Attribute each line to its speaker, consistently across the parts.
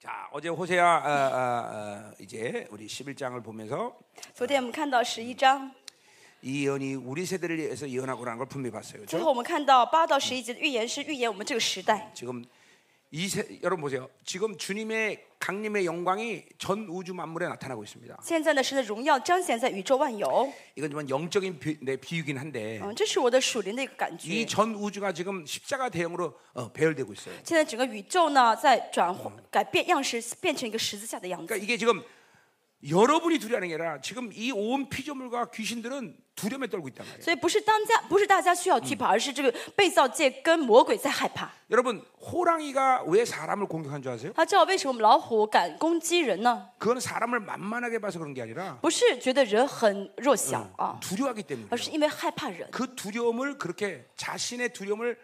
Speaker 1: 자 어제 호세아 아, 아, 아, 이제 우리 11장을 보면서
Speaker 2: 昨天我们看到十一章，
Speaker 1: 이 예언이 우리 세대를 위해서 예언하고라는 걸 분명히 봤어요.
Speaker 2: 最
Speaker 1: 그렇죠?
Speaker 2: 后我们看到八到十一节的预言是预言我们这个时代。
Speaker 1: 지금 이 세, 여러분 보세요. 지금 주님의 강림의 영광이 전 우주 만물에 나타나고 있습니다.
Speaker 2: 现在呢，神的荣耀彰显在宇宙万有。
Speaker 1: 이건 좀 영적인 비, 네, 비유긴 한데
Speaker 2: 嗯，这是我的属灵的一个感觉。
Speaker 1: 이 전 우주가 지금 십자가 대형으로 어, 배열되고 있어요.
Speaker 2: 现在整个宇宙呢，在转化、改变样式，变成一个十字架的样子。
Speaker 1: 그러니까 이게 지금 여러분이 두려는 게 아니라 지금 이 온 피조물과 귀신들은 두려움에 떨고 있단 말이에요.
Speaker 2: 所以不是当家，不是大家需要惧怕，而是这个被造界跟魔鬼在害怕。
Speaker 1: 여러분 호랑이가 왜 사람을 공격한 줄 아세요?
Speaker 2: 他知道为什么我们老虎敢攻击人呢？
Speaker 1: 그건 사람을 만만하게 봐서 그런 게 아니라
Speaker 2: 不是觉得人很弱小
Speaker 1: 嗯
Speaker 2: 啊，
Speaker 1: 두려워하기 때문에
Speaker 2: 而是因为害怕人，
Speaker 1: 그 두려움을 그렇게 자신의 두려움을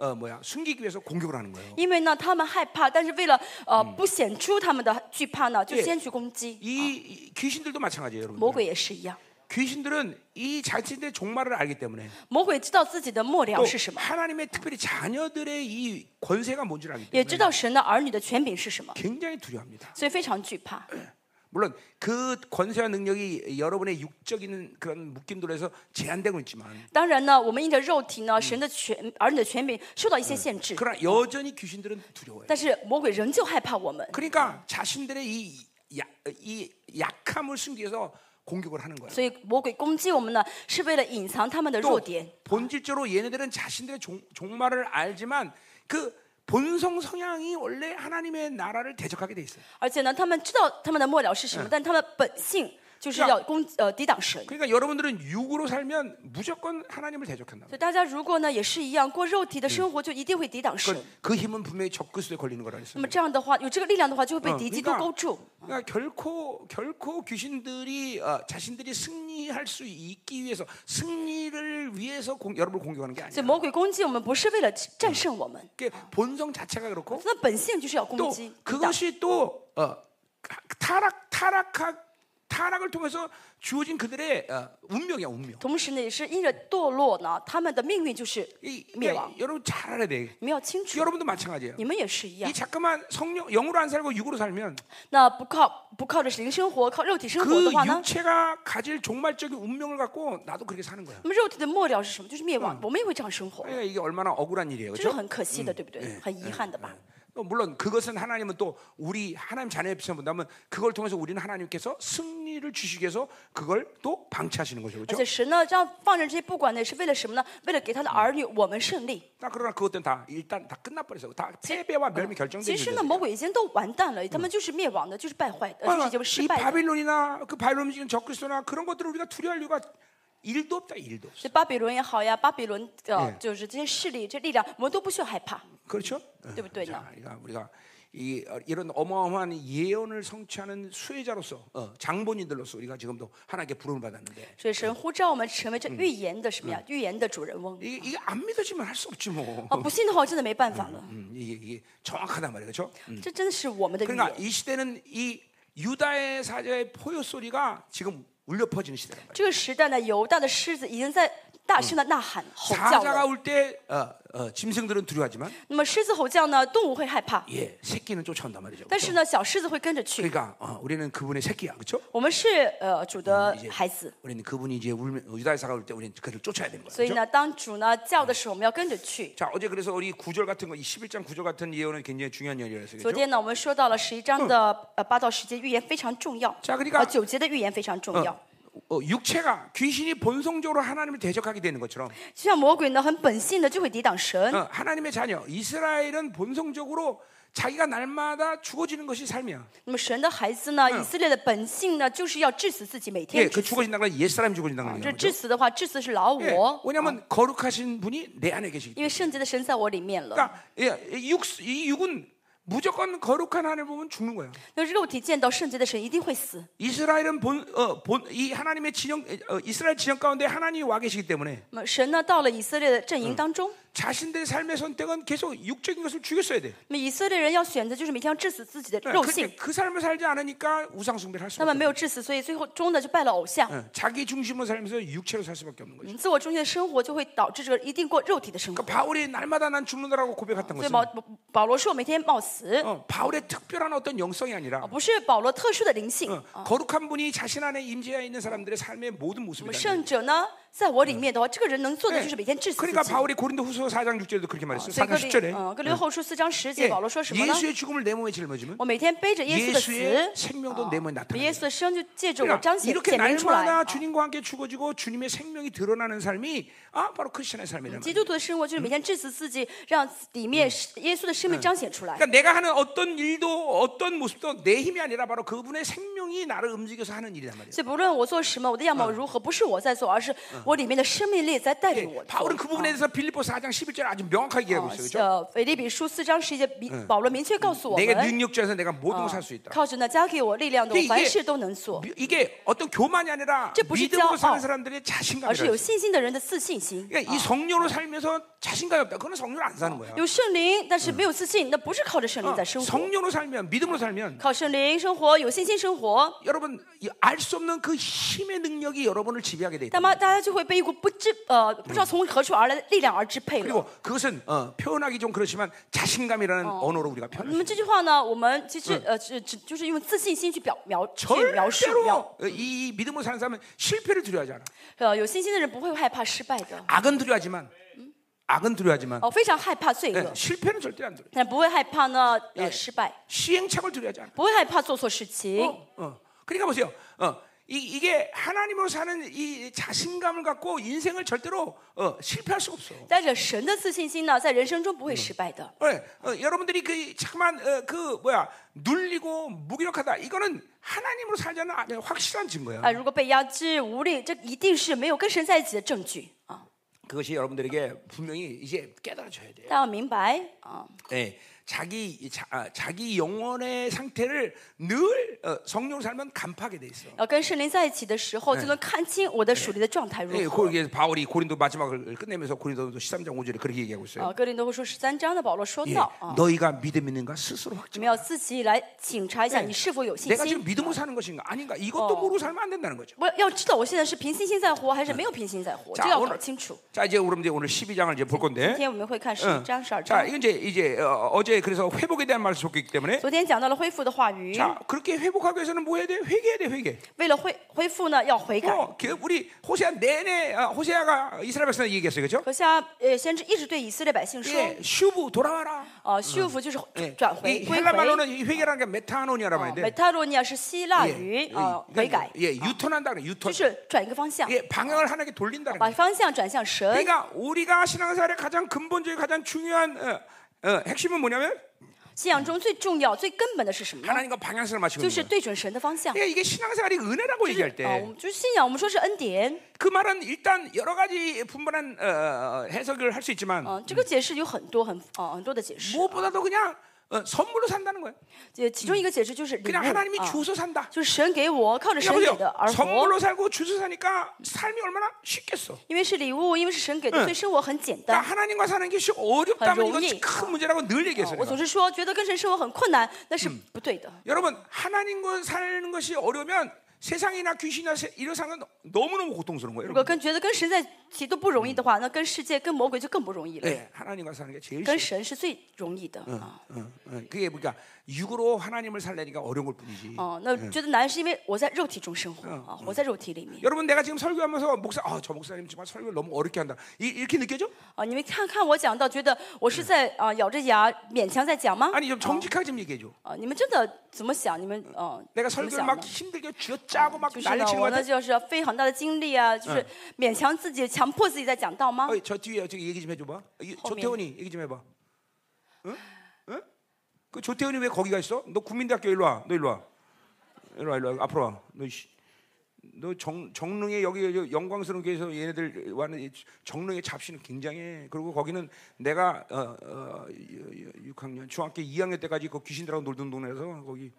Speaker 1: 어 뭐야 숨기기 위해서 공격을 하는 거예요.
Speaker 2: 因为呢他们害怕，但是为了呃不显出他们的惧怕呢，就
Speaker 1: 예
Speaker 2: 先去攻击。
Speaker 1: 이, 이 귀신들도 마찬가지예요,
Speaker 2: 魔
Speaker 1: 여러분.
Speaker 2: 鬼也是一样，
Speaker 1: 귀신들은 이 자신들의 종말을 알기 때문에
Speaker 2: 魔鬼知道自己的末
Speaker 1: 또
Speaker 2: 了是什么，
Speaker 1: 하나님의 특별히 자녀들의 이 권세가 뭔지를 알기
Speaker 2: 也
Speaker 1: 때문에
Speaker 2: 知道神的儿女的权柄是什么，
Speaker 1: 굉장히 두려워합니다.
Speaker 2: 所以非常惧怕。
Speaker 1: 물론 그 권세와 능력이 여러분의 육적인 그런 묶임들로 해서 제한되고 있지만
Speaker 2: 当然呢，我们因着肉体呢，神的权儿女的权柄受到一些限制，
Speaker 1: 그러나 여전히 귀신들은 두려워요.
Speaker 2: 但是魔鬼仍旧害怕我们，
Speaker 1: 그러니까 자신들의 이, 약, 이 약함을 숨기 위해서 공격을 하는 거예요.
Speaker 2: 所以魔鬼攻击我们呢，是为了隐藏他们的弱
Speaker 1: 또
Speaker 2: 点。
Speaker 1: 본질적으로 얘네들은 자신들의 종, 종말을 알지만 그 본성 성향이 원래 하나님의 나라를 대적하게 돼 있어요.
Speaker 2: 而且呢，他们知道他们的末了是什么，但他们本性就是
Speaker 1: 这样
Speaker 2: 要攻呃抵挡神。
Speaker 1: 그러니까 여러분들은 육으로 살면 무조건 하나님을 대적한다.
Speaker 2: 所以大家如果呢也是一样过肉体的生活，就一定会抵挡神。
Speaker 1: 그, 그 힘은 분명히 적그리스도에 걸리는 거라
Speaker 2: 那
Speaker 1: 했어요.
Speaker 2: 么这样的话，有这个力量的话，就会被
Speaker 1: 嗯
Speaker 2: 敌
Speaker 1: 你
Speaker 2: 基督
Speaker 1: 看
Speaker 2: 勾住。
Speaker 1: 그러니까 결코 결코 귀신들이 어, 자신들이 승리할 수 있기 위해서 승리를 위해서 공, 여러분을 공격하는 게
Speaker 2: 所以
Speaker 1: 아니에요.
Speaker 2: 魔鬼攻击我们，不是为了战胜我们，
Speaker 1: 그게 본성 자체가 그렇고
Speaker 2: 他的本性就是要
Speaker 1: 또
Speaker 2: 攻击、抵挡。
Speaker 1: 그것이 또 어, 타락 타락하 타락을 통해서 주어진 그들의 어, 운명이야 운명.
Speaker 2: 同时呢，也是因着堕落呢，他们的命运就是
Speaker 1: 이
Speaker 2: 灭
Speaker 1: 그러니까
Speaker 2: 亡。
Speaker 1: 여러분 잘 알아야 돼.
Speaker 2: 你们要清楚，
Speaker 1: 여러분도 마찬가지예요.
Speaker 2: 你们也是一样
Speaker 1: 이 。 잠깐만 성령 영으로 안 살고 육으로 살면
Speaker 2: 那不靠不靠着灵生活，靠肉体生活
Speaker 1: 그
Speaker 2: 的话呢，
Speaker 1: 육체가 가질 종말적인 운명을 갖고 나도 그렇게 사는 거야.
Speaker 2: 那么肉体的末了是什么？就是灭亡。我们也会这样生活，
Speaker 1: 그러니까 이게 얼마나 억울한 일이에요,
Speaker 2: 嗯哎这是嗯哎
Speaker 1: 그렇죠?
Speaker 2: 很可惜的，对不对？很遗憾的吧。
Speaker 1: 어, 물론 그것은 하나님은 또 우리 하나님 자녀의 입장 본다면 그걸 통해서 우리는 하나님께서 승리를 주시기 위해서 그걸 또 방치하시는 거죠.
Speaker 2: 而
Speaker 1: 그렇죠?
Speaker 2: 且神哎呢，这样放任这些不管呢，是为了什么呢？为了给他的儿女我们胜利。
Speaker 1: 나 그러나 그것들은 다 일단 다 끝나버렸어. 다 패배와 멸망이 결정된
Speaker 2: 其实呢，
Speaker 1: 일이죠.
Speaker 2: 魔鬼已经都完蛋了，他们就是灭亡的，就是败坏的，就是已经失
Speaker 1: 뭐, 어, 이
Speaker 2: 败的。
Speaker 1: 바빌론이나 그 바빌론 지금 적그리스도나 그런 것들을 우리가 두려울 이유가 일도 없다. 일도 없어.
Speaker 2: 所以巴比伦也好呀，巴比伦呃
Speaker 1: 嗯，
Speaker 2: 就是这些势力、这力量，我们都不需要害怕。
Speaker 1: 그렇죠? 응.
Speaker 2: 对不对呢？
Speaker 1: 자, 그러니까 우리가 이, 어, 이런 어마어마한 예언을 성취하는 수혜자로서 어, 장본인들로서 우리가 지금도 하나님께 부름을 받았는데
Speaker 2: 所以神呼召我们成为这预言的什么呀？预言的主人翁。
Speaker 1: 이게, 이게 안 믿어지면 할 수 없지 뭐.
Speaker 2: 哦，不信的话，我真的没办法了。
Speaker 1: 음, 이게, 이게 정확하단 말이에요, 그렇죠?
Speaker 2: 这真的是我们的预
Speaker 1: 그러니까
Speaker 2: 言。
Speaker 1: 이 시대는 이 유다의 사자의 포효 소리가 지금 울려 퍼지는 시대란 말이에요.
Speaker 2: 这个时代呢，犹大的狮子已经在大声的呐喊、吼叫
Speaker 1: 사자가
Speaker 2: 了。
Speaker 1: 울 때 어, 어, 짐승들은 두려워하지만
Speaker 2: 那么狮子吼叫呢，动物会害怕，
Speaker 1: 예, 새끼는 쫓아온단 말이죠.
Speaker 2: 但是
Speaker 1: 그렇죠?
Speaker 2: 呢，小狮子会跟着去。
Speaker 1: 그러니까 어, 우리는 그분의 새끼야, 그렇죠?
Speaker 2: 我们是呃主的孩子，
Speaker 1: 우리는 그분이 이제 울면 유다의 사가 울 때 우리는 그를 쫓아야 되는 거예요.
Speaker 2: 所以
Speaker 1: 그렇죠?
Speaker 2: 呢，当主呢叫的时候，我们要跟着去。
Speaker 1: 자 어제 그래서 우리 구절 같은 거, 이 11장 구절 같은 예언은 굉장히 중요한 예언이라서
Speaker 2: 昨
Speaker 1: 그죠?
Speaker 2: 天呢，我们说到了十一章的呃八到十节预言非常重要，
Speaker 1: 자그러니까
Speaker 2: 呃九节的预言非常重要。
Speaker 1: 어, 육체가 귀신이 본성적으로 하나님을 대적하게 되는 것처럼
Speaker 2: 就像魔鬼呢，很本性的就会抵挡
Speaker 1: 어,
Speaker 2: 神。
Speaker 1: 하나님의 자녀 이스라엘은 본성적으로 자기가 날마다 죽어지는 것이 삶이야.
Speaker 2: 那么神的孩子呢，以色列的本性呢，就是要致死自己，每
Speaker 1: 예,
Speaker 2: 天
Speaker 1: 그
Speaker 2: 致死。
Speaker 1: 죽어진다는 건 옛 사람이 죽어진다는
Speaker 2: 这
Speaker 1: 거죠.
Speaker 2: 致死的话，致死是老
Speaker 1: 예,
Speaker 2: 我，
Speaker 1: 왜냐하면 거룩하신 분이 내 안에 계시기
Speaker 2: 因
Speaker 1: 때문에.
Speaker 2: 为圣洁的神在我里面了。
Speaker 1: 그러니까 예, 이 육, 이 육은 무조건 거룩한 하나님 보면 죽는 거야.
Speaker 2: 那肉体见到圣洁的神一定会死。
Speaker 1: 이스라엘은 본, 어, 본, 이 하나님의 진영, 어, 이스라엘 진영 가운데 하나님이 와 계시기 때문에
Speaker 2: 那么神呢，到了以色列的阵营当中，
Speaker 1: 자신들의 삶의 선택은 계속 육적인 것을 죽였어야 돼.
Speaker 2: 那么以色列人要选择就是每天要致死自己的
Speaker 1: 네,
Speaker 2: 肉
Speaker 1: 그-
Speaker 2: 性，
Speaker 1: 그 삶을 살지 않으니까 우상 숭배를 할
Speaker 2: 那么
Speaker 1: 수밖에
Speaker 2: 没有致死，所以最后终呢就拜了偶像。
Speaker 1: 없어. 자기 중심으로 살면서 육체로 살 수밖에 없는 거죠.
Speaker 2: 嗯自我中心的生活就会导致这个一定过肉体的生活。
Speaker 1: 그러니까 바울이 날마다 난 죽는다라고 고백했던
Speaker 2: 所以
Speaker 1: 것은
Speaker 2: 保保罗说我每天冒死，
Speaker 1: 어, 바울의 특별한 어떤 영성이 아니라
Speaker 2: 不是保罗特殊的灵性。
Speaker 1: 어, 거룩한 분이 자신 안에 임재해 있는 사람들의 삶의 모든
Speaker 2: 我们
Speaker 1: 모습이다.
Speaker 2: 圣者呢，在我里面的话，这个人能做的
Speaker 1: 네.
Speaker 2: 就是每天致死自
Speaker 1: 그러니까
Speaker 2: 己。
Speaker 1: 바울이 고린도후서 4장 6절에도 그렇게
Speaker 2: 啊
Speaker 1: 말했어요.
Speaker 2: 所以
Speaker 1: 4장
Speaker 2: 格林，
Speaker 1: 10절에
Speaker 2: 嗯，格林后书四章十节，保罗说什么呢？
Speaker 1: 예수의 죽음을 내 몸에 짊어지면 어,
Speaker 2: 我每天背着耶稣的
Speaker 1: 예수의
Speaker 2: 死，
Speaker 1: 생명도 내 몸에
Speaker 2: 耶
Speaker 1: 나타나요.
Speaker 2: 稣的生就借着我
Speaker 1: 그러니까
Speaker 2: 彰显
Speaker 1: 이렇게
Speaker 2: 显明出来。
Speaker 1: 날마다
Speaker 2: 啊
Speaker 1: 주님과 함께 죽어지고 주님의 생명이 드러나는 삶이 아 바로 크리스천의 삶이라는 거예요.
Speaker 2: 基督徒的生活就是每天致死自己，让里面耶稣的生命彰显出来。
Speaker 1: 그러니까 내가 하는 어떤 일도 어떤 모습도 내 힘이 아니라 바로 그분의 생명이 나를 움직여서 하는 일이란 말이에요.
Speaker 2: 所以不论我做什么，我的样貌如何，不是我在做，而是我里面的生命力在带领
Speaker 1: 예,
Speaker 2: 我做。
Speaker 1: 바울은 그 부분에 대해서 빌립보 4장 11절 아주 명확하게 얘기하고
Speaker 2: 啊
Speaker 1: 있어요. 그렇죠?
Speaker 2: 呃，腓立比书四章十一节，明保罗明确告诉我
Speaker 1: 내가
Speaker 2: 们，
Speaker 1: 능력자에서 내가 모든 걸
Speaker 2: 啊
Speaker 1: 살 수 있다.
Speaker 2: 靠着那加给我力量的，
Speaker 1: 근데
Speaker 2: 我
Speaker 1: 그러니까 이게
Speaker 2: 凡事都能做，
Speaker 1: 미- 이게 어떤 교만이 아니라
Speaker 2: 저 무슨
Speaker 1: 믿음으로
Speaker 2: 骄傲.
Speaker 1: 사는 사람들의
Speaker 2: 而是
Speaker 1: 자신감이라는
Speaker 2: 有信心的人的自信心。
Speaker 1: 그러니까 이 성령으로 살면서 자신감이 없다. 그건 성령 안 사는 거야.
Speaker 2: 有圣灵，但是没有自信，那不是靠着圣灵在生活，
Speaker 1: 성령으로 살면 믿음으로 살면
Speaker 2: 靠圣灵生活，有信心生活，
Speaker 1: 여러분 알 수 없는 그 힘의 능력이 여러분을 지배하게 돼 있다.
Speaker 2: 那么大家就会被一股不支呃不知道从何处而来的力量而支配了。
Speaker 1: 그리고 그것은 어, 표현하기 좀 그렇지만 자신감이라는 언어로 음, 우리가
Speaker 2: 那么
Speaker 1: 표현을
Speaker 2: 这句话呢，我们其实呃只只就是用自信心去表描去描述描
Speaker 1: 절대로 이, 이 믿음으로 사는 사람은 실패를 두려워하지 않아.
Speaker 2: 呃有信心的人不会害怕失败的，
Speaker 1: 악은 두려워하지만 악은 두려워하지만
Speaker 2: 哦非常害怕罪
Speaker 1: 네,
Speaker 2: 恶，
Speaker 1: 실패는 절대 안 두려워.
Speaker 2: 但不会害怕呢
Speaker 1: 예
Speaker 2: 呃失败。
Speaker 1: 시행착오를 두려워하지 않아.
Speaker 2: 不会害怕做错事情。
Speaker 1: 어, 어. 그러니까 보세요. 어, 이, 이게 하나님으로 사는 이 자신감을 갖고 인생을 절대로 어, 실패할 수가 없어.
Speaker 2: 带着神的自信心呢，在人生中不会失败的。
Speaker 1: 네, 어, 여러분들이 그 잠깐만 어, 그 뭐야 눌리고 무기력하다 이거는 하나님으로 살자는 아주 확실한 증거야.
Speaker 2: 啊，如果被压制、无力，这一定是没有跟神在一起的证据啊！
Speaker 1: 그것이 여러분들에게 분명히 이제 깨달아져야 돼요.
Speaker 2: 大家要明白啊，
Speaker 1: 네, 자기 이 자, 아, 자기 영혼의 상태를 늘 어, 성령 살면 간파하게 돼 있어.
Speaker 2: 要跟圣灵在一起的时候，就能看清我的属灵的状态
Speaker 1: 예,
Speaker 2: 如何。
Speaker 1: 거기에 바울이 고린도 마지막을 끝내면서 고린도서 13장 5절에 그렇게 얘기하고 있어요.
Speaker 2: 啊，哥林多后书十三章的保罗说
Speaker 1: 예,
Speaker 2: 到啊，
Speaker 1: 너희가 믿음 있는가 스스로 확증.
Speaker 2: 你们要自己来检查一下你是否有信
Speaker 1: 내가 지금
Speaker 2: 心。
Speaker 1: 믿음으로 사는 것인가 아닌가 이것도
Speaker 2: 어.
Speaker 1: 모르고 살면 안 된다는 거죠.
Speaker 2: 我要知道我现在是凭信心在活，还是没有凭信心在活，
Speaker 1: 자
Speaker 2: 这要
Speaker 1: 오늘
Speaker 2: 搞清楚。
Speaker 1: 자 이제 우리 이제 오늘 12장을 이제 볼
Speaker 2: 今
Speaker 1: 건데.
Speaker 2: 天我们会看十一
Speaker 1: 응.
Speaker 2: 章、十二
Speaker 1: 자
Speaker 2: 章。
Speaker 1: 이건 이제 이제 어, 제 그래서 회복에 대한 말을 줬기 때문에
Speaker 2: 昨天讲到了恢复的话语，
Speaker 1: 자 그렇게 회복하기 위해서는 뭐 해야 돼? 회개해야 돼 회개.
Speaker 2: 为了恢恢复呢，要悔改。
Speaker 1: 어, 그 우리 호세아 내내 아, 호세아가 이스라엘 백성에 얘기했어요, 그렇죠?
Speaker 2: 可下呃，先知一直对以色列百姓说，
Speaker 1: 예, 슈브 돌아와라.
Speaker 2: 啊，修复就是
Speaker 1: 예
Speaker 2: 转回
Speaker 1: 이
Speaker 2: 归
Speaker 1: 헬라
Speaker 2: 回。
Speaker 1: 말로는 이 회개라는 게 메타노니아라고
Speaker 2: 啊
Speaker 1: 하는데.
Speaker 2: 美泰罗尼亚是希腊
Speaker 1: 예,
Speaker 2: 语
Speaker 1: 예,
Speaker 2: 啊，悔改
Speaker 1: 그러니까 ， 예, 유턴한다 그래,
Speaker 2: 就
Speaker 1: 유턴.
Speaker 2: 是转一个方向，
Speaker 1: 예, 방향을 하나님께 돌린다는
Speaker 2: 把
Speaker 1: 거예요.
Speaker 2: 方向转向神。
Speaker 1: 그러니까 우리가 신앙생활의 가장 근본적인 가장 중요한 어, 어, 핵심은 뭐냐면
Speaker 2: 信仰中最重要、最根本的是什么呢？
Speaker 1: 하나님과 방향성을 맞추고
Speaker 2: 就
Speaker 1: 있는
Speaker 2: 是
Speaker 1: 거예요.
Speaker 2: 对准神的方向。
Speaker 1: 그러니까 이게 신앙생활이 은혜라고 얘기할
Speaker 2: 啊，我
Speaker 1: 때
Speaker 2: 们就是信仰，我们说是恩典。
Speaker 1: 그 말은 일단 여러 가지 분분한 어, 해석을 할 수 있지만
Speaker 2: 嗯，这个解释有很多很啊很多的解释。
Speaker 1: 무엇보다도 그냥 어, 선물로 산다는 거예요.
Speaker 2: 也其中一个解释就是礼物
Speaker 1: 그냥 하나님이
Speaker 2: 啊，
Speaker 1: 주어서 산다. 그러니까
Speaker 2: 就是神给我靠着神给的
Speaker 1: 여보세요.
Speaker 2: 而活，
Speaker 1: 선물로 살고 주서 사니까 삶이 얼마나 쉽겠어.
Speaker 2: 因为是礼物，因为是神给的，所以生活很简单。
Speaker 1: 그러니까 하나님과 사는 게 쉽, 어렵다면
Speaker 2: 아,
Speaker 1: 이건
Speaker 2: 용이.
Speaker 1: 큰 문제라고 늘 얘기했어요.
Speaker 2: 啊我
Speaker 1: 내가.
Speaker 2: 总是嗯说，觉得跟神生活很困难，那是不对的。
Speaker 1: 여러분 하나님과 사는 것이 어려우면 세상이나 귀신이나 세- 이런 상은 너무너무 고통스러운 거예요.
Speaker 2: 如果
Speaker 1: 여러분.
Speaker 2: 跟觉得跟神在一起都不容易的话，那跟世界、跟魔鬼就更不容易了。
Speaker 1: 네, 하나님과 사는 게 제일
Speaker 2: 跟
Speaker 1: 쉬워.
Speaker 2: 神是最容易的啊。
Speaker 1: 응, 응. 그게 그러니까 육으로 하나님을 살려니까 어려운 걸 뿐이지.
Speaker 2: 哦，那觉得难是因为我在肉体中生活啊，活在肉体里面
Speaker 1: 여러분 내가 지금 설교하면서 목사, 아, 저 목사님 정말 설교를 너무 어렵게 한다. 이, 이렇게 느껴져?
Speaker 2: 啊。你们看看我讲到，觉得我是在啊咬着牙勉强在讲吗？
Speaker 1: 아니 좀 정직하게 좀 얘기해 줘.
Speaker 2: 啊，你们真的怎么想？你们啊，
Speaker 1: 내가
Speaker 2: 怎么
Speaker 1: 설교를
Speaker 2: 想呢
Speaker 1: 막 ？ 힘들게 쥐어짜고 막
Speaker 2: 就是呢，
Speaker 1: 난리치는 거
Speaker 2: 我呢
Speaker 1: 같아.
Speaker 2: 就是要费很大的精力啊，
Speaker 1: 嗯
Speaker 2: 就是勉强自己、强迫自己在讲道吗？
Speaker 1: 어, 저 뒤에 저기 얘기 좀 해줘 봐. 이-
Speaker 2: 허민.
Speaker 1: 조태훈이 얘기 좀 해봐. 응? 응? 그 조태훈이 왜 거기가 있어? 너 국민대학교 일로 와. 너 일로 와. 일로 와 일로 와. 앞으로 와. 너 씨. 너 정, 정릉에 여기 저 영광스러운 교회에서 얘네들 와는 이 정릉의 잡시는 굉장해. 그리고 거기는 내가 어, 어, 6학년 중학교 2학년 때까지 그 귀신들하고 놀던 동네라서 거기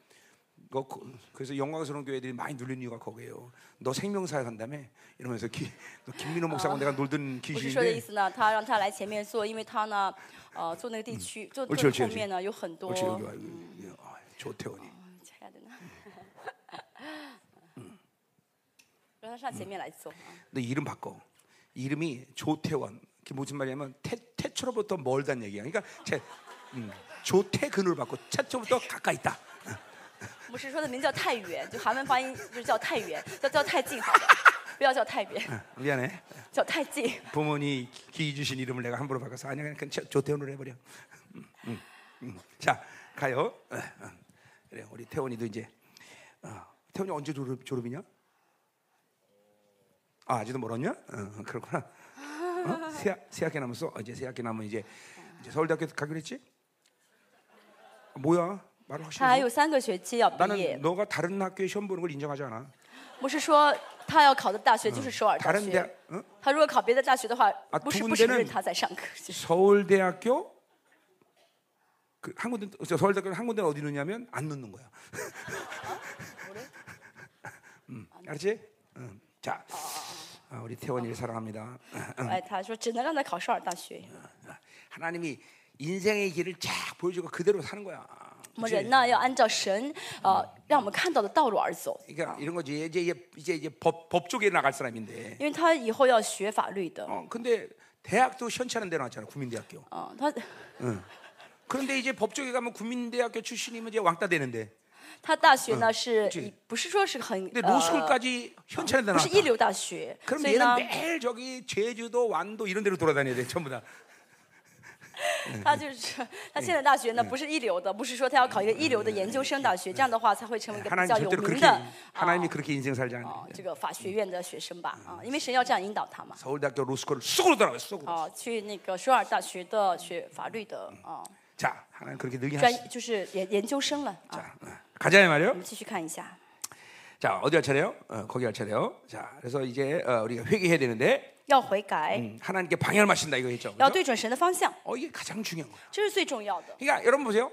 Speaker 1: 거- 거- 그래서 영광스러운 교회들이 많이 눌린 이유가 거기에요. 너 생명사역 한다며 이러면서 기, 너 김민호 목사하고 내가 놀던
Speaker 2: 不是说这意
Speaker 1: 기신인데
Speaker 2: 思呢，他让他来前面坐，因为他呢，呃，坐那个地区，坐
Speaker 1: 嗯我知道
Speaker 2: 坐
Speaker 1: 知道
Speaker 2: 后面呢有很多
Speaker 1: 옳지 여기 와 여기. 아, 조태원이
Speaker 2: 자 해야 되나?让他上前面来坐啊。
Speaker 1: 너 이름 바꿔. 이름이 조태원. 그게 무슨 말이냐면 태, 태초로부터 멀단 얘기야. 그러니까 제, 음, 조태근으로 바꿔. 태초부터 가까이 있다.
Speaker 2: 我是说的名叫太远，就韩文发音就是叫太远，叫叫太近好了，不要叫太远，
Speaker 1: 어, 미안해.
Speaker 2: 叫太近。
Speaker 1: 부모니 기 주신 이름을 내가 함부로 바꿔서 아니야 그냥 그냥 조태원으로 해버려. 음, 음, 음. 자 가요. 어, 어. 그래 우리 태원이도 이제 어, 태원이 언제 졸업, 졸업이냐? 아 아직도 멀었냐? 어, 그렇구나. 어? 세, 세 학기 남았어. 어, 이제 세 학기 남은 이제 이제 서울대학교 가기로 했지? 뭐야? 말을
Speaker 2: 他
Speaker 1: 확실히.
Speaker 2: 还
Speaker 1: 해.
Speaker 2: 有三个学期要毕
Speaker 1: 나는
Speaker 2: 业，
Speaker 1: 너가 다른 학교에 시험 보는 걸 인정하지 않아.
Speaker 2: 不是说他要考的大学就是首尔大
Speaker 1: 다른
Speaker 2: 学
Speaker 1: 대학 ， 어?
Speaker 2: 他如果考别的大学的话
Speaker 1: 啊，
Speaker 2: 不是
Speaker 1: 두
Speaker 2: 不承
Speaker 1: 군데는
Speaker 2: 认他在上课。
Speaker 1: 서울대학교 그 한군데 서울대학교 한 군데 어디 넣냐면 안 넣는 거야. 음, 알지? 음, 자, 아, 우리 태원이를 사랑합니다.
Speaker 2: 哎，他说只能让他考首尔大学。
Speaker 1: 하나님이 인생의 길을 쫙 보여주고 그대로 사는 거야.
Speaker 2: 我们人呢要按照神呃让我们看到的道路而走，
Speaker 1: 그러니까 이런 거지. 이제 이제 이제, 이제 법, 법 쪽에 나갈 사람인데.
Speaker 2: 因为他以后要学法律的。
Speaker 1: 어, 근데 대학도 현찮은 데 나왔잖아. 국민대학교.
Speaker 2: 嗯，他
Speaker 1: 그런데 이제 법 쪽에 가면 국민대학교 출신이면 이제 왕따 되는데.
Speaker 2: 他大学呢是
Speaker 1: 这
Speaker 2: 以不是说是很
Speaker 1: 근데
Speaker 2: 呃
Speaker 1: 로스쿨까지 현찮은 데
Speaker 2: 不是
Speaker 1: 나왔다.
Speaker 2: 一流大学，
Speaker 1: 그럼
Speaker 2: 所以
Speaker 1: 얘는 ，
Speaker 2: 呢
Speaker 1: 매일 저기 제주도 완도 이런 데로 돌아다녀야 돼 전부 다
Speaker 2: 他就是他现在大学呢不是一流的，不是说他要考一个一流的研究生大学，这样的话才会成为一个比
Speaker 1: 하나님
Speaker 2: 较有
Speaker 1: 절대로
Speaker 2: 名
Speaker 1: 그렇게
Speaker 2: 的啊
Speaker 1: 하나님이 그렇게 인생 살지 그러니까 않아
Speaker 2: 啊这个法学院的学生吧啊，因为神要这样引导他嘛
Speaker 1: 서울대학교 로스쿨을 쑥으로 돌아가 쑥으로
Speaker 2: 啊，去那个首尔大学的学法律的啊
Speaker 1: 자 하나님 그렇게 늘게 하시
Speaker 2: 专就是研研究生了啊，
Speaker 1: 자, 어. 가자 이
Speaker 2: 我
Speaker 1: 말이요
Speaker 2: 们继续看一下。
Speaker 1: 자 어디 할 차례요 어, 거기 할 차례요 자 그래서 이제 어, 우리가 회개해야 되는데
Speaker 2: 要悔改，
Speaker 1: 음, 하나님께 방향을 마신다 이거 했죠
Speaker 2: 要
Speaker 1: 그죠?
Speaker 2: 对准神的方向，
Speaker 1: 어, 이게 가장 중요한 거야
Speaker 2: 这是最重要的。
Speaker 1: 그러니까 여러분 보세요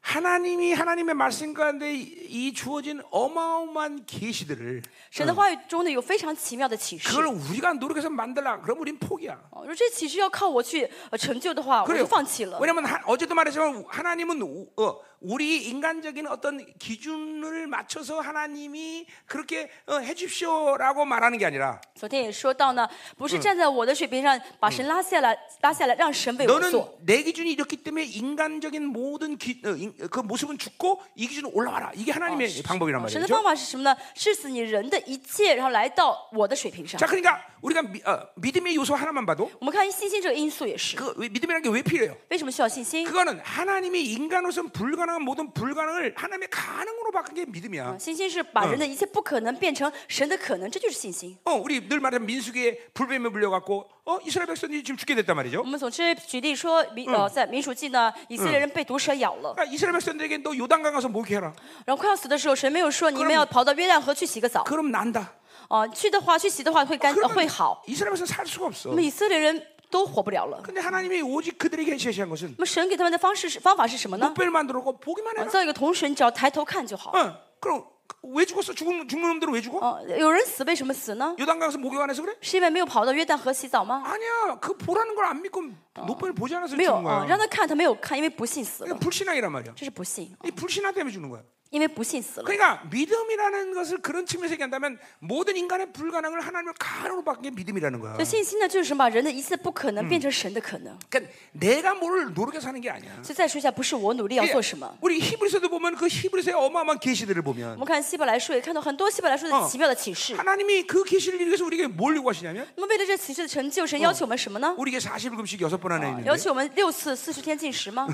Speaker 1: 하나님이 하나님의 말씀 가운데 이, 이 주어진 어마어마한 계시들을
Speaker 2: 神的话语中呢有非常奇妙的启示
Speaker 1: 그걸 。 우리가 노력해서 만들라 그럼 우린 포기야
Speaker 2: 哦如果这启示要靠我去呃成就的话， 아, 我
Speaker 1: 그래요.
Speaker 2: 就放弃了。
Speaker 1: 왜냐면 하- 어제도 말했지만 하나님은 우- 어, 우리 인간적인 어떤 기준을 맞춰서 하나님이 그렇게 어, 해주십시오라고 말하는 게 아니라
Speaker 2: 昨天也说到呢，不是站在我的水平上把神拉下来，拉下来让神为我
Speaker 1: 너는
Speaker 2: 做。
Speaker 1: 내 기준이 이렇기 때문에 인간적인 모든 기- 어, 인- 그 모습은 죽고 이 기준은 올라와라. 이게
Speaker 2: 아,
Speaker 1: 하나님의 방법이란
Speaker 2: 神的
Speaker 1: 말이죠.
Speaker 2: 方法是什么呢？是死你人的一切，然后来到我的水平上
Speaker 1: 자, 。 그러니까 우리가 미- 어, 믿음의 요소 하나만 봐도
Speaker 2: 我们看信心这个因素也是，
Speaker 1: 그 왜- 믿음이라는 게 왜 필요해요?
Speaker 2: 为什么需要信心？
Speaker 1: 그거는 하나님이 인간으로서는 불가능한 모든 불가능을 하나님의 가능으로 바꾼 게 믿음이야.
Speaker 2: 嗯信心是把人的一切不可能变成神的可能，这就是信心。
Speaker 1: 어, 우리 늘 말하는 민수기에 불뱀에 물려갖고 어 이스라엘 백성들이 지금 죽게 됐단 말이죠.
Speaker 2: 我们总之举例说，民呃，在民数记呢，以色列人被毒蛇咬了，
Speaker 1: 그러니까 이스라엘 백성들에게 너 요단강 가서 목욕해라.
Speaker 2: 然后快要死的时候，神没有说你们要跑到约旦河去洗个澡，
Speaker 1: 그럼 난다.
Speaker 2: 哦、去的话去洗的话会干、呃、
Speaker 1: 그러면
Speaker 2: 会好。
Speaker 1: 이스라엘 백성 살 수가 없어.
Speaker 2: 那么以色列人都活不了了。
Speaker 1: 근데 하나님이 오직 그들에게 제시한 것은
Speaker 2: 那么神给他们的方式是方法是什么呢？
Speaker 1: 목벨 만들고 보기만
Speaker 2: 啊
Speaker 1: 해라.
Speaker 2: 造一个铜神，你只要抬头看就好。
Speaker 1: 어, 그럼 왜 죽었어? 죽은 죽는 놈들은 왜 죽어?
Speaker 2: 哦、有人死为什么死呢？
Speaker 1: 요단강에서 목욕 안 해서 그래?
Speaker 2: 是因为没有跑到约旦河洗澡
Speaker 1: 啊
Speaker 2: 吗？
Speaker 1: 아니야. 그 보라는 걸 안 믿고 목벨 보지 않아서
Speaker 2: 没有
Speaker 1: 죽은
Speaker 2: 啊、
Speaker 1: 거야.
Speaker 2: 让他看他没有看，因为不信死了
Speaker 1: 그러니까 ， 불신앙이란 말이야.
Speaker 2: 这是不信，
Speaker 1: 이 불신앙 때문에 죽는 거야.
Speaker 2: 因为不信死了。
Speaker 1: 그러니까 믿음이라는 것을 그런 측면에서 얘기한다면 모든 인간의 불가능을 하나님을 가능으로 바꾼 게 믿음이라는 거야.
Speaker 2: 所以信心呢，就是什么把人的一切不可能变成神的可能。
Speaker 1: 그러니까 내가 뭘 노력해서 사는 게 아니야.
Speaker 2: 所以再说一下，不是我努力要
Speaker 1: 嗯
Speaker 2: 做什么。
Speaker 1: 우리 히브리서도 보면 그 히브리서의 어마어마한 계시들을
Speaker 2: 我
Speaker 1: 보면
Speaker 2: 们看希伯来书，也看到很多希伯来书
Speaker 1: 哦
Speaker 2: 的奇妙的启示。
Speaker 1: 하나님이 그 계시를 위해서 우리에게 뭘 요구하시냐면
Speaker 2: 那么为了这启示的成就，神要求我们什么呢？
Speaker 1: 우리에게 40금식 아, 여섯 번 안에
Speaker 2: 要
Speaker 1: 있는데
Speaker 2: 求我们六次四十天禁食吗？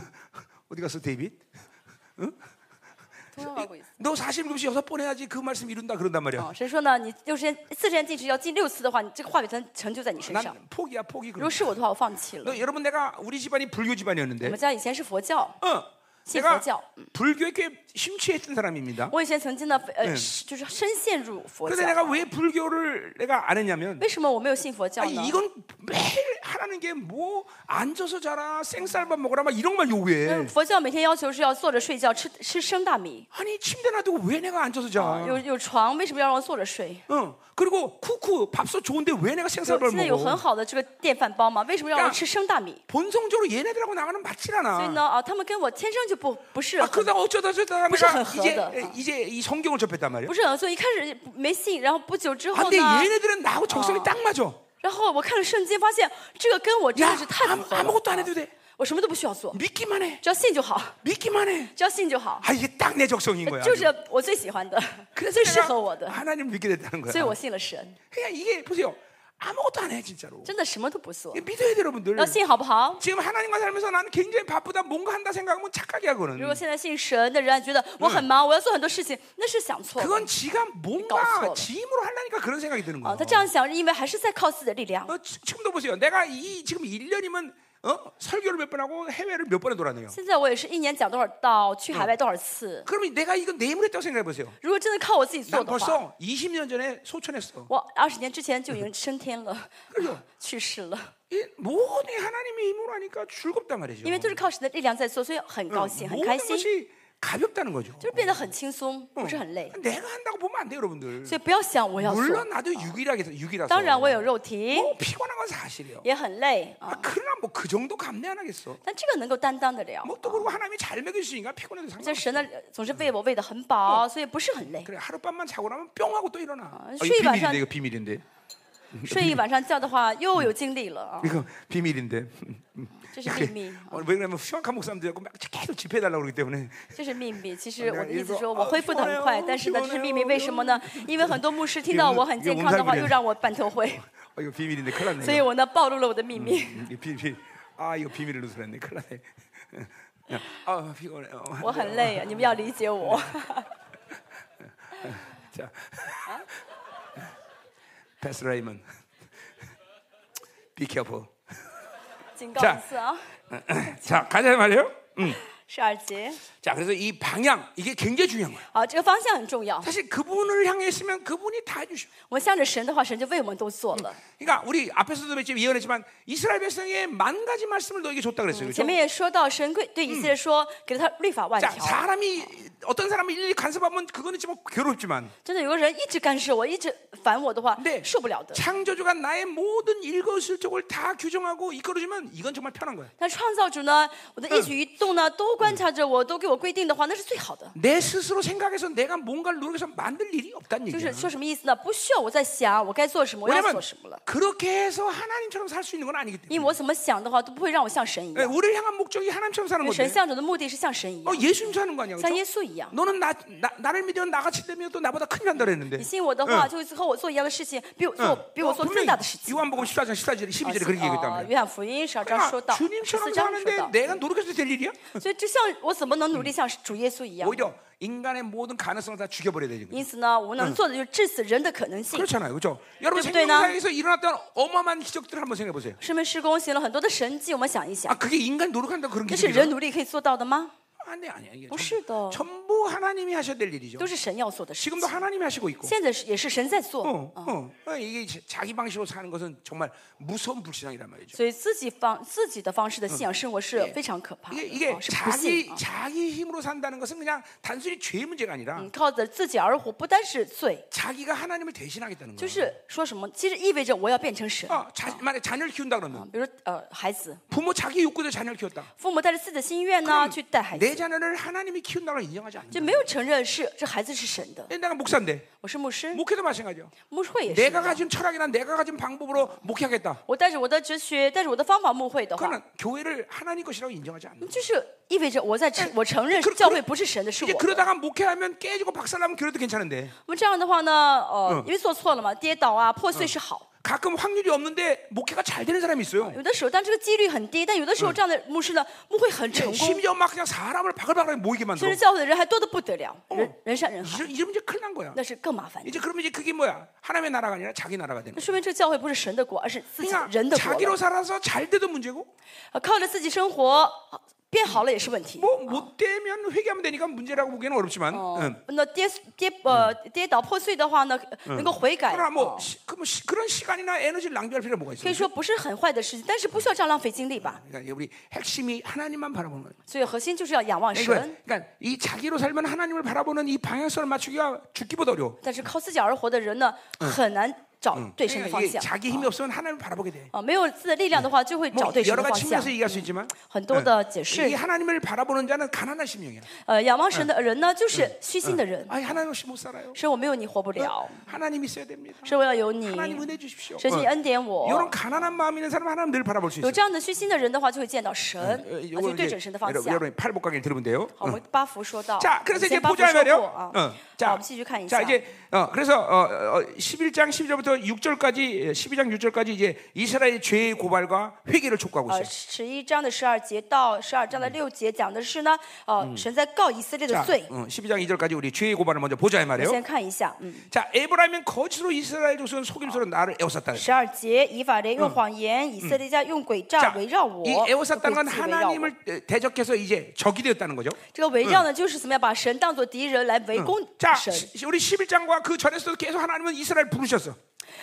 Speaker 1: 어디 갔어 데이빗? 너 40금식 여섯 번 해야지 그 말씀 이룬다 그런단 말이야.
Speaker 2: 哦，神说呢，你六十天四十天禁食要禁六次的话，你这个话语才能成就在你身上。
Speaker 1: 난 포기야 포기
Speaker 2: 如
Speaker 1: 그럼.
Speaker 2: 果是我的话，我放弃了
Speaker 1: 너 。 여러분 내가 우리 집안이 불교
Speaker 2: 我
Speaker 1: 집안이었는데
Speaker 2: 们家以前是佛教，
Speaker 1: 어,
Speaker 2: 신
Speaker 1: 내가
Speaker 2: 거죠.
Speaker 1: 불교에 꽤 심취했던 사람입니다.
Speaker 2: 我以前曾经呢，呃，是就是深陷入佛
Speaker 1: 그런데
Speaker 2: 教。
Speaker 1: 내가 왜 불교를 내가 안 했냐면
Speaker 2: 为什么我没有信佛教
Speaker 1: 아니,
Speaker 2: 呢？
Speaker 1: 이건 매일 하나 하라는 게 뭐 앉아서 자라 생쌀밥 먹으라 막 이런 것만 요구해.
Speaker 2: 嗯，佛教每天要求是要坐着睡觉，吃吃生大米。
Speaker 1: 아니 침대 놔두고 왜 내가 앉아서 자?
Speaker 2: 有有床，为什么要让我坐着睡？
Speaker 1: 응. 그리고 쿠쿠 밥솥 좋은데 왜 내가 생쌀밥을
Speaker 2: 现在有
Speaker 1: 먹어?
Speaker 2: 很好的这个电饭煲嘛，为什么让我吃生大米？
Speaker 1: 본성적으로 얘네들하고 나가는 맞질
Speaker 2: 所以
Speaker 1: 않아.
Speaker 2: 呢，啊，他们跟我天生就不不是
Speaker 1: 아
Speaker 2: 很
Speaker 1: 그러다 어쩌다 저쩌다 내가
Speaker 2: 무슨 허다.
Speaker 1: 이제 이제 이 성경을 접했단 말이야.
Speaker 2: 不是很，所以一开始没信，然后不久之
Speaker 1: 아,
Speaker 2: 后
Speaker 1: 근데
Speaker 2: 呢，
Speaker 1: 얘네들은 나하고 적성이
Speaker 2: 어.
Speaker 1: 딱 맞아.
Speaker 2: 然后我看了圣经，发现这个跟我真
Speaker 1: 야
Speaker 2: 的是太符
Speaker 1: 아무,
Speaker 2: 合
Speaker 1: 아무것도 안
Speaker 2: 了。
Speaker 1: 해도 돼.
Speaker 2: 我什么都不需要做，
Speaker 1: 믿기만 해.
Speaker 2: 只要信就好，
Speaker 1: 믿기만 해.
Speaker 2: 只要信就好，
Speaker 1: 아 이게 딱 내 적성인 거야.
Speaker 2: 就是我最喜欢的，
Speaker 1: 그래서
Speaker 2: 最适
Speaker 1: 내가
Speaker 2: 合我的，
Speaker 1: 하나님 믿게 됐다는 거야.
Speaker 2: 所以我信了神，
Speaker 1: 그냥 이게 보세요. 아무것도 안 해 진짜로.
Speaker 2: 真的什么都不做
Speaker 1: 이 ， 믿어야 돼 여러분들.
Speaker 2: 要信好不好？
Speaker 1: 지금 하나님과 살면서 나는 굉장히 바쁘다 뭔가 한다 생각하면 착각이야
Speaker 2: 如果
Speaker 1: 그거는.
Speaker 2: 现在信神的人觉得我很忙，我要做很多事情，那是想错了
Speaker 1: 그건 지가 뭔가
Speaker 2: 그러니까
Speaker 1: 지 힘으로 하려니까 그런 생각이 드는
Speaker 2: 啊。
Speaker 1: 거야.
Speaker 2: 他这样想是因为还是在靠自己的力量。
Speaker 1: 어, 지- 지금도 보세요. 내가 이 지금 1년이면 어? 설교를 몇 번 하고 해외를 몇 번에 돌아네요.
Speaker 2: 现在我也是一年讲多少道，去海外多少次。
Speaker 1: 그럼 내가 이건 내 힘으로 했다고 생각해 보세요.
Speaker 2: 如果真的靠我自己做
Speaker 1: 난
Speaker 2: 的话，
Speaker 1: 벌써 20년 전에 소천했어.
Speaker 2: 我二十年之前就已经升天了，
Speaker 1: 그죠
Speaker 2: 去世了。
Speaker 1: 이 모든 게 하나님의 힘으로 하니까 즐겁단 말이죠.
Speaker 2: 因为都是靠神的力量在做，所以很
Speaker 1: 어,
Speaker 2: 高兴，很开
Speaker 1: 모든
Speaker 2: 心，
Speaker 1: 것이 가볍다는 거죠.
Speaker 2: 就是变得很轻松，不是很累。
Speaker 1: 내가 한다고 보면 안 돼요, 여러분들.
Speaker 2: 所以不要想我要做，
Speaker 1: 물론 나도 육이라서 육이라서.
Speaker 2: 当然我
Speaker 1: 哦
Speaker 2: 有肉体，
Speaker 1: 뭐 피곤한 건 사실이에요.
Speaker 2: 也很累
Speaker 1: 아,
Speaker 2: 啊，
Speaker 1: 그러나 뭐 그 정도 감내 안 하겠어.
Speaker 2: 但这个能够担当得了。
Speaker 1: 뭐 또 그리고 하나님이 잘 먹여주시니까 피곤해도
Speaker 2: 这
Speaker 1: 상관없어.
Speaker 2: 神呢总是喂我喂得很饱，所以不是很累。
Speaker 1: 그래 하룻밤만 자고 나면 뿅 하고 또 일어나.
Speaker 2: 아,
Speaker 1: 이거
Speaker 2: 수입 안
Speaker 1: 비밀인데
Speaker 2: 산-
Speaker 1: 이거 비밀인데.
Speaker 2: 睡一晚上觉的话，又有精力了啊，
Speaker 1: 이거 비밀인데.
Speaker 2: 这是秘密，
Speaker 1: 오늘 왜 그러냐면 휴학한 목사님들 자꾸 막 계속 집회 달라고 그러기 때문에
Speaker 2: 这是秘密。其实
Speaker 1: 啊
Speaker 2: 我的
Speaker 1: 你
Speaker 2: 意思
Speaker 1: 说
Speaker 2: 说
Speaker 1: 啊
Speaker 2: 我恢复
Speaker 1: 漂
Speaker 2: 的很
Speaker 1: 亮
Speaker 2: 快
Speaker 1: 哦，
Speaker 2: 但是呢，
Speaker 1: 漂
Speaker 2: 这是
Speaker 1: 亮
Speaker 2: 秘密。
Speaker 1: 哦
Speaker 2: 为什么呢？因为很多牧师听到我很健康的话，
Speaker 1: 有有
Speaker 2: 又让我办头会，
Speaker 1: 아, 이거 비밀인데 큰일 났네.
Speaker 2: 所以
Speaker 1: 이거.
Speaker 2: 我呢暴露了我的秘密。
Speaker 1: 음, 이거 비밀. 아 이거 비밀을 누설했네. 큰일 났네. 야, 아 피곤해. 어, 안
Speaker 2: 我
Speaker 1: 돼.
Speaker 2: 很累，啊你们要理解我。
Speaker 1: 자, 패스 레이먼, be careful.
Speaker 2: 警告
Speaker 1: 자
Speaker 2: 一次啊，
Speaker 1: 자, 가자 말이에요. 음.
Speaker 2: 十二节。
Speaker 1: 자, 그래서 이 방향 이게 굉장히 중요한 거예요.
Speaker 2: 啊，这个方向很重要。
Speaker 1: 사실 그분을 향해 있으면 그분이 다 해주셔.
Speaker 2: 我们向着神的话，神就为我们都做了。
Speaker 1: 그러니까 우리 앞에서도 몇 예언했지만 이스라엘 백성의 만 가지 말씀을 너에게 줬다 그랬어요. 그렇죠?
Speaker 2: 前面也说嗯到，神对对以色列说，给了他律法万
Speaker 1: 자,
Speaker 2: 条。
Speaker 1: 사람이 어떤 사람이 일일이 간섭하면 그거는 좀 괴롭지만
Speaker 2: 真的，有个人一直干涉我，一直烦我的话
Speaker 1: 네 ，
Speaker 2: 受不了的。
Speaker 1: 창조주가 나의 모든 일거수일투족을 다 규정하고 이끌어주면 이건 정말 편한 거야.
Speaker 2: 但创造主呢，我的一举一动呢，都观察着我，都给我规定的话，那是最好的。
Speaker 1: 내 스스로 생각해서 내가 뭔가를 노력해서 만들 일이 없다는
Speaker 2: 就
Speaker 1: 얘기야.
Speaker 2: 是说什么意思呢？不需要我在想我该做什么，我要
Speaker 1: 왜냐면
Speaker 2: 做什么了。
Speaker 1: 그렇게 해서 하나님처럼 살 수 있는 건 아니기
Speaker 2: 因
Speaker 1: 때문에
Speaker 2: 为我怎么想的话，都不会哎让我哦像神一
Speaker 1: 예,
Speaker 2: 样。
Speaker 1: 우리를 향한 목적이 하나님처럼 사는
Speaker 2: 因为神
Speaker 1: 건데
Speaker 2: 向着的目的是像神一
Speaker 1: 어,
Speaker 2: 样，
Speaker 1: 예수님 사는 거 아니야
Speaker 2: 像
Speaker 1: 그렇죠?
Speaker 2: 耶稣一样。
Speaker 1: 너는 나, 나, 를 믿으면 나같이 되면 또 나보다 큰일 난다 그랬는데
Speaker 2: 你信我的话，就和我做一样的事情，比我做
Speaker 1: 어,
Speaker 2: 比我做更大的事
Speaker 1: 분명히
Speaker 2: 情。
Speaker 1: 요한복음 14장 14절에 12절에 그렇게
Speaker 2: 啊，
Speaker 1: 얘기했단
Speaker 2: 约翰福音十二章说
Speaker 1: 말이야
Speaker 2: 到，十
Speaker 1: 주님처럼
Speaker 2: 四章说
Speaker 1: 사는데
Speaker 2: 到，
Speaker 1: 내가 노력해서 될 일이야?
Speaker 2: 所以就像我怎么能努力像主耶稣一样？
Speaker 1: 오히려 인간의 모든 가능성을 다 죽여버려야 되는 거야
Speaker 2: 因此呢，我们能做的就是致死人的嗯可能性。
Speaker 1: 그렇잖아요 그렇죠? 여러분
Speaker 2: 그때나-
Speaker 1: 생명사에서 일어났던 어마어마한 기적들을 한번 생각해보세요
Speaker 2: 圣门施工行了很多的神迹，我们想一
Speaker 1: 아
Speaker 2: 想，
Speaker 1: 그게 인간 노력한다고 그런
Speaker 2: 这是人
Speaker 1: 기적이야?
Speaker 2: 努力可以做到的吗？
Speaker 1: 아니 아니야 이게
Speaker 2: 不是的。
Speaker 1: 전부 하나님이 하셔야 될 일이죠
Speaker 2: 都是神要做的事
Speaker 1: 지금도
Speaker 2: 情。
Speaker 1: 하나님이 하시고 있고
Speaker 2: 现在是也是神在做，
Speaker 1: 어, 어. 어, 이게 자- 자기 방식으로 사는 것은 정말 무서운 불신앙이란 말이죠.
Speaker 2: 所以自己方自己的方式的信仰生活是非常可怕
Speaker 1: 이게,
Speaker 2: 的，
Speaker 1: 이게
Speaker 2: 啊是不信
Speaker 1: 자기
Speaker 2: 啊。
Speaker 1: 자기 힘으로 산다는 것은 그냥 단순히 죄 문제가 아니라
Speaker 2: 嗯，靠着自己而活，不单是罪，
Speaker 1: 자기가 하나님을 대신하겠다는
Speaker 2: 就
Speaker 1: 거예요.
Speaker 2: 是说什么，其实意味着我要变成神。
Speaker 1: 어, 자, 만약 자녀를 키운다
Speaker 2: 啊
Speaker 1: 그러면 ，
Speaker 2: 比如呃，孩子，
Speaker 1: 부모 자기 욕구대로 자녀를 키웠다.
Speaker 2: 父母带着自己的心愿呢去带孩子，
Speaker 1: 내 자녀를 하나님이 키운다고 인정하지 않는다. 예,
Speaker 2: 就没有承认是这孩子是神的。
Speaker 1: 내가 목사인데
Speaker 2: 我是牧师，
Speaker 1: 목회도 마찬가지요. 어.
Speaker 2: 牧会也是一
Speaker 1: 내가
Speaker 2: 样。
Speaker 1: 가진 철학이나 내가 가진 방법으로 목회하겠다.
Speaker 2: 我带着我的哲学，带着我的方法牧会的话，
Speaker 1: 그거는 교회를 하나님 것이라고 인정하지 않는다.
Speaker 2: 就是意味着我在承我承认
Speaker 1: 그그러
Speaker 2: 教会不是神的，是
Speaker 1: 이제
Speaker 2: 我的。
Speaker 1: 그러다가 목회하면 깨지고 박살나면 교회도 괜찮은데
Speaker 2: 那么这样的话呢，呃，因为做错了嘛，跌倒啊，破碎是好。
Speaker 1: 가끔 확률이 없는데 목회가 잘 되는 사람이 아, 있어요.
Speaker 2: 有的时候，但这个几率很低。但有的时候，这样的牧师呢，牧会很成功，
Speaker 1: 심지어 막 그냥 사람을 바글바글 모이게
Speaker 2: 甚
Speaker 1: 만들어.
Speaker 2: 至教会的人还多得不得了，人人山人海，
Speaker 1: 이러- 이러면 이제 큰일 난 거야.
Speaker 2: 那是更麻烦的。
Speaker 1: 이제 그러면 이제 그게 뭐야? 하나님의 나라가 아니라 자기 나라가 되는
Speaker 2: 那
Speaker 1: 거야.
Speaker 2: 说明这个教会不是神的国，而是自己人的
Speaker 1: 그러니까
Speaker 2: 国了
Speaker 1: 자기로 살아서 잘 돼도 문제고
Speaker 2: 呃靠着自己生活，变好了也是问题。
Speaker 1: 뭐 못되면 회개하면 되니까 문제라고 보기에는 어렵지만. 응.
Speaker 2: 哦，那跌跌呃跌倒破碎的话呢，能够悔改，
Speaker 1: 그러나 뭐
Speaker 2: 哦
Speaker 1: 시- 그뭐 시- 그런 시간이나 에너지를 낭비할 필요가 뭐가
Speaker 2: 可以
Speaker 1: 있어요?
Speaker 2: 说不是很坏的事情，但是不需要这样浪费精力吧。
Speaker 1: 그러니까 이게 우리 핵심이 하나님만 바라보는 거예요.
Speaker 2: 所以核心就是要仰望
Speaker 1: 이거
Speaker 2: 神。
Speaker 1: 그러니까 이 자기로 살면 하나님을 바라보는 이 방향성을 맞추기가 죽기보다 어려워.
Speaker 2: 但是靠自己而活的人呢，很难找对神的
Speaker 1: 그러니까
Speaker 2: 方
Speaker 1: 이게
Speaker 2: 向。
Speaker 1: 자기 힘이 없으면 하나님을 바라보게 돼.
Speaker 2: 啊，没有自己的力量的话，就会
Speaker 1: 뭐
Speaker 2: 找对神
Speaker 1: 여러
Speaker 2: 的方
Speaker 1: 가지
Speaker 2: 向
Speaker 1: 측면에서 。 얘기할 수 있지만
Speaker 2: 很多的解
Speaker 1: 이
Speaker 2: 释，
Speaker 1: 하나님을 바라보는 자는 가난한 심령이야.
Speaker 2: 呃，仰望神的人呢，就是虚心的人。
Speaker 1: 아 하나님 없이 못 살아요.
Speaker 2: 神，我没有你活不了，
Speaker 1: 하나님 있어야 됩니다.
Speaker 2: 神，我要有嗯你，
Speaker 1: 하나님 은혜 주십시오. 어.
Speaker 2: 神，请恩典我
Speaker 1: 이런 。 가난한 마음 있는 사람 은 하나님 늘 바라볼 수
Speaker 2: 有
Speaker 1: 있어요.
Speaker 2: 这样的虚心的人的话，就会见到神，
Speaker 1: 어
Speaker 2: 啊，
Speaker 1: 요거
Speaker 2: 就对
Speaker 1: 이제
Speaker 2: 准神的方
Speaker 1: 여러분,
Speaker 2: 向。
Speaker 1: 여러분 팔복강의 들으면 돼요. 어.
Speaker 2: 好，我们八福说到，
Speaker 1: 자,
Speaker 2: 我
Speaker 1: 그래서 이제
Speaker 2: 们先八福
Speaker 1: 보자
Speaker 2: 说
Speaker 1: 말이요.
Speaker 2: 过啊。
Speaker 1: 어,
Speaker 2: 好，我
Speaker 1: 자,
Speaker 2: 们继续看一下
Speaker 1: 자 。 이제 어, 그래서 어, 어, 11장 12절부터 6절까지 12장 6절까지 이제 이스라엘 죄의 고발과 회개를 촉구하고
Speaker 2: 呃，
Speaker 1: 있어요.
Speaker 2: 十一章的十二节到十二章的六节讲的是呢，呃，神在告以色列
Speaker 1: 자,
Speaker 2: 的罪。
Speaker 1: 어, 12장 2절까지 우리 죄의 고발을 먼저 보자 이
Speaker 2: 我们
Speaker 1: 말이에요.
Speaker 2: 先看一下，嗯，
Speaker 1: 자, 에브라임은 거짓으로 이스라엘 족속은 속임수로 나를 애워쌌다.
Speaker 2: 十二节，以法莲用谎言，以色列家用诡诈
Speaker 1: 자,
Speaker 2: 围绕哎我，
Speaker 1: 이
Speaker 2: 用诡
Speaker 1: 애워쌌다는 건
Speaker 2: 计围绕我。
Speaker 1: 하나님을 대적해서 이제 적이 되었다는 거죠.
Speaker 2: 这个围绕呢，就是怎么样把神当作敌人来围攻
Speaker 1: 자,
Speaker 2: 神。
Speaker 1: 시- 우리 11장과 그 전에서도 계속 하나님은 이스라엘 부르셨어.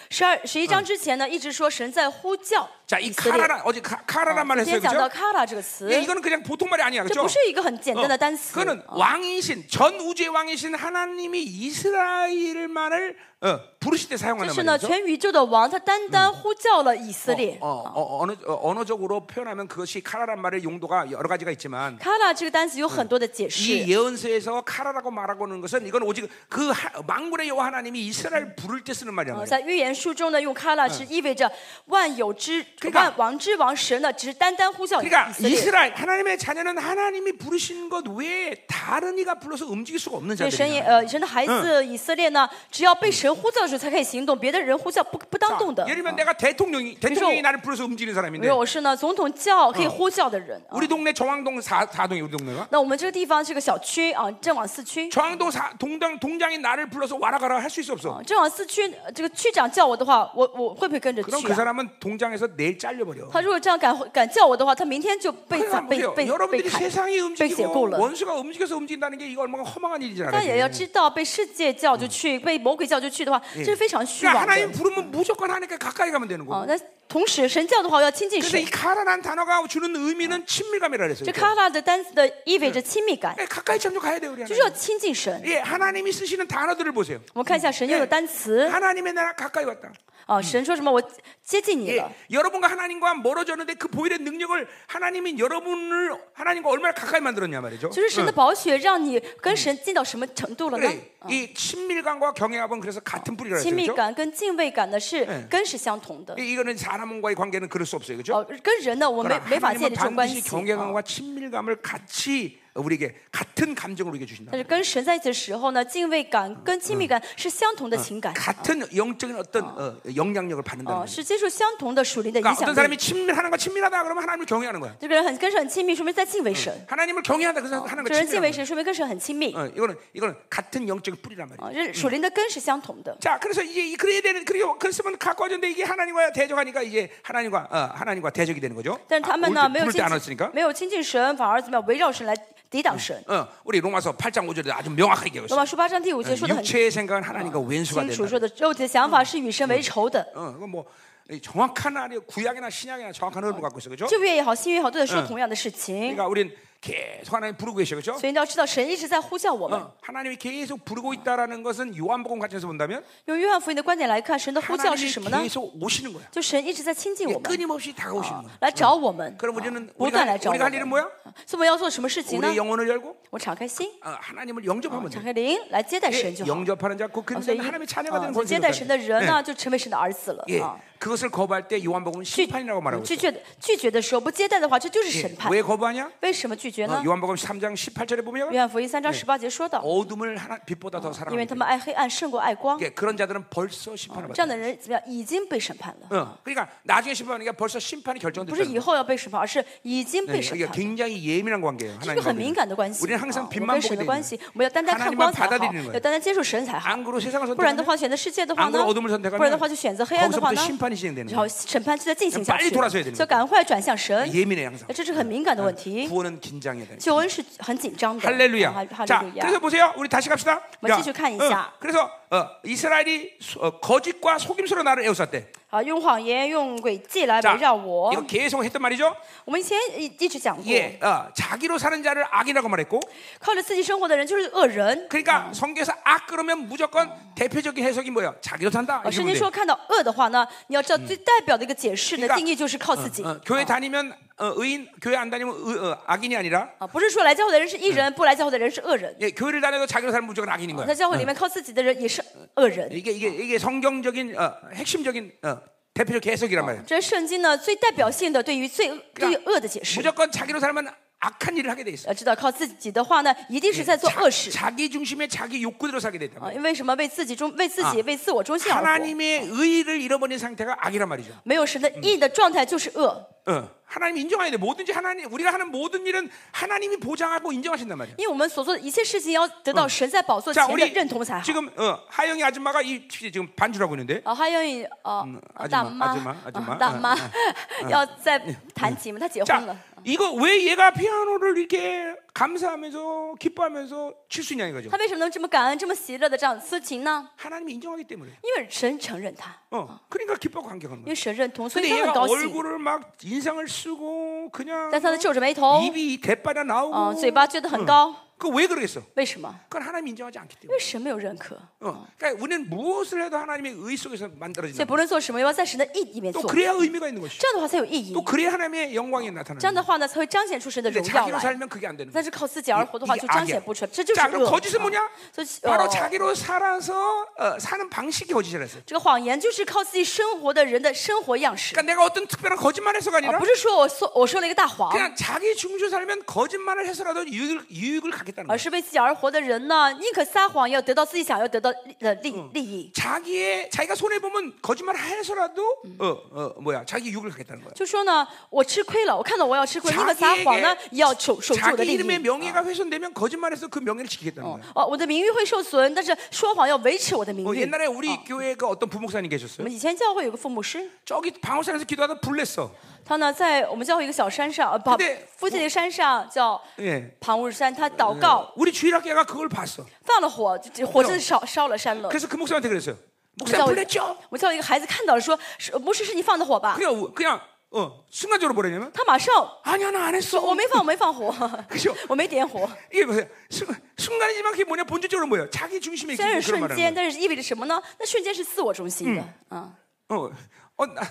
Speaker 2: 十二十一章之前呢，一直说神在呼叫
Speaker 1: 자,
Speaker 2: 以
Speaker 1: 이
Speaker 2: 色列。
Speaker 1: 카라라 어제 카, 카라란 말
Speaker 2: 今天
Speaker 1: 했어요,
Speaker 2: 讲到
Speaker 1: 그죠?
Speaker 2: “kara” 这个嗯词，
Speaker 1: 예, 이거는 그냥 보통 말이 아니야,
Speaker 2: 这
Speaker 1: 그죠? 어.
Speaker 2: 不是一个很简单的单词。
Speaker 1: 그거는 왕이신 전 우주의 왕이신 하나님이 이스라엘만을 어, 부르실 때
Speaker 2: 但
Speaker 1: 사용하는
Speaker 2: 是呢，
Speaker 1: 말이죠.
Speaker 2: 全宇宙的王他单单呼叫了以色列
Speaker 1: 어, 。 어, 느 언어적으로 표현하면 그것이 카라란 말의 용도가 여러 가지가 있지만
Speaker 2: “kara” 这个单词有很多的解
Speaker 1: 이
Speaker 2: 释。
Speaker 1: 예언서에서 카라라고 말하고 있는 것은 이건 오직 그 하- 망군의 여호와 하나님이 이스라엘 부를 때 쓰는 말이란
Speaker 2: 呃
Speaker 1: 말이에요.
Speaker 2: 在预言书中呢，用 “kara” 是意味着万有之
Speaker 1: 그러니까
Speaker 2: 万王之王神呢，只是单单呼叫以
Speaker 1: 그러니까
Speaker 2: 色列。
Speaker 1: 이스라엘 하나님의 자녀는 하나님이 부르신 것 외에 다른 이가 불러서 움직일 수가 없는
Speaker 2: 所以神也
Speaker 1: 자들이에요.
Speaker 2: 呃，神的孩子以色列呢，只要被神呼叫的时候才可以行动，别的人呼叫不不当动的。啊
Speaker 1: 예를 들면 내가 대통령이 대통령이 나를 불러서 어, 움직이는
Speaker 2: 比
Speaker 1: 사람인데
Speaker 2: 如我是呢总统叫可以呼叫的人。啊
Speaker 1: 우리 동네 정왕동 사 사동이 우리 동네가
Speaker 2: 那我们这个地方是个小区啊，正往四区。
Speaker 1: 정왕동 사 동당 동장이 나를 불러서 와라 가라 할 수 있어 없어.
Speaker 2: 啊正往四区，呃这个区长叫我的话，我我会不会跟着
Speaker 1: 그럼
Speaker 2: 去
Speaker 1: 그
Speaker 2: 啊？
Speaker 1: 사람은 동장에서 내일 잘려 버려.
Speaker 2: 他如果这样敢敢叫我的话，他明天就被
Speaker 1: 그러니까
Speaker 2: 被
Speaker 1: 보세요.
Speaker 2: 被被
Speaker 1: 여러분들이
Speaker 2: 砍，
Speaker 1: 세상이
Speaker 2: 被解雇
Speaker 1: 움직이고
Speaker 2: 了。
Speaker 1: 원수가 움직여서 움직인다는 게 이거 얼마나 허망한 일이잖아요.
Speaker 2: 但也要知道，被世界叫就去，被魔鬼叫就去的话，
Speaker 1: 嗯
Speaker 2: 这是非常虚
Speaker 1: 그러니까
Speaker 2: 妄的
Speaker 1: 하나님 부르면 무조건 하니까 가까이 가면 되는 거고.
Speaker 2: 啊。那同时，神叫的话，我要亲近
Speaker 1: 그래서 어, 이
Speaker 2: 神。
Speaker 1: 카라란 단어가 주는 의미는 친밀감이라 그랬어요.
Speaker 2: 这卡拉的单词的意味着亲密感，
Speaker 1: 예, 가까이 참 좀 가야 돼요, 우리
Speaker 2: 就是要
Speaker 1: 하나님.
Speaker 2: 亲近神。
Speaker 1: 예, 하나님이 쓰시는 단어들을 보세요.
Speaker 2: 我们看一下神用的单
Speaker 1: 네?
Speaker 2: 词
Speaker 1: 하나님의 나라 가까이 왔다.
Speaker 2: 啊，神说什么？我接近你
Speaker 1: 예,
Speaker 2: 了。
Speaker 1: 여러분과 하나님과 멀어졌는데 그 보일의 능력을 하나님이 여러분을 하나님과 얼마나 가까이 만들었냐 말이죠.
Speaker 2: 就是神的宝血让你跟神进到什么程度了呢？
Speaker 1: 그래, 이 친밀감과 경외함은 그래서 같은 뿌리라
Speaker 2: 亲
Speaker 1: 그랬죠.
Speaker 2: 密
Speaker 1: 그죠?
Speaker 2: 感跟敬畏感呢是根是相同的。
Speaker 1: 이- 이거는 사람과의 관계는 그럴 수 없어요, 그렇죠?
Speaker 2: 哦，跟人呢，我没
Speaker 1: 그러나
Speaker 2: 没法
Speaker 1: 하나님은
Speaker 2: 建立这种关系
Speaker 1: 반드시 。
Speaker 2: 啊
Speaker 1: 경외감과 친밀감을 같이 우리에게 같은 감정을 우리에게 주신다.
Speaker 2: 但是跟神在一起的时候呢，敬畏感跟亲密感是相同的情感，
Speaker 1: 같은 영적인 어떤 어, 영향력을
Speaker 2: 哦、
Speaker 1: 받는다는 거예요.
Speaker 2: 是接受相同的属灵的影
Speaker 1: 그러니까
Speaker 2: 响
Speaker 1: 어떤
Speaker 2: 力
Speaker 1: 사람이 。 친밀하는 거 친밀하다 그러면 하나님을 경외하는 거야.
Speaker 2: 这个人很跟神很亲密，说明在敬畏神；
Speaker 1: 하나님을 경외한다 어, 그래서 하는
Speaker 2: 这
Speaker 1: 거
Speaker 2: 人敬畏
Speaker 1: 친밀하는 거야.
Speaker 2: 神，说明跟神很亲密。
Speaker 1: 어, 이거는 이거는 같은 영적인 뿌리란 말이야.
Speaker 2: 啊，这属灵的根是相同的。
Speaker 1: 자, 그래서 이제 이 그래야 되는 그리고 그랬으면 갖고 왔는데 이게 하나님과 대적하니까 이제 하나님과 어, 하나님과 대적이 되는 거죠. 아,
Speaker 2: 但是他们呢，没有亲
Speaker 1: 안
Speaker 2: 近
Speaker 1: 왔으니까. ，
Speaker 2: 没有亲近神，反而怎么样围绕神来抵挡神。
Speaker 1: 어, 우리 로마서 8장 5절에 아주 명확하게
Speaker 2: 罗
Speaker 1: 얘기했어.
Speaker 2: 马书八章第五节说的很清
Speaker 1: 육체의 생각은 하나님과 왼수가
Speaker 2: 楚，
Speaker 1: 된다.
Speaker 2: 说的肉体的想法是与神为仇的。
Speaker 1: 어, 그건 뭐 이, 정확한 아니 구약이나 신약이나 정확한 흐름을 갖고 있어. 그죠?
Speaker 2: 旧约也好，新约也好，都在说同样的事情。
Speaker 1: 그러니까 우린 계속 하나님 부르고 계셔. 그죠?
Speaker 2: 所以你要知道，神一直在呼叫我们。
Speaker 1: 어, 하나님이 계속 부르고 있다라는 것은 요한복음 관점에서 본다면
Speaker 2: 用约翰福音的观点来看，神的呼叫是
Speaker 1: 하나님이
Speaker 2: 什么呢？
Speaker 1: 계속 오시는 거야.
Speaker 2: 就神一直在亲近
Speaker 1: 이게
Speaker 2: 我们，
Speaker 1: 끊임없이 다가오시는 거야.
Speaker 2: 来找嗯我们，啊
Speaker 1: 그럼 우리는
Speaker 2: 不断来
Speaker 1: 우리가,
Speaker 2: 找我
Speaker 1: 우리가 할 일은
Speaker 2: 们。
Speaker 1: 뭐야?
Speaker 2: 所以我们要做什么事情呢
Speaker 1: 우리의 ？ 영혼을 열고
Speaker 2: 我敞开心，
Speaker 1: 어, 하나님을 영접하면 돼.
Speaker 2: 敞开灵，来接待
Speaker 1: 예,
Speaker 2: 神就好。
Speaker 1: 영접하는 자, 그
Speaker 2: 아
Speaker 1: 그는
Speaker 2: 所以
Speaker 1: 하나님의 자녀가
Speaker 2: 啊
Speaker 1: 되는
Speaker 2: 所以接
Speaker 1: 권세를
Speaker 2: 待神
Speaker 1: 갖다.
Speaker 2: 的人嗯呢，就成为神的儿子了
Speaker 1: 예,
Speaker 2: 啊。
Speaker 1: 그것을 거부할 때 요한복음은
Speaker 2: 拒嗯
Speaker 1: 심판이라고 말하고
Speaker 2: 拒
Speaker 1: 있어.
Speaker 2: 绝拒绝的时候，不接待的话，这就是
Speaker 1: 예,
Speaker 2: 审判。
Speaker 1: 왜 거부하냐?
Speaker 2: 为什么拒绝
Speaker 1: 어,
Speaker 2: 呢？
Speaker 1: 요한복음 3장 18절에 보면
Speaker 2: 啊约翰嗯福音三章十八节说到，
Speaker 1: 어둠을 하나, 빛보다 더
Speaker 2: 因
Speaker 1: 사랑합니다.
Speaker 2: 为
Speaker 1: 어,
Speaker 2: 他们爱黑暗胜过爱光，
Speaker 1: 예, 그런 자들은 벌써 심판을
Speaker 2: 这
Speaker 1: 받아.
Speaker 2: 样的人怎么样，已经被审判了。
Speaker 1: 어, 그러니까 나중에 심판하니까 벌써 심판이
Speaker 2: 不是
Speaker 1: 결정됐다는
Speaker 2: 以后要被审判，而是已经被
Speaker 1: 네,
Speaker 2: 审
Speaker 1: 이게
Speaker 2: 判了。
Speaker 1: 굉장히 예민한 관계예요. 뭐
Speaker 2: 是一个
Speaker 1: 하나님과
Speaker 2: 很敏
Speaker 1: 우리는.
Speaker 2: 感的关系。
Speaker 1: 우리는
Speaker 2: 啊
Speaker 1: 항상
Speaker 2: 我们
Speaker 1: 빈만
Speaker 2: 跟
Speaker 1: 보게
Speaker 2: 神的
Speaker 1: 되는
Speaker 2: 关
Speaker 1: 거예요.
Speaker 2: 系，我们要单单看
Speaker 1: 하나님만
Speaker 2: 光才好，
Speaker 1: 받아들이는 거예요.
Speaker 2: 要单单接受神才好。
Speaker 1: 안 그러고 세상을
Speaker 2: 不然的
Speaker 1: 선택하면
Speaker 2: 话，选择世界的话
Speaker 1: 안
Speaker 2: 呢
Speaker 1: 그러고어둠을선택하면？
Speaker 2: 不然的话，就选择黑暗的话
Speaker 1: 거기서부
Speaker 2: 呢
Speaker 1: 터심판이시행되는？거예요
Speaker 2: 然后审判就在进行下
Speaker 1: 빨리
Speaker 2: 去
Speaker 1: 돌아서야되는，거예요
Speaker 2: 就赶快转向神。
Speaker 1: 예민해 항상.
Speaker 2: 这是很敏感的问题。
Speaker 1: 구원은 긴장해야 돼.
Speaker 2: 救恩是很紧张的。
Speaker 1: 네. 아, 할렐루야.
Speaker 2: 哈哈利
Speaker 1: 자,
Speaker 2: 路
Speaker 1: 그래서
Speaker 2: 亚。
Speaker 1: 보세요. 우리 다시 갑시다.
Speaker 2: 한번
Speaker 1: 자,
Speaker 2: 쭉 칸이자.
Speaker 1: 어, 그래서 어, 이스라엘이 소- 어, 거짓과 속임수로 나를 애워쌌대.
Speaker 2: 啊，用谎言、用诡计来
Speaker 1: 자,
Speaker 2: 围绕我。
Speaker 1: 이거 계속 했던 말이죠.
Speaker 2: 我们以前一一直讲过，
Speaker 1: 예, 어, 자기로 사는 자를 악이라고 말했고,
Speaker 2: 靠着自己生活的人就是恶人。
Speaker 1: 그러니까 성경에서 악 그러면 무조건 대표적인 해석이 뭐예요? 자기로 산다.
Speaker 2: 啊，
Speaker 1: 이렇게
Speaker 2: 圣经
Speaker 1: 보면
Speaker 2: 说看到恶的话呢，你要知道最代表嗯的一个嗯解释呢
Speaker 1: 그러니까 ，
Speaker 2: 定义就是靠自己
Speaker 1: 돼. 어, 교회 다니면 어, 의인, 교회 안 다니면 의- 어, 악인이 아니라
Speaker 2: 啊，不是说来教会的人是义人，不来教会的人是恶人。
Speaker 1: 예, 교회를 다녀도 자기로 살면 무조건 악인인 거야.
Speaker 2: 在教会里面靠自己的人也是恶人。
Speaker 1: 이게 이게 이게 성경적인 어, 핵심적인 어, 대표적 해석이란 말이에요.
Speaker 2: 这是圣经呢最代表性的对于罪恶对于恶的解释。
Speaker 1: 무조건 자기로 살면 악한 일을 하게 돼 있어.
Speaker 2: 要知道靠自己的话呢，一定是在做恶事
Speaker 1: 자기 중심에 자기 욕구대로 살게 됐단
Speaker 2: 啊。
Speaker 1: 말이에요.
Speaker 2: 因为什么为自己中为自己
Speaker 1: 啊
Speaker 2: 为自我中心而活？
Speaker 1: 하나님의 의를 잃어버린 상태가 악이란 말이죠.
Speaker 2: 没有神的义的状态就是恶。
Speaker 1: 어, 하나님 인정해야 돼. 뭐든지 하나님 우리가 하는 모든 일은 하나님이 보장하고 인정하신단 말이에요.
Speaker 2: 因为我们所做的一切事情要得到神在宝座
Speaker 1: 자
Speaker 2: 前的
Speaker 1: 우리
Speaker 2: 认同才好。
Speaker 1: 지금 어, 하영이 아줌마가 이 지금 반주라고 있는데
Speaker 2: 啊，还有一哦
Speaker 1: 阿，
Speaker 2: 大
Speaker 1: 舅妈
Speaker 2: 妈，
Speaker 1: 阿舅妈阿舅妈
Speaker 2: 啊大妈 要再弹琴嘛，她结婚了
Speaker 1: 자 。 이거 왜 얘가 피아노를 이렇게 감사하면서 기뻐하면서 칠 수 있냐 이거죠.
Speaker 2: 她为什么能这么感恩、这么喜乐的这样私情呢？
Speaker 1: 하나님이 인정하기 때문에.
Speaker 2: 因为神承认她，
Speaker 1: 어, 그러니까 기뻐하고 감격하는
Speaker 2: 因
Speaker 1: 거예요.
Speaker 2: 为神认同，所
Speaker 1: 근데
Speaker 2: 以她很
Speaker 1: 얘가
Speaker 2: 高兴。
Speaker 1: 얼굴을 막 인상을 쓰고 그냥
Speaker 2: 但她的皱着眉头，
Speaker 1: 입이 대빠져
Speaker 2: 嗯，
Speaker 1: 나오고
Speaker 2: 嘴巴撅得很高，
Speaker 1: 그 왜 그러겠어?
Speaker 2: 为什么？
Speaker 1: 그건 하나님 인정하지 않기
Speaker 2: 因为
Speaker 1: 때문에.
Speaker 2: 神没有认可，
Speaker 1: 어, 그러니까 우리는 무엇을 해도 하나님의 의 속에서
Speaker 2: 所以
Speaker 1: 만들어진다.
Speaker 2: 不论做什么，要在神的意里面
Speaker 1: 또
Speaker 2: 做，
Speaker 1: 그래야 의미가 있는 것이죠.
Speaker 2: 这样的话才有意义
Speaker 1: 또 。 그래야 하나님의 영광이
Speaker 2: 这样
Speaker 1: 나타나는.
Speaker 2: 的话呢，才会彰显出神的
Speaker 1: 근데
Speaker 2: 荣耀
Speaker 1: 자기로
Speaker 2: 来。
Speaker 1: 살면 그게 안 되는 거예요.
Speaker 2: 但是靠自己而活的话，
Speaker 1: 이게
Speaker 2: 就彰
Speaker 1: 악이야
Speaker 2: 显不出来，这就是
Speaker 1: 자,
Speaker 2: 恶
Speaker 1: 그럼 。 아, 거짓은
Speaker 2: 啊
Speaker 1: 뭐냐?
Speaker 2: 所以呃
Speaker 1: 바로 자기로 살아서 어, 사는 방식이 거짓이라서.
Speaker 2: 这个谎言就是靠自己生活的人的生活样式，
Speaker 1: 그러니까 내가 어떤 특별한 거짓말해서가
Speaker 2: 啊，
Speaker 1: 아니라 아.
Speaker 2: 不是说我说我说了一个大谎，
Speaker 1: 그냥 자기 중심 살면 거짓말을 해서라도 유익을, 유익을 갖겠다는 거예요.
Speaker 2: 而是为自己而活的人呢，宁可撒谎，也要得到自己想要得到利的利利益。
Speaker 1: 자기의 자기가 손해 보면 거짓말을 해서라도 어, 어, 뭐야 자기 유익을 갖겠다는 거야.
Speaker 2: 就说呢，我吃亏了，我看到我要吃亏，宁可撒谎呢，也要守守住我的
Speaker 1: 자기
Speaker 2: 利
Speaker 1: 이름의
Speaker 2: 益。
Speaker 1: 명예가 아. 훼손되면 거짓말해서 그 명예를 지키겠다는 거야.
Speaker 2: 哦，我的名誉会受损，但是说谎要维持我的名
Speaker 1: 어,
Speaker 2: 誉。
Speaker 1: 옛날에 우리 교회 그 어떤 부목사님
Speaker 2: 我
Speaker 1: 계셨어요.
Speaker 2: 们以前教会有个父牧师，
Speaker 1: 저기 방울산에서 기도하다 불냈어.
Speaker 2: 他呢在我们教会一个小山上，呃，旁
Speaker 1: 对
Speaker 2: 附近的山上叫
Speaker 1: 예.
Speaker 2: 旁乌山，他祷告
Speaker 1: 우리 주일학교가 그걸 봤어.
Speaker 2: 放了火，就就火真的烧烧了山了。
Speaker 1: 그래서 그 목사한테 그랬어요.
Speaker 2: 我
Speaker 1: 목사
Speaker 2: 叫我
Speaker 1: 불냈죠?
Speaker 2: 我叫一个孩子看到了说，是牧师是你放的火吧？
Speaker 1: 그냥 우- 그냥 어 순간적으로 뭐랬냐면
Speaker 2: 他马上
Speaker 1: 아니야 나 안 했어.
Speaker 2: 说，我没放，我没放火，
Speaker 1: 그죠?
Speaker 2: 我没点火。
Speaker 1: 이게 보세요. 순간, 순간이지만 그게 뭐냐 본질적으로 뭐예요? 자기 중심의
Speaker 2: 虽然
Speaker 1: 기분
Speaker 2: 是
Speaker 1: 그런
Speaker 2: 瞬
Speaker 1: 말하는
Speaker 2: 间，
Speaker 1: 거예요.
Speaker 2: 但是意味着什么呢？那瞬间是自我中心的，嗯，
Speaker 1: 어, 어, 나,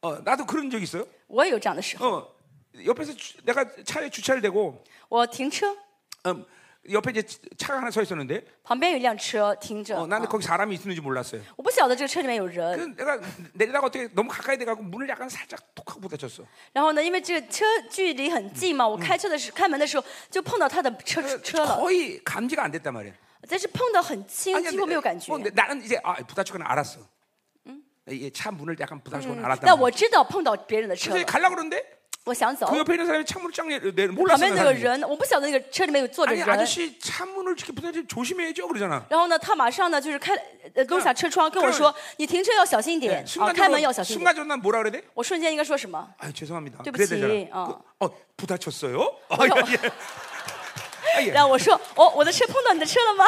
Speaker 1: 어, 나도 그런 적 있어요.
Speaker 2: 我也有这样的时候。
Speaker 1: 어, 옆에서 주- 내가 차에 주차를 대고
Speaker 2: 我停车，
Speaker 1: 음, 옆에 이제 차가 하나 서 있었는데
Speaker 2: 旁边有一辆车停着，
Speaker 1: 어, 나는
Speaker 2: 嗯
Speaker 1: 거기 사람이 있는지 몰랐어요.
Speaker 2: 我不晓得这个车里面有人。
Speaker 1: 그 내가 내리다가 어떻게 너무 가까이 돼가고 문을 약간 살짝 톡하고 부딪혔어.
Speaker 2: 然后呢，因为这个车距离很近嘛，我开车的时开门的时候就碰到他的车车了，
Speaker 1: 거의 감지가 안 됐단 말이야.
Speaker 2: 但是碰到很轻，
Speaker 1: 아니,
Speaker 2: 几乎没有感觉
Speaker 1: 어, 。 근데 나는 이제 아, 부딪히거나 알았어. 이게 차 문을 약간 부딪히거나 알았다.
Speaker 2: 但我知道碰到别人的车
Speaker 1: 그래서
Speaker 2: 了，
Speaker 1: 가려고 그러는데
Speaker 2: 我想走
Speaker 1: 그 ， 옆에 있는 사람이 창문을 쫙 내, 내,
Speaker 2: 旁
Speaker 1: 몰랐어.
Speaker 2: 边
Speaker 1: 나
Speaker 2: 那个
Speaker 1: 사람이.
Speaker 2: 人，哎我不晓得那个车里面有坐着
Speaker 1: 아니
Speaker 2: 人。
Speaker 1: 아저씨 창문을 이렇게 부딪히면 조심해야죠 그러잖아.
Speaker 2: 然后呢，他马上呢就是开呃弄下车窗跟我说：“你停车要小心一
Speaker 1: 네.
Speaker 2: 点啊，开门要
Speaker 1: 순간적으로
Speaker 2: 小心一点。
Speaker 1: 순간적으로 난 뭐라 어, 그래야 돼? ”
Speaker 2: 我瞬间应该说什么？
Speaker 1: 아 죄송합니다.
Speaker 2: 좀
Speaker 1: 그래야 되잖아.
Speaker 2: 지, 어.
Speaker 1: 그, 어 부딪혔어요? 어, 예, 예. 아, 예.
Speaker 2: 然后我说：“哦，我的车碰到你的车了吗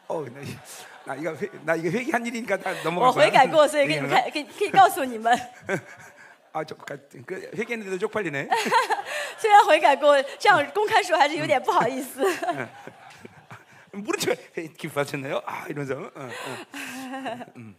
Speaker 1: 어, 나, 이- 나 이거 회, 나 이거 회개한 일이니까 다 ？”
Speaker 2: 我
Speaker 1: 넘어가.
Speaker 2: 悔改过，所以给你们看，给可以告诉你们，
Speaker 1: 아, 저, 가- 그 회개했는데도 쪽팔리네.
Speaker 2: 虽然悔改过，这样公开说还是有点不好意思。
Speaker 1: 모른 척 해, 기뻐하셨나요? 아, 이러면서. 어, 어. 음.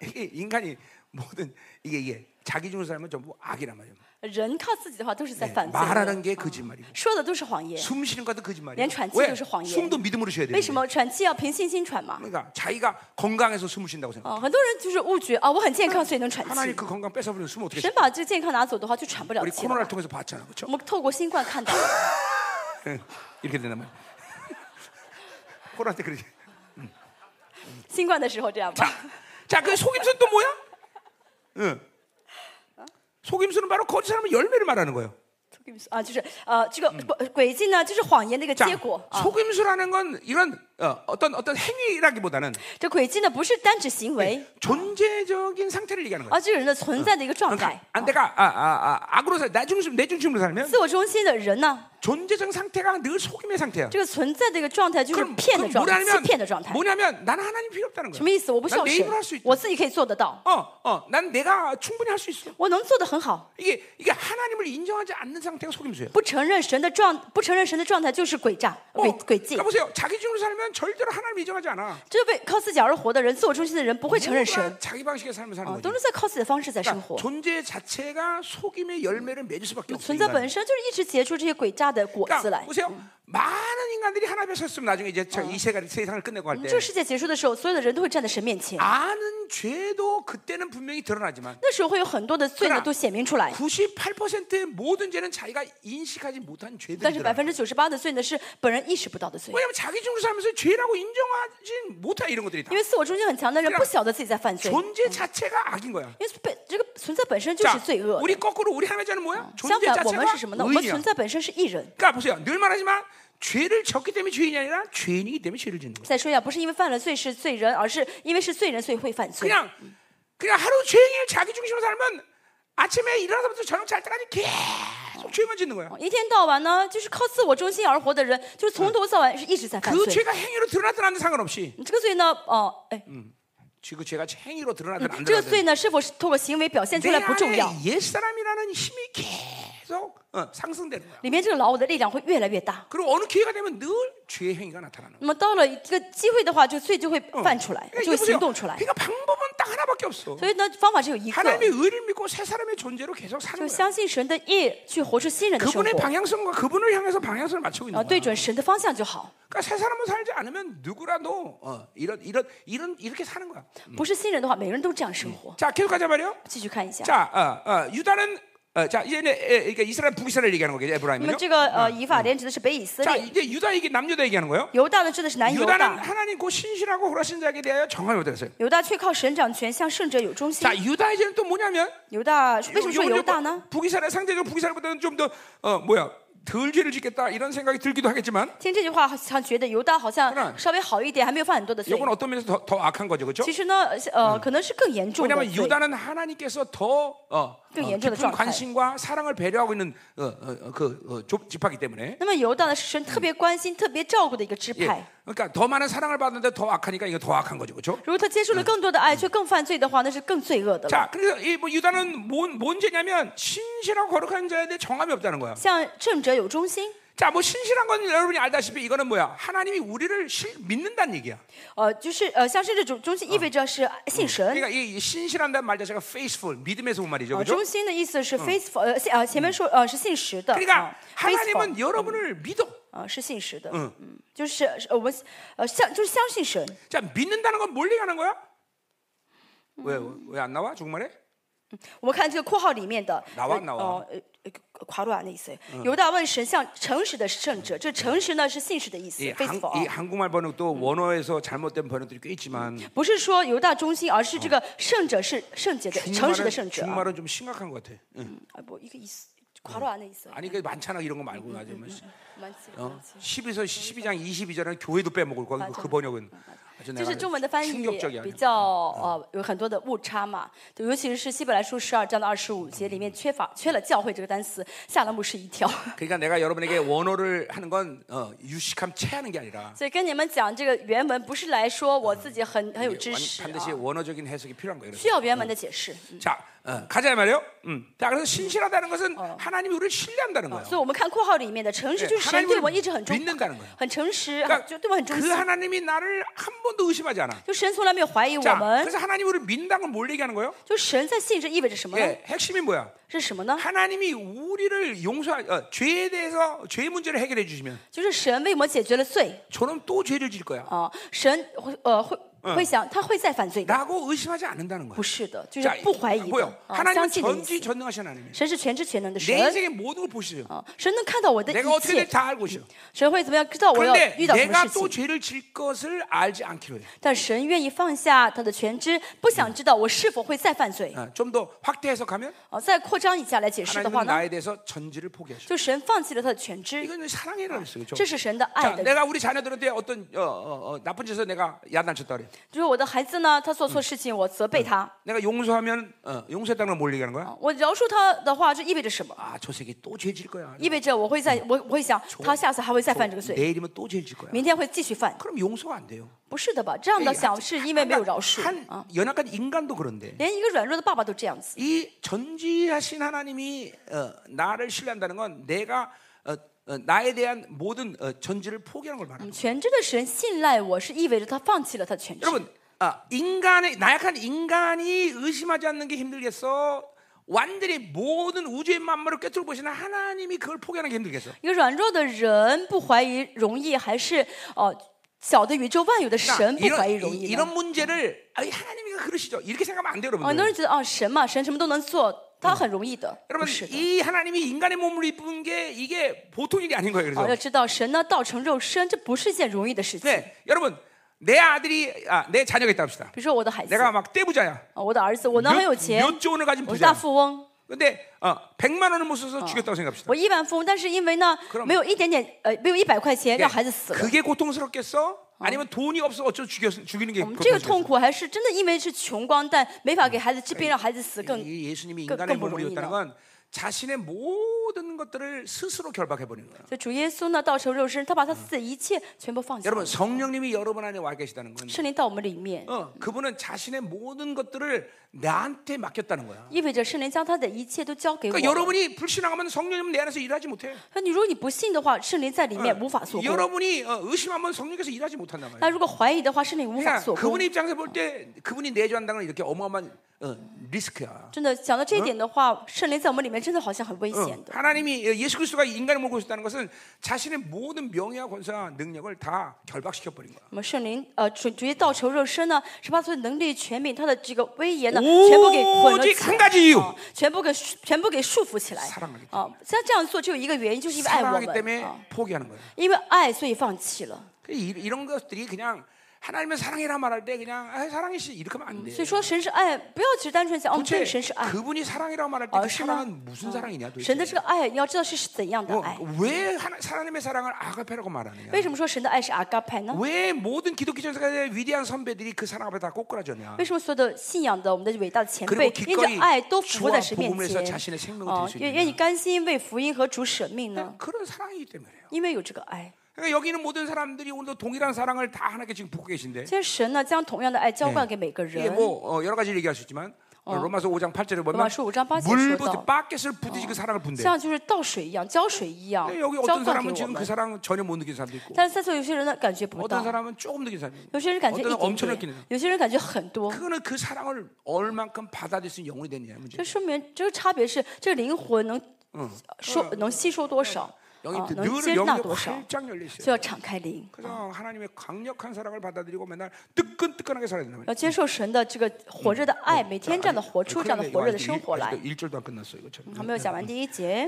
Speaker 1: 이게 인간이 모든 이게 이게 자기 중으로 살면 전부 악이란 말이에요.
Speaker 2: 人靠自己的话都是在
Speaker 1: 예,
Speaker 2: 犯罪的，
Speaker 1: 말하는 게 거짓말이고
Speaker 2: 说的都是谎言。
Speaker 1: 숨 쉬는 것도 거짓말이에요. 뭐
Speaker 2: 내喘气就是谎言。
Speaker 1: 숨도 믿음으로 쉬어야 돼요.
Speaker 2: 为什么喘气要凭信心喘嘛？
Speaker 1: 그러니까 자기가 건강해서 숨을 쉰다고 생각.
Speaker 2: 啊，很多人就是误觉啊，我很健康，所以能喘
Speaker 1: 하나님
Speaker 2: 气。
Speaker 1: 그 건강 뺏어버리면 숨 어떻게? 쉬-
Speaker 2: 神把这健康拿走的话，就喘不了
Speaker 1: 우리
Speaker 2: 气了。
Speaker 1: 코로나를 통해서 봤잖아, 그렇죠?
Speaker 2: 我们透过新冠看到了，
Speaker 1: 이렇게 되나 말이야. 코로나 때 그러지.
Speaker 2: 新冠的时候这样吧
Speaker 1: 자, 。 자, 그 속임수는 또 뭐야? 응. 속임수는 바로 거짓 사람의 열매를 말하는 거예요.
Speaker 2: 啊，就是呃，这个诡诡计呢，就是谎言的一个
Speaker 1: 자,
Speaker 2: 结果啊。
Speaker 1: 속임수라는 건 이런 어, 어떤 어떤 행위라기보다는
Speaker 2: 这诡计呢，不是单指行为，
Speaker 1: 존재적인 상태를 얘기하는 거예요.
Speaker 2: 而啊这个人的存在的一个状态
Speaker 1: 그러니까 。안 내가 아, 아, 아, 악으로 살, 내 중심 내 중심으로 살면
Speaker 2: 自我中心的人呢，
Speaker 1: 존재적 상태가 늘 속임의 상태야.
Speaker 2: 这个存在的一个状态就是
Speaker 1: 그럼,
Speaker 2: 骗的
Speaker 1: 그럼
Speaker 2: 状态，欺骗的状
Speaker 1: 뭐냐면
Speaker 2: 态。
Speaker 1: 뭐냐면 나는 하나님 필요 없다는
Speaker 2: 什么
Speaker 1: 거야.
Speaker 2: 意思？我不需要
Speaker 1: 那
Speaker 2: 神
Speaker 1: 내힘으로할수있다 ，
Speaker 2: 我自己可以做得到，
Speaker 1: 어, 어, 난 내가 충분히 할 수 있어.
Speaker 2: 我能做得很好。
Speaker 1: 이게 이게 하나님을 인정하지 않는 상태가 속임수예요.
Speaker 2: 不承认神的状，不承认神的状态就是诡诈、诡诡计
Speaker 1: 그 。 보세요. 자기 중으로 살면 절대로 하나님 인정하지 않아.
Speaker 2: 这被靠自己而活的人，自我中心的人不会承认神
Speaker 1: 모두가 ， 자기 방식의 삶을 사는
Speaker 2: 啊，
Speaker 1: 거지.
Speaker 2: 都是在靠自己的方式在生
Speaker 1: 그러니까
Speaker 2: 活。
Speaker 1: 존재 자체가 속임의 열매를 맺을 수밖에 없어.
Speaker 2: 存在本身就是一直结出这些诡诈的果子
Speaker 1: 그러니까
Speaker 2: 来。
Speaker 1: 보세요. 많은 인간들이 하나 앞에 섰으면 나중에 이제 저 이 세가 세상을 끝내고 할
Speaker 2: 我
Speaker 1: 때
Speaker 2: 们这个世界结束的时候，所有的人都会站在神面前。
Speaker 1: 아는 죄도 그때는 분명히 드러나지만
Speaker 2: 那时候会有很多的罪呢
Speaker 1: 그러나
Speaker 2: 都显明出来，
Speaker 1: 98%의 모든 죄는 자기가 인식하지 못한
Speaker 2: 但是百
Speaker 1: 죄들이더라.
Speaker 2: 分之九十八的罪呢是本人意识不到的罪，
Speaker 1: 왜냐면 자기 중으로 살면서 죄라고 인정하지 못해 이런 것들이 다.
Speaker 2: 因为自我中心很强的人
Speaker 1: 그러나
Speaker 2: 不晓得自己在犯罪，因
Speaker 1: 존재 자체가 악인 거야.
Speaker 2: 为本这个存在本身就
Speaker 1: 자,
Speaker 2: 是罪恶的。
Speaker 1: 우리 거꾸로 우리 하나님 자는 뭐야?
Speaker 2: 相
Speaker 1: 존재
Speaker 2: 反，我们
Speaker 1: 자체가
Speaker 2: 是什么呢？我们
Speaker 1: 의인이야.
Speaker 2: 存在本身是艺人。
Speaker 1: 그러니까 보세요. 늘 말하지만 죄를 졌기 때문에 죄인이 아니라 죄인이기 때문에 죄를 짓는 거예요.
Speaker 2: 再说一下，不是因为犯了罪是罪人，而是因为是罪人所以会犯罪。
Speaker 1: 그냥 그냥 하루 종일 자기 중심으로 살면 아침에 일어나서부터 저녁 잘 때까지 계속 죄만 짓는 거예요. 그
Speaker 2: 一天到晚呢，就是靠自我中心而活的人，就是从头到晚是一直在犯
Speaker 1: 그
Speaker 2: 罪。
Speaker 1: 죄가 행위로 드러나든 안 상관없이
Speaker 2: 这个罪呢，哦，哎，
Speaker 1: 그 죄가 행위로 드러나든 안
Speaker 2: 这个
Speaker 1: 드러나든
Speaker 2: 罪呢，是否是透过行为表现出
Speaker 1: 내
Speaker 2: 来不重
Speaker 1: 안에
Speaker 2: 要，
Speaker 1: 옛사람이라는 힘이 계속 어, 상승되는 거야.
Speaker 2: 里面这个老我的力量会越来越大。
Speaker 1: 그리고 어느 기회가 되면 늘 죄의 행위가 나타나는 거야.
Speaker 2: 那么到了一个机会的话，这个罪就会犯出来，
Speaker 1: 그러니까
Speaker 2: 哎就
Speaker 1: 이게
Speaker 2: 会
Speaker 1: 보세요.
Speaker 2: 行动出来。
Speaker 1: 그러니까 방법은 딱 하나밖에 없어.
Speaker 2: 所以呢，方法只有一个，
Speaker 1: 하나님의 의를 믿고 새 사람의 존재로 계속
Speaker 2: 就
Speaker 1: 사는 거야.
Speaker 2: 相信神的意，去活出新人的生
Speaker 1: 그분의
Speaker 2: 活，
Speaker 1: 방향성과 그분을 향해서 방향성을 맞추고
Speaker 2: 然
Speaker 1: 있는
Speaker 2: 后对
Speaker 1: 거야.
Speaker 2: 准神的方向就好。
Speaker 1: 그러니까 새 사람으로 살지 않으면 누구라도 어, 이런 이런 이런 이렇게 사는 거야.
Speaker 2: 不是新人的话，每个人都这样生活。
Speaker 1: 자 계속 가자 말이요.
Speaker 2: 继续看一下。
Speaker 1: 자 어, 어, 유다는 어, 자 이제 에, 에, 그러니까 이스라엘 북이스라엘 얘기하는 거겠죠
Speaker 2: 那么
Speaker 1: 에브라임은요.
Speaker 2: 这个呃，以法莲指的是北以色
Speaker 1: 자
Speaker 2: 列，
Speaker 1: 이제 유다 얘기 남유다 얘기하는 거예요.
Speaker 2: 犹大呢指的是南犹
Speaker 1: 유다는
Speaker 2: 大，
Speaker 1: 하나님 곧 신실하고 호라신 자에게 대하여 정하여 못했어요.
Speaker 2: 犹大却靠神掌权，向圣者有忠心
Speaker 1: 자 。 유다 이제는 또 뭐냐면
Speaker 2: 犹大为什么说犹大呢？
Speaker 1: 북이스라엘 상대적으로 북이스라엘보다는 좀 더 어, 뭐야 덜 죄를 짓겠다 이런 생각이 들기도 하겠지만
Speaker 2: 听这句话，好像觉得犹大好
Speaker 1: 그러나
Speaker 2: 像稍微好一点，还没有犯很多的罪。
Speaker 1: 이건 어떤 면에서 더, 더 악한 거죠, 그렇죠?
Speaker 2: 其实呢，呃，可能是更严重的
Speaker 1: 왜냐하면
Speaker 2: 罪。
Speaker 1: 유다는 하나님께서 더 어,
Speaker 2: 그
Speaker 1: 어,
Speaker 2: 예전의
Speaker 1: 깊은
Speaker 2: 状态.
Speaker 1: 관심과 사랑을 배려하고 있는 어, 어, 어, 그 어, 조- 집합이기 때문에
Speaker 2: 那么犹大呢，是神特别关心、特别照顾的一个支
Speaker 1: 예.
Speaker 2: 派。
Speaker 1: 그러니까 더 많은 사랑을 받는데 더 악하니까 이거 더 악한 거죠, 그렇죠?
Speaker 2: 如果他接受了更多的爱，却更犯罪的话，那是更罪恶的了。
Speaker 1: 자, 그래서 이 뭐 유다는 뭔, 뭔 죄냐면 신실하고 거룩한 자에 대해 정함이 없다는 거야.
Speaker 2: 像正者有忠心，
Speaker 1: 자, 뭐 신실한 건 여러분이 알다시피 이거는 뭐야? 하나님이 우리를 실- 믿는다는 얘기야.
Speaker 2: 呃，就是呃，像是这种忠心意味着是信神。
Speaker 1: 그러니까 이 신실한다는 말 자체가 faithful, 믿음에서 온 말이죠, 그렇죠?
Speaker 2: 呃，忠心的意思是
Speaker 1: 嗯
Speaker 2: faithful，呃，信呃，前面说呃是信实的，
Speaker 1: 그러니까
Speaker 2: 啊 어, faithful，
Speaker 1: 하나님은 여러분을 믿어.
Speaker 2: 呃是信实的，嗯，就是是呃我们呃相就是相信神，
Speaker 1: 자, 믿는다는 건 뭘 얘기하는 거야? 왜 왜 안 나와? 중말에?
Speaker 2: 我们看这个括号里面的，
Speaker 1: 哪哇哪哇嗯
Speaker 2: 呃，呃呃夸路啊那意思。犹大问神像诚实的圣者，这诚实呢是信实的意思
Speaker 1: 이 한-
Speaker 2: ，faithful
Speaker 1: 이
Speaker 2: 啊。
Speaker 1: 한국말 번역도 원어에서 잘못된 번역들이 꽤 있지만
Speaker 2: 不是说犹大忠心，而是这
Speaker 1: 嗯
Speaker 2: 个圣者是圣洁
Speaker 1: 그
Speaker 2: 的、诚实的
Speaker 1: 중말은,
Speaker 2: 圣者啊。
Speaker 1: 중말은 좀 심각한 것 같아. 응.
Speaker 2: 啊不，一个意思，夸路啊那意思。
Speaker 1: 아니 그 많잖아 이런 거 말고 뭐 나중에
Speaker 2: 蛮奇怪
Speaker 1: 어? 10에서 12장 22절은 교회도 빼먹을 거야. 그, 그 번역은 아주
Speaker 2: 就
Speaker 1: 내가
Speaker 2: 是中文的翻译
Speaker 1: 충격적이야.
Speaker 2: 比较呃有很多的误差嘛，就尤其是希伯来书十二章的二十五节里面缺乏缺了教会这个单词，吓了牧师一跳。
Speaker 1: 그러니까 내가 여러분에게 원어를 하는 건 어, 유식함 체하는 게 아니라
Speaker 2: 所以跟你们讲这个原文，不是来说我自己很很有
Speaker 1: 이게
Speaker 2: 知
Speaker 1: 완-
Speaker 2: 识啊，
Speaker 1: 반드시 아. 원어적인 해석이 필요한 거예요. 그래서.
Speaker 2: 需要原文的解释。
Speaker 1: 자, 어, 가자 이 말이에요. 음. 자, 그래서 신실하다는 것은 하나님이 우리를 신뢰한다는 거예요.
Speaker 2: 嗯所以我们看括号里面的诚实，
Speaker 1: 예
Speaker 2: 就是神对我们
Speaker 1: 하나님을
Speaker 2: 一直很忠
Speaker 1: 믿는다는거예요 ，
Speaker 2: 很诚实，
Speaker 1: 그러니까
Speaker 2: 就对我们很忠
Speaker 1: 그
Speaker 2: 心。
Speaker 1: 하나님이 나를 한 번도 의심하지 않아.
Speaker 2: 就神从来没有怀疑我
Speaker 1: 자,
Speaker 2: 们，
Speaker 1: 그래서 하나님 우리를 믿는다는 건 뭘 얘기하는 거예요?
Speaker 2: 就神在信这意味着什么呢？
Speaker 1: 예, 핵심이 뭐야?
Speaker 2: 是什么呢？
Speaker 1: 하나님이 우리를 용서 어, 죄에 대해서 죄 문제를 해결해 주시면
Speaker 2: 就是神为我们解决了罪
Speaker 1: 저는 또 죄를 질 거야.
Speaker 2: 啊，神会呃会会想他会再犯罪的，
Speaker 1: 라고 의심하지 않는다는 거야.
Speaker 2: 不是的，就是不怀疑的
Speaker 1: 뭐요? ，
Speaker 2: 啊，
Speaker 1: 하나님은
Speaker 2: 相信的意
Speaker 1: 전지
Speaker 2: 思。
Speaker 1: 전능하신 하나님이에요. 네. 어,
Speaker 2: 神是全知全能的神
Speaker 1: 내 ， 인생의 모든 걸 보시죠.
Speaker 2: 啊，神能看到我的
Speaker 1: 내가
Speaker 2: 一
Speaker 1: 어떻게
Speaker 2: 切
Speaker 1: 될 ，다 알고 계셔.
Speaker 2: 神会怎么样知道我要
Speaker 1: 그런데
Speaker 2: 遇到什
Speaker 1: 내가
Speaker 2: 么事
Speaker 1: 또
Speaker 2: 情？
Speaker 1: 죄를 질 것을 알지 않기로 해.
Speaker 2: 但神愿意放下他的全知，不想知道我是否会再犯罪。
Speaker 1: 어, 좀 더 확대해서 가면
Speaker 2: 哦，再扩张一下来解释的话
Speaker 1: 하나님은
Speaker 2: 呢，
Speaker 1: 나에 대해서 전지를 포기하셔.
Speaker 2: 就神放弃了他的全知，
Speaker 1: 이건 사랑이라는 거죠.
Speaker 2: 这是神的
Speaker 1: 자,
Speaker 2: 爱的。
Speaker 1: 내가 우리 자녀들한테 어떤 어, 어, 어, 나쁜 짓을 내가 야단쳤다 그래.
Speaker 2: 就是我的孩子呢，他做错事情，我责备他，
Speaker 1: 내가 용서하면 어, 용서했다는 걸 뭘 얘기하는 거야?
Speaker 2: 啊我饶恕他的话，这意味着什么？
Speaker 1: 아, 저 새끼 또 죄질 거야.
Speaker 2: 意味着我会在我我会想，他下次还会再犯这个罪，
Speaker 1: 내일이면 또 죄질 거야.
Speaker 2: 明天会继续犯。
Speaker 1: 그럼 용서가 안 돼요.
Speaker 2: 不是的吧？这样的想是因为没有饶恕
Speaker 1: 한
Speaker 2: 啊，
Speaker 1: 연약한 인간도 그런데
Speaker 2: 连一个软弱的爸爸都这样子。
Speaker 1: 이 전지하신 하나님이 어, 나를 신뢰한다는 건 내가 어, 어, 나에 대한 모든 어, 전지를 포기하는 걸 말합니다.
Speaker 2: 全知的神信赖我是意味着他放弃了他的全知。
Speaker 1: 여러분, 아, 인간의 나약한 인간이 의심하지 않는 게 힘들겠어? 완전히 모든 우주의 만물을 꿰뚫어 보시는 하나님이 그걸 포기하는 게 힘들겠어?
Speaker 2: 一个软弱的人不怀疑容易，还是哦小的宇宙万有的
Speaker 1: 그러니까
Speaker 2: 神不怀疑
Speaker 1: 이런,
Speaker 2: 容
Speaker 1: 이-
Speaker 2: 易呢？
Speaker 1: 이런 문제를 아, 하나님이 그러시죠. 이렇게 생각하면 안 돼요,
Speaker 2: 哦很多
Speaker 1: 여러분들.
Speaker 2: 人觉得哦神嘛，神什么都能做，他很容易的，不
Speaker 1: 여러분,
Speaker 2: 是的。
Speaker 1: 이 하나님이 인간의 몸을 입은 게 이게 보통 일이 아닌 거예요.
Speaker 2: 哦，
Speaker 1: 그래서
Speaker 2: 要知道神呢道成肉身，这不是一件容易的事情。
Speaker 1: 네, 여러분, 내 아들이 아, 내 자녀가 있다 합시다.
Speaker 2: 比如说我的孩子，
Speaker 1: 내가 막 떼부자야.
Speaker 2: 哦我的儿子，我呢很有
Speaker 1: 몇,
Speaker 2: 钱，
Speaker 1: 몇 조원을 가진
Speaker 2: 我是大
Speaker 1: 뭐 부자야.
Speaker 2: 富翁，
Speaker 1: 근데 어, 100만 원을 못 써서 죽였다고 생각합시다.
Speaker 2: 我亿万富翁，但是因为呢
Speaker 1: 그럼
Speaker 2: 没有一点点呃没有一百块钱，让孩子死了。
Speaker 1: 예. 그게 고통스럽겠어? 아니면 돈이 없어 어쩌 죽였 죽이는 게
Speaker 2: 我们这个痛
Speaker 1: 고통스럽겠어?
Speaker 2: 苦还是真的因为是穷光蛋，没法给孩子治病，让孩子死更
Speaker 1: 이 예수님이
Speaker 2: 그-
Speaker 1: 그러니까 인간의
Speaker 2: 그
Speaker 1: 몸을
Speaker 2: 모르는
Speaker 1: 입었다는 건 자신의 모든 것들을 스스로 결박해 버리는 거예요.
Speaker 2: 就主耶稣呢，到时候肉身，他把他自己的一切全部放下。
Speaker 1: 여러분 성령님이 여러분 안에 와 계시다는 건
Speaker 2: 圣灵到我们里面，
Speaker 1: 어, 그분은 자신의 모든 것들을 나한테 맡겼다는 거야.
Speaker 2: 意味着圣灵将他的一切都交给我
Speaker 1: 그러니까
Speaker 2: 了。
Speaker 1: 여러분이 불신앙하면 성령님은 내 안에서 일하지 못해.
Speaker 2: 那你如果你不信的话，圣灵在里
Speaker 1: 嗯
Speaker 2: 面无法做工；
Speaker 1: 여러분이 어, 의심하면 성령께서 일하지 못한단 말이야.
Speaker 2: 那如果怀疑的话，圣灵无
Speaker 1: 그러니까
Speaker 2: 法做工
Speaker 1: 그분의 。 입장에서 볼 때 그분이 내주한다는 건 이렇게 어마어마한 어, 리스크야.
Speaker 2: 真的讲到这一点的话，圣灵在我们里面真的好像很危险
Speaker 1: 嗯
Speaker 2: 的。
Speaker 1: 어, 하나님이 예수 그리스도가 인간을 몰고 있었다는 것은 자신의 모든 명예와 권세와 능력을 다 결박시켜 버린 거야.
Speaker 2: 那么圣灵呃，主主耶道成肉身呢，是把所有能力、权柄、他的这个威严呢，
Speaker 1: 哦
Speaker 2: 全部给混了
Speaker 1: 오직
Speaker 2: 起
Speaker 1: 한
Speaker 2: 来。
Speaker 1: 가지 이유.
Speaker 2: 啊，全部给束全部给束缚起来
Speaker 1: 사랑하기 。
Speaker 2: 啊，像这样做只有一个原因，就是因为爱我
Speaker 1: 사랑하기
Speaker 2: 们。
Speaker 1: 때문에
Speaker 2: 啊，
Speaker 1: 포기하는 거야. 그
Speaker 2: 因为爱所以放弃了。
Speaker 1: 이- 이런 것들이 그냥 하나님의 사랑이라 말할 때 그냥 아, 사랑이시 이렇게 하면 안 돼.
Speaker 2: 所以说神是爱，不要只单纯想哦，对，
Speaker 1: 도대체
Speaker 2: 神是爱。
Speaker 1: 그분이 사랑이라고 말할 때 그
Speaker 2: 아. 어, 사랑.
Speaker 1: 사랑은 무슨 사랑이냐
Speaker 2: 神的
Speaker 1: 도대체.
Speaker 2: 这个爱，你要知道是怎样的
Speaker 1: 어,
Speaker 2: 爱。
Speaker 1: 왜 하나, 하나님의 사랑을 아가페라고 말하느냐?
Speaker 2: 为什么说神的爱是阿嘎派呢？
Speaker 1: 왜 모든 기독교 전사의 위대한 선배들이 그 사랑 앞에 다 꼬꾸라졌냐?
Speaker 2: 为什么所有的信仰的我们的伟大的前
Speaker 1: 그리고
Speaker 2: 辈，
Speaker 1: 기꺼이
Speaker 2: 因着爱都俯卧在神面
Speaker 1: 주와복음을위해서자신의생명을 드릴
Speaker 2: 前？哦
Speaker 1: 수，있는
Speaker 2: 愿愿意甘心为福音和主舍命呢？
Speaker 1: 그런 사랑이기 때문에 그래요.
Speaker 2: 因为有这个爱。
Speaker 1: 그러니까 여기 있는 모든 사람들이 오늘도 동일한 사랑을 다 하나님께 지금 받고 계신데
Speaker 2: 其实神呢，将同样的爱浇灌给每个
Speaker 1: 이게
Speaker 2: 人。
Speaker 1: 뭐 어, 여러 가지 얘기할 수 있지만 어, 로마서 5장 8절에 보면
Speaker 2: 네. 로마서 5장 8절에 그렇죠. 어.
Speaker 1: 물부터
Speaker 2: 써서.
Speaker 1: 바켓을 부딪히 그 사랑을 분대.
Speaker 2: 像就是倒水一样，浇水一样
Speaker 1: 근데 여기 ，
Speaker 2: 浇
Speaker 1: 어떤
Speaker 2: 灌给
Speaker 1: 사람은
Speaker 2: 我
Speaker 1: 지금 그
Speaker 2: 们。
Speaker 1: 사랑 전혀 못 느낀 사람도 있고
Speaker 2: 但是在座有些人呢，感觉不
Speaker 1: 어떤
Speaker 2: 到，
Speaker 1: 사람은 조금 느낀 사람도 있고
Speaker 2: 有些人感觉一
Speaker 1: 어떤
Speaker 2: 点
Speaker 1: 엄청
Speaker 2: 点
Speaker 1: 느끼는 ，
Speaker 2: 有些人感觉很多。
Speaker 1: 그거는 그 사랑을 얼만큼 받아들일 수 있는 영혼이 됐냐 문제.
Speaker 2: 这说明这个差别是，这个灵魂能说能吸收多少，啊
Speaker 1: 영이 ，
Speaker 2: 能接
Speaker 1: 늘
Speaker 2: 纳
Speaker 1: 영이
Speaker 2: 多少，
Speaker 1: 활짝 열려 있어요.
Speaker 2: 就要敞开灵，
Speaker 1: 그래서 하나님의 강력한 사랑을 받아들이고 맨날 뜨끈뜨끈하게 살아야 된다
Speaker 2: 要接受神的这个火热的爱，每天这样的
Speaker 1: 嗯
Speaker 2: 活出这样的火热的生活来。
Speaker 1: 일절도 안 끝났어 이거 참.
Speaker 2: 还没有讲完第一节，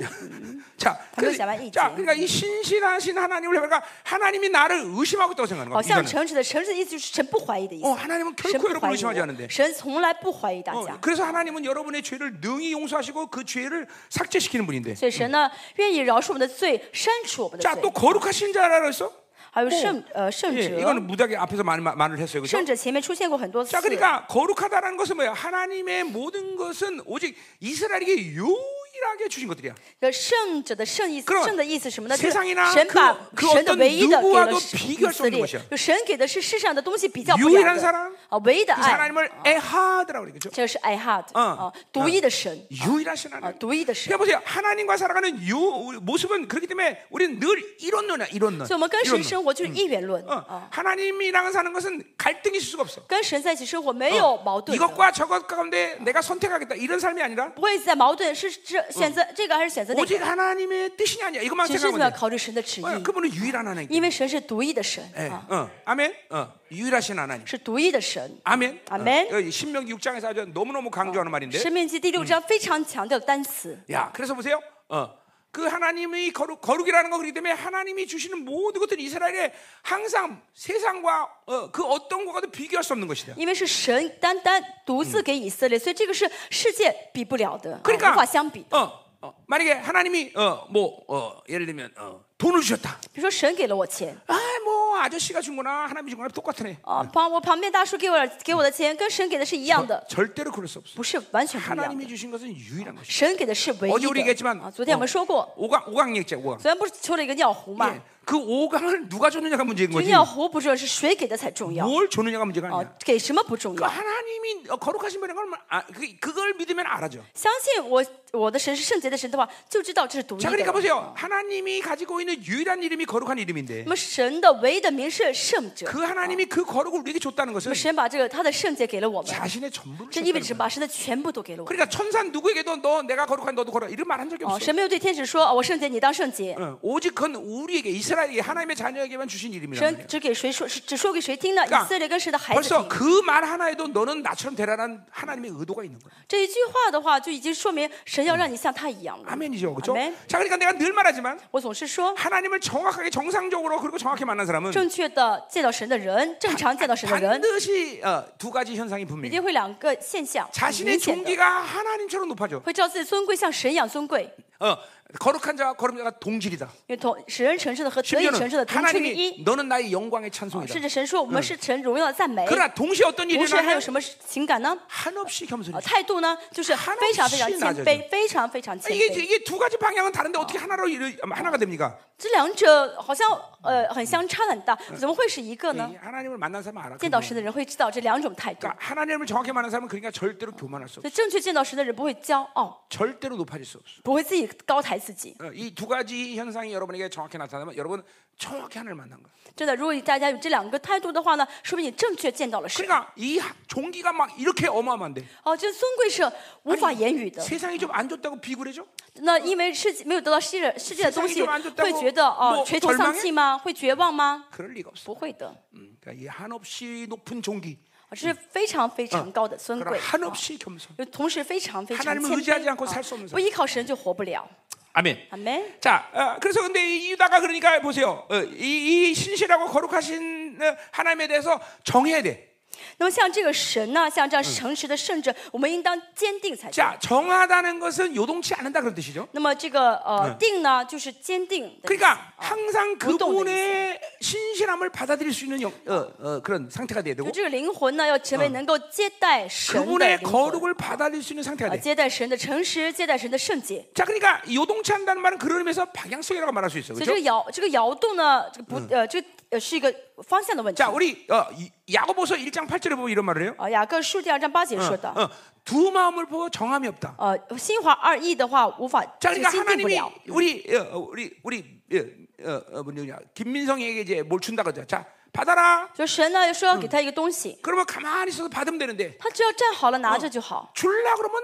Speaker 1: 자 그래서-
Speaker 2: 잠깐만, 이제.
Speaker 1: 자, 그러니까 이 신실하신 하나님을 그러니까 하나님이 나를 의심하고 있다고 생각하는
Speaker 2: 好
Speaker 1: 거야.
Speaker 2: 像
Speaker 1: 이거는.
Speaker 2: 诚实的，诚实的意思就是神不怀疑的意思
Speaker 1: 어，하나님은결코
Speaker 2: 神不
Speaker 1: 여러분을
Speaker 2: 怀
Speaker 1: 의심하지않은
Speaker 2: 疑
Speaker 1: 데
Speaker 2: 我，神从来不怀疑大
Speaker 1: 어,
Speaker 2: 家。
Speaker 1: 그래서 하나님은 여러분의 죄를 능히 용서하시고 그 죄를 삭제시키는 분인데.
Speaker 2: 所以神呢，愿意饶恕我们的罪，删除我们的
Speaker 1: 자, 또
Speaker 2: 罪。
Speaker 1: 거룩하신 자라고 했어?
Speaker 2: 还有圣呃圣
Speaker 1: 예,
Speaker 2: 者，
Speaker 1: 이거는 무작위 앞에서 말, 말을 했어요. 그죠?
Speaker 2: 圣者前面出现过很多次
Speaker 1: 자, 。 그러니까 거룩하다라는 것은 뭐예요? 하나님의 모든 것은 오직 이스라엘에게 유일하게 주신 것들이야.
Speaker 2: 呃，圣者的圣意思
Speaker 1: 그럼，
Speaker 2: 圣的意思是什么呢？就是
Speaker 1: 세상이나
Speaker 2: 神
Speaker 1: 그
Speaker 2: 把
Speaker 1: 그어
Speaker 2: 神的
Speaker 1: 떤
Speaker 2: 唯一的
Speaker 1: 누
Speaker 2: 给
Speaker 1: 구와도
Speaker 2: 了以
Speaker 1: 비교할수없는
Speaker 2: 色列
Speaker 1: 것이야 ，
Speaker 2: 就神给的是世上的东西比较不
Speaker 1: 유일한
Speaker 2: 了的
Speaker 1: 사랑,
Speaker 2: 啊，啊唯一的
Speaker 1: 그
Speaker 2: 爱，
Speaker 1: 하나님을 에하드라고 그러죠.
Speaker 2: 这是 I had
Speaker 1: 嗯
Speaker 2: 啊，独一的神
Speaker 1: 아. 유일하신
Speaker 2: 啊，
Speaker 1: 하나님.
Speaker 2: 独一的神
Speaker 1: 그러니까 。 보세요. 하나님과 살아가는 유, 모습은 그렇기 때문에 우리는 늘 이런 논이야, 이런 논.
Speaker 2: 所以我们跟
Speaker 1: 이런
Speaker 2: 神
Speaker 1: 논.
Speaker 2: 生活就是一元论
Speaker 1: 어,
Speaker 2: 啊，
Speaker 1: 하나님이랑 사는 것은 갈등이 있을 수가 없어.
Speaker 2: 跟神在一起生活没有矛盾的。
Speaker 1: 이것과 저것 가운데 내가 선택하겠다 이런 삶이 아니라
Speaker 2: 不会在矛盾是这选择这个还是选择那
Speaker 1: 오직
Speaker 2: 个，
Speaker 1: 하나님의 뜻이 아니야. 이것만
Speaker 2: 只是要
Speaker 1: 생각하면 돼.
Speaker 2: 考虑神的旨
Speaker 1: 어,
Speaker 2: 意，
Speaker 1: 그분은 유일한 하나님.
Speaker 2: 因为神是独一的神
Speaker 1: 예,
Speaker 2: 啊，
Speaker 1: 어, 아멘. 어, 유일하신 하나님.
Speaker 2: 是独一的神。
Speaker 1: 아멘.
Speaker 2: 아멘.
Speaker 1: 어, 여기 신명기 6장에서 아주 너무너무 강조하는 말인데.
Speaker 2: 生命记第六章非常强调的单词，
Speaker 1: 야, 그래서 보세요. 어. 그 하나님의 거룩, 거룩이라는 거 그렇기 때문에 하나님이 주시는 모든 것들은 이스라엘에 항상 세상과 어, 그 어떤 것과도 비교할 수 없는 것이다.
Speaker 2: 因为是神单单独自给以色列，所以这个是世界比不了的，啊无
Speaker 1: 그러니까
Speaker 2: 法相比的。
Speaker 1: 어, 어, 만약에 하나님이 어, 뭐 어, 예를 들면 어, 돈을 주셨다.
Speaker 2: 比如说神给了我钱
Speaker 1: 아, 뭐 아저씨가 준 거나 하나님이 준 거나 똑같으네.
Speaker 2: 啊，旁我旁边大叔给我给我的钱跟神给的是一样的，
Speaker 1: 절대로 그럴 수 없어.
Speaker 2: 不是完全不一样
Speaker 1: 하나님이
Speaker 2: 的。
Speaker 1: 주신 것은 유일한 것이야.
Speaker 2: 神给的是唯
Speaker 1: 어제우리얘기했
Speaker 2: 一
Speaker 1: 지만
Speaker 2: 的啊。昨天我们说过，
Speaker 1: 오강 오강 얘기자 오강.
Speaker 2: 昨天不是抽了一个尿壶嘛
Speaker 1: 예, ？그 오강을 누가 줬느냐가 문제인
Speaker 2: 这
Speaker 1: 거지.
Speaker 2: 尿壶不重要，是谁给的才重要
Speaker 1: 뭘 줬느냐가 문제가
Speaker 2: 啊
Speaker 1: 아니야. ！
Speaker 2: 给什么不重
Speaker 1: 그
Speaker 2: 要？
Speaker 1: 하나님이 거룩하신 분인 걸 아, 그, 그걸 믿으면 알아죠.
Speaker 2: 相信我，我的神是圣洁的神的话，就知道这是独一
Speaker 1: 자, 그러니까
Speaker 2: 的。
Speaker 1: 보세요. 하나님이 가지고 있는 유일한 이름이 거룩한 이름인데
Speaker 2: 那么神的唯一的名是圣者，
Speaker 1: 그 하나님이 그 거룩을 우리에게 줬다는 것은
Speaker 2: 神把这个他的圣洁给了我们，
Speaker 1: 자신의 전부를
Speaker 2: 这意味
Speaker 1: 줬다는
Speaker 2: 着是
Speaker 1: 거야.
Speaker 2: 把神的全部都给了我们。
Speaker 1: 그러니까 천사 누구에게도 너 내가 거룩한 너도 거룩 이런 말 한 적이
Speaker 2: 哦，
Speaker 1: 없어.
Speaker 2: 神没有对嗯天使说，哦，我圣洁，你当圣洁。
Speaker 1: 어, 오직 그건 우리에게 이스라엘에게 하나님의 자녀에게만 주신 이름이란
Speaker 2: 神
Speaker 1: 말이야.
Speaker 2: 只给谁说，是啊只说给谁听呢？
Speaker 1: 그러니까
Speaker 2: 以色列跟神的孩子
Speaker 1: 벌써
Speaker 2: 听。
Speaker 1: 그 말 하나에도 너는 나처럼 되라는 하나님의 의도가 있는 거야.
Speaker 2: 这一句话的话，就已经说明神要让你像他一样了。
Speaker 1: 아멘이죠, 그렇죠?
Speaker 2: 아멘.
Speaker 1: 자, 그러니까 내가 늘 말하지만
Speaker 2: 我总是说，
Speaker 1: 하나님을 정확하게 정상적으로 그리고 정확히 만난 사람은
Speaker 2: 正确的见到神的人，正常见到神的人，
Speaker 1: 반드시 어, 두 가지 현상이
Speaker 2: 一
Speaker 1: 분명해.
Speaker 2: 定会两个现象，很
Speaker 1: 자신의
Speaker 2: 明显的
Speaker 1: 종기가 하나님처럼 높아져.
Speaker 2: 会照自己尊贵，像神一样尊贵。
Speaker 1: 어, 거룩한 자와 거룩한 자가 동질이다.
Speaker 2: 因为同使人成圣的和得以成
Speaker 1: 심지어는
Speaker 2: 圣的同出于
Speaker 1: 하나님이
Speaker 2: 一，哦
Speaker 1: 너는 나의 영광의 찬송이다.
Speaker 2: 甚至神说我们嗯是神荣耀的赞美。
Speaker 1: 그러나 어, 동시에 어떤 일이
Speaker 2: 同时还有
Speaker 1: 일어나면
Speaker 2: 什么情感呢？
Speaker 1: 한없이
Speaker 2: 呃
Speaker 1: 겸손이다.
Speaker 2: 态度呢，就是哎非常非常谦卑，非常非常谦
Speaker 1: 이게
Speaker 2: 卑。
Speaker 1: 이게 두 가지 방향은 다른데 어떻게 하나로 이루- 아, 하나가 됩니까?
Speaker 2: 这两者好像呃很相差很大，怎么会是一个呢
Speaker 1: 이 ？ 하나님을 만난 사람은 알아.
Speaker 2: 见到神的人会知道这两种态度，
Speaker 1: 그러니까 하나님을 정확히 만난 사람은 그러니까 절대로 교만할 수 없어.
Speaker 2: 所以正确见到神的人不会骄傲，
Speaker 1: 절대로 높아질 수 없어.
Speaker 2: 不会自己高抬自己。
Speaker 1: 이 두 가지 현상이 여러분에게 정확히 나타나면 여러분 정확히 하늘을 만난 거야.
Speaker 2: 真的，如果大家有这两个态度的话呢，说明你正确见到了神。
Speaker 1: 그러니까 이 하- 종기가 막 이렇게 어마어마한데
Speaker 2: 哦，这尊贵是无法言语的。
Speaker 1: 세상이 좀 안 좋다고 비굴해져?
Speaker 2: 那因为世界没有得到世界世界的东西，
Speaker 1: 세상이좀안좋다고
Speaker 2: 会觉得哦、
Speaker 1: 뭐
Speaker 2: 垂头丧
Speaker 1: 절망해
Speaker 2: 气吗？会绝望吗？
Speaker 1: 그럴 리가 없어.
Speaker 2: 不会的，
Speaker 1: 음, 그러니까 이 한없이 높은 종기,
Speaker 2: 啊这是非常非常高的尊
Speaker 1: 그러나
Speaker 2: 贵，啊
Speaker 1: 한없이 겸손.
Speaker 2: 又同时非常非常
Speaker 1: 하나님을
Speaker 2: 谦
Speaker 1: 의지하지않고
Speaker 2: 卑，
Speaker 1: 살수없는사
Speaker 2: 啊
Speaker 1: 람
Speaker 2: 不依靠神就活不了。
Speaker 1: 아멘.
Speaker 2: 阿门。
Speaker 1: 자, 어, 그래서 근데 이 유다가 그러니까 보세요. 어, 이, 이 신실하고 거룩하신 어, 하나님에 대해서 정해야 돼.
Speaker 2: 那么像这个神呢，像这样诚实的圣者，我们应当坚定才对。
Speaker 1: 자, 정하다는 것은 요동치 않는다 그런 뜻이죠.
Speaker 2: 那么这个呃定呢，就是坚定的意思。
Speaker 1: 그러니까 항상
Speaker 2: 요동이
Speaker 1: 그분의 신실함을 받아들일 수 있는 영, 어, 어, 그런 상태가 돼야
Speaker 2: 就
Speaker 1: 되고
Speaker 2: 这个灵魂呢，要成为能够接待神的
Speaker 1: 그분의
Speaker 2: 灵魂，
Speaker 1: 거룩을 받아들일 수 있는 상태가
Speaker 2: 啊，
Speaker 1: 돼.
Speaker 2: 接待神的诚实，接待神的圣洁。
Speaker 1: 자, 그러니까 요동치 않는다는 말은 그런 의미에서 방향성이라고 말할 수 있어요.
Speaker 2: 所以这
Speaker 1: 그렇죠?
Speaker 2: 个摇这个摇动呢，这个不、呃，这个呃是一个方向的问题
Speaker 1: 자, 。 우리 어, 이- 야고보서 1장 8절에 보면 이런 말을 해요.
Speaker 2: 啊，雅各书第二章八节说的，
Speaker 1: 어, 두 마음을 보고 정함이 없다.
Speaker 2: 呃，心怀二意的话，无法
Speaker 1: 자
Speaker 2: 就
Speaker 1: 그러니까
Speaker 2: 心定不
Speaker 1: 하나님이
Speaker 2: 了。
Speaker 1: 우리 어, 우리 우리 어, 어, 어, 뭐냐 김민성에게 이제 뭘 준다 그러죠. 자 받아라.
Speaker 2: 就神呢说要给他一个东西，
Speaker 1: 그러면 가만히 있어서 받으면 되는데
Speaker 2: 他只要站好了拿着就好。
Speaker 1: 줄라 그러면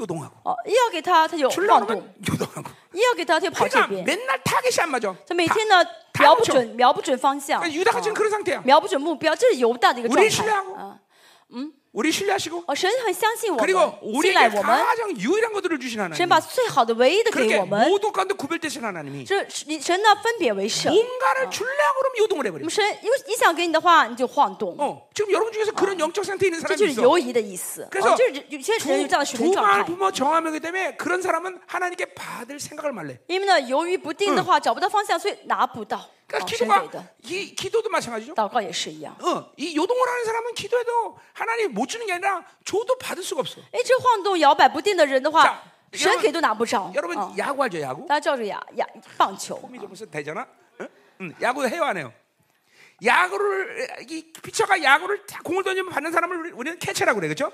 Speaker 1: 요동하고
Speaker 2: 哦，一要给他他就
Speaker 1: 줄라
Speaker 2: 晃动，
Speaker 1: 그러면 요동하고.
Speaker 2: 一要给他他就跑这
Speaker 1: 그러니까
Speaker 2: 边。
Speaker 1: 맨날 타겟이 안 맞아.
Speaker 2: 他每天呢
Speaker 1: 他他
Speaker 2: 瞄不
Speaker 1: 不准
Speaker 2: 准，瞄不准方向，
Speaker 1: 그러니까 유다가 지금
Speaker 2: 啊
Speaker 1: 그런 상태야.
Speaker 2: 瞄不准目标，这是犹大的一个
Speaker 1: 우리
Speaker 2: 状
Speaker 1: 신뢰
Speaker 2: 态
Speaker 1: 하고 。
Speaker 2: 啊，
Speaker 1: 우리 신뢰하시고
Speaker 2: 哦，神很相信我
Speaker 1: 그리고
Speaker 2: 们，信
Speaker 1: 우리에게
Speaker 2: 赖我们，
Speaker 1: 가장 유일한 것들을 뭐. 주신
Speaker 2: 神
Speaker 1: 하나님.
Speaker 2: 把最好的、唯一的给
Speaker 1: 그렇게
Speaker 2: 我们。
Speaker 1: 모든 가운데 구별되신 하나님이
Speaker 2: 这是你神呢分别为圣，
Speaker 1: 뭔가를 줄라 그러면 요동을 해버려.
Speaker 2: 那么神因为你想给你的话，你就晃动，
Speaker 1: 어, 지금 여러분 중에서 그런 영적 상태에 있는
Speaker 2: 这
Speaker 1: 사람이
Speaker 2: 就是
Speaker 1: 있어.
Speaker 2: 犹疑哦的意思。
Speaker 1: 그래서
Speaker 2: 哦，就是有些人有这样的属灵状
Speaker 1: 말
Speaker 2: 态，
Speaker 1: 부모 정함이기 때문에 그런 사람은 하나님께 받을 생각을 말래.
Speaker 2: 因为呢犹豫不定的话，找不到方向，所以拿不到。哦
Speaker 1: 그러니까 ，
Speaker 2: 神给
Speaker 1: 기도가
Speaker 2: 的，
Speaker 1: 이 기도도 마찬가지죠.
Speaker 2: 祷告也是一样。
Speaker 1: 어, 이 요동을 하는 사람은 기도해도 하나님 못 주는 게 아니라 줘도 받을 수가 없어.
Speaker 2: 一直晃动、摇摆不定的人的
Speaker 1: 자
Speaker 2: 话，
Speaker 1: 여러
Speaker 2: 神
Speaker 1: 분
Speaker 2: 给都拿不着。
Speaker 1: 여러분
Speaker 2: 哦
Speaker 1: 야구 하죠 야구?
Speaker 2: 大家照着呀呀棒球，
Speaker 1: 홈이 좀 벌써 되잖아. 응? 응, 야구 해요 안 해요? 야구를 이 피처가 야구를 다 공을 던지면 받는 사람을 우리- 우리는 캐쳐라고 그래, 그렇죠?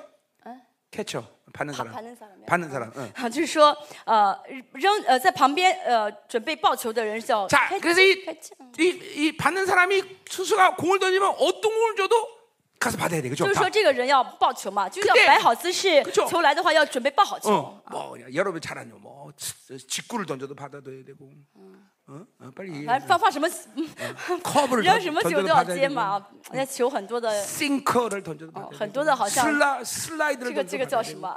Speaker 1: 캐쳐 받는
Speaker 2: 바
Speaker 1: 사람,
Speaker 2: 받는 사람이야. 어.
Speaker 1: 받는 사람. 응.
Speaker 2: 啊，就是说，呃，扔呃，在旁边呃准备抱球的人是叫
Speaker 1: 자
Speaker 2: 开
Speaker 1: 그래서 이,
Speaker 2: 开枪
Speaker 1: 이, 이 받는 사람이 수수가 공을 던지면 어떤 공을 줘도 가서 받아야 돼, 그렇죠?
Speaker 2: 就是说这个人要抱球嘛，就是
Speaker 1: 근데
Speaker 2: 要摆好姿势
Speaker 1: 그쵸 ，
Speaker 2: 球来的话要准备抱好球。
Speaker 1: 어, 뭐 여러분 잘 아냐, 뭐 지- 직구를 던져도 받아줘야 되고, 어? 어, 빨리
Speaker 2: 反正放放什么，嗯
Speaker 1: 커브를
Speaker 2: 扔
Speaker 1: 던-
Speaker 2: 什么球
Speaker 1: 던져도
Speaker 2: 都要
Speaker 1: 받아야
Speaker 2: 接
Speaker 1: 되고,
Speaker 2: 嘛。那球很多的，
Speaker 1: 싱커를 어, 던져도 받아야 되고,
Speaker 2: 很多的好像
Speaker 1: 슬라
Speaker 2: 这
Speaker 1: 슬라이드를
Speaker 2: 个这个
Speaker 1: 던져도
Speaker 2: 叫
Speaker 1: 받아야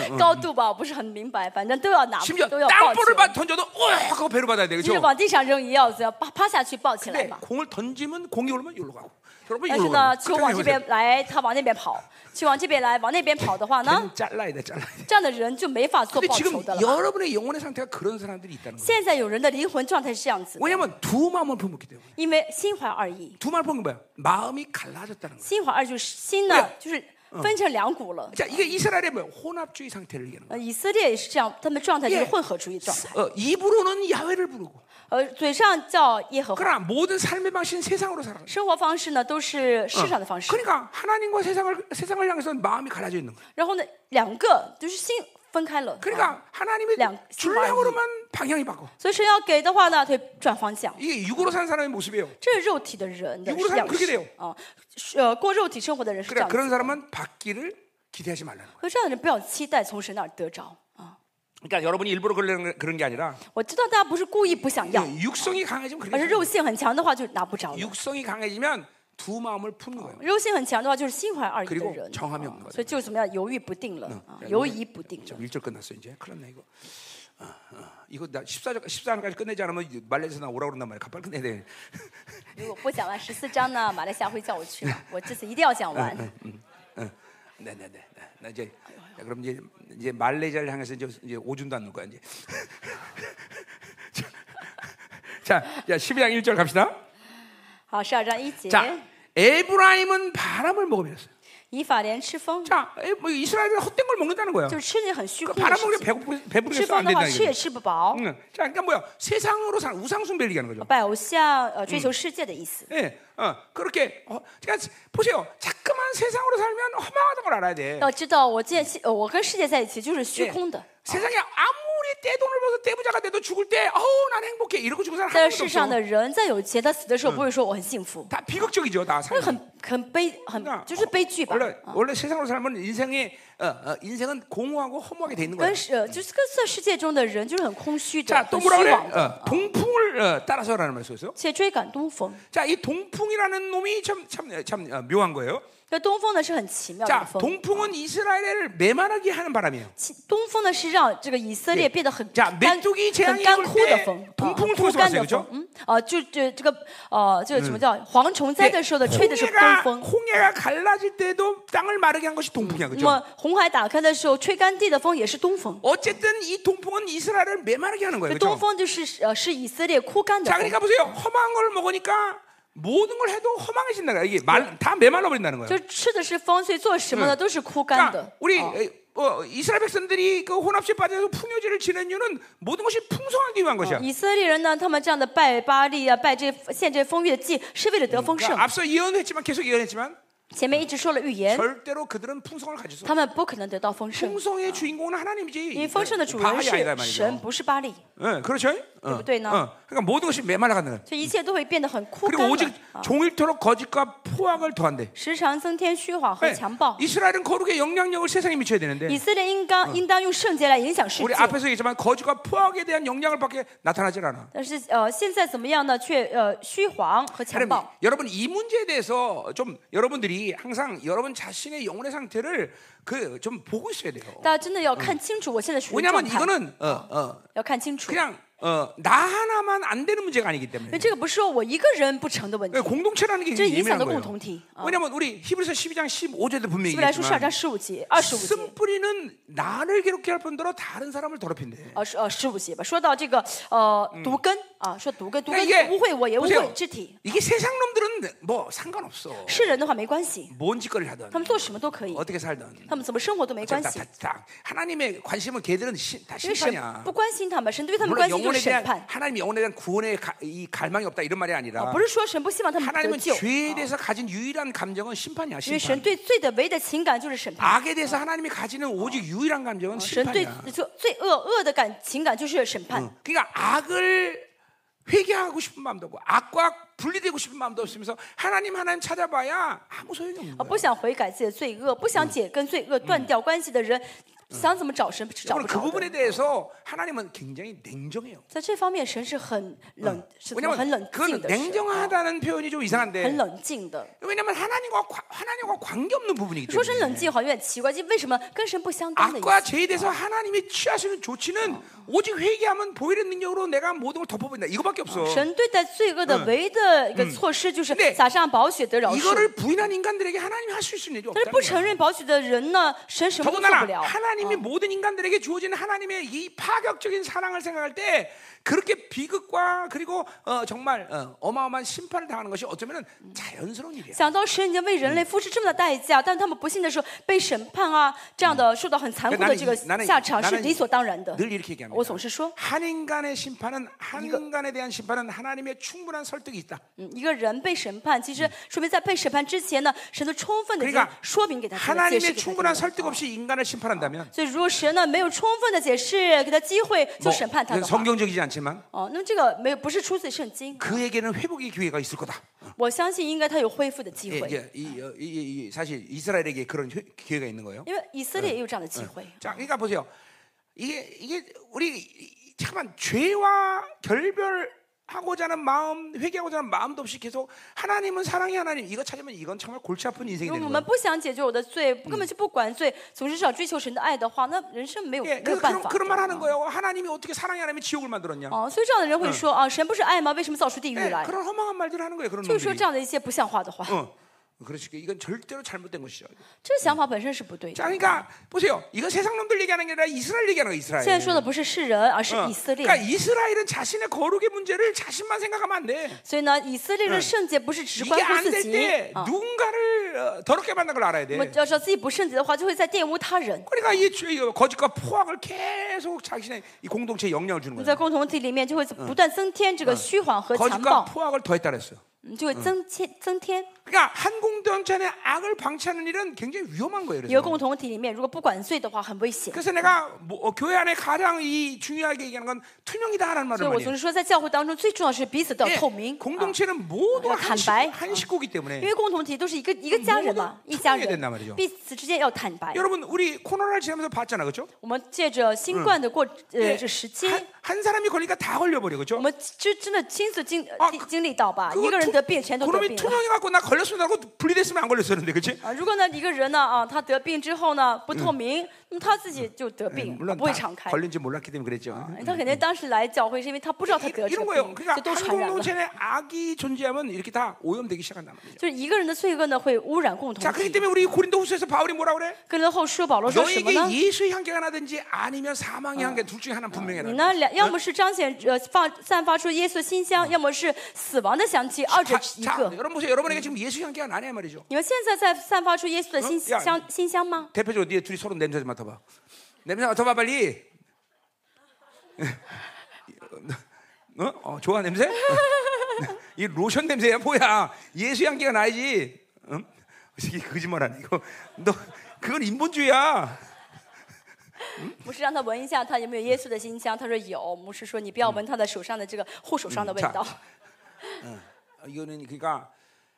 Speaker 2: 什
Speaker 1: 되고.
Speaker 2: 么 高度吧？我不是很明白，反正都要拿，
Speaker 1: 심지어
Speaker 2: 都要抱球，
Speaker 1: 땅볼을 받- 던져도 어 하고 배로 받아야 돼,
Speaker 2: 即使
Speaker 1: 그렇죠?
Speaker 2: 往地上扔也要要趴趴下去抱起来
Speaker 1: 근데
Speaker 2: 嘛。
Speaker 1: 공을 던지면 공이 오르면 여기로 가고, 여러분
Speaker 2: 但是
Speaker 1: 여기로
Speaker 2: 呢，
Speaker 1: 가고.
Speaker 2: 球往这边来，他往那边跑；球往这边来，往那边跑的话呢，
Speaker 1: 그냥 잘라야 돼, 잘라야 돼.
Speaker 2: 这样的人就没法做
Speaker 1: 근데
Speaker 2: 报
Speaker 1: 지금
Speaker 2: 仇的了。
Speaker 1: 여러분의 영혼의 상태가 그런 사람들이 있다는 거예요.
Speaker 2: 现在有人的灵魂状态是这样子的，
Speaker 1: 왜냐면 두 마음을 품었기 때문에.
Speaker 2: 因为心怀二意，
Speaker 1: 두 마음을 품은 거야. 마음이 갈라졌다는 거야.
Speaker 2: 心怀二就是心
Speaker 1: 对
Speaker 2: 呢
Speaker 1: 啊
Speaker 2: 就是分成两股了。
Speaker 1: 자, 이게 이스라엘의 뭐 혼합주의 상태를 얘기하는 거야.
Speaker 2: 呃，以色列也是这样，他们状态就是
Speaker 1: Yeah
Speaker 2: 混合主义状态，
Speaker 1: 어, 입으로는 야훼를 부르고,
Speaker 2: 呃，嘴上叫耶和华，
Speaker 1: 그러나 모든 삶의 방식은 세상으로 살아가.
Speaker 2: 生活方式呢都是世上的方式。
Speaker 1: 그러니까 하나님과 세상을 세상을 향해서 마음이 갈라져 있는 거야.
Speaker 2: 然后呢，两个就是心分开了，
Speaker 1: 그러니까 하나님의
Speaker 2: 양-
Speaker 1: 줄량으로만 방향이 바뀌어.
Speaker 2: 所以神要给的话呢，得转方向。
Speaker 1: 이게 육으로 산 사람의 모습이에요.
Speaker 2: 这是肉体的人的
Speaker 1: 육으로살면
Speaker 2: 样
Speaker 1: 그게돼요
Speaker 2: 式啊，是呃，过肉体生活的人是这
Speaker 1: 그러니까 그래
Speaker 2: 样子。
Speaker 1: 그런 사람은 받기를 기대하지 말라는 거야.
Speaker 2: 可这样的人不要期待从神那儿得着啊！
Speaker 1: 그러니까 여러분이 일부러 그러는 게- 그런 게 아니라
Speaker 2: 我知道大家不是故意不想要，
Speaker 1: 육성이 강해지면 아,
Speaker 2: 而是
Speaker 1: 그렇게
Speaker 2: 肉性很强的话就拿不着了。
Speaker 1: 육성이 강해지면 두 마음을 품는 거예요.
Speaker 2: 肉性很强的话就是心怀二意的
Speaker 1: 그리고
Speaker 2: 人，啊
Speaker 1: 정함이없는거죠
Speaker 2: 所以就怎么样犹豫不定了啊，犹疑不定了
Speaker 1: 자 。 1절 끝났어 이제. 큰일 났네 이거. 아, 아, 이거 나 14절 14절까지 끝내지 않으면 말레이시아 나 오라고 그런단 말이야. 가빨 끝내야 돼.
Speaker 2: 如果不讲完十四章呢，马来西亚会叫我去 了，我这次一定要讲完。
Speaker 1: 네네네. 네. 나 이제 자, 그럼 이제 이제 말레이시아를 향해서 이제, 이제 오줌도 안 넣을 거야 이제. 자, 자 12장 1절 갑시다.
Speaker 2: 好，十二章一节，
Speaker 1: 자, 에브라임은 바람을 먹어버렸어요.
Speaker 2: 以法莲吃风，
Speaker 1: 자, 에, 뭐 이스라엘은 헛된 걸 먹는다는 거야. 그
Speaker 2: 就是吃那很虚空的
Speaker 1: 바람
Speaker 2: 事
Speaker 1: 먹으면
Speaker 2: 情
Speaker 1: 배고프
Speaker 2: 吃
Speaker 1: 배부르겠어
Speaker 2: 风
Speaker 1: 안
Speaker 2: 的话
Speaker 1: 된다는
Speaker 2: 吃也
Speaker 1: 거죠.
Speaker 2: 吃不饱，
Speaker 1: 응. 자, 그러니까 뭐야? 세상으로 사는 우상숭배 얘기하는 거죠.
Speaker 2: 拜偶像，呃，追求世界的意思。
Speaker 1: 예, 어, 그렇게 어, 그러니까 보세요. 자꾸만 세상으로 살면 허망하다는 걸 알아야 돼. 예.
Speaker 2: 要知道，我见世，呃我跟世界在一起就是虚空的。
Speaker 1: 세상에 아무리 떼돈을 벌어서 떼부자가 돼도 죽을 때 어우 난 행복해 이러고 죽은 사람 한
Speaker 2: 在
Speaker 1: 명도
Speaker 2: 世上
Speaker 1: 없어.
Speaker 2: 的人，在有钱，他死的时候不会说我很幸福，
Speaker 1: 다 비극적이죠, 다
Speaker 2: 会
Speaker 1: 삶이.
Speaker 2: 很很悲，很
Speaker 1: 그러니까
Speaker 2: 就是悲剧吧。
Speaker 1: 원래 원래 세상으로 살면 인생에 어, 어, 인생은 공허하고 허무하게 돼 있는 거야.
Speaker 2: 跟世呃就是跟在世界中的人，就是很空虚的，
Speaker 1: 자, 또
Speaker 2: 很
Speaker 1: 뭐라
Speaker 2: 虚
Speaker 1: 그래?
Speaker 2: 妄的，
Speaker 1: 어, 동풍을 어, 따라서라는 말이 있어요.
Speaker 2: 且追赶东风。
Speaker 1: 자, 이 동풍이라는 놈이 참 참 참 어, 묘한 거예요.
Speaker 2: 那东风呢是很奇妙的
Speaker 1: 자,
Speaker 2: 风，
Speaker 1: 동풍은 이스라엘을 메마르게 하는 바람이에요.
Speaker 2: 其东风呢是让这个以色列变得很
Speaker 1: 자
Speaker 2: 干
Speaker 1: 메뚜기재앙이
Speaker 2: 很干
Speaker 1: 올
Speaker 2: 枯
Speaker 1: 때
Speaker 2: 的风，
Speaker 1: 동풍을
Speaker 2: 啊很
Speaker 1: 통해서
Speaker 2: 枯干的
Speaker 1: 왔어요
Speaker 2: 风，嗯，啊，就这这个呃，这个什么叫蝗虫灾的时候的吹的是东
Speaker 1: 네. 홍해가
Speaker 2: 风。
Speaker 1: 홍해가 갈라질 때도 땅을 마르게 한 것이 동풍이야,
Speaker 2: 那
Speaker 1: 그렇죠?
Speaker 2: 么红海打开的时候，吹干地的风也是东风。
Speaker 1: 어쨌든 이 동풍은 이스라엘을 메마르게 하는 거예요.
Speaker 2: 东
Speaker 1: 그렇죠?
Speaker 2: 风就是呃是以色列枯干的
Speaker 1: 자,
Speaker 2: 风，
Speaker 1: 그러니까 보세요. 허망한 걸 먹으니까 모든 걸 해도 허망해진다. 그러니까 이게 말, 다 메말라 버린다는 거예요.
Speaker 2: 就吃的是风，所以做什么呢都是枯干的
Speaker 1: 그러니까 。 우리
Speaker 2: 啊
Speaker 1: 에, 어, 이스라엘 백성들이 그 혼합시에 빠져서 풍요제를 지낸 이유는 모든 것이 풍성하기 위한 어, 것이야.
Speaker 2: 哦以色列人呢，他们这样的拜巴利啊，拜这献这风月的祭，是为了得丰盛
Speaker 1: 그러니까 。 앞서 예언했지만 계속 예언했지만
Speaker 2: 前面一直说了预言，
Speaker 1: 절대로 그들은 풍성을 가질 수 없어.
Speaker 2: 他们不可能得到丰盛，
Speaker 1: 네. 풍성의 주인공은
Speaker 2: 因为
Speaker 1: 하나님이지.
Speaker 2: 丰盛的主
Speaker 1: 바알이
Speaker 2: 人是
Speaker 1: 아니란 말이죠.
Speaker 2: 神，不是巴利，
Speaker 1: 예, 그렇죠? 어,
Speaker 2: 对不对呢?
Speaker 1: 어, 그러니까 모든 것이 메말라 가는 거예요.
Speaker 2: 所以一切都会变得很枯
Speaker 1: 그리고
Speaker 2: 干
Speaker 1: 오직
Speaker 2: 了啊。
Speaker 1: 종일토록 거짓과 포악을 더한대.
Speaker 2: 时常增添虚谎和
Speaker 1: 예,
Speaker 2: 强暴。
Speaker 1: 이스라엘은 거룩의 영향력을 세상에 미쳐야
Speaker 2: 以
Speaker 1: 되는데
Speaker 2: 色哎列嗯应当应当用圣洁来影响世
Speaker 1: 우리
Speaker 2: 界，
Speaker 1: 앞에서 얘기했지만 거짓과 포악에 대한 영향을 밖에 나타나질 않아.
Speaker 2: 但是呃现在怎么样呢？却呃虚谎和强
Speaker 1: 하나님,
Speaker 2: 暴。
Speaker 1: 여러분 이 문제에 대해서 좀 여러분들이 항상 여러분 자신의 영혼의 상태를 그 좀 보고 있어야 돼요.
Speaker 2: 大家真的要看清嗯楚我现在属于状
Speaker 1: 왜냐하면
Speaker 2: 态，
Speaker 1: 이거는 어, 어,
Speaker 2: 要看清楚。因
Speaker 1: 그냥 어, 나 하나만 안 되는 문제가 아니기
Speaker 2: 为
Speaker 1: 때문에
Speaker 2: 这个不是说我一个人不成的问题
Speaker 1: 그러니까 ， 공동체라는 게
Speaker 2: 这
Speaker 1: 굉장히
Speaker 2: 影
Speaker 1: 예민한
Speaker 2: 响的共
Speaker 1: 거예요.
Speaker 2: 同体啊。
Speaker 1: 왜냐하면 우리 히브리서 12장 15절도 분명히
Speaker 2: 希伯来书十二
Speaker 1: 얘기했지만
Speaker 2: 章十五节、
Speaker 1: 아,
Speaker 2: 二十五节，
Speaker 1: 쓴뿌리는 나를 괴롭게 할 뿐더러 다른 사람을 더럽힌대.
Speaker 2: 呃是呃十五节吧。说到这个呃毒根啊，说毒根，毒
Speaker 1: 那
Speaker 2: 根
Speaker 1: 也
Speaker 2: 污秽我也污秽肢体。
Speaker 1: 이게 세상 놈들은 사람들은 뭐 상관없어.
Speaker 2: 是人的话没关系，
Speaker 1: 뭔 짓거리를 하든
Speaker 2: 他们做什么都可以，
Speaker 1: 어떻게 살든
Speaker 2: 他们怎么生活都没关
Speaker 1: 다,
Speaker 2: 系
Speaker 1: 다, ，다 하나님의 관심은 걔들은 시, 다
Speaker 2: 因为神
Speaker 1: 심판이야. 뭐
Speaker 2: 不关心他们，神对他们关
Speaker 1: 물론
Speaker 2: 心就
Speaker 1: 영혼에
Speaker 2: 是审
Speaker 1: 대한
Speaker 2: 判
Speaker 1: 하나님 영혼에 대한 구원의 가, 이 갈망이 없다 이런 말이
Speaker 2: 啊，
Speaker 1: 아니라
Speaker 2: 不是说神不希望他们得
Speaker 1: 하나님은
Speaker 2: 救，
Speaker 1: 죄에 대해서 가진 유일한 감정은 심판이야.
Speaker 2: 因为神
Speaker 1: 심판.
Speaker 2: 对罪的唯一的情感就是审判，啊
Speaker 1: 악에 대해서 하나님이 가지는 오직 유일한 감정은
Speaker 2: 神对
Speaker 1: 심판이야.
Speaker 2: 就罪恶恶的感情感就是审判。
Speaker 1: 그러니까 악을 회개하고 싶은 마음도 없고 악과 분리되고 싶은 마음도 없으면서 하나님 하나님 찾아봐야 아무 소용이 없는
Speaker 2: 啊，
Speaker 1: 거야.
Speaker 2: 不想悔改自己的罪恶，不想解跟罪恶断掉关系的人，想怎么找神找
Speaker 1: 여러분, 그
Speaker 2: 嗯不着的
Speaker 1: 부분에 。 대해서 하나님은 굉장히 냉정해요.
Speaker 2: 在这方面，神是很冷，是怎么很
Speaker 1: 왜냐면
Speaker 2: 冷静
Speaker 1: 그
Speaker 2: 的神啊，
Speaker 1: 냉정하다는 표현이 좀
Speaker 2: 很
Speaker 1: 이상한데
Speaker 2: 冷静的。
Speaker 1: 왜냐면 하나님과 관- 하나님과 관계없는 부분이기
Speaker 2: 说神
Speaker 1: 때문에
Speaker 2: 冷静好像有点奇怪，就为什么跟神不相干的意
Speaker 1: 악과
Speaker 2: 思？
Speaker 1: 죄에 대해서 하나님이 취하시는 조치는 오직 회개하면 보이는 능력으로 내가 모든 걸 덮어버린다. 이거밖에 없어.
Speaker 2: 神对待罪恶的唯一的一个措施就是
Speaker 1: 근데
Speaker 2: 撒上宝血得
Speaker 1: 아.
Speaker 2: 饶恕，
Speaker 1: 이거를 부인한 인간들에게 하나님이 할 수 있는 일이
Speaker 2: 但是不
Speaker 1: 없다는 거야.
Speaker 2: 承认宝血的人呢，神什么都做
Speaker 1: 더군다나
Speaker 2: 不了。
Speaker 1: 하나님이 모든 인간들에게 주어진 하나님의 이 파격적인 사랑을 생각할 때 그렇게 비극과 그리고 어, 정말 어, 마어마한 심판을 당하는 것이 어쩌면 자연스러운 일이야.
Speaker 2: 想到神已经为人类付出这么大的代价，但他们不信的时候被审判啊，这样的受到很
Speaker 1: 그러니까
Speaker 2: 残酷的这个
Speaker 1: 那那
Speaker 2: 下场
Speaker 1: 那那
Speaker 2: 是理所当然的。
Speaker 1: 늘 이렇게 얘기합니다.
Speaker 2: 我总是说，
Speaker 1: 한 인간의 심판은 한 인간에 대한 심판은 하나님의 충분한 설득이 있다.
Speaker 2: 嗯，一个人被审判，其实说明在被审判之前呢，神都充分的已
Speaker 1: 그러니까
Speaker 2: 经说明给他听了解释
Speaker 1: 하나님의
Speaker 2: 给他听
Speaker 1: 충분한
Speaker 2: 了
Speaker 1: 설득 없이 인간을 심판한다면
Speaker 2: 所以如果神呢没有充分的解释给他机会，
Speaker 1: 뭐
Speaker 2: 就审判他
Speaker 1: 이건
Speaker 2: 的话，
Speaker 1: 성경적이지 않지만
Speaker 2: 哦，那么这个没有不是出自圣经，
Speaker 1: 그에게는 회복의 기회가 있을 거다.
Speaker 2: 我相信应该他有恢复的机
Speaker 1: 예,
Speaker 2: 会，
Speaker 1: 이제 이, 어, 이- 이- 이- 사실 이스라엘에게 그런 회- 기회가 있는 거예요.
Speaker 2: 因为以色列也有这样的机会。
Speaker 1: 자, 그러니까 보세요. 이게 이게 우리 이- 잠깐만 죄와 결별하고자 하는 마음, 회개하고자 하는 마음도 없이 계속 하나님은 사랑의 하나님 이거 찾으면 이건 정말 골치 아픈 인생이
Speaker 2: 如果
Speaker 1: 되는
Speaker 2: 我们
Speaker 1: 거예요.
Speaker 2: 不想解决我的罪，根本就不管罪，总是想追求神的爱的话，那人生没有
Speaker 1: 예,
Speaker 2: 没有
Speaker 1: 그래서
Speaker 2: 办
Speaker 1: 그런,
Speaker 2: 法。
Speaker 1: 그런 말 하는 거예요. 하나님이 어떻게 사랑의 하나님이 지옥을 만들었냐?
Speaker 2: 哦，所以这样的人会说啊，神不是爱吗？为什么造出地
Speaker 1: 예,
Speaker 2: 狱来？
Speaker 1: 그런 허망한 말들을 하는 거예요. 그런
Speaker 2: 就是说
Speaker 1: 놈들이.
Speaker 2: 这样的一些不像话的话，
Speaker 1: 어, 그렇지. 이건 절대로 잘못된 것이죠.
Speaker 2: 这想法本身是不对的
Speaker 1: 자 。 그러니까 보세요. 이건 세상 놈들 얘기하는 게 아니라 이스라엘 얘기하는 거예요. 이스라엘.
Speaker 2: 现在说的不是世人，而是
Speaker 1: 어,
Speaker 2: 以色
Speaker 1: 그러니까
Speaker 2: 列。
Speaker 1: 이스라엘은 자신의 거룩의 문제를 자신만 생각하면 안 돼.
Speaker 2: 所以呢，以色列的圣洁不是只
Speaker 1: 이게
Speaker 2: 关乎
Speaker 1: 안
Speaker 2: 自己
Speaker 1: 될 때
Speaker 2: 啊，
Speaker 1: 누군가를 어, 더럽게 만든 걸 알아야
Speaker 2: 我
Speaker 1: 돼.
Speaker 2: 们要是自己不圣洁的话，就会在玷污他人。
Speaker 1: 그러니까 이 죄- 이 거짓과 포악을 계속 자신의 이 공동체에 영향을 주는
Speaker 2: 在
Speaker 1: 거예요.
Speaker 2: 共同体里面，就会不断增添这个虚谎和强
Speaker 1: 거짓과
Speaker 2: 暴，
Speaker 1: 포악을 더했다 그랬어요.
Speaker 2: 嗯就会增添增添。
Speaker 1: 그러니까 한 공동체 안에 악을 방치하는 일은 굉장히 위험한 거예요.
Speaker 2: 一
Speaker 1: 그래서,
Speaker 2: 个共同体里面，如果不管罪的话，很危险。
Speaker 1: 그래서 내가 뭐, 어, 교회 안에 가장 이 중요하게 얘기하는 건 투명이다라는
Speaker 2: 所
Speaker 1: 말을
Speaker 2: 以我
Speaker 1: 많이
Speaker 2: 总
Speaker 1: 해요.
Speaker 2: 是说，在教会当中，最重要是彼此都要
Speaker 1: 예,
Speaker 2: 透明。啊
Speaker 1: 공동체는 모두가 한,
Speaker 2: 그러니까
Speaker 1: 식구,
Speaker 2: 간발.
Speaker 1: 한 식구기
Speaker 2: 因
Speaker 1: 때문에
Speaker 2: 为共同体都是一个一个家人嘛，
Speaker 1: 嗯
Speaker 2: 一家
Speaker 1: 투명해야 된단
Speaker 2: 人
Speaker 1: 말이죠. ，
Speaker 2: 彼此之间要坦白。
Speaker 1: 여러분 우리 코로나를 지나면서 봤잖아, 그렇죠? 예,
Speaker 2: 我们借着新冠的过
Speaker 1: 네,
Speaker 2: 呃这时间
Speaker 1: 한 ，한 사람이 걸리니까 다 걸려버려, 그렇죠?
Speaker 2: 我们真真的亲自经呃
Speaker 1: 啊
Speaker 2: 经经历到吧，一
Speaker 1: 그거
Speaker 2: 个人
Speaker 1: 투-
Speaker 2: 得病全都得
Speaker 1: 그놈이
Speaker 2: 病了
Speaker 1: 투명해 갖고 나 걸렸으면 하고 분리됐으면 안 걸렸었는데, 그렇지?
Speaker 2: 啊。如果呢一个人呢啊他得病之后呢不透明，那么他自己就得病，他
Speaker 1: 물론
Speaker 2: 不会
Speaker 1: 다
Speaker 2: 敞开。哎
Speaker 1: 걸린지 몰랐기 때문에 그랬죠.
Speaker 2: 他肯定当时来教会嗯是因为他不知道他得
Speaker 1: 어, 이-
Speaker 2: 这
Speaker 1: 이런
Speaker 2: 个
Speaker 1: 거예요.
Speaker 2: 病，就
Speaker 1: 그러니까
Speaker 2: 都
Speaker 1: 한
Speaker 2: 传染了。
Speaker 1: 공동체 내 악이 존재하면 이렇게 다 오염되기 시작한단 말이죠.
Speaker 2: 就是一个人的罪恶呢会污染共同
Speaker 1: 자, 그렇기
Speaker 2: 体。
Speaker 1: 때문에 우리 고린도후서에서 바울이 뭐라 어, 그래?
Speaker 2: 跟人后书保罗说什么呢
Speaker 1: 너에게 ？ 예수의 향기가 나든지 아니면 사망의 향기 둘 중에 하나 분명해
Speaker 2: 你
Speaker 1: 나.
Speaker 2: 呢？两要么是彰显呃放散发出耶稣馨
Speaker 1: 嗯
Speaker 2: 香，要么是死亡的香气，二者
Speaker 1: 자,
Speaker 2: 之一
Speaker 1: 자,
Speaker 2: 个。
Speaker 1: 여러분 보세요. 여러분에게 지금 예수의 향기가 나냐 말이죠.
Speaker 2: 你们现在在散发出耶稣的馨
Speaker 1: 嗯呀
Speaker 2: 香馨香吗？
Speaker 1: 대표적으로 니네 둘이 서로 냄새 좀 맡아봐. 냄새 맡아봐 빨리. 어? 어, 좋아 냄새? 이 로션 냄새야 뭐야? 예수 향기가 나야지. 응? 이게 거짓말하네 이거. 너 그건 인본주의야.
Speaker 2: 牧师让他闻一下，他有没有耶稣的馨香？他说有。牧师说你不要闻他的手上的这个护手霜的味
Speaker 1: 嗯
Speaker 2: 道。
Speaker 1: 어, 이거는 그러니까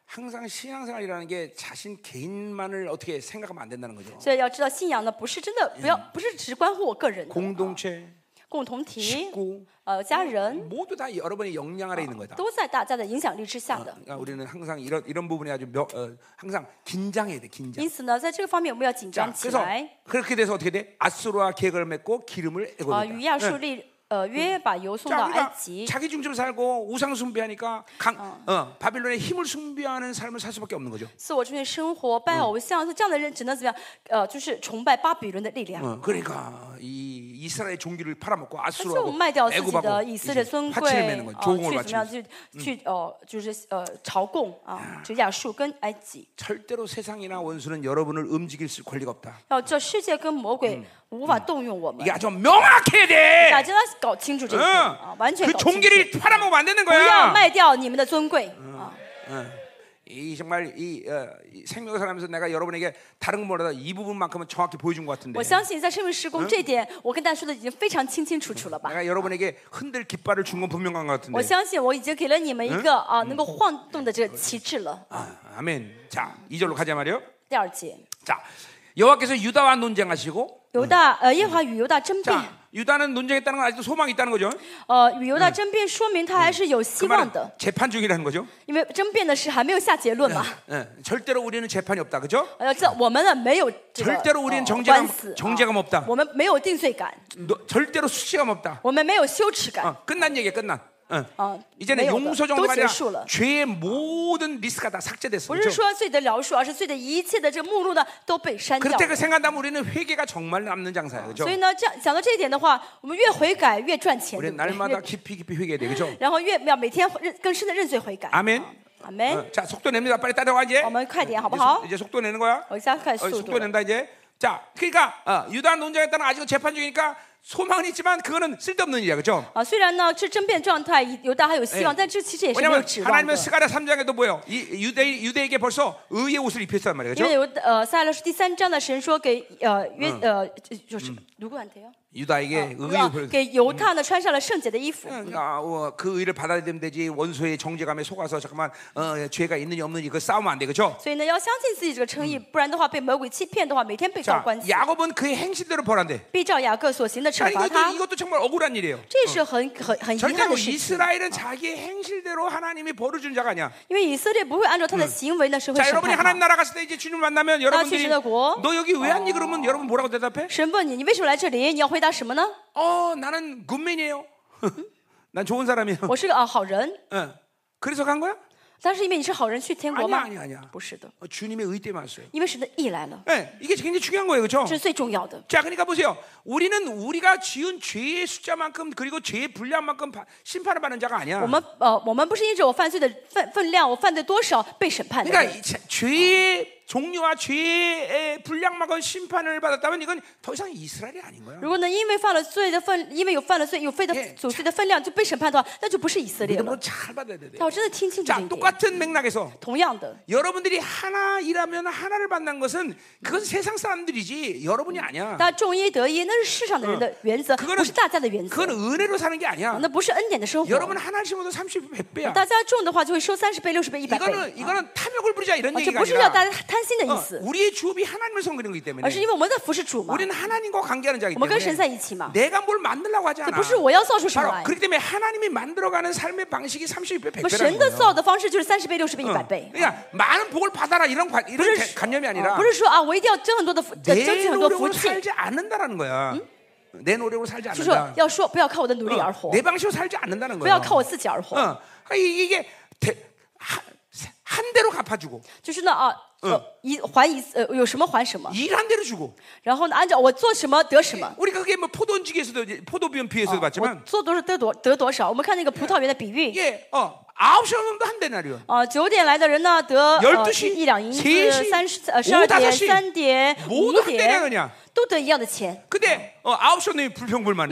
Speaker 1: 항상 신앙생활이라는 게 자신 개인만을 어떻게 생각하면 안 된다는 거죠.
Speaker 2: 所以要知道，信仰呢不是真的，不要
Speaker 1: 嗯
Speaker 2: 不是只关乎我个人的，
Speaker 1: 공동체,
Speaker 2: 共同体，
Speaker 1: 식구
Speaker 2: 呃，家人
Speaker 1: 모두 다 여러분의 영향 아래 있는 거다.
Speaker 2: 都在大家的影响力之下的。
Speaker 1: 그러니까 우리는 항상 이런 이런 부분에 아주 명, 어, 항상 긴장해야 돼 긴장.
Speaker 2: 因此呢，在这个方面我们要紧
Speaker 1: 자,
Speaker 2: 张起
Speaker 1: 그래서
Speaker 2: 来。
Speaker 1: 그렇게 돼서 어떻게 돼? 아수르와 계획을 맺고 기름을
Speaker 2: 啊，与亚述
Speaker 1: 애고있다.
Speaker 2: 立呃约，把油送到
Speaker 1: 자,
Speaker 2: 埃
Speaker 1: 우리가
Speaker 2: 及。
Speaker 1: 자기 중심 살고 우상 숭배하니까 강, 어. 바빌론의 힘을 숭배하는 삶을 살 수밖에 없는 거죠.
Speaker 2: 自我中心生活，拜偶像，这样的人只能怎么样？呃，就是崇拜巴比伦的力量。
Speaker 1: 어, 그러니까 이, 이스라엘 종기를 팔아먹고
Speaker 2: 但是我哎们
Speaker 1: 아수르하고
Speaker 2: 卖掉自己
Speaker 1: 애굽하고
Speaker 2: 的以色列
Speaker 1: 이제
Speaker 2: 尊
Speaker 1: 파츠를
Speaker 2: 贵
Speaker 1: 매는 ， 거예요.
Speaker 2: 啊、去怎
Speaker 1: 조공을
Speaker 2: 么
Speaker 1: 바치면서
Speaker 2: 样去去哦、就是呃朝贡啊，就亚述跟埃及。
Speaker 1: 절대로 세상이나 원수는 여러분을 움직일 수 권리가 없다.
Speaker 2: 要这世界跟魔鬼无法动用我们
Speaker 1: 이게 ， 아주 명확해야 돼.
Speaker 2: 大家要搞清楚这一点啊，完全
Speaker 1: 그
Speaker 2: 搞清楚。
Speaker 1: 종기를 팔아먹으면 안 되는
Speaker 2: 不要
Speaker 1: 거야.
Speaker 2: 卖掉你们的尊贵啊！
Speaker 1: 이 정말 이, 어, 이 생명을 살면서 내가 여러분에게 다른 건 뭐라도 이 부분만큼은 정확히 보여준 것 같은데.
Speaker 2: 我相信在生命施工这一点，我跟大家说的已经非常清清楚楚了吧？
Speaker 1: 내가 여러분에게 흔들 깃발을 준 건 분명한 것
Speaker 2: 我
Speaker 1: 같은데.
Speaker 2: 相信我已经给了你们一个
Speaker 1: 嗯
Speaker 2: 啊能够晃动的这个旗帜了。
Speaker 1: 아, 아멘. 자, 이절로 가자 말이요.
Speaker 2: 第二节，
Speaker 1: 자, 여호와께서 유다와 논쟁하시고
Speaker 2: 犹大
Speaker 1: 嗯
Speaker 2: 呃耶和华与犹大争辩，
Speaker 1: 자, 유다는 논쟁했다는 건 아직도 소망이 있다는 거죠.
Speaker 2: 呃与
Speaker 1: 嗯
Speaker 2: 犹大争辩说明他还是有
Speaker 1: 그
Speaker 2: 希望
Speaker 1: 말은
Speaker 2: 的，
Speaker 1: 재판 중이라는 거죠.
Speaker 2: 因为争辩的事还没有下结论嘛。
Speaker 1: 예, 절대로 우리는 재판이 없다. 그죠?
Speaker 2: 呃，这我们呢没有这个
Speaker 1: 절대로 우리는
Speaker 2: 呃
Speaker 1: 정죄감,
Speaker 2: 官司，啊
Speaker 1: 정죄감 없다.
Speaker 2: 我们没有定罪感，
Speaker 1: 너- 절대로 수치감 없다.
Speaker 2: 我们没有羞耻感，
Speaker 1: 어, 끝난 얘기야, 끝난. 어.
Speaker 2: 啊，
Speaker 1: 嗯 이제는
Speaker 2: 没有的
Speaker 1: 용서
Speaker 2: 都
Speaker 1: 정도가
Speaker 2: 结
Speaker 1: 아니라
Speaker 2: 束了。
Speaker 1: 죄의 모든 리스크가 다
Speaker 2: 不
Speaker 1: 삭제됐어요.
Speaker 2: 是说罪的饶恕，而是罪的一切的这个目录呢都被删掉
Speaker 1: 그렇다고
Speaker 2: 了。
Speaker 1: 생각한다면 우리는 회개가 정말 남는 장사예요. 그죠?
Speaker 2: 所以呢，这样想到这一点的话，我们越悔改越赚钱，对
Speaker 1: 우리는
Speaker 2: 不对？
Speaker 1: 날마다
Speaker 2: 越
Speaker 1: 깊이 깊이 회개해야 돼. 그죠?
Speaker 2: 然后越要每天认更深的认罪悔改。
Speaker 1: 阿门
Speaker 2: 啊阿门。
Speaker 1: 어, 자, 속도 냅니다. 빨리 따라와 이제.
Speaker 2: 我们快点好不
Speaker 1: 이제,
Speaker 2: 好
Speaker 1: 속, ？ 이제 속도 내는 거야.
Speaker 2: 我加快
Speaker 1: 어,
Speaker 2: 速
Speaker 1: 속도
Speaker 2: 度了。
Speaker 1: 낸다 이제. 자, 그러니까 어, 유다한 논쟁했다는 아직은 재판 중이니까 소망은 있지만 그거는 쓸데없는 일이야. 그죠?
Speaker 2: 啊，虽然呢是争辩状态，犹大还有希望，
Speaker 1: 哎
Speaker 2: 但这其实也是没有
Speaker 1: 왜냐하면
Speaker 2: 指望的
Speaker 1: 하나님은 。 스가랴 3장에도 뭐예요? 이 유대 유대에게 벌써 의의 옷을 입혔단 말이에요.
Speaker 2: 因
Speaker 1: 그죠?
Speaker 2: 为有呃撒勒是第三章的神说给呃约呃就就是卢古安提
Speaker 1: 유다에게
Speaker 2: 啊
Speaker 1: 의의
Speaker 2: 啊
Speaker 1: 옷을 ，
Speaker 2: 给犹太呢穿上了圣洁的衣服。
Speaker 1: 그러니까 어, 그 의를 받아들이면 되지 원수의 정죄감에 속아서 잠깐만 어, 죄가 있는지 없는지 그 싸우면 안 돼, 그렇죠?
Speaker 2: 所以呢，要相信自己这个诚意，不然的话被魔鬼欺骗的话，每天被告
Speaker 1: 자,
Speaker 2: 官司，
Speaker 1: 야곱은 그의 행실대로 벌한대.
Speaker 2: 必照雅各所行的
Speaker 1: 자
Speaker 2: 惩罚
Speaker 1: 이것도
Speaker 2: 他。
Speaker 1: 이것도 정말 억울한 일이에요.
Speaker 2: 这是很很很遗憾
Speaker 1: 절대로
Speaker 2: 的事情，
Speaker 1: 이스라엘은 자기의 행실대로 하나님이 벌을 주는 자가 아니야.
Speaker 2: 因为以色列不会按照他的行为呢，是会
Speaker 1: 자
Speaker 2: 审
Speaker 1: 여러분이
Speaker 2: 判他
Speaker 1: 하나님 。 나라 갔을 때 이제 주님 만나면 여러분들이
Speaker 2: 진짜 고마워.
Speaker 1: 너 여기 왜 왔니? 그러면 여러분 뭐라고 대답해?
Speaker 2: 神问你，你为什么来这里？你要回答什么呢？
Speaker 1: 어 나는 굿맨이에요. 난 좋은 사람이에요.
Speaker 2: 我是个啊好人，
Speaker 1: 어. 그래서 간 거야?
Speaker 2: 但是因为你是好人去天国吗
Speaker 1: 아니야아니야아니야 ？
Speaker 2: 不是的，
Speaker 1: 어, 주님의 의 때문에 왔어요.
Speaker 2: 因为神的意来了，
Speaker 1: 네, 이게 굉장히 중요한 거예요, 그렇죠?
Speaker 2: 这是最重要的。
Speaker 1: 자, 그러니까 보세요. 우리는 우리가 지은 죄의 숫자만큼 그리고 죄의 분량만큼 바- 심판을 받는 자가 아니야.
Speaker 2: 我们呃，我们不是因着我犯罪的分分量，我犯罪多少被审判的
Speaker 1: 그러니까
Speaker 2: 人。
Speaker 1: 이 자- 죄의 종류와 죄의 분량만큼 심판을 받았다면 이건 더 이상 이스라엘이 아닌 거야.
Speaker 2: 如果呢，因为犯了罪的分，因为有犯了罪，有罪的
Speaker 1: 예
Speaker 2: 有罪的分量就被审判的话，那就不是以色列了。
Speaker 1: 믿음으로 뭐 잘 받아야 돼.
Speaker 2: 但我真的听清楚这
Speaker 1: 자,
Speaker 2: 一点。
Speaker 1: 똑같은 맥락에서
Speaker 2: 同样的，
Speaker 1: 여러분들이 하나이라면 하나를 받는 것은 그건 세상 사람들이지 여러분이 아니야.
Speaker 2: 那众一得一，那是世上的人的原则，
Speaker 1: 可能
Speaker 2: 不是大家的原则，
Speaker 1: 그건 은혜로 사는 게 아니야.
Speaker 2: 那不是恩典的生活
Speaker 1: 여러분 。 하나를 심어도 30, 100배야.
Speaker 2: 大家种的话就会收三十倍、六十倍、一百倍。
Speaker 1: 이거는 어,
Speaker 2: 啊，
Speaker 1: 이거는 탐욕을 부리자 이런
Speaker 2: 这
Speaker 1: 얘기가
Speaker 2: 不是要
Speaker 1: 아니라
Speaker 2: 大家贪心的
Speaker 1: 어,
Speaker 2: 意思，
Speaker 1: 우리의 주업이 하나님을 섬기는 거기
Speaker 2: 而
Speaker 1: 때문에
Speaker 2: 是因为我们在服侍主嘛，
Speaker 1: 우리는 하나님과 관계하는 자이기
Speaker 2: 我们跟神
Speaker 1: 때문에
Speaker 2: 在一起嘛。
Speaker 1: 내가 뭘 만들려고 하지
Speaker 2: 这
Speaker 1: 않아
Speaker 2: 不是我要造出什么
Speaker 1: 바로
Speaker 2: 来，
Speaker 1: 그렇기 때문에 하나님이 만들어가는 삶의 방식이 30배
Speaker 2: 我们神的
Speaker 1: 100배라는 거예요
Speaker 2: 造的方式就是三十倍、六十倍、一百
Speaker 1: 어.
Speaker 2: 倍。
Speaker 1: 그러니까 많은 복을 받아라 이런, 관,
Speaker 2: 不
Speaker 1: 이런
Speaker 2: 是
Speaker 1: 개- 관념이
Speaker 2: 啊
Speaker 1: 아니라
Speaker 2: 不是说啊，我一定要争很多的福，呃争
Speaker 1: 내
Speaker 2: 取很多福
Speaker 1: 노력으로
Speaker 2: 气，
Speaker 1: 살지 않는다라는 거야 내 노력으로 살지
Speaker 2: 就是说
Speaker 1: 않는다
Speaker 2: 要说不要靠我的努力而
Speaker 1: 어,
Speaker 2: 活，
Speaker 1: 내 방식으로 살지 않는다는
Speaker 2: 不
Speaker 1: 거야
Speaker 2: 要靠我自己而活，
Speaker 1: 어. 그러니까 이- 이게 대- 하- 한 대로 갚아주고
Speaker 2: 就是呢啊，呃一还一呃有什么还什么，
Speaker 1: 일 한 대로 주고
Speaker 2: 然后呢按照我做什么得什么。
Speaker 1: 우리가 그게 뭐 포도 움직에서도 포도비움 비에서도
Speaker 2: 我
Speaker 1: 봤지만
Speaker 2: 做多少得多得多少，我们看那个葡萄园的比喻，
Speaker 1: 예, 어, 아홉 시 정도 한 대나리요.
Speaker 2: 啊，九点来的人呢得呃
Speaker 1: 12시,
Speaker 2: 一两银子，
Speaker 1: 3시,
Speaker 2: 三十呃十二
Speaker 1: 5,
Speaker 2: 点、
Speaker 1: 5시
Speaker 2: 三点、五
Speaker 1: 모두 한
Speaker 2: 点
Speaker 1: 대냐 ， 그냥.
Speaker 2: 都得一样的钱。
Speaker 1: 근데 어, 아홉 시 정도면
Speaker 2: 那么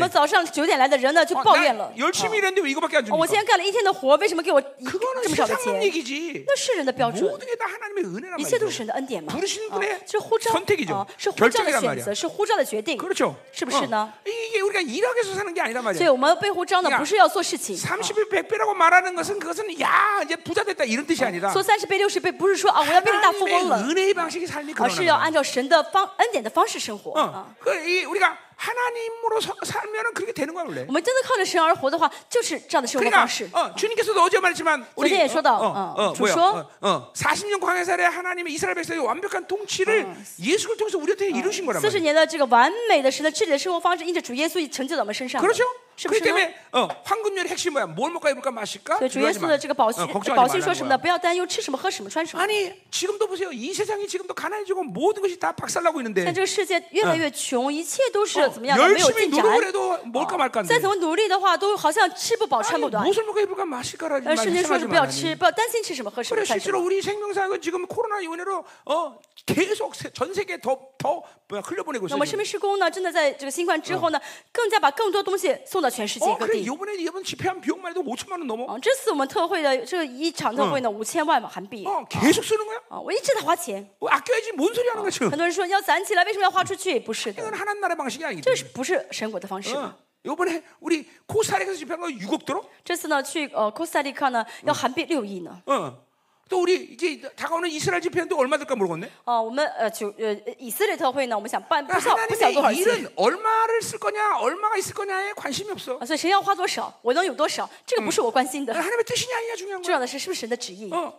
Speaker 1: 불평불만해.
Speaker 2: 早上九点来的人呢就
Speaker 1: 어,
Speaker 2: 抱怨了
Speaker 1: 난 ， 열심히 일했는데 왜 이거밖에 안
Speaker 2: 哦我
Speaker 1: 주니까?
Speaker 2: 今天干了一天的活，为什么给我一
Speaker 1: 그거는
Speaker 2: 这么少的
Speaker 1: 세상
Speaker 2: 钱？
Speaker 1: 얘기지.
Speaker 2: 那是人的标准
Speaker 1: 모든 。게 다 하나님의 은혜란
Speaker 2: 一切都是
Speaker 1: 말이죠.
Speaker 2: 神的恩典嘛，
Speaker 1: 부르시는분의
Speaker 2: 啊是呼召
Speaker 1: 선택이죠
Speaker 2: 啊是呼召
Speaker 1: 결정이란
Speaker 2: 的
Speaker 1: 말이야
Speaker 2: 选择，是呼召的决定，
Speaker 1: 그렇죠.
Speaker 2: 是不是呢？
Speaker 1: 어, 이게 우리가 일하기에서 사는 게 아니란
Speaker 2: 所以
Speaker 1: 말이야.
Speaker 2: 我们被呼召呢
Speaker 1: 그러니까 ，
Speaker 2: 不是要做事情，啊
Speaker 1: 30배 100배라고 말하는 것은 그것은 야 이제 부자 됐다 이런 뜻이 아니라
Speaker 2: 做三十倍、六十倍，不是说啊我要变成大富
Speaker 1: 하나님의 아,
Speaker 2: 翁了，
Speaker 1: 은혜의 방식이 삶이
Speaker 2: 而
Speaker 1: 그러는
Speaker 2: 是要
Speaker 1: 거야.
Speaker 2: 按照神的方恩典的方式生活。啊
Speaker 1: 어, 그, 이, 우리가 하나님으로 서- 살면은 그렇게 되는 거야 원래.
Speaker 2: 我们真的靠着神而活的话，就是这样的生活
Speaker 1: 그러니까
Speaker 2: 方式。
Speaker 1: 어, 주님께서도 어제 말했지만 우리
Speaker 2: 어제
Speaker 1: 어,
Speaker 2: 쇼다.
Speaker 1: 어,
Speaker 2: 어,
Speaker 1: 어, 뭐야?
Speaker 2: 주쇼?
Speaker 1: 어, 어, 40년 광야 사래 하나님의 이스라엘 백성의 완벽한 통치를 예수를 통해서 우리한테 이루신 거란
Speaker 2: 四十
Speaker 1: 말이에요.
Speaker 2: 年的这个完美的神的治理的生活方式，因着主耶稣成就在我们身上了。
Speaker 1: 그렇죠?
Speaker 2: 是不
Speaker 1: 그렇기
Speaker 2: 是呢？
Speaker 1: 때문에 어, 황금률의 핵심 뭐야? 뭘 먹을까 입을까 마실까?
Speaker 2: 所以主
Speaker 1: 두려워하지
Speaker 2: 耶稣的
Speaker 1: 마.
Speaker 2: 这个宝信
Speaker 1: 어,
Speaker 2: 宝
Speaker 1: 걱정하지
Speaker 2: 信说什么呢？
Speaker 1: 말라는 거야.
Speaker 2: 不要担忧吃什么喝什么穿什么。
Speaker 1: 아니 지금도 보세요. 이 세상이 지금도 가난해지고 모든 것이 다 박살나고
Speaker 2: 但
Speaker 1: 있는데
Speaker 2: 这个世界越来越穷，一切都是
Speaker 1: 어,
Speaker 2: 怎么样的嗯哦没有
Speaker 1: 열심히
Speaker 2: 进展。
Speaker 1: 노력을 해도 뭘까 말까인데
Speaker 2: 再怎么努力的话，都好像吃不饱穿
Speaker 1: 뭐 아니,
Speaker 2: 哎不暖。
Speaker 1: 무엇을 먹을까 입을까 마실까라는
Speaker 2: 而圣经说是
Speaker 1: 생각하지
Speaker 2: 不要
Speaker 1: 말라니.
Speaker 2: 吃，不要担心吃什么喝什
Speaker 1: 그래
Speaker 2: 么穿什么
Speaker 1: 실제로 。 우리 생명사가 지금 코로나 이원으로 어, 계속 세- 전 세계 더더 흘려보내고
Speaker 2: 那
Speaker 1: 있어요.
Speaker 2: 么生
Speaker 1: 지금.
Speaker 2: 命施工呢，真的在这个新冠之后呢，更加把更多东西送到全世界
Speaker 1: 어,
Speaker 2: 各
Speaker 1: 그래
Speaker 2: 地。
Speaker 1: 이번에 이번 집회한 비용만 해도 5천만 원 넘어.
Speaker 2: 啊，这次我们特会的这一场特会呢，五千万嘛韩币
Speaker 1: 어, 계속 쓰는 거야.
Speaker 2: 啊，我一直在花钱。
Speaker 1: 어, 아껴야지 뭔 소리 하는 거야 지금.
Speaker 2: 很多人说要攒起来，为什么要花出去？不是的，
Speaker 1: 이건 하나님 나라의 방식이 아니기
Speaker 2: 这
Speaker 1: 때문에.
Speaker 2: 是不是神国的方式嘛？
Speaker 1: 어, 이번에 우리 코스타리카에서 집회한 거 6억 들어?
Speaker 2: 这次呢，去呃科斯塔利卡呢，要韩币六亿呢。
Speaker 1: 어. 또 우리 이제 다가오는 이스라엘 집회도 얼마 들까 모르겠네. 그러니까
Speaker 2: 啊，我们呃九呃以色列特会呢，我们想办不晓不晓多少
Speaker 1: 하나님의
Speaker 2: 钱
Speaker 1: 일은 얼마를 쓸 거냐, 얼마가 있을 거냐에 관심이 없어.
Speaker 2: 啊，所以谁要花多少，我能有多少，这个不是我关心的，
Speaker 1: 하나님의 뜻이냐 아니냐 중요한 거야.
Speaker 2: 重要的是是不是神的旨意。
Speaker 1: 어,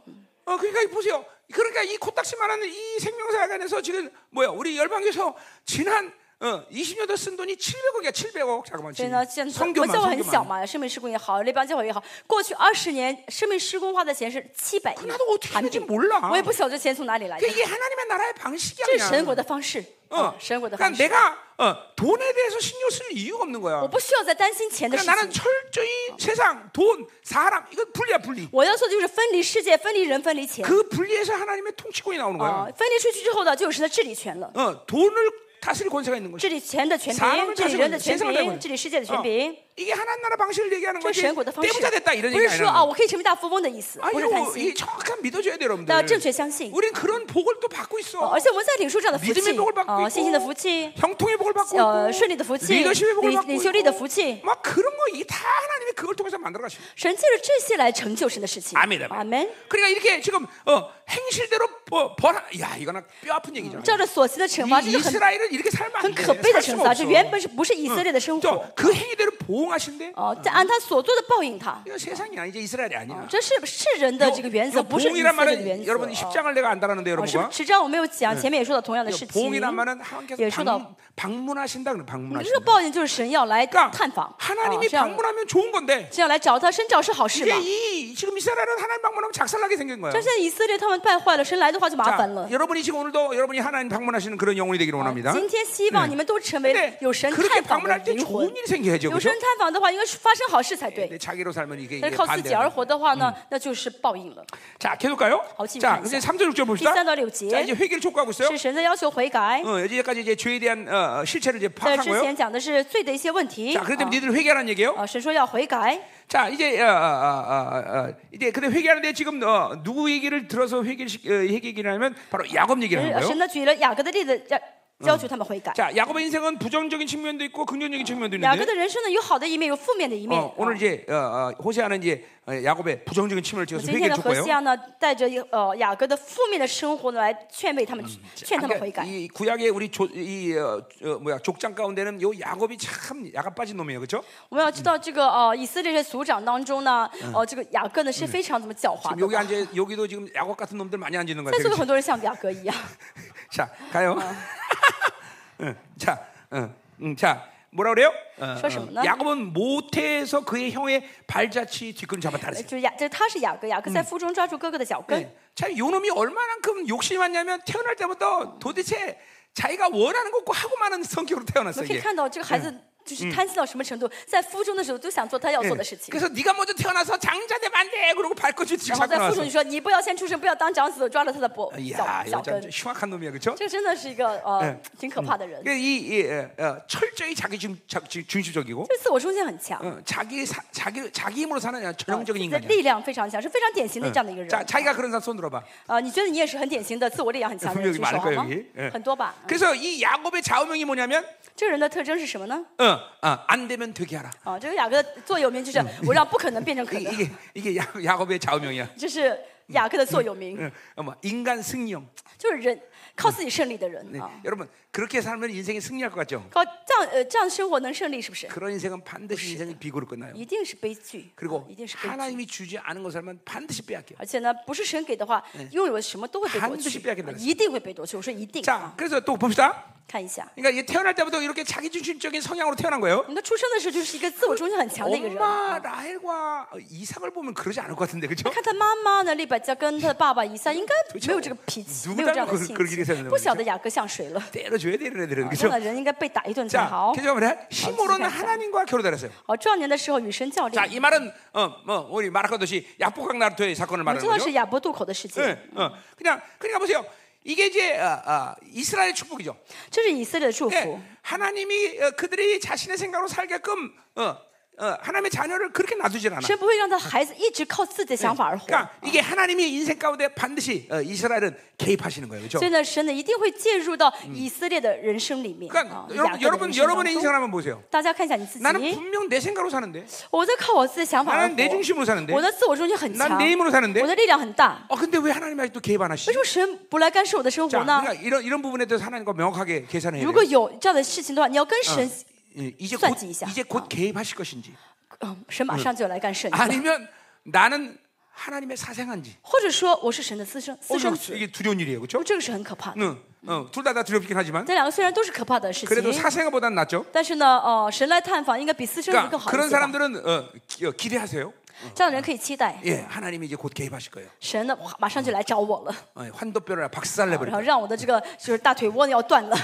Speaker 1: 어, 그러니까 보세요. 그러니까 이 코딱지만한 이 생명사관에서 지금 뭐야, 우리 열방교에서 지난 어, 20년 더 쓴 돈이 700억이야, 700억. 잠깐만
Speaker 2: 所以
Speaker 1: 지금
Speaker 2: 呢，现在我们
Speaker 1: 성교만
Speaker 2: 教会很小
Speaker 1: 성교만.
Speaker 2: 嘛，生命施工也好，列邦教会也好，过去二十年生命施工花的钱是七百亿
Speaker 1: 그나도 어떻게
Speaker 2: 韩
Speaker 1: 하는지
Speaker 2: 币，
Speaker 1: 몰라.
Speaker 2: 我也不啊晓得这钱从哪里来的
Speaker 1: 그러니까 ， 이게 하나님의 나라의 방식이
Speaker 2: 这是神
Speaker 1: 아니야.
Speaker 2: 国的方式，
Speaker 1: 어,
Speaker 2: 嗯，神国的
Speaker 1: 그러니까
Speaker 2: 方式。
Speaker 1: 내가 어, 돈에 대해서 신경 쓸 이유가 없는 거야.
Speaker 2: 我不需要再担心钱的事
Speaker 1: 그러니까 나는
Speaker 2: 情。
Speaker 1: 철저히 세상, 돈, 사람 이건 분리야 분리.
Speaker 2: 我要做的就是分离世界、分离人、分离钱。
Speaker 1: 그 분리에서 하나님의 통치권이 나오는
Speaker 2: 啊、
Speaker 1: 거야.
Speaker 2: 分离出去之后呢，就有神的治理权了。
Speaker 1: 어, 돈을 다스릴 권세가 있는 거지.
Speaker 2: 治理权的权
Speaker 1: 사람을
Speaker 2: 柄，治理
Speaker 1: 다스리는
Speaker 2: 人的权
Speaker 1: 세상을다스리는
Speaker 2: 柄，治理世界的权
Speaker 1: 어,
Speaker 2: 柄，
Speaker 1: 이게 하나님 나라 방식을 얘기하는
Speaker 2: 这
Speaker 1: 거지.
Speaker 2: 是神国的方式。
Speaker 1: 때부자 됐다 이런
Speaker 2: 不是
Speaker 1: 얘기가
Speaker 2: 说啊，
Speaker 1: 아니야.
Speaker 2: 我可以成为大富翁的意思，不是贪
Speaker 1: 아니요,
Speaker 2: 心
Speaker 1: 이 。 정확한 믿어줘야 돼요,
Speaker 2: 那正
Speaker 1: 여러분들.
Speaker 2: 确相信，
Speaker 1: 우린 그런 복을 또 받고
Speaker 2: 呃
Speaker 1: 있어. 어,
Speaker 2: 而且我们在领受这样的福
Speaker 1: 믿음의 어,
Speaker 2: 气
Speaker 1: 복을，받고
Speaker 2: 啊、
Speaker 1: 있고
Speaker 2: 信心的福气，
Speaker 1: 형통의 복을 받고
Speaker 2: 呃，
Speaker 1: 있고,
Speaker 2: 顺利的福气，
Speaker 1: 리더십의 네, 복을
Speaker 2: 领
Speaker 1: 받고
Speaker 2: 领袖力的福
Speaker 1: 있고,
Speaker 2: 气，
Speaker 1: 막 그런 거 이게 다 하나님이 그걸 통해서 만들어 가시.
Speaker 2: 神借着这些来成就神的事情。
Speaker 1: 아멘아멘
Speaker 2: 阿门。
Speaker 1: 그러니까 이렇게 지금 어, 행실대로 버, 벌, 야 이거는 뼈 아픈 얘기잖아.
Speaker 2: 照着所行的惩罚，这
Speaker 1: 이
Speaker 2: 是很
Speaker 1: 이스라엘은 이렇게 살면
Speaker 2: 很
Speaker 1: 안 돼.
Speaker 2: 可悲的
Speaker 1: 살
Speaker 2: 惩
Speaker 1: 수가
Speaker 2: 罚，这嗯
Speaker 1: 없어.
Speaker 2: 原本是不是以色列的生活？
Speaker 1: 또 그 행위대로 보응하신대.
Speaker 2: 哦，再按他所做的报应他。
Speaker 1: 이거 세상이야 이제 이스라엘이 아니야.
Speaker 2: 这是是人的这个原则，不是以色
Speaker 1: 보응이란
Speaker 2: 列的嗯原
Speaker 1: 말은
Speaker 2: 则。
Speaker 1: 여러분
Speaker 2: 哦
Speaker 1: 10장을 내가 안다라는데
Speaker 2: 哦是不
Speaker 1: 여러분과
Speaker 2: 是？十章我没有讲，前面也说到同样的
Speaker 1: 이거
Speaker 2: 事情。
Speaker 1: 보응이란 말은
Speaker 2: 也
Speaker 1: 하나님께서
Speaker 2: 说到，
Speaker 1: 방, 방문하신다 그래
Speaker 2: 你这个
Speaker 1: 방문하신다.
Speaker 2: 报应啊就是神要来
Speaker 1: 그러니까
Speaker 2: 探访，哦
Speaker 1: 하나님이
Speaker 2: 这样
Speaker 1: 방문하면 좋은 건데
Speaker 2: 这样来找他，神找是好事嘛
Speaker 1: 이게 ？이 지금 이스라엘은 하나님 방문하면 작살나게 생긴 거야.
Speaker 2: 但现在以色列他们败坏了，神来的话就麻
Speaker 1: 자,
Speaker 2: 烦了。
Speaker 1: 여러분이 지금 오늘도 여러분이 하나님 방문하시는 그런 영혼이 되기를 원합니다.
Speaker 2: 今天希望你们都成为
Speaker 1: 근데
Speaker 2: 有神
Speaker 1: 그렇게
Speaker 2: 探访的
Speaker 1: 방문할 때
Speaker 2: 灵魂
Speaker 1: 좋은 。 일이 생겨야죠,
Speaker 2: 有
Speaker 1: 그렇죠?
Speaker 2: 神探访的话，应该是发生好事才
Speaker 1: 근데
Speaker 2: 对。
Speaker 1: 자기로 살면 이게,
Speaker 2: 但
Speaker 1: 이게
Speaker 2: 是靠自己
Speaker 1: 반대야.
Speaker 2: 而活的话呢，那就是报应了。
Speaker 1: 자, 계속 가요.
Speaker 2: 어, 지금
Speaker 1: 자,
Speaker 2: 가자.
Speaker 1: 이제 3절 6절 봅시다.
Speaker 2: 第三到六节.
Speaker 1: 자, 이제 회개를 촉구하고 있어요.
Speaker 2: 是神在要求悔改。
Speaker 1: 어, 이제까지 이제 죄에 대한 어, 어, 실체를 이제
Speaker 2: 在
Speaker 1: 파악한
Speaker 2: 之
Speaker 1: 거예요.
Speaker 2: 前讲的是罪的一些问题。
Speaker 1: 자,
Speaker 2: 啊
Speaker 1: 그럴 때 니들 회개하라는 얘기예요.
Speaker 2: 啊，神说要悔改。
Speaker 1: 자, 이제 어, 어, 어, 어, 어, 이제 근데 회개하는데 지금 어, 누구 얘기를 들어서 회개를 시- 어, 회개기를 하면 바로 야곱 얘기를 하는
Speaker 2: 呃
Speaker 1: 거예요.
Speaker 2: 神呢举了雅各的例子，要要求他们悔改。
Speaker 1: 자, 야곱의 인생은 부정적인 측면도 있고 긍정적인 측면도
Speaker 2: 雅各
Speaker 1: 있는데
Speaker 2: 的人生呢，有好的一面，有负面的一面。
Speaker 1: 어, 오늘
Speaker 2: 啊
Speaker 1: 이제 어, 어, 호세아는 이제 어, 야곱의 부정적인 측면을
Speaker 2: 我
Speaker 1: 찍어서
Speaker 2: 今天
Speaker 1: 회개를
Speaker 2: 的
Speaker 1: 줄
Speaker 2: 何
Speaker 1: 거예요.
Speaker 2: 西亚呢，带着一呃雅各的负面的生活呢，来劝慰他们，劝他们悔
Speaker 1: 그러니까
Speaker 2: 改。
Speaker 1: 이 구약의 우리 조, 이 어, 어, 뭐야 족장 가운데는 요 야곱이 참 야가 빠진 놈이에요, 그렇죠?
Speaker 2: 我们要知道，这个呃以色列的族长当中呢，呃这个雅各呢是非常怎么狡猾
Speaker 1: 지금
Speaker 2: 的
Speaker 1: 여기
Speaker 2: 吧。
Speaker 1: 앉아 여기도 지금 야곱 같은 놈들 많이 앉아 있는 거
Speaker 2: 在座
Speaker 1: 같아요.
Speaker 2: 的
Speaker 1: 그치?
Speaker 2: 很多人像雅各一 样，
Speaker 1: 자 가요. 응, 자, 응, 응, 자 뭐라 그래요? 어, 어,
Speaker 2: 좋습니다.
Speaker 1: 야곱은 모태에서 그의 형의 발자취 뒤끈 잡았다 그랬어요.
Speaker 2: 就是雅，这他是雅各，雅各在腹中抓住哥哥的脚跟。
Speaker 1: 네. 참 요놈이 얼마만큼 욕심이 많냐면 태어날 때부터 도대체 자기가 원하는 것고 하고 많은 성격으로
Speaker 2: 我
Speaker 1: 태어났어
Speaker 2: 们可以嗯
Speaker 1: 이게.
Speaker 2: 看到这个孩子就是贪心到什么程度，在腹中的时候都想做他要
Speaker 1: 네.
Speaker 2: 做的事情，
Speaker 1: 그래서 네가 먼저 태어나서 장자 되면 안 돼. 그러고 발끝이 뒤
Speaker 2: 然后
Speaker 1: 고
Speaker 2: 在腹
Speaker 1: 나왔어.
Speaker 2: 中就说哎你不要先出生，不要当长子，抓了他的脖脚
Speaker 1: 이야,
Speaker 2: 脚
Speaker 1: 이
Speaker 2: 跟
Speaker 1: 참 。 흉악한 놈이야, 그렇죠?
Speaker 2: 这个真的是一个呃
Speaker 1: 嗯
Speaker 2: 挺可怕的人。
Speaker 1: 이, 이 예, 어, 철저히 자기 중, 자, 지- 중심적이고
Speaker 2: 这自我中心很强，
Speaker 1: 어, 자기 사, 자기 자기 힘으로 사는 그냥
Speaker 2: 呃
Speaker 1: 전형적인
Speaker 2: 自
Speaker 1: 인간이야.
Speaker 2: 力量非常强，是非嗯常典型的这样的一个
Speaker 1: 자,
Speaker 2: 人。
Speaker 1: 자기가 그런 사람 손 들어봐.
Speaker 2: 呃，你觉得你也是很典型 的自我力量很强的人，
Speaker 1: 분명히
Speaker 2: 举手好
Speaker 1: 많을거예요
Speaker 2: 吗
Speaker 1: 여기？예
Speaker 2: 很多吧。
Speaker 1: 그래서 이 야곱의 좌우명이 뭐냐면,
Speaker 2: 这个人的特征是什么呢？
Speaker 1: 어, 어, 안 되면 되게 하라.
Speaker 2: 啊，这个雅各的座右铭就是我让不可能变成可
Speaker 1: 이게
Speaker 2: 能，
Speaker 1: 이게, 이게 야, 야곱의 좌우명이야.
Speaker 2: 这是雅各的座右铭，
Speaker 1: 어, 어, 뭐 인간 승리형.
Speaker 2: 就是人靠自己胜利的人
Speaker 1: 네.
Speaker 2: 啊。
Speaker 1: 여러분 그렇게 살면 인생이 승리할 것 같죠?
Speaker 2: 靠这样呃这样生活能胜利是不是？
Speaker 1: 그런 인생은 반드시 인생이 비굴로 끝나요.
Speaker 2: 一定是悲剧，啊
Speaker 1: 그리고
Speaker 2: 一定是悲剧。
Speaker 1: 하나님이 주지 않은 것을 하면 반드시 빼앗겨.
Speaker 2: 而且呢，不是嗯神给的话，拥有什么都会被夺
Speaker 1: 반드시
Speaker 2: 去啊
Speaker 1: 빼야겠다는 ，
Speaker 2: 一定会被夺去。我说一定。啊
Speaker 1: 자, 그래서 또 봅시다.
Speaker 2: 看一下，
Speaker 1: 그러니까 얘 태어날 때부터 이렇게 자기 중심적인 성향으로 태어난 거예요.
Speaker 2: 我们他出生的时候就是一个自我中心很强的一个人。
Speaker 1: 엄마 라헬과 어, 이삭을 보면 그러지 않을 것 같은데 그죠?
Speaker 2: 看他妈妈呢，利百加跟他的爸爸以撒 应该没有这个脾气，
Speaker 1: 누구
Speaker 2: 没有这样的
Speaker 1: 닮은
Speaker 2: 性
Speaker 1: 그그렇게생겼나
Speaker 2: 情。
Speaker 1: 요
Speaker 2: 不晓得雅各像谁 了，
Speaker 1: 때려줘야 되는 애들은
Speaker 2: 这
Speaker 1: 그죠?
Speaker 2: 样的人应该被打一顿才
Speaker 1: 자,
Speaker 2: 好。
Speaker 1: 그죠 말이야. 힘으로는 하나님과 결혼하랬어요.
Speaker 2: 好，壮年的时候与神较
Speaker 1: 자,
Speaker 2: 量，
Speaker 1: 이 말은 어뭐 우리 말하듯이 약복강 나루토의 사건을
Speaker 2: 我们
Speaker 1: 말하는
Speaker 2: 知道是
Speaker 1: 거죠.
Speaker 2: 亚伯渡口的事情，
Speaker 1: 예, 어, 그냥 그러니까 보세요. 이게 이제 아, 아, 이스라엘 축복이죠.
Speaker 2: 这是以色列的祝
Speaker 1: 예,
Speaker 2: 福。
Speaker 1: 하나님이 어, 그들이 자신의 생각으로 살게끔 어, 어, 하나님의 자녀를 그렇게 놔두질 않아.
Speaker 2: 神不会让他的孩子一直靠自己的想法而活，
Speaker 1: 그러니까 이게 하나님이 인생 가운데 반드시 어, 이스라엘은 개입하시는 거예요, 그렇죠?
Speaker 2: 所以呢，神呢一定会介入到以色列的人生里面啊
Speaker 1: 그러니까 ，
Speaker 2: 雅
Speaker 1: 여러분,
Speaker 2: 各嗯的
Speaker 1: 여러분
Speaker 2: 人生当
Speaker 1: 여러분의
Speaker 2: 中
Speaker 1: 인생을 。 한번 보세요.
Speaker 2: 大家看一下你自
Speaker 1: 나는
Speaker 2: 己，
Speaker 1: 분명 내 생각으로 사는데,
Speaker 2: 我在靠我自己的想法而活
Speaker 1: 나는내중심으로사는데，
Speaker 2: 我的自我中心很
Speaker 1: 난
Speaker 2: 强，
Speaker 1: 내힘으로사는데
Speaker 2: 我的力量很大，
Speaker 1: 어, 근데 왜 하나님 이 아직도 개입 안 하시죠?
Speaker 2: 为什么神不来干涉我的生
Speaker 1: 자,
Speaker 2: 活呢？
Speaker 1: 그러니까 이런 이런 부분에 대해서 하나님과 명확하게 계산해야 돼요.
Speaker 2: 如果有这样的事情的话，你要跟神，
Speaker 1: 예, 이제 곧,
Speaker 2: 수완지 이상.
Speaker 1: 이제 아, 곧 개입하실 것인지
Speaker 2: 嗯，神马上就来干涉嗯啊你，
Speaker 1: 아니면 나는 하나님의 사생한지
Speaker 2: 或者说我是神的私生
Speaker 1: 어,
Speaker 2: 私生子，
Speaker 1: 이게 두려운 일이에요 그렇죠?
Speaker 2: 这个是很可怕的。
Speaker 1: 응, 어, 둘다 다 두렵긴 하지만
Speaker 2: 这两个虽然都是嗯可怕的事
Speaker 1: 그래도
Speaker 2: 情，
Speaker 1: 사생아보단 낫죠
Speaker 2: 但是呢，哦，神来探访应该比私生子
Speaker 1: 그러니까
Speaker 2: 更好一
Speaker 1: 그런
Speaker 2: 些吧。
Speaker 1: 사람들은 어, 기- 어, 기대하세요
Speaker 2: 这样的人可以期待，
Speaker 1: 예, 하나님이 이제 곧 개입하실 거예요
Speaker 2: 神呢马上就来找我了，
Speaker 1: 어, 환도뼈를 박살 내버릴
Speaker 2: 然
Speaker 1: 거
Speaker 2: 后让我的这个就是大腿窝呢要断了。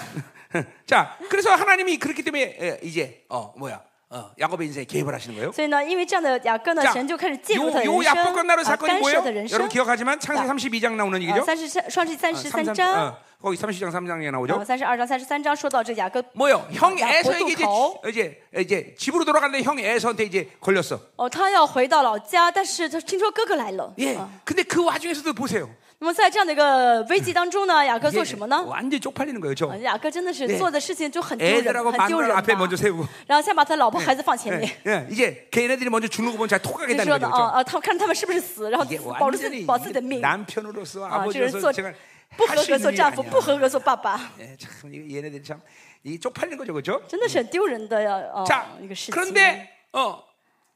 Speaker 1: 자 그래서 하나님이 그렇기 때문에 예, 이제 어 뭐야 어, 야곱의 인생에 개입을 하시는 거예요
Speaker 2: 所以呢，因为这样的雅各呢，
Speaker 1: 자,
Speaker 2: 神就开始介入他的
Speaker 1: 요, 요
Speaker 2: 人生，
Speaker 1: 야복강 나루
Speaker 2: 啊，
Speaker 1: 사건이
Speaker 2: 干
Speaker 1: 뭐예요?
Speaker 2: 涉的人生
Speaker 1: 여러분 。 기억하지만 창세 32장 나오는
Speaker 2: 呃
Speaker 1: 얘기죠
Speaker 2: 三十三，创世纪三十三嗯
Speaker 1: 삼삼-
Speaker 2: 章，
Speaker 1: 어, 거기 30장 3장에
Speaker 2: 然
Speaker 1: 나오죠
Speaker 2: 后三十二章、三十三章说到这雅各，
Speaker 1: 뭐요? 형
Speaker 2: 야,
Speaker 1: 에서에게 이제,
Speaker 2: 보통
Speaker 1: 이제 이제 집으로 돌아갔는데 형 에서한테 이제 걸렸어.
Speaker 2: 哦，他要回到老家，但是他听说哥哥来了。
Speaker 1: 예.
Speaker 2: 啊
Speaker 1: 근데 그 와중에서도 보세요.
Speaker 2: 那么在这样的一个危机当中 呢，雅各
Speaker 1: 이게
Speaker 2: 做什么呢？
Speaker 1: 완전 히 쪽팔리는 거예요,
Speaker 2: 啊
Speaker 1: 저.
Speaker 2: 雅各真的是
Speaker 1: 네
Speaker 2: 做的事情就很丢人，
Speaker 1: 애들하고
Speaker 2: 很丢人
Speaker 1: 마누라
Speaker 2: 吧
Speaker 1: 앞에 먼저 세우고.
Speaker 2: 然后先把他老婆孩子放前
Speaker 1: 예,
Speaker 2: 面，
Speaker 1: 예. 이제 걔네들이 먼저 죽는 거 보면 잘 토하게
Speaker 2: 就
Speaker 1: 되는
Speaker 2: 说呢，
Speaker 1: 거죠.
Speaker 2: 啊
Speaker 1: 그죠?
Speaker 2: 啊，他们看他们是不是死，然后
Speaker 1: 이게
Speaker 2: 保住自
Speaker 1: 완전히
Speaker 2: 己保自己的命，
Speaker 1: 남편으로서
Speaker 2: 啊，这人
Speaker 1: 아버지로서
Speaker 2: 做
Speaker 1: 제가
Speaker 2: 不
Speaker 1: 할
Speaker 2: 合
Speaker 1: 수
Speaker 2: 格做
Speaker 1: 있는 게
Speaker 2: 丈夫，
Speaker 1: 아니야.
Speaker 2: 不合格做爸爸，
Speaker 1: 예, 참 이거 얘네들이 참 이 쪽팔리는 거죠, 그죠?
Speaker 2: 真的是很丢人的呀，哦
Speaker 1: 자, ，
Speaker 2: 一个事情。
Speaker 1: 그런데 어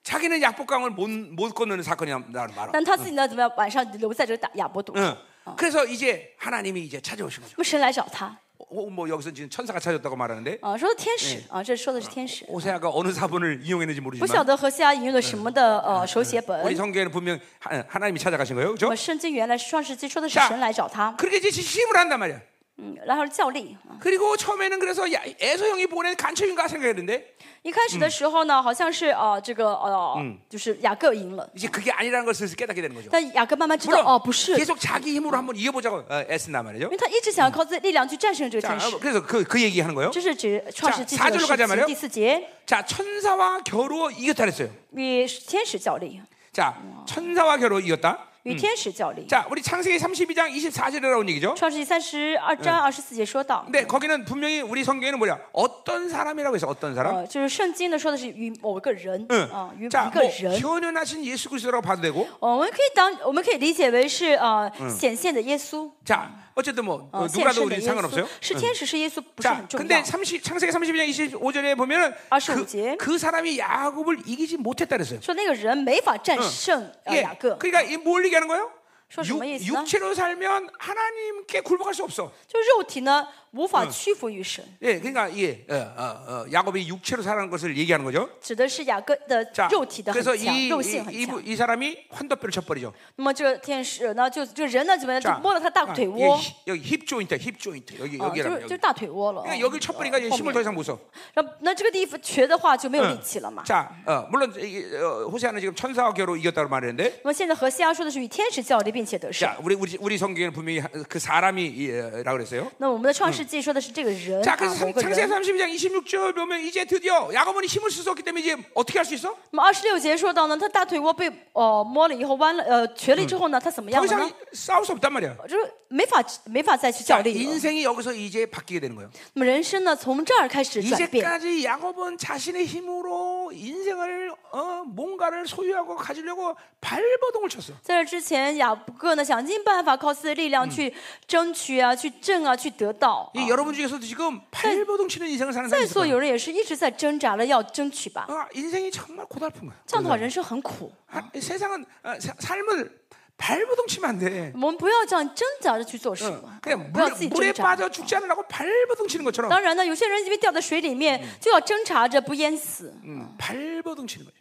Speaker 1: 자기는 약복강을 못못 건너는 사건이 나를 말아.
Speaker 2: 但他自己呢，怎么样？晚上留在这个打亚伯渡口，
Speaker 1: 응. 그래서 이제 하나님이 이제 찾아오신 거죠.
Speaker 2: 那么神来找他，
Speaker 1: 어, 뭐 여기서 지금 천사가 찾았다고 말하는데
Speaker 2: 啊，说的天使，啊，这说的是天使，
Speaker 1: 오세아가 어느 사본을 이용했는지
Speaker 2: 不晓
Speaker 1: 모르지만
Speaker 2: 得何西阿引用了什么的呃手写
Speaker 1: 우리
Speaker 2: 本。
Speaker 1: 성경에는 분명 하- 하나님이 찾아가신 거예요,
Speaker 2: 我
Speaker 1: 그렇죠?
Speaker 2: 们圣经原来创世纪说的是
Speaker 1: 자
Speaker 2: 神来找他，
Speaker 1: 그렇게 이제 시심을 한단 말이야.
Speaker 2: 嗯，然后教令。
Speaker 1: 그리고 처음에는 그래서 야- 에서 형이 보낸 간첩인가 생각했는데
Speaker 2: 一开始的时候呢，好像是呃这个呃就是雅各赢了，
Speaker 1: 이제 그게 아니라는 걸 슬슬 깨닫게 되는 거죠.
Speaker 2: 但雅各慢慢知道
Speaker 1: 물론
Speaker 2: 哦不是，因
Speaker 1: 계속 자기 힘으로 한번 이겨보자고 어, 애쓴단
Speaker 2: 为
Speaker 1: 말이죠.
Speaker 2: 他一直想要靠自己力量去战胜这个
Speaker 1: 자,
Speaker 2: 天使
Speaker 1: 어, 。 그래서 그, 그 얘기하는 거예요.
Speaker 2: 这是指创世纪
Speaker 1: 자
Speaker 2: 九
Speaker 1: 4절로가자말이
Speaker 2: 十
Speaker 1: 요
Speaker 2: 第四节
Speaker 1: 자, 천사와 겨루어 이겼다 그랬어요.
Speaker 2: 与天使较力，
Speaker 1: 자, 천사와 겨루어 이겼다.
Speaker 2: 与天使较力。
Speaker 1: 자, 우리 창세기 32장 24절에 나온 얘기죠.
Speaker 2: 创世纪三十二章二十四节说到，
Speaker 1: 근데 거기는 분명히 우리 성경에는 뭐냐? 어떤 사람이라고 해서 어떤 사람?
Speaker 2: 呃，就是圣经呢说的是与某一个人，啊，
Speaker 1: 응.
Speaker 2: 与一
Speaker 1: 자,
Speaker 2: 个
Speaker 1: 뭐
Speaker 2: 人。
Speaker 1: 현현하신 예수 그리스도라고 봐도 되고.
Speaker 2: 哦我们可以当我们可以理解为是呃显现的耶稣，
Speaker 1: 자, 어쨌든 뭐 어,
Speaker 2: 呃现
Speaker 1: 누가도
Speaker 2: 身的
Speaker 1: 우리
Speaker 2: 耶
Speaker 1: 상관없어요.
Speaker 2: 稣，是天使是耶稣不是
Speaker 1: 자,
Speaker 2: 很重
Speaker 1: 근데
Speaker 2: 要。
Speaker 1: 30, 창세기 32장 25절에 보면은
Speaker 2: 아,
Speaker 1: 그,
Speaker 2: 십오지.
Speaker 1: 그 사람이 야곱을 이기지 못했다 그랬어요.
Speaker 2: 说那个人没法战胜呃
Speaker 1: 예,
Speaker 2: 雅各，
Speaker 1: 그러니까 이뭘 얘기하는 거예요?
Speaker 2: 저
Speaker 1: 육,
Speaker 2: 정말 예수나?
Speaker 1: 육체로 살면 하나님께 굴복할 수 없어.
Speaker 2: 就肉体呢无法屈服于神，
Speaker 1: 예, 그러니까 예, 어, 어, 어, 야곱이 육체로 사는 것을 얘기하는 거죠.
Speaker 2: 指的是雅各的
Speaker 1: 자,
Speaker 2: 肉体的很
Speaker 1: 그래서
Speaker 2: 强，
Speaker 1: 이,
Speaker 2: 肉性
Speaker 1: 이, 이,
Speaker 2: 很强。
Speaker 1: 이 사람이 환도뼈를 쳐버리죠.
Speaker 2: 那么这天使呢，就就人呢怎么样，就
Speaker 1: 자,
Speaker 2: 摸了他大腿
Speaker 1: 아,
Speaker 2: 窝， 어,
Speaker 1: 여기, 여기 힙 조인트, 힙 조인트 여기
Speaker 2: 啊，就
Speaker 1: 여기라면
Speaker 2: 是
Speaker 1: 여기.
Speaker 2: 就是大腿窝了。哦
Speaker 1: 그러니까 여기 쳐버리니까 이제
Speaker 2: 后
Speaker 1: 힘을 더
Speaker 2: 面
Speaker 1: 이상 못 써.
Speaker 2: 那那这个地方瘸的话就没有力气了嘛。
Speaker 1: 자, 어, 물론 이, 어, 호세아는 지금 천사와 겨루 이겼다고 말했는데,
Speaker 2: 那么现在何西阿说的是与天使较力，并且得胜。
Speaker 1: 자, 우리 우리 우리 성경에는 분명히 그 사람이라고 그랬어요.
Speaker 2: 那我们的创世纪说的是这个人，
Speaker 1: 자,
Speaker 2: 啊
Speaker 1: 그래서
Speaker 2: 某
Speaker 1: 삼-
Speaker 2: 个
Speaker 1: 창세기
Speaker 2: 人。
Speaker 1: 32장 26절 보면 이제 드디어 야고보는 힘을 쓸 수 없기 때문에 이제 어떻게 할 수 있어?
Speaker 2: 那么二十六节说到呢，他大腿窝被呃摸了以后弯了，呃瘸了之后呢，他怎么样
Speaker 1: 더
Speaker 2: 了呢
Speaker 1: 이상 ？ 싸울 수 없단 말이야.
Speaker 2: 就是没法没法再去较
Speaker 1: 자,
Speaker 2: 力了。
Speaker 1: 인생이 여기서 이제 바뀌게 되는 거예요.
Speaker 2: 那么人生呢，从这儿开始转变。
Speaker 1: 이제까지 야곱은 자신의 힘으로 인생을 어, 뭔가를 소유하고 가지려고 발버둥을 쳤어.
Speaker 2: 在这之前，雅各呢想尽办法靠自己的力量去争取啊，去挣啊，去得到。
Speaker 1: 이 여러분 중에서도 지금 발버둥 치는 인생을 사는
Speaker 2: 在嗯
Speaker 1: 사람이
Speaker 2: 座
Speaker 1: 있어요.
Speaker 2: 有人也是一直在挣扎着要争取吧，
Speaker 1: 아, 인생이 정말 고달픈 거야.
Speaker 2: 这样的话人生很苦。
Speaker 1: 아, 세상은 아, 사- 삶을 발버둥 치면 안 돼.
Speaker 2: 我们不要这样挣扎着去做什
Speaker 1: 어,
Speaker 2: 么，
Speaker 1: 그냥
Speaker 2: 嗯不要
Speaker 1: 물에,
Speaker 2: 自己
Speaker 1: 물에
Speaker 2: 挣扎。
Speaker 1: 빠져 죽지 않으려고 발버둥 치는 것처럼
Speaker 2: 当然呢，有些人因为掉在水里面，就要挣扎着不淹死，
Speaker 1: 음, 발버둥 치는 거죠.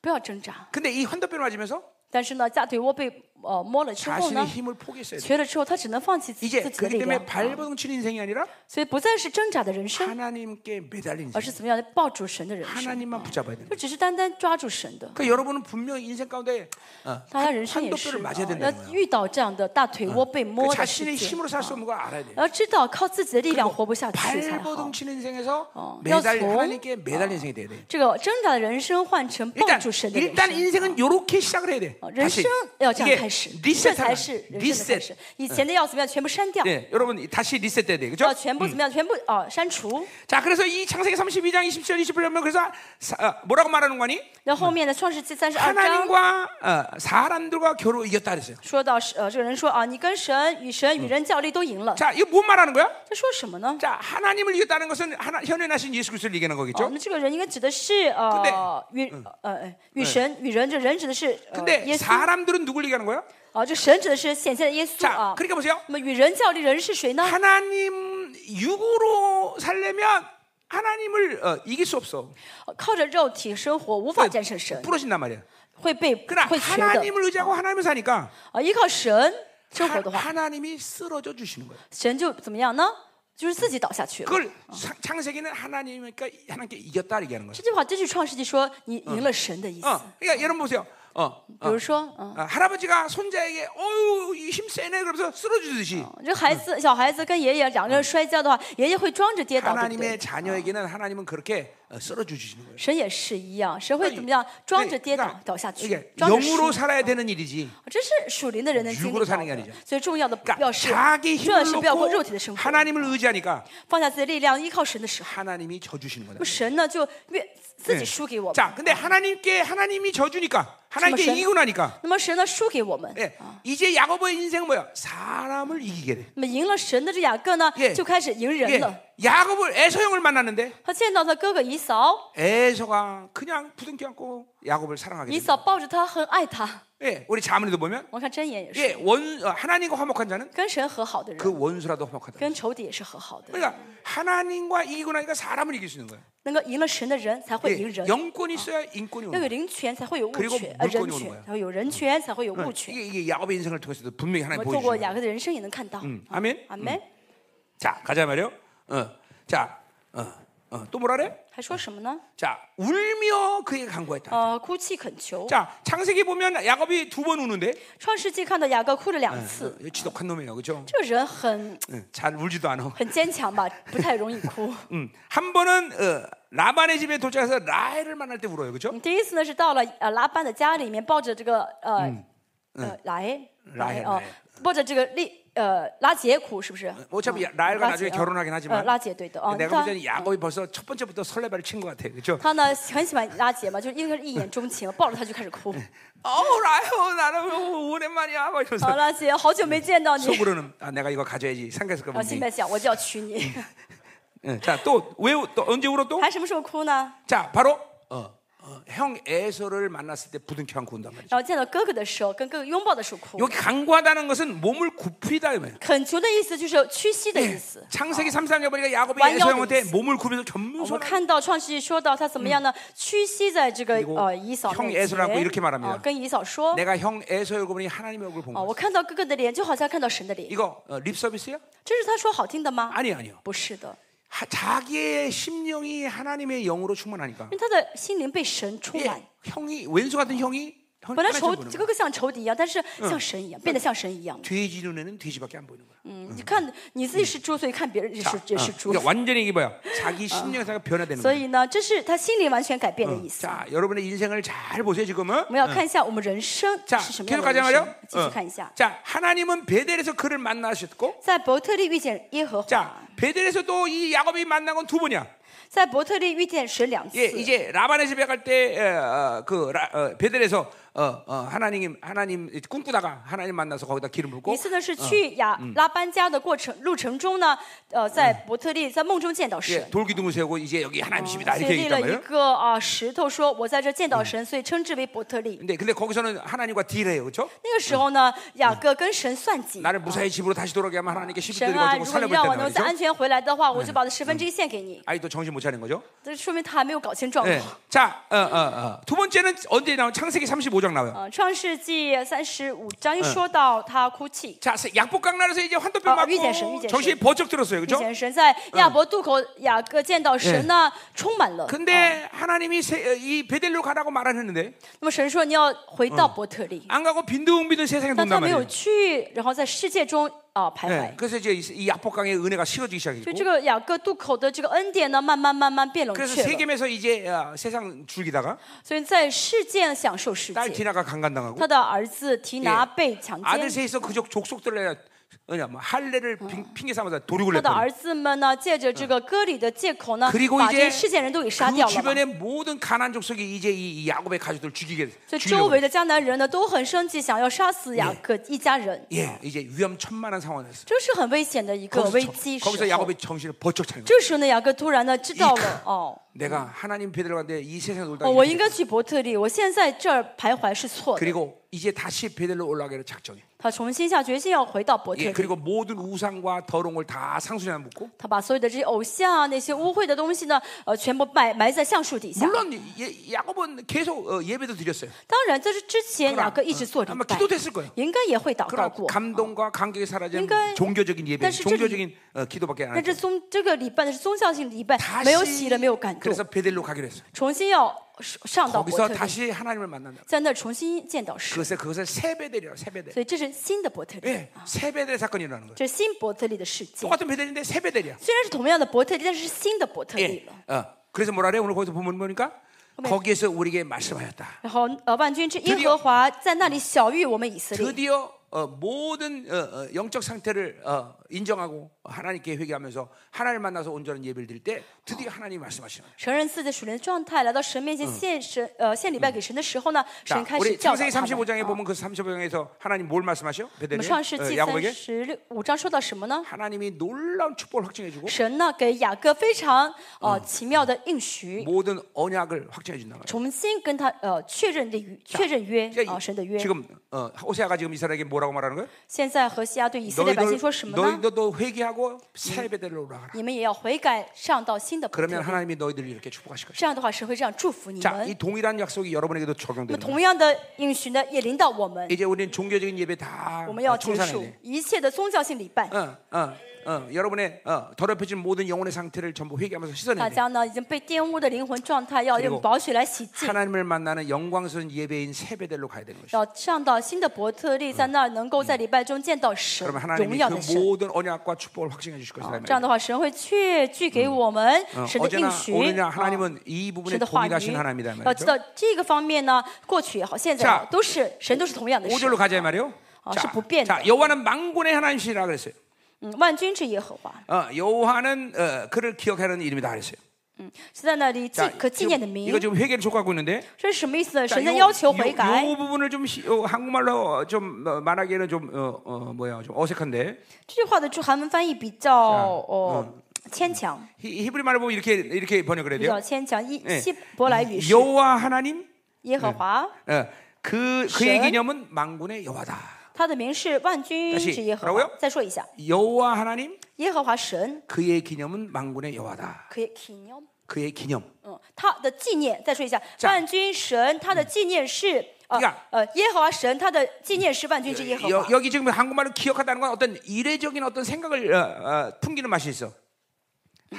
Speaker 2: 不要挣扎。
Speaker 1: 근데 이 환도뼈를 맞으면서
Speaker 2: 但是呢，大腿窝被呃摸了之后
Speaker 1: 자신의
Speaker 2: 呢，
Speaker 1: 힘을 포기했어야 돼.
Speaker 2: 瘸了之后，他只能放弃自己
Speaker 1: 이제
Speaker 2: 自己的
Speaker 1: 그렇기
Speaker 2: 力
Speaker 1: 때문에
Speaker 2: 量，
Speaker 1: 발버둥 치는 인생이 아니라
Speaker 2: 所以不再是挣扎的人生，
Speaker 1: 하나님께 매달린 인생.
Speaker 2: 而是怎么样的抱住神的人生，
Speaker 1: 하나님만 붙잡아야 되는 거예요.
Speaker 2: 就只是单单抓住神的。
Speaker 1: 그 여러분은 분명 인생 가운데 어,
Speaker 2: 大家人生也是
Speaker 1: 환도뼈를
Speaker 2: 啊
Speaker 1: 맞아야
Speaker 2: 要
Speaker 1: 된다는 거예요.
Speaker 2: 遇到这样的大腿窝被
Speaker 1: 그
Speaker 2: 摸的事
Speaker 1: 자신의
Speaker 2: 件，
Speaker 1: 힘으로 살 수 없는 아, 걸 알아야 돼요.
Speaker 2: 要知道靠自己的力量活不下去才好
Speaker 1: 발버둥 。 치는 인생에서
Speaker 2: 어,
Speaker 1: 매달
Speaker 2: 여성.
Speaker 1: 하나님께 매달린 인생이 돼야 돼.
Speaker 2: 这个挣扎的人生换成抱
Speaker 1: 일단
Speaker 2: 住神的人
Speaker 1: 일단
Speaker 2: 生。
Speaker 1: 인생은 요렇게 시작을 해야 돼.
Speaker 2: 哦人
Speaker 1: 어, 다시
Speaker 2: 生要这样
Speaker 1: 이게
Speaker 2: 开始，这
Speaker 1: 리셋
Speaker 2: 才是人生的开
Speaker 1: 리셋.
Speaker 2: 始。以前的要怎么样，全部删掉，
Speaker 1: 네, 여러분 이- 다시 리셋돼야 돼, 그죠?
Speaker 2: 要全部怎么样，全部哦删除。
Speaker 1: 자, 그래서 이 창세기 32장 27절 28절 보면 그래서 사- 어, 뭐라고 말하는 거니?
Speaker 2: 然后后面的创世纪
Speaker 1: 어,
Speaker 2: 三十二章
Speaker 1: 하나님과 어, 사람들과 겨루 이겼다 그랬어요.
Speaker 2: 说到是，呃，这个人说啊，你跟神与神与人较力都赢了，
Speaker 1: 자, 이거 뭔 말하는 거야?
Speaker 2: 这说什么呢？
Speaker 1: 자, 하나님을 이겼다는 것은 하나, 현현하신 예수 그리스도를 이기는
Speaker 2: 哦
Speaker 1: 거겠죠?
Speaker 2: 那这个人应该指的是
Speaker 1: 근데
Speaker 2: 呃与呃呃与神与人，这人指的是呃
Speaker 1: 근데
Speaker 2: 耶稣
Speaker 1: 사람들은 누굴 얘기하는 거야?
Speaker 2: 啊，这神指的是显现的耶稣
Speaker 1: 자,
Speaker 2: 啊。
Speaker 1: 그러니까 보세요.
Speaker 2: 那么与人较力人是谁呢？
Speaker 1: 하나님 육으로 살려면 하나님을 어, 이길 수 없어. 그
Speaker 2: 呃靠着肉体生活无法战胜神，
Speaker 1: 부러진단 말이야.
Speaker 2: 会被
Speaker 1: 그러나
Speaker 2: 会瘸的
Speaker 1: 하나님을 의지하고 하나님을 사니까
Speaker 2: 啊。依靠神生活的话，
Speaker 1: 하, 어. 나님이 쓰러져 주시는 거예요.
Speaker 2: 神就怎么样呢？就是自己倒下去了。
Speaker 1: 그걸 사- 창세기는 하나님이니까 하나님께 이겼다 얘기하는 거예요.
Speaker 2: 这句话这句创世纪说你赢了神的意思。
Speaker 1: 어, 그러니까 여러분 보세요. 어, 어,
Speaker 2: 比如说，嗯嗯。
Speaker 1: 어, 할아버지가 손자에게 어유 힘 세네 그러면서 쓰러지듯이
Speaker 2: 嗯这孩子、小孩子跟爷爷两个人摔跤的话，爷爷会装着
Speaker 1: 어.
Speaker 2: 跌倒，对不
Speaker 1: 하나님의
Speaker 2: 对？
Speaker 1: 자녀에게는 하나님은 그렇게 어, 쓰러져 주시는 거예요.
Speaker 2: 神也是一样，神会怎么
Speaker 1: 그러니까
Speaker 2: 样？装着跌倒
Speaker 1: 그러니까
Speaker 2: 倒下去
Speaker 1: 이게 ，
Speaker 2: 装着输
Speaker 1: 영으로 。 살아야 되는 일이지.
Speaker 2: 这是属灵的人能经历
Speaker 1: 육으로
Speaker 2: 到
Speaker 1: 사는게아니
Speaker 2: 的
Speaker 1: 죠 ，
Speaker 2: 所以重要的不
Speaker 1: 그러니까
Speaker 2: 要是
Speaker 1: 자기
Speaker 2: 重要
Speaker 1: 힘을
Speaker 2: 是不要过肉体的
Speaker 1: 놓고
Speaker 2: 生活，
Speaker 1: 하나님을 의지하니까
Speaker 2: 放下自己的力量，依靠神的时候，
Speaker 1: 하나님이 져주시는 거다.
Speaker 2: 那么神呢就越自
Speaker 1: 네.
Speaker 2: 己输给我们。
Speaker 1: 자, 근데 하나님께 하나님이 져주니까 하나님께
Speaker 2: 정말 쎄.
Speaker 1: 이기고 나니까
Speaker 2: 那么神呢输给我们，
Speaker 1: 예, 이제 야고보의 인생은 뭐야? 사람을 이기게 돼.
Speaker 2: 那么赢了神的这雅各呢
Speaker 1: 예
Speaker 2: 就开始赢
Speaker 1: 예,
Speaker 2: 人了。
Speaker 1: 야고보를 에서 형을 만났는데
Speaker 2: 他见到他哥哥以扫，
Speaker 1: 에서가 그냥 부둥켜 안고 야고보를 사랑하게
Speaker 2: 以
Speaker 1: 돼.
Speaker 2: 扫抱着他很爱他。
Speaker 1: 예, 우리 자문에도 보면
Speaker 2: 我看箴言也是，
Speaker 1: 예, 원 어, 하나님과 화목한 자는
Speaker 2: 跟神和好的
Speaker 1: 그
Speaker 2: 人，
Speaker 1: 원수라도 화목하다.
Speaker 2: 跟仇敌也是和好的。
Speaker 1: 그러니까 하나님과 이기고 나니까 사람을 이길 수 있는 거야.
Speaker 2: 能够赢了神的人才会
Speaker 1: 예,
Speaker 2: 赢人，
Speaker 1: 영권이 있어야 인권이
Speaker 2: 要有
Speaker 1: 오는 거야.
Speaker 2: 灵权才会有物
Speaker 1: 그리고
Speaker 2: 权，呃，人
Speaker 1: 물건이오는거야
Speaker 2: 权，然后有人权才会有物权。
Speaker 1: 이게, 뭐 이게 야곱의 인생을 통해서도 분명히
Speaker 2: 我
Speaker 1: 하나님
Speaker 2: 们透过
Speaker 1: 보여주는 거야.
Speaker 2: 雅各的人生也能看到。
Speaker 1: 음, 아멘.
Speaker 2: 阿门。
Speaker 1: 자, 가자 말이요. 어, 자, 어, 어, 또 뭐라 그래?
Speaker 2: 还说什么呢？
Speaker 1: 자, 울며 그에게 간구했다.
Speaker 2: 呃，哭泣恳求。
Speaker 1: 자, 창세기 보면 야곱이 두 번 우는데
Speaker 2: 创世纪看到雅各哭了两次，
Speaker 1: 어, 지독한 놈이에요, 그렇죠?
Speaker 2: 这个人很
Speaker 1: 잘 울지도 않아.
Speaker 2: 很坚强吧，不太容易哭。
Speaker 1: 음, 한 번은 어, 라반의 집에 도착해서 라헬을 만날 때 울어요, 그렇죠?
Speaker 2: 嗯第一次呢是到了呃拉班的家里面，抱着这个呃呃莱
Speaker 1: 莱
Speaker 2: 哦
Speaker 1: 莱，
Speaker 2: 抱着这个利呃拉杰苦是不是？
Speaker 1: 어차피 어,
Speaker 2: 嗯
Speaker 1: 아, 라헬과
Speaker 2: 拉
Speaker 1: 나중에
Speaker 2: 杰
Speaker 1: 결혼하긴
Speaker 2: 呃
Speaker 1: 하지만
Speaker 2: 拉杰对的哦，
Speaker 1: 내가
Speaker 2: 他
Speaker 1: 볼 때는 야곱이 벌써 첫 번째부터 설레발을 친 것 같아, 그렇죠?
Speaker 2: 他呢很喜欢拉杰嘛，就因为是一眼钟情，抱着他就开始哭。
Speaker 1: 어, 라헬 나는 오랜만이야, 막 이러면서
Speaker 2: 好，拉杰，好久没见到你。
Speaker 1: 속으로는 아, 내가 이거 가져야지 생각했을
Speaker 2: 然后心
Speaker 1: 거면. 예,
Speaker 2: 里面想，我就要娶你。 네.
Speaker 1: 자, 또왜또 언제 울어 또?
Speaker 2: 还什么时候哭呢？
Speaker 1: 자, 바로 어, 어, 형 에서를 만났을 때 부둥켜 안고 온단 말이죠.
Speaker 2: 然后见到哥哥的时候，跟哥哥拥抱的时候哭。
Speaker 1: 여기 강구하다는 것은 몸을 굽히다 이 말이에요.
Speaker 2: 恳求的意思就是屈膝的意 思。
Speaker 1: 창세기 33장 보니까 야곱이
Speaker 2: 아. 완전히
Speaker 1: 에서 형한테
Speaker 2: 있어. 뭐
Speaker 1: 몸을 굽혀서
Speaker 2: 我们
Speaker 1: 겸손하게
Speaker 2: 看到创世纪说到他怎么样呢？屈膝在这个
Speaker 1: 그리고
Speaker 2: 呃以扫
Speaker 1: 嗯 형에
Speaker 2: 面
Speaker 1: 서라고이렇게말합니다
Speaker 2: 前，啊，跟以扫说，
Speaker 1: 내가 형 에서 얼굴 보니 하나님의 얼굴 본
Speaker 2: 啊，
Speaker 1: 거야.
Speaker 2: 我看到哥哥的脸，就好像看到神的脸。
Speaker 1: 이거 어, 립 서비스야?
Speaker 2: 这是他说好听的吗？
Speaker 1: 아니 아니요.
Speaker 2: 不是的，
Speaker 1: 하- 자기의 심령이 하나님의 영으로 충만하니까.
Speaker 2: 因为他的心灵被神充
Speaker 1: 예,
Speaker 2: 满。
Speaker 1: 형이 왼수 같은 형이 형-
Speaker 2: 本来
Speaker 1: 하나님
Speaker 2: 仇
Speaker 1: 보는
Speaker 2: 这
Speaker 1: 거야.
Speaker 2: 个像仇敌一样，但是
Speaker 1: 嗯
Speaker 2: 像神一样，变得像神一样。
Speaker 1: 돼지 눈에는 돼지밖에 안 보이는 거야.
Speaker 2: 嗯，你看你自己是猪，所以看别人也
Speaker 1: 자,
Speaker 2: 是也
Speaker 1: 어,
Speaker 2: 是猪。
Speaker 1: 그러니까 완전히 이게 뭐야? 자기 심령 상태가 변화되는
Speaker 2: 所
Speaker 1: 거야.
Speaker 2: 以呢，这是他心灵完全改变的意思。
Speaker 1: 자, 여러분의 인생을 잘 보세요 지금은.
Speaker 2: 我们要看一下我们人生
Speaker 1: 자,
Speaker 2: 是什么
Speaker 1: 계속
Speaker 2: 样的人
Speaker 1: 가자
Speaker 2: 生
Speaker 1: 말이요. ，
Speaker 2: 继续看一下，
Speaker 1: 자, 하나님은 베델에서 그를 만나셨고,
Speaker 2: 在伯特利遇见耶和华，
Speaker 1: 자, 베델에서도 이 야곱이 만난 건 두 번이야.
Speaker 2: 在伯特利遇见神两次
Speaker 1: 어, 예, 。 이제 라반의 집에 갈 때 그 베델에서 어, 어, 하나님 하나님 꿈꾸다가 하나님 만나서 거기다 기름 붓고
Speaker 2: 一次呢是去亚拉班加的过程路程中呢，呃，在伯特利在梦中见到神
Speaker 1: 예, ， 돌기둥을 세우고 이제 여기 하나님이십니다
Speaker 2: 所
Speaker 1: 이렇게
Speaker 2: 以立
Speaker 1: 얘기했단
Speaker 2: 了一
Speaker 1: 말이에요.
Speaker 2: 个啊石头，说我在这见到神，所以称之为伯特利。
Speaker 1: 근데 근데 거기서는 하나님과 딜해요, 그렇죠?
Speaker 2: 那个时候呢，雅各跟神算计，
Speaker 1: 나를 무사히 집으로 다시 돌아오게 하면 하나님께 10분
Speaker 2: 神
Speaker 1: 드리고
Speaker 2: 啊，
Speaker 1: 주고
Speaker 2: 如果你让我
Speaker 1: 살려버렸단
Speaker 2: 能再
Speaker 1: 말이죠.
Speaker 2: 安全回来的话，我就把我的十分之一献给你。
Speaker 1: 아이 또 정신 못 차린 거죠.
Speaker 2: 这说明他还没有搞清状
Speaker 1: 예.
Speaker 2: 况。
Speaker 1: 자, 어, 어, 어. 두 번째는 언제 나온 창세기 35장 나와요.
Speaker 2: 啊，《创世纪》三十五章一说到他哭泣，
Speaker 1: 자, 약복 강나라에서 이제 환도병
Speaker 2: 어,
Speaker 1: 맞고
Speaker 2: 위대신, 위대신.
Speaker 1: 정신이 버쩍 들었어요,
Speaker 2: 以
Speaker 1: 그렇죠?
Speaker 2: 前神在亚伯渡口，雅各见到神呢，充满了。
Speaker 1: 근데
Speaker 2: 어.
Speaker 1: 하나님이 세, 어, 이 베델로 가라고 말은 했는데
Speaker 2: 那么神说你要回到伯特利，
Speaker 1: 안 가고 빈둥빈둥 세상에
Speaker 2: 但
Speaker 1: 돈단
Speaker 2: 他没有
Speaker 1: 말이에요.
Speaker 2: 去，然后在世界中啊徘
Speaker 1: 예.
Speaker 2: 徊。
Speaker 1: 그래서 이제 이- 이 약복강의 은혜가 식어지기
Speaker 2: 就这
Speaker 1: 시작했고
Speaker 2: 个雅各渡口的这个恩典呢，慢慢慢慢变冷
Speaker 1: 그래서
Speaker 2: 却了，
Speaker 1: 세겜에서 이제 어, 세상 줄기다가
Speaker 2: 所以在世界享受世
Speaker 1: 딸
Speaker 2: 界。
Speaker 1: 디나가 강간당하고
Speaker 2: 他的儿子提拿被强
Speaker 1: 아들
Speaker 2: 奸，
Speaker 1: 셋에서 그족 족속들에 뭐냐 뭐 할례를 핑-
Speaker 2: 어.
Speaker 1: 핑계 삼아서 도륙을
Speaker 2: 他的
Speaker 1: 했다.
Speaker 2: 儿子们呢，借着这个割礼的借口呢，
Speaker 1: 그리고
Speaker 2: 把
Speaker 1: 이제
Speaker 2: 这些世界人都给杀掉
Speaker 1: 그
Speaker 2: 了嘛。
Speaker 1: 주변의 모든 가난 족속이 이제 이 야곱의 가족들 죽이게
Speaker 2: 所以周
Speaker 1: 죽이려고
Speaker 2: 围的迦南人呢都很生气，想要杀死雅各一家人，
Speaker 1: 예, 이제 위험천만한 상황이었어.
Speaker 2: 这是很危险的一个
Speaker 1: 거기서,
Speaker 2: 危
Speaker 1: 정-
Speaker 2: 机时
Speaker 1: 거기서
Speaker 2: 候。
Speaker 1: 야곱의 정신을 버쩍 차린 거야.
Speaker 2: 这时候呢，雅各突然呢知道了哦，
Speaker 1: 내가 하나님 베드로 갔는데 이 세상에 놀다가
Speaker 2: 哦，我
Speaker 1: 이렇게
Speaker 2: 应该去伯特利，我现在这儿徘徊是错的。
Speaker 1: 그리고 이제 다시 베델로 올라가기로 작정해.
Speaker 2: 他重新下决心要回到伯特
Speaker 1: 예,
Speaker 2: 利，
Speaker 1: 그리고 모든 우상과 더러움을 다 상수에 묻고
Speaker 2: 他把所有的这些偶像啊那些污秽的东西呢，呃，全部埋埋在橡树底下。
Speaker 1: 물론 예, 야곱은 계속 어, 예배도 드렸어요.
Speaker 2: 当然，在这之前，雅
Speaker 1: 그러나,
Speaker 2: 各一直做礼
Speaker 1: 아마
Speaker 2: 拜，
Speaker 1: 기도 됐을 거예요.
Speaker 2: 应该也会祷告
Speaker 1: 그러나
Speaker 2: 过。
Speaker 1: 감동과 감격이 사라진
Speaker 2: 그러니까-
Speaker 1: 종교적인 예배,
Speaker 2: 다시
Speaker 1: 종교적인 어, 기도밖에 안
Speaker 2: 但
Speaker 1: 했죠.
Speaker 2: 这宗这个礼拜呢是宗教性礼拜，没有喜乐，没有
Speaker 1: 다시
Speaker 2: 感动，
Speaker 1: 그래서 베델로 가기로 했어요.
Speaker 2: 重新要上到伯
Speaker 1: 거기서
Speaker 2: 特利。
Speaker 1: 다시 하나님을 만난다.
Speaker 2: 在那儿重新见到神，
Speaker 1: 그것을 그것을 세베델이라고 세베델.
Speaker 2: 所以这是新的伯特利，啊
Speaker 1: 예, 세베델 사건이 일어나는 거예요.
Speaker 2: 这是新伯特利的世界。
Speaker 1: 똑같은 베델인데 세베델이야.
Speaker 2: 虽然是同样的伯特利，但是是新的伯特利
Speaker 1: 예.
Speaker 2: 了。
Speaker 1: 어. 그래서 뭐라 그래? 오늘 거기서 보면 보니까 거기에서 우리에게 말씀하였다.
Speaker 2: 然后呃，万军之耶
Speaker 1: 드디어
Speaker 2: 和华在那里小遇我们以色列，
Speaker 1: 드디어 어, 모든 어, 어, 영적 상태를 어, 인정하고 하나님께 회개하면서 하나님 만나서 온전한 예배를 드릴 때 드디어 하나님이 말씀하시는 거예요.
Speaker 2: 承认自己的属灵状态，来到神面前献神呃献礼拜给神的时候呢，神
Speaker 1: 자,
Speaker 2: 开始
Speaker 1: 우리
Speaker 2: 教导
Speaker 1: 창세기
Speaker 2: 他们。
Speaker 1: 35장에
Speaker 2: 啊
Speaker 1: 보면 그 35장에서 하나님 뭘 말씀하셔?
Speaker 2: 我
Speaker 1: 베델에
Speaker 2: 们创世纪
Speaker 1: 어,
Speaker 2: 三
Speaker 1: 야곱에게
Speaker 2: 十五章说到什么呢？
Speaker 1: 하나님이 놀라운 축복을 확증해 주고
Speaker 2: 神呢给雅各非常呃奇妙的应许，
Speaker 1: 모든 언약을 확증해 준다 말이에요.
Speaker 2: 重新跟他呃确认的约确认约啊
Speaker 1: 그러니까
Speaker 2: 神的约。
Speaker 1: 지금 어, 호세아가 지금 이스라엘에게 뭐라고 말하는 거예요?
Speaker 2: 现在何西阿对以色列百姓说什么呢？
Speaker 1: 너희도 너 회개하고 새 베델로 올라가라.
Speaker 2: 你们也要悔改，上到新的伯特
Speaker 1: 음. 그러면
Speaker 2: 利。
Speaker 1: 하나님이 너희들을 이렇게 축복하실 것이다.
Speaker 2: 这样的话，神会这样祝福你
Speaker 1: 자, 이
Speaker 2: 们。
Speaker 1: 동일한 약속이 여러분에게도
Speaker 2: 那么
Speaker 1: 적용되는 거예요.
Speaker 2: 同样的应许呢，也临到我们。
Speaker 1: 이제 우리는 종교적인 예배 다 어,
Speaker 2: 我们要结
Speaker 1: 청산해야
Speaker 2: 束
Speaker 1: 돼.
Speaker 2: 一切的宗教性礼拜。
Speaker 1: 어, 어, 어, 여러분의 어, 더럽혀진 모든 영혼의 상태를 전부 회개하면서
Speaker 2: 大
Speaker 1: 씻어내야 돼.
Speaker 2: 家呢已经被玷污的灵魂状态，要
Speaker 1: 그리고
Speaker 2: 用宝血来洗净，
Speaker 1: 하나님을 만나는 영광스러운 예배인 세배들로 가야 되는 것이죠.
Speaker 2: 要上到新的伯特利，在那儿能够在礼拜中见到神
Speaker 1: 그러면
Speaker 2: 荣
Speaker 1: 하나님이
Speaker 2: 耀的
Speaker 1: 그
Speaker 2: 神。
Speaker 1: 모든 언약과 축복을 확증해 주실 것이다.
Speaker 2: 这样的话，神会确据给嗯我们
Speaker 1: 어,
Speaker 2: 神的应
Speaker 1: 어제나
Speaker 2: 许，
Speaker 1: 오늘이나
Speaker 2: 啊
Speaker 1: 하나님은 이
Speaker 2: 神
Speaker 1: 부분에
Speaker 2: 的话语
Speaker 1: 어. 동일하신 。 하나님이다
Speaker 2: 要
Speaker 1: 말이죠.
Speaker 2: 知道这个方面呢，过去也好，现在也好
Speaker 1: 자
Speaker 2: 都是啊神都是同样的
Speaker 1: 5절로
Speaker 2: 神。
Speaker 1: 가자 이 말이요.
Speaker 2: 어,
Speaker 1: 자,
Speaker 2: 是不变的。
Speaker 1: 자 여호와는 망군의 하나님이시라 그랬어요.
Speaker 2: 嗯，万军之耶和华
Speaker 1: 어, 여호와는 어, 그를 기억하는 이름이다 그랬어요.
Speaker 2: 是在那里纪
Speaker 1: 자,
Speaker 2: 可纪念的
Speaker 1: 지금
Speaker 2: 名
Speaker 1: 이거 。 지금 회개를 촉구하고 있는데
Speaker 2: 这是什么意思呢？
Speaker 1: 자,
Speaker 2: 神在
Speaker 1: 요-
Speaker 2: 要求悔
Speaker 1: 요-
Speaker 2: 改
Speaker 1: 요 。 부분을 좀 시- 어, 한국말로 좀 어, 말하기에는 좀 어, 어, 뭐야 좀 어색한데
Speaker 2: 这句话的韩文翻译比较哦牵强，
Speaker 1: 히, 브리 말로 보면 이렇게 이렇게 번역을 해야
Speaker 2: 比
Speaker 1: 돼요.
Speaker 2: 较牵强。一
Speaker 1: 嗯哎
Speaker 2: 希伯来语是
Speaker 1: 여호와 하나님
Speaker 2: 耶和华，
Speaker 1: 어, 그 그의
Speaker 2: 신.
Speaker 1: 개념은 망군의 여호와다.
Speaker 2: 他的名是万军之耶和
Speaker 1: 다시뭐라고요
Speaker 2: 华。再说一下，
Speaker 1: 여호와 하나님
Speaker 2: 耶和华神
Speaker 1: 그의 개념은 망군의 여호와다.
Speaker 2: 可以 k i
Speaker 1: 그의 개념.
Speaker 2: 嗯，他的纪念。再说一下，
Speaker 1: 자
Speaker 2: 万军神他的纪念是呃
Speaker 1: 야
Speaker 2: 呃耶和华神他的纪念是万军之耶和
Speaker 1: 여,
Speaker 2: 华。哦
Speaker 1: 여기 지금 한국말로 기억하다는 건 어떤 이례적인 어떤 생각을 어, 어, 풍기는 맛이 있어.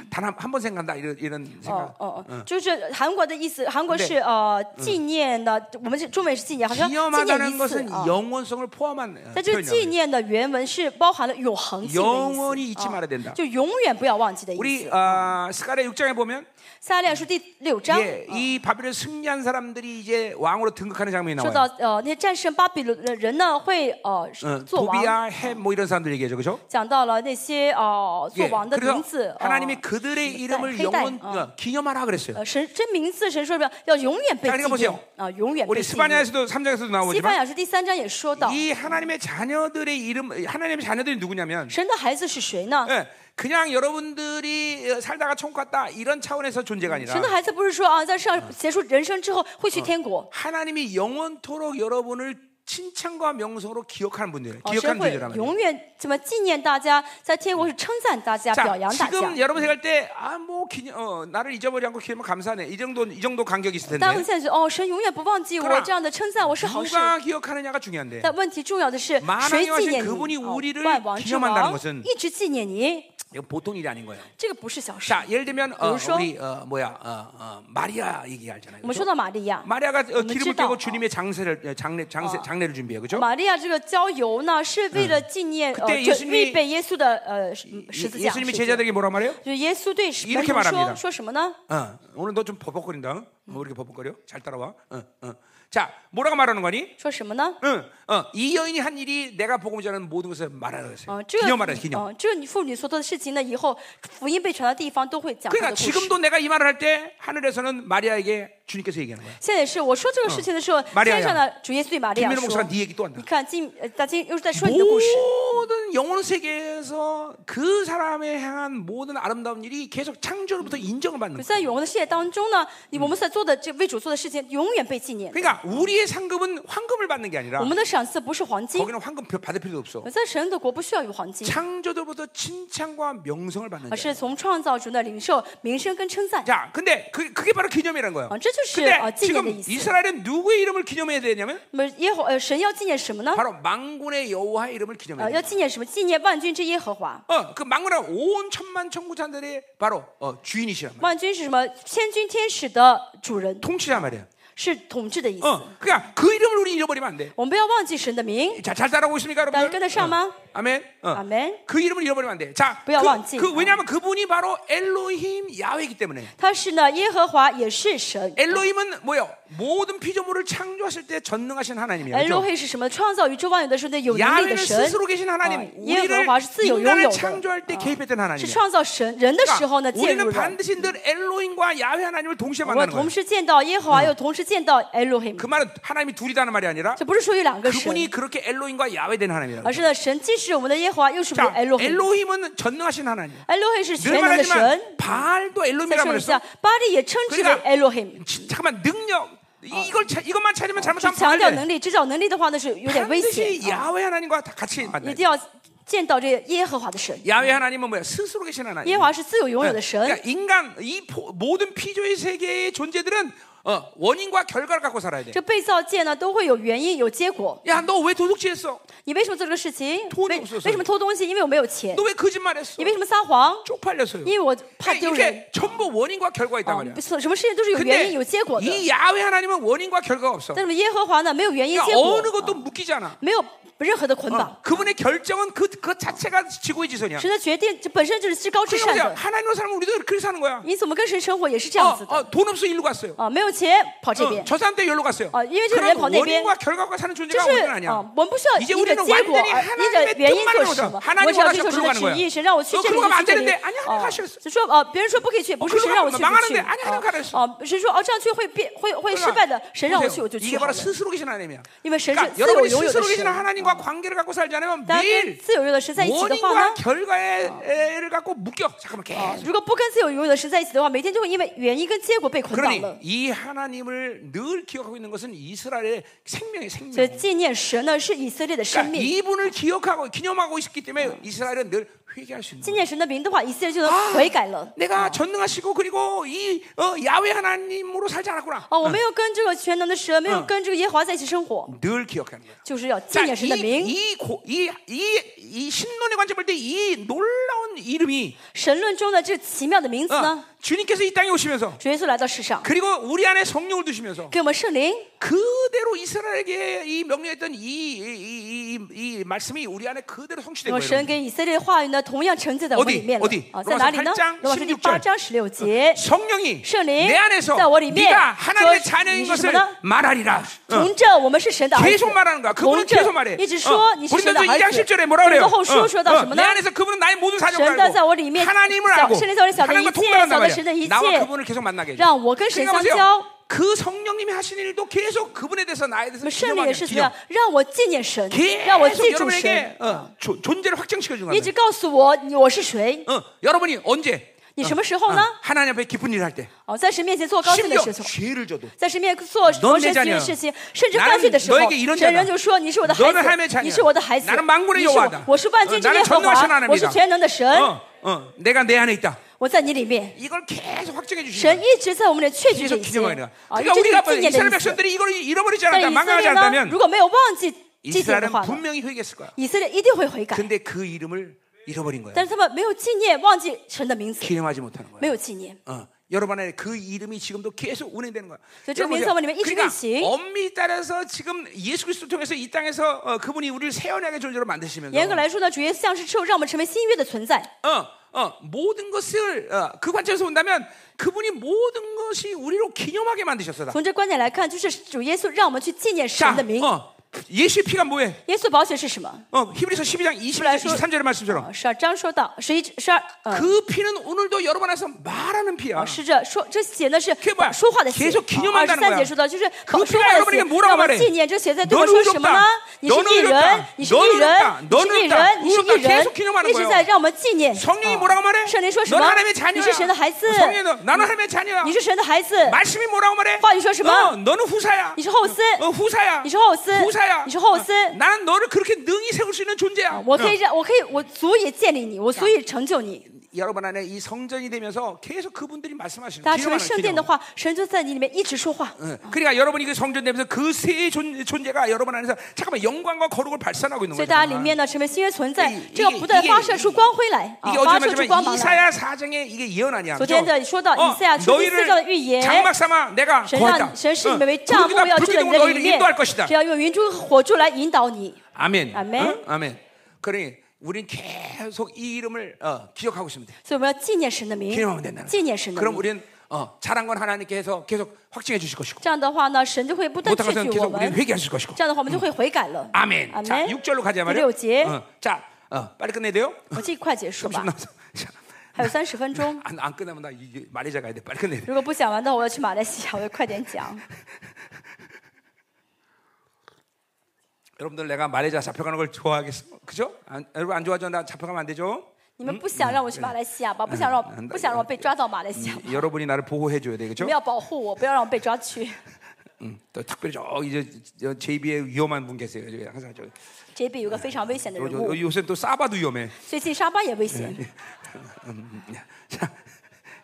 Speaker 1: 단 한 번 생각한다 이런, 이런
Speaker 2: 哦
Speaker 1: 생각.
Speaker 2: 哦哦，就是韩国的意思，韩国
Speaker 1: 네
Speaker 2: 是呃纪念的，我们是中文也是纪念，好像
Speaker 1: 哦
Speaker 2: 纪念
Speaker 1: 기념하다는
Speaker 2: 一次
Speaker 1: 것은
Speaker 2: 啊。
Speaker 1: 영원성을 포함한 어,
Speaker 2: 在这个纪
Speaker 1: 표현이라고
Speaker 2: 念的原文是包含了永恒性的意思
Speaker 1: 영원히잊지말아야된다
Speaker 2: 啊就永远不要忘记的
Speaker 1: 해요.
Speaker 2: 意思。
Speaker 1: 우리 아, 스가랴 6장에 보면
Speaker 2: 撒利亚书第六章啊
Speaker 1: 예, 이 바벨론 승리한 사람들이 이제 왕으로 등극하는 장면이
Speaker 2: 说
Speaker 1: 나와요.
Speaker 2: 到呃那些战胜巴比伦的人呢会呃
Speaker 1: 어, 뭐
Speaker 2: 做王，
Speaker 1: 도비아, 햄뭐 이런 사람들 얘기하죠, 그렇죠?
Speaker 2: 讲到了那些呃做
Speaker 1: 예,
Speaker 2: 王的名
Speaker 1: 그래서
Speaker 2: 字。呃
Speaker 1: 하나님이 그들의 이름을
Speaker 2: 네,
Speaker 1: 영원
Speaker 2: 헬다이, 어.
Speaker 1: 어, 기념하라 그랬어요.
Speaker 2: 呃，神这名字神说要要永远被
Speaker 1: 大家看
Speaker 2: 纪
Speaker 1: 不见
Speaker 2: 念啊，永远
Speaker 1: 우리
Speaker 2: 被纪念。
Speaker 1: 스바냐에서도 3장에서도
Speaker 2: 西班
Speaker 1: 나오지만
Speaker 2: 牙是第三章也说到，
Speaker 1: 이 하나님의 자녀들의 이름 하나님의 자녀들이 누구냐면
Speaker 2: 神的孩子是谁呢？
Speaker 1: 예, 그냥 여러분들이 어, 살다가 천국 갔다 이런 차원에서 존재가
Speaker 2: 神的
Speaker 1: 아니라
Speaker 2: 孩子不是说啊，在世上结束人生之后会去天国，
Speaker 1: 하나님이 영원토록 여러분을 칭찬과 명성으로 기억하는 분들,
Speaker 2: 哦，
Speaker 1: 기억하는
Speaker 2: 神会
Speaker 1: 존재라는 거예요.
Speaker 2: 永远怎么纪念大家，在天国是称赞大家、表
Speaker 1: 자,
Speaker 2: 扬大
Speaker 1: 지금
Speaker 2: 家。
Speaker 1: 여러분 생각할 때 아 뭐 기념 어, 나를 잊어버리지 않고 기념 감사하네 이 정도 이 정도 간격이 있을
Speaker 2: 大家会
Speaker 1: 텐데
Speaker 2: 现在觉得哦，神永远不忘记
Speaker 1: 그러나
Speaker 2: 我，这样的称赞我是好事。
Speaker 1: 누가 기억하느냐가 중요한데
Speaker 2: 但问题重要的是，
Speaker 1: 만왕의
Speaker 2: 谁纪
Speaker 1: 왕이신
Speaker 2: 念你？
Speaker 1: 그분이우리를
Speaker 2: 哦万王之
Speaker 1: 기념한다는것
Speaker 2: 王
Speaker 1: 은
Speaker 2: 一直纪念你，
Speaker 1: 이거 보통 일이 아닌 거예요.
Speaker 2: 这个不是小事。
Speaker 1: 자, 예를 들면 어,
Speaker 2: 그래서-
Speaker 1: 우리 어, 뭐야 어, 어, 마리아 얘기 알잖아요.
Speaker 2: 我们
Speaker 1: 그죠?
Speaker 2: 说到玛利亚，呃
Speaker 1: 마리아가 어, 기름을
Speaker 2: 찔다.
Speaker 1: 깨고 주님의 장세를 장례 장세
Speaker 2: 어.
Speaker 1: 장례를 준비해요, 그렇죠?
Speaker 2: 玛利亚这个浇油呢，是为了纪念呃，
Speaker 1: 그때
Speaker 2: 就
Speaker 1: 예수님이
Speaker 2: 预备耶稣的呃十字架。
Speaker 1: 예수님이
Speaker 2: 十字架
Speaker 1: 제자들에게 뭐라 말해요?
Speaker 2: 就耶稣对使
Speaker 1: 이렇게
Speaker 2: 门徒
Speaker 1: 말합니다
Speaker 2: 说说什么呢？
Speaker 1: 어, 오늘 너 좀 버벅거린다. 응? 왜 이렇게 버벅거려? 잘 따라와. 어, 어. 자, 뭐라고 말하는 거니?
Speaker 2: 说什么呢？
Speaker 1: 응, 어, 이 여인이 한 일이 내가 보고 전하는 모든 것을 말하라고 했어요.
Speaker 2: 嗯、这个
Speaker 1: 기념 말하요 기념.
Speaker 2: 嗯、这个妇女所做的事情呢，以后福音被传的地方都会讲她
Speaker 1: 그러니까
Speaker 2: 的故事。
Speaker 1: 지금도 내가 이 말을 할 때 하늘에서는 마리아에게 주님께서 얘기하는 거야.
Speaker 2: 现在也是我说这个事情的时候，
Speaker 1: 嗯玛利亚呀
Speaker 2: 天上的主耶稣对玛利亚
Speaker 1: 김민호
Speaker 2: 说
Speaker 1: 목사가 ：“네 얘기 또 한다.
Speaker 2: 你看今呃大今又是在说你的故事。”
Speaker 1: 哦 모든 영혼 세계에서 그 사람에 향한 모든 아름다운 일이 계속 창조로부터 인정을 받는
Speaker 2: 可
Speaker 1: 거야.
Speaker 2: 在永恒的世界当中呢，
Speaker 1: 嗯
Speaker 2: 你我们所做的这为主做的事情，永远被纪念。
Speaker 1: 그러니까 우리의 상급은 황금을 받는 게 아니라
Speaker 2: 我们的赏赐不是黄金，
Speaker 1: 거기는 황금 별- 받을 필요도 없어.
Speaker 2: 而在神的国不需要有黄金，
Speaker 1: 창조로부터 칭찬과 명성을 받는 거야.
Speaker 2: 而是从创造主那领受名声跟称赞。
Speaker 1: 자, 근데 그, 그게 바로 기념이라는 거예요.
Speaker 2: 啊，这就是呃
Speaker 1: 근데
Speaker 2: 纪念的
Speaker 1: 지금
Speaker 2: 意思。
Speaker 1: 이스라엘은 누구의 이름을 기념해야 되냐면
Speaker 2: 那么耶和呃神要纪念什么呢？
Speaker 1: 바로 망군의 어? 여호와의 이름을 기념해야
Speaker 2: 呃，
Speaker 1: 돼.
Speaker 2: 要纪念什么？纪念万军之耶和华。
Speaker 1: 어, 그 망군은 온 천만 천구천들의 바로 어, 주인이시란 말이야.
Speaker 2: 万军是什么？千军天使的主人，
Speaker 1: 통치자 말이야.
Speaker 2: 是统治的意思。
Speaker 1: 어, 그러니까 그 이름을 우리 잊어버리면 안 돼.
Speaker 2: 我们不要忘记神的名，
Speaker 1: 자, 잘 따라오고 있습니까,
Speaker 2: 大家
Speaker 1: 여러분?
Speaker 2: 跟得上吗？
Speaker 1: 아멘. 어.
Speaker 2: 阿门。
Speaker 1: 그 이름을 잃어버리면 안 돼. 자,
Speaker 2: 뭐야,
Speaker 1: 그,
Speaker 2: 왕지.
Speaker 1: 그 왜냐하면 그분이 바로 엘로힘 야훼이기 때문에.
Speaker 2: 他是呢，耶和华也是神。
Speaker 1: 엘로힘은 뭐요? 모든 피조물을 창조하실 때 전능하신 하나님이야.
Speaker 2: 埃
Speaker 1: 그죠?
Speaker 2: 罗黑是什么？创造宇宙万有的时候，那有能力
Speaker 1: 야훼는
Speaker 2: 的神啊
Speaker 1: 스스로 계신 하나님,
Speaker 2: 어,
Speaker 1: 우리를
Speaker 2: 예호와 스스로
Speaker 1: 인간을
Speaker 2: 영역을,
Speaker 1: 창조할 때
Speaker 2: 어,
Speaker 1: 개입했던
Speaker 2: 是
Speaker 1: 하나님이야.
Speaker 2: 创造神人的时候呢，
Speaker 1: 그러니까
Speaker 2: 介入
Speaker 1: 우리는
Speaker 2: 人。
Speaker 1: 반드시 늘 엘로힘과 야훼 하나님을 어, 동시에
Speaker 2: 我们
Speaker 1: 만나는 거야.
Speaker 2: 同时见到耶和华，又同时见到埃罗黑
Speaker 1: 그 。 말은 하나님이 둘이다는 말이 아니라
Speaker 2: 这不是说有两个神，
Speaker 1: 그분이 그렇게 엘로힘과 야훼 된 하나님이야.
Speaker 2: 而是呢，神既是我们的耶和华，又是我哎
Speaker 1: 자,
Speaker 2: 们的埃罗黑。
Speaker 1: 아, 엘로힘은 전능하신 하나님.
Speaker 2: 埃罗黑是全
Speaker 1: 늘
Speaker 2: 能的神。
Speaker 1: 말하지만 바알도
Speaker 2: 再
Speaker 1: 엘로힘이라고
Speaker 2: 说一
Speaker 1: 그랬어.
Speaker 2: 下，巴利也称之为
Speaker 1: 그러니까
Speaker 2: 埃罗黑。
Speaker 1: 지- 잠깐만 능력 이- 이걸 차- 이것만 차리면
Speaker 2: 去
Speaker 1: 잘못하면
Speaker 2: 强调
Speaker 1: 어. 바알이야.
Speaker 2: 能力，制造能力的话呢，是有点危
Speaker 1: 반드시
Speaker 2: 险。啊
Speaker 1: 야훼 하나님과 다 어. 같이
Speaker 2: 一
Speaker 1: 만나.
Speaker 2: 定要见到这耶和华的神。
Speaker 1: 야훼 하나님은 뭐야? 스스로 계신 하나님.
Speaker 2: 耶和华是自有永有的
Speaker 1: 네.
Speaker 2: 神
Speaker 1: 그러니까 ， 인간 이 포- 모든 피조의 세계의 존재들은 어, 원인과 결과를 갖고 살아야 돼.
Speaker 2: 这被造界呢都会有原因有结果。
Speaker 1: 야, 너 왜 도둑질했어?
Speaker 2: 你为什么做这个事情？
Speaker 1: 偷
Speaker 2: 为
Speaker 1: 东西
Speaker 2: 为什么偷东西？因为我没有钱。
Speaker 1: 너 왜 거짓말했어?
Speaker 2: 你为什么撒谎？
Speaker 1: 쪽팔렸어요.
Speaker 2: 因为我怕
Speaker 1: 그러니까
Speaker 2: 丢人。
Speaker 1: 이렇게 전부 원인과 결과 있단
Speaker 2: 啊
Speaker 1: 말이야. ，
Speaker 2: 所什么事情都是有原
Speaker 1: 근데
Speaker 2: 因有结果的。
Speaker 1: 이 야훼 하나님은 원인과 결과가 없어.
Speaker 2: 但是耶和华呢，没有原因结
Speaker 1: 그러니까
Speaker 2: 果
Speaker 1: 어느 ， 것도
Speaker 2: 啊
Speaker 1: 묶이잖아.
Speaker 2: 没有任何的
Speaker 1: 어.
Speaker 2: 捆绑。
Speaker 1: 그분의 결정은 그, 그 자체가 지구의 지선이야.
Speaker 2: 神的决定，这本身就是至高至
Speaker 1: 그러니까
Speaker 2: 善
Speaker 1: 보세요.
Speaker 2: 的。
Speaker 1: 하나님으로 살면 우리도 그렇게 사는 거야.
Speaker 2: 因此，我们跟神生活也是这样子
Speaker 1: 어,
Speaker 2: 的。
Speaker 1: 어, 돈 없어 일로 갔어요.
Speaker 2: 啊，没有钱跑这
Speaker 1: 어,
Speaker 2: 边，
Speaker 1: 저 사람 때문에 여기로 갔어요.
Speaker 2: 어, 因为这个人
Speaker 1: 그런
Speaker 2: 跑那边。
Speaker 1: 원인과 결과가 사는
Speaker 2: 就
Speaker 1: 존재가
Speaker 2: 是
Speaker 1: 우리는
Speaker 2: 啊
Speaker 1: 아니야. ，
Speaker 2: 我们不需要
Speaker 1: 이제
Speaker 2: 依
Speaker 1: 우리는
Speaker 2: 着结果，
Speaker 1: 완전히
Speaker 2: 啊依着
Speaker 1: 하나님의
Speaker 2: 原因做什
Speaker 1: 뜻만으로서，
Speaker 2: 么
Speaker 1: 하나님의
Speaker 2: 我只要追求神
Speaker 1: 원하는
Speaker 2: 的
Speaker 1: 대로
Speaker 2: 旨意，神让我去
Speaker 1: 너
Speaker 2: 这里，
Speaker 1: 그러고
Speaker 2: 我
Speaker 1: 안
Speaker 2: 去这里
Speaker 1: 되는데 。 아니야 내가
Speaker 2: 啊，
Speaker 1: 하셨어.
Speaker 2: 就说哦，别人说不可以去，不是神让我去
Speaker 1: 그러고
Speaker 2: 不去。
Speaker 1: 망하는데 아니야, 내가
Speaker 2: 啊
Speaker 1: 가르쳤어.
Speaker 2: 啊，神说哦，这样去会变会会失败的，神让我去我就
Speaker 1: 보세요.
Speaker 2: 去
Speaker 1: 이게
Speaker 2: 好
Speaker 1: 바로
Speaker 2: 了。
Speaker 1: 스스로 계신 하나님이야.
Speaker 2: 因为神是
Speaker 1: 그러니까
Speaker 2: 自有
Speaker 1: 여러분이
Speaker 2: 拥有的
Speaker 1: 스스로 계신
Speaker 2: 神，
Speaker 1: 하나님과 관계를 갖고 살지 않으면
Speaker 2: 大家跟
Speaker 1: 매일
Speaker 2: 自有拥有的神在一起的话
Speaker 1: 원인과
Speaker 2: 呢，
Speaker 1: 결과를 갖고 묶여. 잠깐만 계속.
Speaker 2: 如果不跟自有拥有的神在一起的话，每天就会因为原因跟结果被捆绑
Speaker 1: 그러니
Speaker 2: 了。
Speaker 1: 이 하나님을 늘 기억하고 있는 것은 이스라엘의 생명의
Speaker 2: 所以
Speaker 1: 생명.
Speaker 2: 纪念神呢，是以色列的生
Speaker 1: 그러니까
Speaker 2: 命。
Speaker 1: 이분을 기억하고 기념하고 있기 때문에 이스라엘은 늘 회개할 수 있는.
Speaker 2: 纪
Speaker 1: 거예요.
Speaker 2: 念神的名的话，以色列就能悔改了。
Speaker 1: 내가 전능하시고 그리고 이 어, 야외 하나님으로 살지 않았구나.
Speaker 2: 哦，我没有跟这个全能的神，没有
Speaker 1: 嗯
Speaker 2: 跟这个耶和华在一起生活，
Speaker 1: 늘 기억하는 거야.
Speaker 2: 就是要纪
Speaker 1: 자,
Speaker 2: 念神的名。
Speaker 1: 이이이이 신론의 관점 볼때 이 놀라운 이름이
Speaker 2: 神论中的这奇妙的名
Speaker 1: 어,
Speaker 2: 词呢，
Speaker 1: 주님께서 이 땅에 오시면서
Speaker 2: 主耶稣来到世上，
Speaker 1: 그리고 우리 안에 성령을 두시면서
Speaker 2: 给我们圣灵，
Speaker 1: 그대로 이스라엘에게 이 명령했던 이, 이, 이, 이, 이 말씀이 우리 안에 그대로
Speaker 2: 那
Speaker 1: 성취된
Speaker 2: 么
Speaker 1: 거예요.
Speaker 2: 神
Speaker 1: 여러분.
Speaker 2: 给以色列的话语呢，同样承载在我们
Speaker 1: 어디
Speaker 2: 里面了
Speaker 1: 어디
Speaker 2: 啊，在哪里呢
Speaker 1: 罗马书8？
Speaker 2: 罗马书第
Speaker 1: 16
Speaker 2: 八章十六节，
Speaker 1: 성령이
Speaker 2: 圣灵
Speaker 1: 내 안에서
Speaker 2: 在我里面
Speaker 1: 네가 하나님의
Speaker 2: 说
Speaker 1: 자녀인
Speaker 2: 你是什
Speaker 1: 것을
Speaker 2: 么呢？
Speaker 1: 말하리라.
Speaker 2: 从这我们是神的儿
Speaker 1: 계속
Speaker 2: 子。
Speaker 1: 말하는 거야.
Speaker 2: 从
Speaker 1: 그분은
Speaker 2: 这
Speaker 1: 계속 말해. 어.
Speaker 2: 一直说你是神的
Speaker 1: 고린도서
Speaker 2: 孩
Speaker 1: 1장
Speaker 2: 子。
Speaker 1: 10절에 뭐라
Speaker 2: 然
Speaker 1: 그래요?
Speaker 2: 后说说到什么呢
Speaker 1: 내 ？ 안에서 그분은 나의 모든 사정을
Speaker 2: 神的在
Speaker 1: 알고
Speaker 2: 我里面，
Speaker 1: 하나님을
Speaker 2: 小
Speaker 1: 알고
Speaker 2: 圣灵在我里小的一
Speaker 1: 하나님과
Speaker 2: 切，
Speaker 1: 통달한단
Speaker 2: 小的神的一
Speaker 1: 말이야. 나와
Speaker 2: 切，
Speaker 1: 그분을 계속 만나게 해줘.
Speaker 2: 让我跟神相
Speaker 1: 생각하세요.
Speaker 2: 交。
Speaker 1: 그 성령님이 하신 일도 계속 그분에 대해서 나에
Speaker 2: 我
Speaker 1: 대해서
Speaker 2: 们圣灵
Speaker 1: 기념하게
Speaker 2: 也是怎么样
Speaker 1: 기념. ，
Speaker 2: 让我纪念神，让我
Speaker 1: 계속
Speaker 2: 记住神
Speaker 1: 여러분에게 ， 어, 조- 존재를 확정시켜 주는
Speaker 2: 一
Speaker 1: 거예요.
Speaker 2: 直告诉我你我是谁，
Speaker 1: 어, 여러분이 언제
Speaker 2: 你什么时候
Speaker 1: 어,
Speaker 2: 呢？
Speaker 1: 하나님 앞에 기쁜 일을 할 때,
Speaker 2: 哦，在神面前做高兴的
Speaker 1: 심지어
Speaker 2: 事情，
Speaker 1: 죄를 져도
Speaker 2: 在神面前做做神
Speaker 1: 내
Speaker 2: 喜悦
Speaker 1: 자녀야
Speaker 2: 的事情，甚至
Speaker 1: 나는
Speaker 2: 犯罪的时
Speaker 1: 너에게
Speaker 2: 候
Speaker 1: 이런，
Speaker 2: 神
Speaker 1: 자다
Speaker 2: 人就说你是我的孩
Speaker 1: 너는하나님의자 녀야
Speaker 2: 子，你是我的孩子，
Speaker 1: 나는만군의
Speaker 2: 你是
Speaker 1: 여호와다
Speaker 2: 我，我是万军之
Speaker 1: 나는
Speaker 2: 耶和
Speaker 1: 전능하신하
Speaker 2: 华
Speaker 1: 나님이다 ，
Speaker 2: 我是全能的嗯神，
Speaker 1: 어, 어, 내가 내 안에 있다.
Speaker 2: 我在你里面。
Speaker 1: 이걸 계속 확정해 주시는
Speaker 2: 神
Speaker 1: 거예요.
Speaker 2: 一直在我们的确据
Speaker 1: 계속
Speaker 2: 这一些
Speaker 1: 기념하게 돼요.
Speaker 2: 啊，一
Speaker 1: 그러니까
Speaker 2: 直
Speaker 1: 우리가
Speaker 2: 是纪
Speaker 1: 앞으로
Speaker 2: 念的
Speaker 1: 이스라엘
Speaker 2: 意思。
Speaker 1: 백성들이 이걸 잃어버리지
Speaker 2: 但以
Speaker 1: 않았다,
Speaker 2: 色
Speaker 1: 망각하지
Speaker 2: 列呢，
Speaker 1: 않았다면
Speaker 2: 如果没有忘记祭奠的
Speaker 1: 이스라엘은
Speaker 2: 话呢，
Speaker 1: 분명히 회개했을 거야.
Speaker 2: 以色列一定会悔改。
Speaker 1: 근데 그 이름을 잃어버린 거야.
Speaker 2: 但是他们没有纪念，忘记神的名字，
Speaker 1: 기념하지 못하는 거야.
Speaker 2: 没有纪念。
Speaker 1: 어, 여러분 안에 그 이름이 지금도 계속 운행되는 거야.
Speaker 2: 그래서 지금
Speaker 1: 여러분 보세요.
Speaker 2: 민서버님의 이름이
Speaker 1: 그러니까
Speaker 2: 씩.
Speaker 1: 엄밀히 따라서 지금 예수 그리스도 통해서 이 땅에서 어, 그분이 우리를 세원하게 존재로 만드시면서
Speaker 2: 严格来说呢，主耶稣像是之后让我们成为新约的存在。
Speaker 1: 어, 어, 모든 것을 어, 그 관점에서 본다면 그분이 모든 것이 우리로 기념하게 만드셨어다.
Speaker 2: 从这观点来看，就是主耶稣让我们去纪念神
Speaker 1: 자,
Speaker 2: 的名。
Speaker 1: 어, 예수의 피가 뭐해?
Speaker 2: 耶稣的宝血是什么？
Speaker 1: 어, 히브리서 12장 20절 23절의 말씀처럼 어,
Speaker 2: 十二章说到十一十二，呃，
Speaker 1: 그 피는 오늘도 여러분 안에서 말하는 피야.
Speaker 2: 是这说这血呢是
Speaker 1: 그게뭐야
Speaker 2: 说话的血。
Speaker 1: 계속
Speaker 2: 啊
Speaker 1: 기념한다는 거야
Speaker 2: 二十三节说到就是
Speaker 1: 그피가
Speaker 2: 说话
Speaker 1: 여러분에게
Speaker 2: 的血，
Speaker 1: 뭐라고
Speaker 2: 让我们
Speaker 1: 말해
Speaker 2: 纪念这血在对我
Speaker 1: 너는
Speaker 2: 说什么呢
Speaker 1: 의롭다？
Speaker 2: 你是
Speaker 1: 너는
Speaker 2: 艺人
Speaker 1: 의롭다，
Speaker 2: 你是艺人
Speaker 1: 너는의롭다，，
Speaker 2: 你是艺人，你是
Speaker 1: 너는의롭다
Speaker 2: 艺人
Speaker 1: 계속기념하는거예요 ，
Speaker 2: 一直在让我们纪念。
Speaker 1: 성령이
Speaker 2: 啊
Speaker 1: 뭐라고 말해?
Speaker 2: 圣灵说什
Speaker 1: 너는
Speaker 2: 么
Speaker 1: 하나님의 ？ 자녀야. 어,
Speaker 2: 你是神的孩子，
Speaker 1: 성령이 너, 나는 하나님의 자녀야.
Speaker 2: 你是神的孩子，
Speaker 1: 말씀이 뭐라고 말해?
Speaker 2: 话语说什么？
Speaker 1: 어, 너는 후사야.
Speaker 2: 你是后嗣，
Speaker 1: 어, 후사야.
Speaker 2: 你是后嗣，
Speaker 1: 후사야. 어,
Speaker 2: 你是后嗣。
Speaker 1: 난 너를 그렇게 능히 세울 수 있는 존재야.
Speaker 2: 我可
Speaker 1: 어.
Speaker 2: 以让，我可以，我足以建立你，我足以成就你。
Speaker 1: 여러분 안에 이 성전이 되면서 계속 그분들이 말씀하시는
Speaker 2: 大家成为
Speaker 1: 기도하는
Speaker 2: 圣殿
Speaker 1: 기도.
Speaker 2: 的话，神就在你里面一直说话。
Speaker 1: 응. 그러니까 여러분이 그 성전 되면서 그 세 존재가 여러분 안에서 잠깐만 영광과 거룩을 발산하고 있는
Speaker 2: 所以
Speaker 1: 거예요.
Speaker 2: 大家里
Speaker 1: 정말.
Speaker 2: 面呢，成为新约存在
Speaker 1: 이 이，
Speaker 2: 这个不断
Speaker 1: 이
Speaker 2: 发射出光辉来，啊
Speaker 1: 이게 ， 어제
Speaker 2: 发射出
Speaker 1: 말했지만
Speaker 2: 光芒来。
Speaker 1: 이사야 사장에 이게 예언 아니야.
Speaker 2: 昨天
Speaker 1: 죠
Speaker 2: 的说到
Speaker 1: 어,
Speaker 2: 以赛亚书第四章的预
Speaker 1: 너희를
Speaker 2: 言，
Speaker 1: 장막 삼아 내가
Speaker 2: 神让
Speaker 1: 거했다.
Speaker 2: 神使你们为帐幕，
Speaker 1: 불기둥,
Speaker 2: 要住在你
Speaker 1: 불기둥으로
Speaker 2: 的里
Speaker 1: 너희를
Speaker 2: 面
Speaker 1: 인도할 ， 것이다.
Speaker 2: 只要用云柱和火柱来引导你。
Speaker 1: 아멘.
Speaker 2: 아멘.
Speaker 1: 응? 아멘. 그러니 우린 계속 이 이름을 어, 기억하고 있으면 돼.
Speaker 2: 所以我们要纪念神的名
Speaker 1: 기념하면 된다는 ， 거야.
Speaker 2: 纪念神的
Speaker 1: 그럼
Speaker 2: 名。
Speaker 1: 우리는 어, 잘한 건 하나님께 해서 계속 확증해 주실 것이고
Speaker 2: 这样的话呢，神就会不断
Speaker 1: 못한
Speaker 2: 确
Speaker 1: 것은
Speaker 2: 据我
Speaker 1: 계속 우리는
Speaker 2: 们。
Speaker 1: 회개하실 것이고
Speaker 2: 这样的话，我们就会悔改了。
Speaker 1: 아멘.
Speaker 2: 아멘.
Speaker 1: 자, 6절로 가자 말이에요.
Speaker 2: 6절.
Speaker 1: 어, 자, 어, 빨리 끝내야 돼요.
Speaker 2: 我尽快结束吧，
Speaker 1: 자,
Speaker 2: 还有三十分钟。
Speaker 1: 안, 안 끝나면 나 이- 이 말레이시아 가야 돼. 빨리 끝내야 돼.
Speaker 2: 如果不讲完的话，我要去马来西亚，我要快点讲。
Speaker 1: 여러분들 내가 말레이시아 잡혀가는 걸 좋아하겠어? 그죠? 안, 여러분 안 좋아하죠? 나 잡혀가면 안 되죠?
Speaker 2: 你们不想让我去马来西亚吧？不想让我，不想让我被抓到马来西亚吧。
Speaker 1: 여러분이 나를 보호해 줘야 돼.
Speaker 2: 你
Speaker 1: 그죠?
Speaker 2: 们要保护我，不要让我被抓去。
Speaker 1: 음, 또 특별히 저 이제 저 JB의 위험한 분 계세요. 저기 항상 저
Speaker 2: JB 哎有个哎非常危险的人物，
Speaker 1: 요, 새또 사바도 위험해.
Speaker 2: 最近沙巴也危险。
Speaker 1: 자,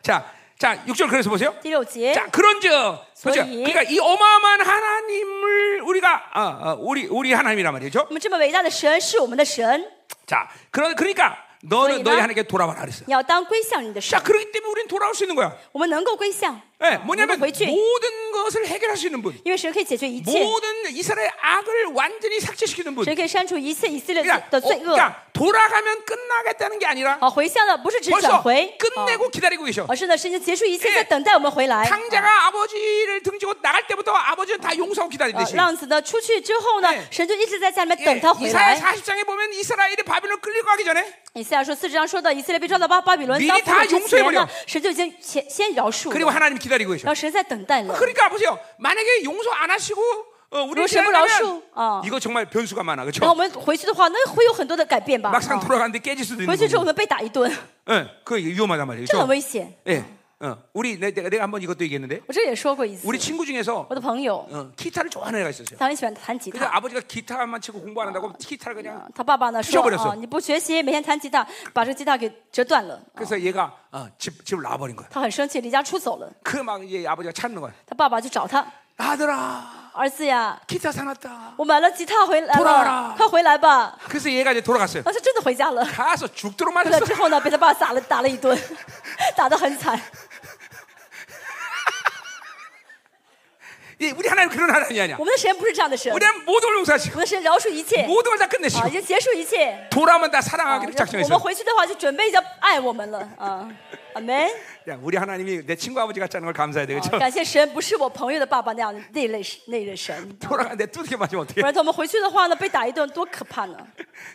Speaker 1: 자, 자, 6절 그래서 보세요.
Speaker 2: 第六节，
Speaker 1: 자, 그런즉 그죠?
Speaker 2: 예? 소위.
Speaker 1: 그러니까 이 어마어마한 하나님을 우리가 아, 아, 우리 우리 하나님이란 말이죠.
Speaker 2: 我们这么伟大的神是我们的神，
Speaker 1: 자, 그러, 그러니까 너는
Speaker 2: 소위나.
Speaker 1: 너희 하나님께 돌아와라 그랬어.
Speaker 2: 你要当归向你的神
Speaker 1: 자, 。 그렇기 때문에 우리는 돌아올 수 있는 거야.
Speaker 2: 我们能够归向，
Speaker 1: 예,
Speaker 2: 能够
Speaker 1: 뭐냐면
Speaker 2: 回去，
Speaker 1: 모든 것을 해결할 수 있는 분.
Speaker 2: 因为神可以解决一切，
Speaker 1: 모든 이스라엘 악을 완전히 삭제시키는 분.
Speaker 2: 神可以删除一切以色列
Speaker 1: 그러니까,
Speaker 2: 的
Speaker 1: 어,
Speaker 2: 罪恶。
Speaker 1: 그러니까 돌아가면 끝나겠다는 게 아니라
Speaker 2: 好，回向呢不是只
Speaker 1: 벌써
Speaker 2: 转回，啊
Speaker 1: 끝내고 기다리고 계셔.
Speaker 2: 而是呢，神已经结束一切，
Speaker 1: 예
Speaker 2: 在等待我们回来。啊
Speaker 1: 탕자가 아버지를 등지고 나갈 때부터 아버지는 다 용서하고
Speaker 2: 呃
Speaker 1: 기다리듯이.
Speaker 2: 浪子呢出去之后呢
Speaker 1: 哎，
Speaker 2: 神就一直在家里面
Speaker 1: 예,
Speaker 2: 等他回
Speaker 1: 이사야
Speaker 2: 来。
Speaker 1: 40장에 보면 이스라엘이 바벨론 끌리고 가기 전에
Speaker 2: 以赛亚说四十章说到以色列被抓到巴巴比伦
Speaker 1: 미리
Speaker 2: 当俘
Speaker 1: 다
Speaker 2: 虏之前
Speaker 1: 용서해버려
Speaker 2: 呢，神就已经先先饶恕
Speaker 1: 그리고
Speaker 2: 了，
Speaker 1: 하나님 기다리고
Speaker 2: 然
Speaker 1: 계셔.
Speaker 2: 后神在等待了。
Speaker 1: 그러니까 보세요. 만약에 용서 안 하시고 어, 우리
Speaker 2: 그리고
Speaker 1: 시간을
Speaker 2: 신부
Speaker 1: 가면
Speaker 2: 라오슈, 어.
Speaker 1: 이거 정말 변수가 많아.
Speaker 2: 然后
Speaker 1: 그렇죠?
Speaker 2: 我们回去的话，那会有很多的改变吧。
Speaker 1: 막상
Speaker 2: 啊
Speaker 1: 돌아가는데 깨질 수도
Speaker 2: 回
Speaker 1: 있는
Speaker 2: 去之后
Speaker 1: 거고.
Speaker 2: 可能被打一顿，
Speaker 1: 예, 그거 위험하단 말이에요.
Speaker 2: 这很
Speaker 1: 그렇죠?
Speaker 2: 危险。
Speaker 1: 예. 어, 우리 내- 내가 내가 한번 이것도 얘기했는데
Speaker 2: 我这也说过一次，
Speaker 1: 우리 친구 중에서
Speaker 2: 我的朋友
Speaker 1: 어, 기타를 좋아하는 애가 있었어요.
Speaker 2: 他很喜欢弹吉
Speaker 1: 그래서
Speaker 2: 他，
Speaker 1: 아버지가 기타만 치고 공부 안 한다고 기타를 그냥
Speaker 2: 他爸爸呢说
Speaker 1: 부셔버렸어
Speaker 2: 啊，你不学习，每天弹吉他，把这吉他给折断了。
Speaker 1: 그래서 얘가 어, 집 집을 나와버린 거야.
Speaker 2: 他很生气，离家出走了。
Speaker 1: 그 막 이제 아버지가 찾는 거야.
Speaker 2: 他爸爸就找他
Speaker 1: 아들아,
Speaker 2: 儿子呀，
Speaker 1: 기타 사놨다.
Speaker 2: 我买了吉他回来
Speaker 1: 돌아와라
Speaker 2: 了，快回来吧。
Speaker 1: 그래서 얘가 이제 돌아갔어요.
Speaker 2: 当时真的 回家了。
Speaker 1: 가서 죽도록
Speaker 2: 回来
Speaker 1: 말했어.
Speaker 2: 之后呢，被他爸打了打了一顿，打得很惨。
Speaker 1: 예, 우리 하나님 그런 하나님이 아니야.
Speaker 2: 我们的神不是这样的神，
Speaker 1: 우리 하나님 모든 걸 용서하시고
Speaker 2: 我们的神饶恕一切
Speaker 1: 모든 걸 다
Speaker 2: 啊，
Speaker 1: 끝내시고
Speaker 2: 已经结束一切。
Speaker 1: 네. 아, 예. 돌아오면 예. 다
Speaker 2: 啊，
Speaker 1: 사랑하기로
Speaker 2: 我们
Speaker 1: 작정했어.
Speaker 2: 回去的话就准备要爱我们了啊，阿门。
Speaker 1: 야, 우리 하나님이 내 친구 아버지 같지 않은 걸 감사해야 돼.
Speaker 2: 啊
Speaker 1: 그렇죠?
Speaker 2: 感谢神，不是我朋友的爸爸那样的那类那类神，
Speaker 1: 돌아가는데 뚜렇게 맞으면
Speaker 2: 不
Speaker 1: 어떻게?
Speaker 2: 然他们回去的话呢，被打一顿多可怕呢！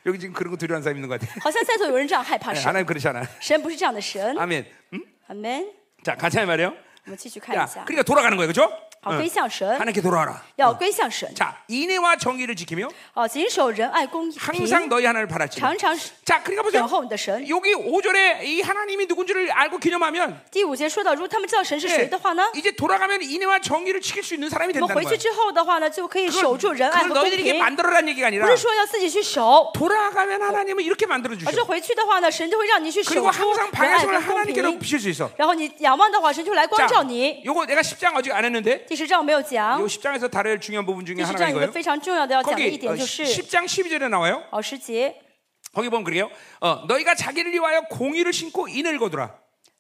Speaker 1: 여기 지금 그런 거 두려운 사람 있는 것 같아.
Speaker 2: 好像在座有人这样害怕
Speaker 1: 예,
Speaker 2: 神，
Speaker 1: 하나님 그렇지 않아.
Speaker 2: 神不是这样的神，
Speaker 1: 아멘. 음?
Speaker 2: 阿门。
Speaker 1: 자, 같이 하면 말이에요.
Speaker 2: 我们继续看
Speaker 1: 야,
Speaker 2: 一下，
Speaker 1: 그러니까 돌아가는 거예요, 그렇죠?
Speaker 2: 好，归向神，
Speaker 1: 하나님께 돌아와라.
Speaker 2: 要归向神，
Speaker 1: 자, 인애와 정의를 지키며
Speaker 2: 啊，谨守仁爱公义平，
Speaker 1: 항상 너희 하나님을 바라지.
Speaker 2: 常常
Speaker 1: 자, 그러니까
Speaker 2: 等
Speaker 1: 보세요.
Speaker 2: 候你的神。
Speaker 1: 네. 여기 5절에 이 하나님이 누군지를 알고 기념하면
Speaker 2: 第五节说到，如果他们知道神是
Speaker 1: 예,
Speaker 2: 谁的话呢，
Speaker 1: 이제 돌아가면 인애와 정의를 아, 지킬 수 있는 사람이
Speaker 2: 我们
Speaker 1: 된다는
Speaker 2: 回
Speaker 1: 뭐 거예요.
Speaker 2: 去之后的话呢，就可以守住仁爱
Speaker 1: 그걸
Speaker 2: 和公
Speaker 1: 너희들에게
Speaker 2: 平，
Speaker 1: 만들어라는 얘기가 아니라
Speaker 2: 不是说要自己去守，
Speaker 1: 돌아가면 하나님은 이렇게 만들어
Speaker 2: 而是
Speaker 1: 주셔.
Speaker 2: 回去的话呢，神就会让你去守
Speaker 1: 그리고
Speaker 2: 住
Speaker 1: 항상
Speaker 2: 仁爱
Speaker 1: 방해성을
Speaker 2: 跟公
Speaker 1: 뭐 하나님께로 뭐
Speaker 2: 平。
Speaker 1: 비실 수 있어.
Speaker 2: 然后你仰望的话，神就来光照
Speaker 1: 자,
Speaker 2: 你。
Speaker 1: 요거 내가 10장 어제 안 했는데
Speaker 2: 第十章我没有讲
Speaker 1: 요 ， 10장에서 다룰 중요한 부분 중에
Speaker 2: 第十章
Speaker 1: 하나가 어?
Speaker 2: 有一个
Speaker 1: 이거예요. 뭐
Speaker 2: 非常重要的要讲的一
Speaker 1: 거기
Speaker 2: 点就是
Speaker 1: 10장 12절에 나와요.
Speaker 2: 哦，十节，
Speaker 1: 거기 보면 그래요. 어, 너희가 자기를 위하여 공의를 신고 인을 거두라.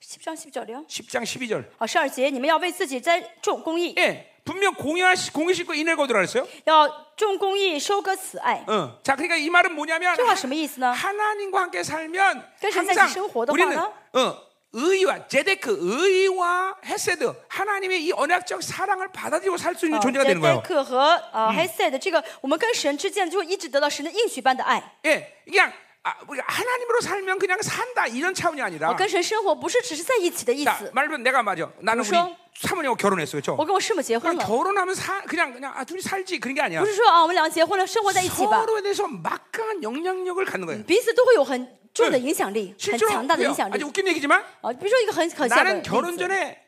Speaker 2: 十章十九零，
Speaker 1: 10장 12절.
Speaker 2: 哦，十二节，你们要为自己栽种公益，
Speaker 1: 예. 분명 공의 공의 신고 인을 거두라 그랬어요.
Speaker 2: 要种公益，收割慈爱。
Speaker 1: 어. 자, 그러니까 이 말은 뭐냐면
Speaker 2: 这话什么意思呢？
Speaker 1: 하나님과 함께 살면
Speaker 2: 그래서
Speaker 1: 항상
Speaker 2: 인생의 생활도
Speaker 1: 우리는
Speaker 2: 하나?
Speaker 1: 어, 의와 제데크 의와 헤세드 하나님의 이 언약적 사랑을 받아들이고 살 수 있는
Speaker 2: 哦
Speaker 1: 존재가
Speaker 2: 杰
Speaker 1: 되는
Speaker 2: 德
Speaker 1: 거예요.
Speaker 2: 克和呃 h e s e d 这个，我们跟神之间就会一直得到神的应许般的爱。
Speaker 1: 예, 그냥 아, 우리가 하나님으로 살면 그냥 산다 이런 차원이
Speaker 2: 我
Speaker 1: 아니라.
Speaker 2: 跟神生活不是只是在一起的意
Speaker 1: 자,
Speaker 2: 思。
Speaker 1: 말로 내가 맞아. 나는 우리
Speaker 2: 그래서-
Speaker 1: 사모님하고 결혼했어, 그렇죠?
Speaker 2: 我跟我师母结婚
Speaker 1: 그럼
Speaker 2: 了，
Speaker 1: 결혼하면 사, 그냥 그냥 아 둘이 살지 그런 게 아니야.
Speaker 2: 不是说啊我们俩结婚了生活在一起吧，
Speaker 1: 서로에 대해서 막강한 영향력을 갖는 거예요.
Speaker 2: 彼此都会有很重的影响力，很
Speaker 1: 실제로
Speaker 2: 强大的
Speaker 1: 그래요.
Speaker 2: 影响
Speaker 1: 음. 아주
Speaker 2: 力。
Speaker 1: 웃긴 얘기지만
Speaker 2: 啊，比如说一个很可笑的
Speaker 1: 나는
Speaker 2: 例子
Speaker 1: 결혼 전에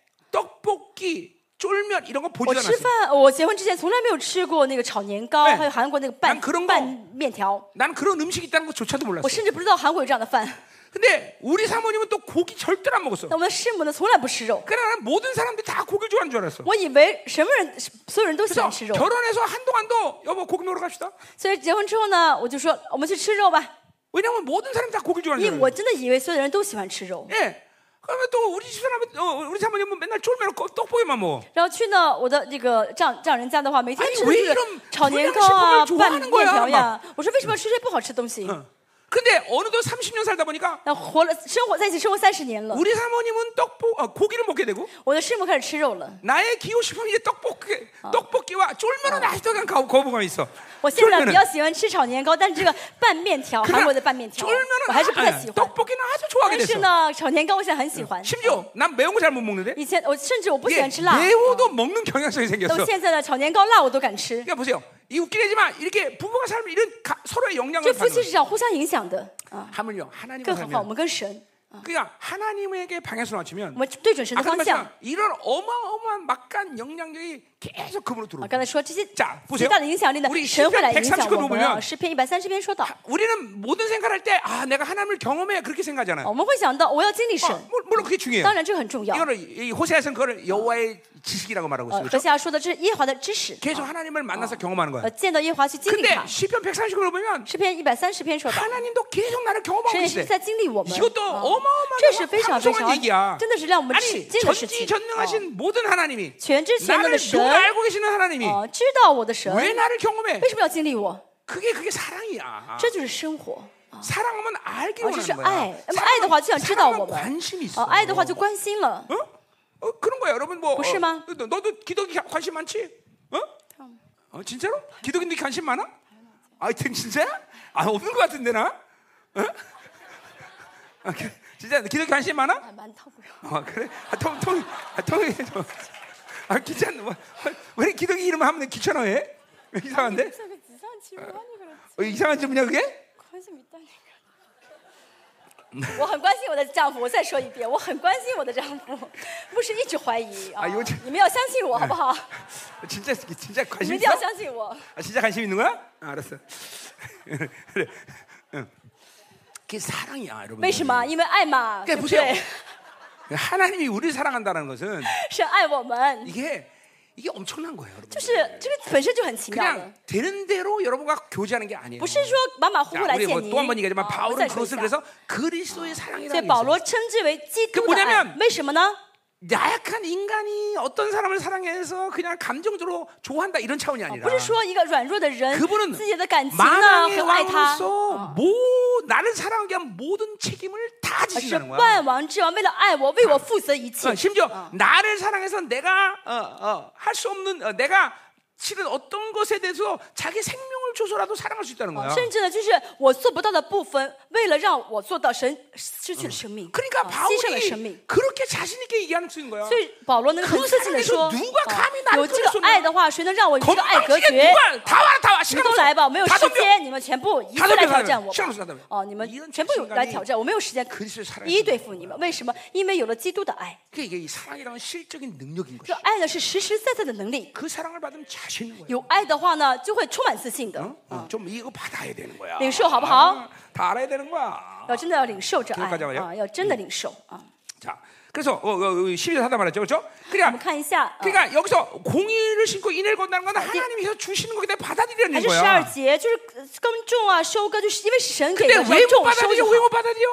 Speaker 1: 떡볶이, 쫄면 이런 거
Speaker 2: 我
Speaker 1: 보지도
Speaker 2: 吃
Speaker 1: 않았어.
Speaker 2: 饭，我结婚之前从来没有吃过那个炒年糕，
Speaker 1: 네
Speaker 2: 还有韩国那个
Speaker 1: 난
Speaker 2: 拌
Speaker 1: 그런거
Speaker 2: 拌面条，
Speaker 1: 난 그런 음식이 있다는 것조차도 몰랐어.
Speaker 2: 我甚至不知道韩国有这样的 饭。
Speaker 1: 근데 우리 사모님은 또 고기 절대로 안 먹었어.
Speaker 2: 那我们的师母呢，从来不吃肉。
Speaker 1: 그러나 난 모든 사람들이 다 고기를 좋아하는 줄 알았어.
Speaker 2: 我以为什么人，所有人都喜
Speaker 1: 그래서
Speaker 2: 欢吃肉，
Speaker 1: 결혼해서 한동안도 여보 고기 먹으러 갑시다.
Speaker 2: 所以结婚之后呢，我就说我们去吃肉吧，
Speaker 1: 왜냐면 모든 사람이 다 고기 를
Speaker 2: 因
Speaker 1: 좋아하는
Speaker 2: 为
Speaker 1: 거야.
Speaker 2: 我真的以为所有的人都喜欢吃肉。
Speaker 1: 예. 그러면 또 우리 집사람은 어, 우리 사모님은 맨날 쫄면 거- 떡볶이만 먹어.
Speaker 2: 然后去呢，我的这个丈丈人家的话，每天
Speaker 1: 哎
Speaker 2: 吃
Speaker 1: 我
Speaker 2: 的
Speaker 1: 一
Speaker 2: 这个
Speaker 1: 人
Speaker 2: 炒
Speaker 1: 同
Speaker 2: 年
Speaker 1: 样
Speaker 2: 糕啊、
Speaker 1: 吃不了
Speaker 2: 拌
Speaker 1: 煮
Speaker 2: 面
Speaker 1: 饭的呀嗯
Speaker 2: 条呀。我说为什么要吃这些不好吃的东西？
Speaker 1: 어. 근데 어느덧 30년 살다 보니까
Speaker 2: 那活了生活在一起生活三十年了，
Speaker 1: 우리 사모님은 떡볶 어, 고기를 먹게 되고
Speaker 2: 我的师母开始吃肉了。
Speaker 1: 나의 기호 싶으면 이제 떡볶이 떡볶이와 쫄면은 아직도 그냥 거- 거부감이 있어.
Speaker 2: 我现在比较喜欢吃炒年糕，但这个拌面
Speaker 1: 아,
Speaker 2: 条，韩国的拌面条，
Speaker 1: 쫄면은
Speaker 2: 我还是哎不太
Speaker 1: 아-
Speaker 2: 喜欢。
Speaker 1: 떡볶이는 아주 좋아하게
Speaker 2: 但是
Speaker 1: 됐어.
Speaker 2: 呢，炒年糕我现在很喜欢。
Speaker 1: 심지어 난 매운 거 잘 못 먹는데
Speaker 2: 以前我甚至我不喜
Speaker 1: 이게
Speaker 2: 欢吃辣，
Speaker 1: 매워도 먹는 경향성이
Speaker 2: 到
Speaker 1: 생겼어.
Speaker 2: 现在的炒年糕辣我都敢吃。
Speaker 1: 그러니까 보세요. 이 웃기지만 이렇게 부부가 살면 이런 가- 서로의 영향을
Speaker 2: 这夫
Speaker 1: 받는
Speaker 2: 妻是
Speaker 1: 거예요.
Speaker 2: 这样互相影响的啊，
Speaker 1: 하물며 하나님과
Speaker 2: 更何况我
Speaker 1: 살면
Speaker 2: 们跟神，
Speaker 1: 그러니까 하나님에게 방향을 맞추면
Speaker 2: 我们对准神的
Speaker 1: 아까
Speaker 2: 方向。
Speaker 1: 말씀 이런 어마어마한 막간 영향력이 계속 그분으로
Speaker 2: 我
Speaker 1: 들어오고
Speaker 2: 刚才说这些
Speaker 1: 자보세요
Speaker 2: 极大的影响力呢
Speaker 1: 우리，
Speaker 2: 神会来影响
Speaker 1: 130편
Speaker 2: 我们啊。
Speaker 1: 보면
Speaker 2: 诗篇一百三十篇说到，
Speaker 1: 우리는 모든 생각할 때 아 내가 하나님을 경험해 그렇게 생각하잖아요.
Speaker 2: 啊我们会想到我要经历神
Speaker 1: 어, ， 물- 물론 어, 그게 중요해요.
Speaker 2: 当然这个很重要。
Speaker 1: 이거를 이 호세아서는 그걸 여호와의 지식이라고 말하고 있어요.
Speaker 2: 呃，
Speaker 1: 어,
Speaker 2: 和
Speaker 1: 그렇죠?
Speaker 2: 下说嗯的这是耶和华的知识，
Speaker 1: 계속 하나님을 만나서 경험하는 거야.
Speaker 2: 呃，见到耶和华去经历
Speaker 1: 근데
Speaker 2: 他。
Speaker 1: 시편 130으로 보면
Speaker 2: 诗篇一百三十篇说到。
Speaker 1: 하나님도 계속 나를 경험하고
Speaker 2: 神也是
Speaker 1: 있어.
Speaker 2: 在经历我们，
Speaker 1: 이것도
Speaker 2: 啊
Speaker 1: 어마어마한
Speaker 2: 这是非常非
Speaker 1: 황송한
Speaker 2: 常
Speaker 1: 얘기야.
Speaker 2: 真的是让我们吃
Speaker 1: 아니
Speaker 2: 惊的事情。啊
Speaker 1: 전지전능하신 모든 하나님이
Speaker 2: 全知全能
Speaker 1: 나를
Speaker 2: 的神
Speaker 1: 누가 알고 계시는 하나님이
Speaker 2: 啊，知道我的神，
Speaker 1: 어, 네. 왜
Speaker 2: 为
Speaker 1: 나를 경험해?
Speaker 2: 什么要经历我？
Speaker 1: 그게 그게 사랑이야.
Speaker 2: 这就是生活。啊
Speaker 1: 사랑하면 알기
Speaker 2: 啊，这是
Speaker 1: 원하는 거야.
Speaker 2: 爱。那么爱的话就想知道我
Speaker 1: 사랑은
Speaker 2: 们，
Speaker 1: 관심이 뭐. 있어.
Speaker 2: 啊，爱的话就关心了。
Speaker 1: 어? 어 그런 거야 여러분 뭐 어,
Speaker 2: 보시마.
Speaker 1: 너- 너도 기독교 가- 관심 많지? 어? 어 진짜로? 기독교인들 관심 많아? 아, 등 진짜야? 아 없는 것 같은데 나? 어? 아, 그- 진짜 기독교 관심 많아?
Speaker 2: 还蛮痛苦的
Speaker 1: 아 그래? 아, 통, 통, 아, 통이 좀. 아, 귀찮네. 뭐, 왜 기독이 이름 하면 귀찮아해? 이상한데? 어, 이상한 질문이야, 그게?
Speaker 2: 我很关心我的丈夫，我再说一遍，我很关心我的丈夫，不是一直怀疑啊
Speaker 1: 哎呦这！
Speaker 2: 你们要相信我好不好？
Speaker 1: 진짜, 진짜
Speaker 2: 你
Speaker 1: 관심
Speaker 2: 们
Speaker 1: 있어?
Speaker 2: 一定要相信我。
Speaker 1: 아, 진짜 관심 있는 거야? 아, 알았어. 그래. 응. 그게 사랑이야, 여러분.
Speaker 2: 为什么？因为爱嘛，对
Speaker 1: 그
Speaker 2: 不
Speaker 1: 보세요.
Speaker 2: 对？
Speaker 1: 하나님이 우리를 사랑한다는 것은
Speaker 2: 神爱我们，
Speaker 1: 이게 이게 엄청난 거예요,
Speaker 2: 就
Speaker 1: 여러분.
Speaker 2: 是这个本身就很奇妙的
Speaker 1: 그냥 。 되는 대로 여러분과 교제하는 게 아니에요.
Speaker 2: 不是说马马虎虎
Speaker 1: 자,
Speaker 2: 来
Speaker 1: 우리
Speaker 2: 见
Speaker 1: 뭐
Speaker 2: 你。
Speaker 1: 또 한 번 얘기하지만
Speaker 2: 啊我再
Speaker 1: 바울은
Speaker 2: 说一
Speaker 1: 그것을
Speaker 2: 下
Speaker 1: 그래서 그리스도의
Speaker 2: 所以
Speaker 1: 사랑이라는
Speaker 2: 保罗称之为基督的
Speaker 1: 그뭐냐면
Speaker 2: 爱，为什么呢？
Speaker 1: 나약한 인간이 어떤 사람을 사랑해서 그냥 감정적으로 좋아한다 이런 차원이
Speaker 2: 啊
Speaker 1: 아니라
Speaker 2: 不是说一个软弱的人
Speaker 1: 그분은 ，
Speaker 2: 自己的感情呢
Speaker 1: 만왕의
Speaker 2: 很爱他，
Speaker 1: 왕으로서 모 나를 사랑하게 한 모든 책임을 다
Speaker 2: 而是嗯
Speaker 1: 지신다는 거야.
Speaker 2: 万王之王为了爱我，为我负责一
Speaker 1: 어,
Speaker 2: 切。
Speaker 1: 심지어 나를 사랑해서 내가 어, 할 수 없는 어, 내가 치른 어떤 것에 대해서 자기 생명을 줘서라도 사랑할 수 있다는 거야.
Speaker 2: 甚至呢，就是我做不到的部分，为了让我做到，神失去了生命，
Speaker 1: 그러니까
Speaker 2: 啊牺牲了生命
Speaker 1: 바울이 。 그렇게 자신 있게 얘기하는 수인 거야.
Speaker 2: 所以保罗能很自信的说， 哦
Speaker 1: 그사람에서누가감히나를
Speaker 2: 有这
Speaker 1: 끊을수없
Speaker 2: 个
Speaker 1: 냐
Speaker 2: 爱的话，谁能让我与这个爱隔
Speaker 1: 건방지게
Speaker 2: 绝？
Speaker 1: 누가 다 와라 다 와.
Speaker 2: 你
Speaker 1: 시간
Speaker 2: 们都
Speaker 1: 없어.
Speaker 2: 来吧，我没有
Speaker 1: 다
Speaker 2: 时
Speaker 1: 덤벼.
Speaker 2: 间，你们全部一
Speaker 1: 다
Speaker 2: 次来
Speaker 1: 덤벼.
Speaker 2: 挑战
Speaker 1: 다
Speaker 2: 我
Speaker 1: 시간
Speaker 2: 吧。
Speaker 1: 없어. 다 덤벼.
Speaker 2: 哦，你们
Speaker 1: 이런
Speaker 2: 全部有来
Speaker 1: 자신감이
Speaker 2: 挑战，我没有时间可
Speaker 1: 그리스도의사랑에서
Speaker 2: 一一对付你们。为什么？因为有了基督的爱，
Speaker 1: 그게 이게 이 사랑이라는 실적인 능력인
Speaker 2: 这
Speaker 1: 것이야.
Speaker 2: 爱呢是实实在在的能力。
Speaker 1: 그 사랑을 받으면 자신 있는 거야.
Speaker 2: 有爱的话呢，就会充满自信的。
Speaker 1: 어? 어, 좀 이거 받아야 되는 거야.
Speaker 2: 领受好不好？
Speaker 1: 아, 다 알아야 되는 거야.
Speaker 2: 要真的要领受这
Speaker 1: 这个干
Speaker 2: 爱
Speaker 1: 什么呀
Speaker 2: 啊，要真的领受啊。
Speaker 1: 자, 그래서 어, 어, 시리즈 하다 말았죠, 그렇죠?
Speaker 2: 我们
Speaker 1: 그러니까
Speaker 2: 看一下，啊
Speaker 1: 그러니까 여기서 공의를 신고 인을 건다는 건 하나님께서 주시는 거기 때문에
Speaker 2: 还
Speaker 1: 아, 받아들이는
Speaker 2: 是十二
Speaker 1: 거야.
Speaker 2: 节，就是耕种啊、收割，就是因为神给
Speaker 1: 근데
Speaker 2: 的，
Speaker 1: 왜
Speaker 2: 要
Speaker 1: 못
Speaker 2: 种收
Speaker 1: 받아들여?
Speaker 2: 就
Speaker 1: 왜
Speaker 2: 好。
Speaker 1: 못 받아들여?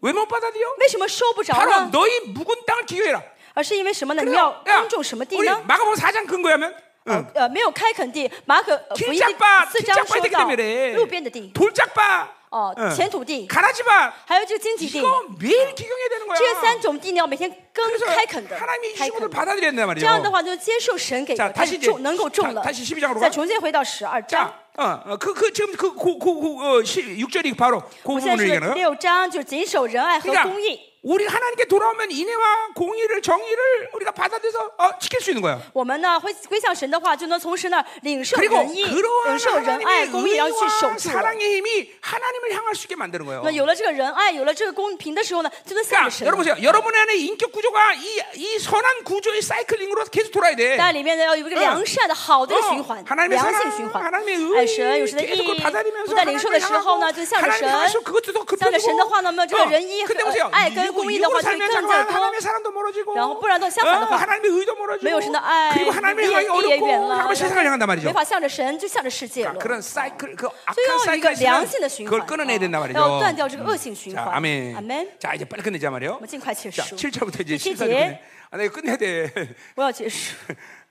Speaker 1: 왜 못 받아들여? 그
Speaker 2: 为什么收不着
Speaker 1: 바로
Speaker 2: 呢？
Speaker 1: 너희 묵은 땅을 기회라.
Speaker 2: 而是因为什么呢？你们要
Speaker 1: 야,
Speaker 2: 耕种什么地
Speaker 1: 우리
Speaker 2: 呢？
Speaker 1: 마가복음 4장 근거하면
Speaker 2: 呃，没有开垦地，马可呃福音第
Speaker 1: 길짝밭,
Speaker 2: 四章
Speaker 1: 길짝밭이
Speaker 2: 说
Speaker 1: 되기
Speaker 2: 到
Speaker 1: 때문에
Speaker 2: 路边的地，
Speaker 1: 돌짝밭,
Speaker 2: 哦、
Speaker 1: 응.
Speaker 2: 前土地，
Speaker 1: 가라지밭
Speaker 2: 还有这个荆棘地，
Speaker 1: 이거 매일 기경해야 되는 거야.
Speaker 2: 这三种地呢，要每天耕
Speaker 1: 그래서
Speaker 2: 开垦的，
Speaker 1: 하나님이
Speaker 2: 开
Speaker 1: 주신
Speaker 2: 垦
Speaker 1: 것을
Speaker 2: 的。
Speaker 1: 받아들여야 된단
Speaker 2: 这样的
Speaker 1: 말이에요.
Speaker 2: 话，就接受神给
Speaker 1: 자
Speaker 2: 的，
Speaker 1: 다시
Speaker 2: 开
Speaker 1: 이제
Speaker 2: 始种能够种了
Speaker 1: 다다시12장으로 。
Speaker 2: 再
Speaker 1: 가.
Speaker 2: 重新回到十二章，
Speaker 1: 자, 어, 어, 그, 그 지금 그그그 어, 6절이 바로 그
Speaker 2: 我现在
Speaker 1: 부분을
Speaker 2: 是
Speaker 1: 얘기하는 거예요.
Speaker 2: 六章，就是谨守仁爱和
Speaker 1: 그러니까
Speaker 2: 公义。
Speaker 1: 우리 하나님께 돌아오면 인애와 공의를 정의를 우리가 받아들여서 어, 지킬 수 있는 거예요.
Speaker 2: 我们呢，归归向神的话，就能从神那儿领受
Speaker 1: 그리고
Speaker 2: 仁义、
Speaker 1: 그러한
Speaker 2: 领受仁爱、
Speaker 1: 하나님의
Speaker 2: 公义，然后去守
Speaker 1: 의와
Speaker 2: 住了。
Speaker 1: 사랑의 힘이 하나님을 향할 수 있게 만드는 네, 거예요.
Speaker 2: 那有了这个仁爱，有了这个公平的时候呢，就能向着
Speaker 1: 그러니까
Speaker 2: 神了。
Speaker 1: 여러분 보세요. 여러분 안에 인격 구조가 이, 이 선한 구조의 사이클링으로 계속 돌아야 돼.
Speaker 2: 但里面呢要有一个良善的好的一个循环
Speaker 1: 嗯하나님의사，랑 어,
Speaker 2: 良性循环
Speaker 1: 하나님의의。
Speaker 2: 爱神有神的
Speaker 1: 계속
Speaker 2: 意
Speaker 1: 그걸받아들이면서
Speaker 2: 义，不在领受的时候
Speaker 1: 하나님을향하고
Speaker 2: 呢，就向着神
Speaker 1: 하나님을향해서그것도더급해지고 ，
Speaker 2: 向着神的话呢，那么这个
Speaker 1: 어,
Speaker 2: 仁义
Speaker 1: 근데
Speaker 2: 和
Speaker 1: 보세요.
Speaker 2: 爱跟公义的
Speaker 1: 육으로
Speaker 2: 话就会
Speaker 1: 살면
Speaker 2: 更
Speaker 1: 잠깐만
Speaker 2: 加多
Speaker 1: 하나님의 。 사랑도 멀어지고
Speaker 2: 然后不然的相反的话
Speaker 1: 어, 하나님의 의도 멀어지고
Speaker 2: 没有神的爱，
Speaker 1: 그리고
Speaker 2: 你
Speaker 1: 하나님의
Speaker 2: 地也
Speaker 1: 향하기
Speaker 2: 地也远
Speaker 1: 어렵고
Speaker 2: 了，然后
Speaker 1: 잠깐만 세상을 향한단
Speaker 2: 没
Speaker 1: 말이죠.
Speaker 2: 法向着神，就向着世界了
Speaker 1: 그러니까 。 그런 사이클 그
Speaker 2: 所以
Speaker 1: 악한
Speaker 2: 要有一个
Speaker 1: 사이클
Speaker 2: 良性的循环
Speaker 1: 그걸 ， 끊어내야 된단
Speaker 2: 啊
Speaker 1: 말이죠.
Speaker 2: 要断掉这个恶性循
Speaker 1: 자,
Speaker 2: 环。
Speaker 1: 아멘.
Speaker 2: 阿门。
Speaker 1: 자, 이제 빨리 끝내자 말이요.
Speaker 2: 我们尽快结
Speaker 1: 자,
Speaker 2: 束。
Speaker 1: 7절부터 이제
Speaker 2: 第七
Speaker 1: 14절까지.
Speaker 2: 节，
Speaker 1: 아, 내가 끝내야 돼.
Speaker 2: 我要结束。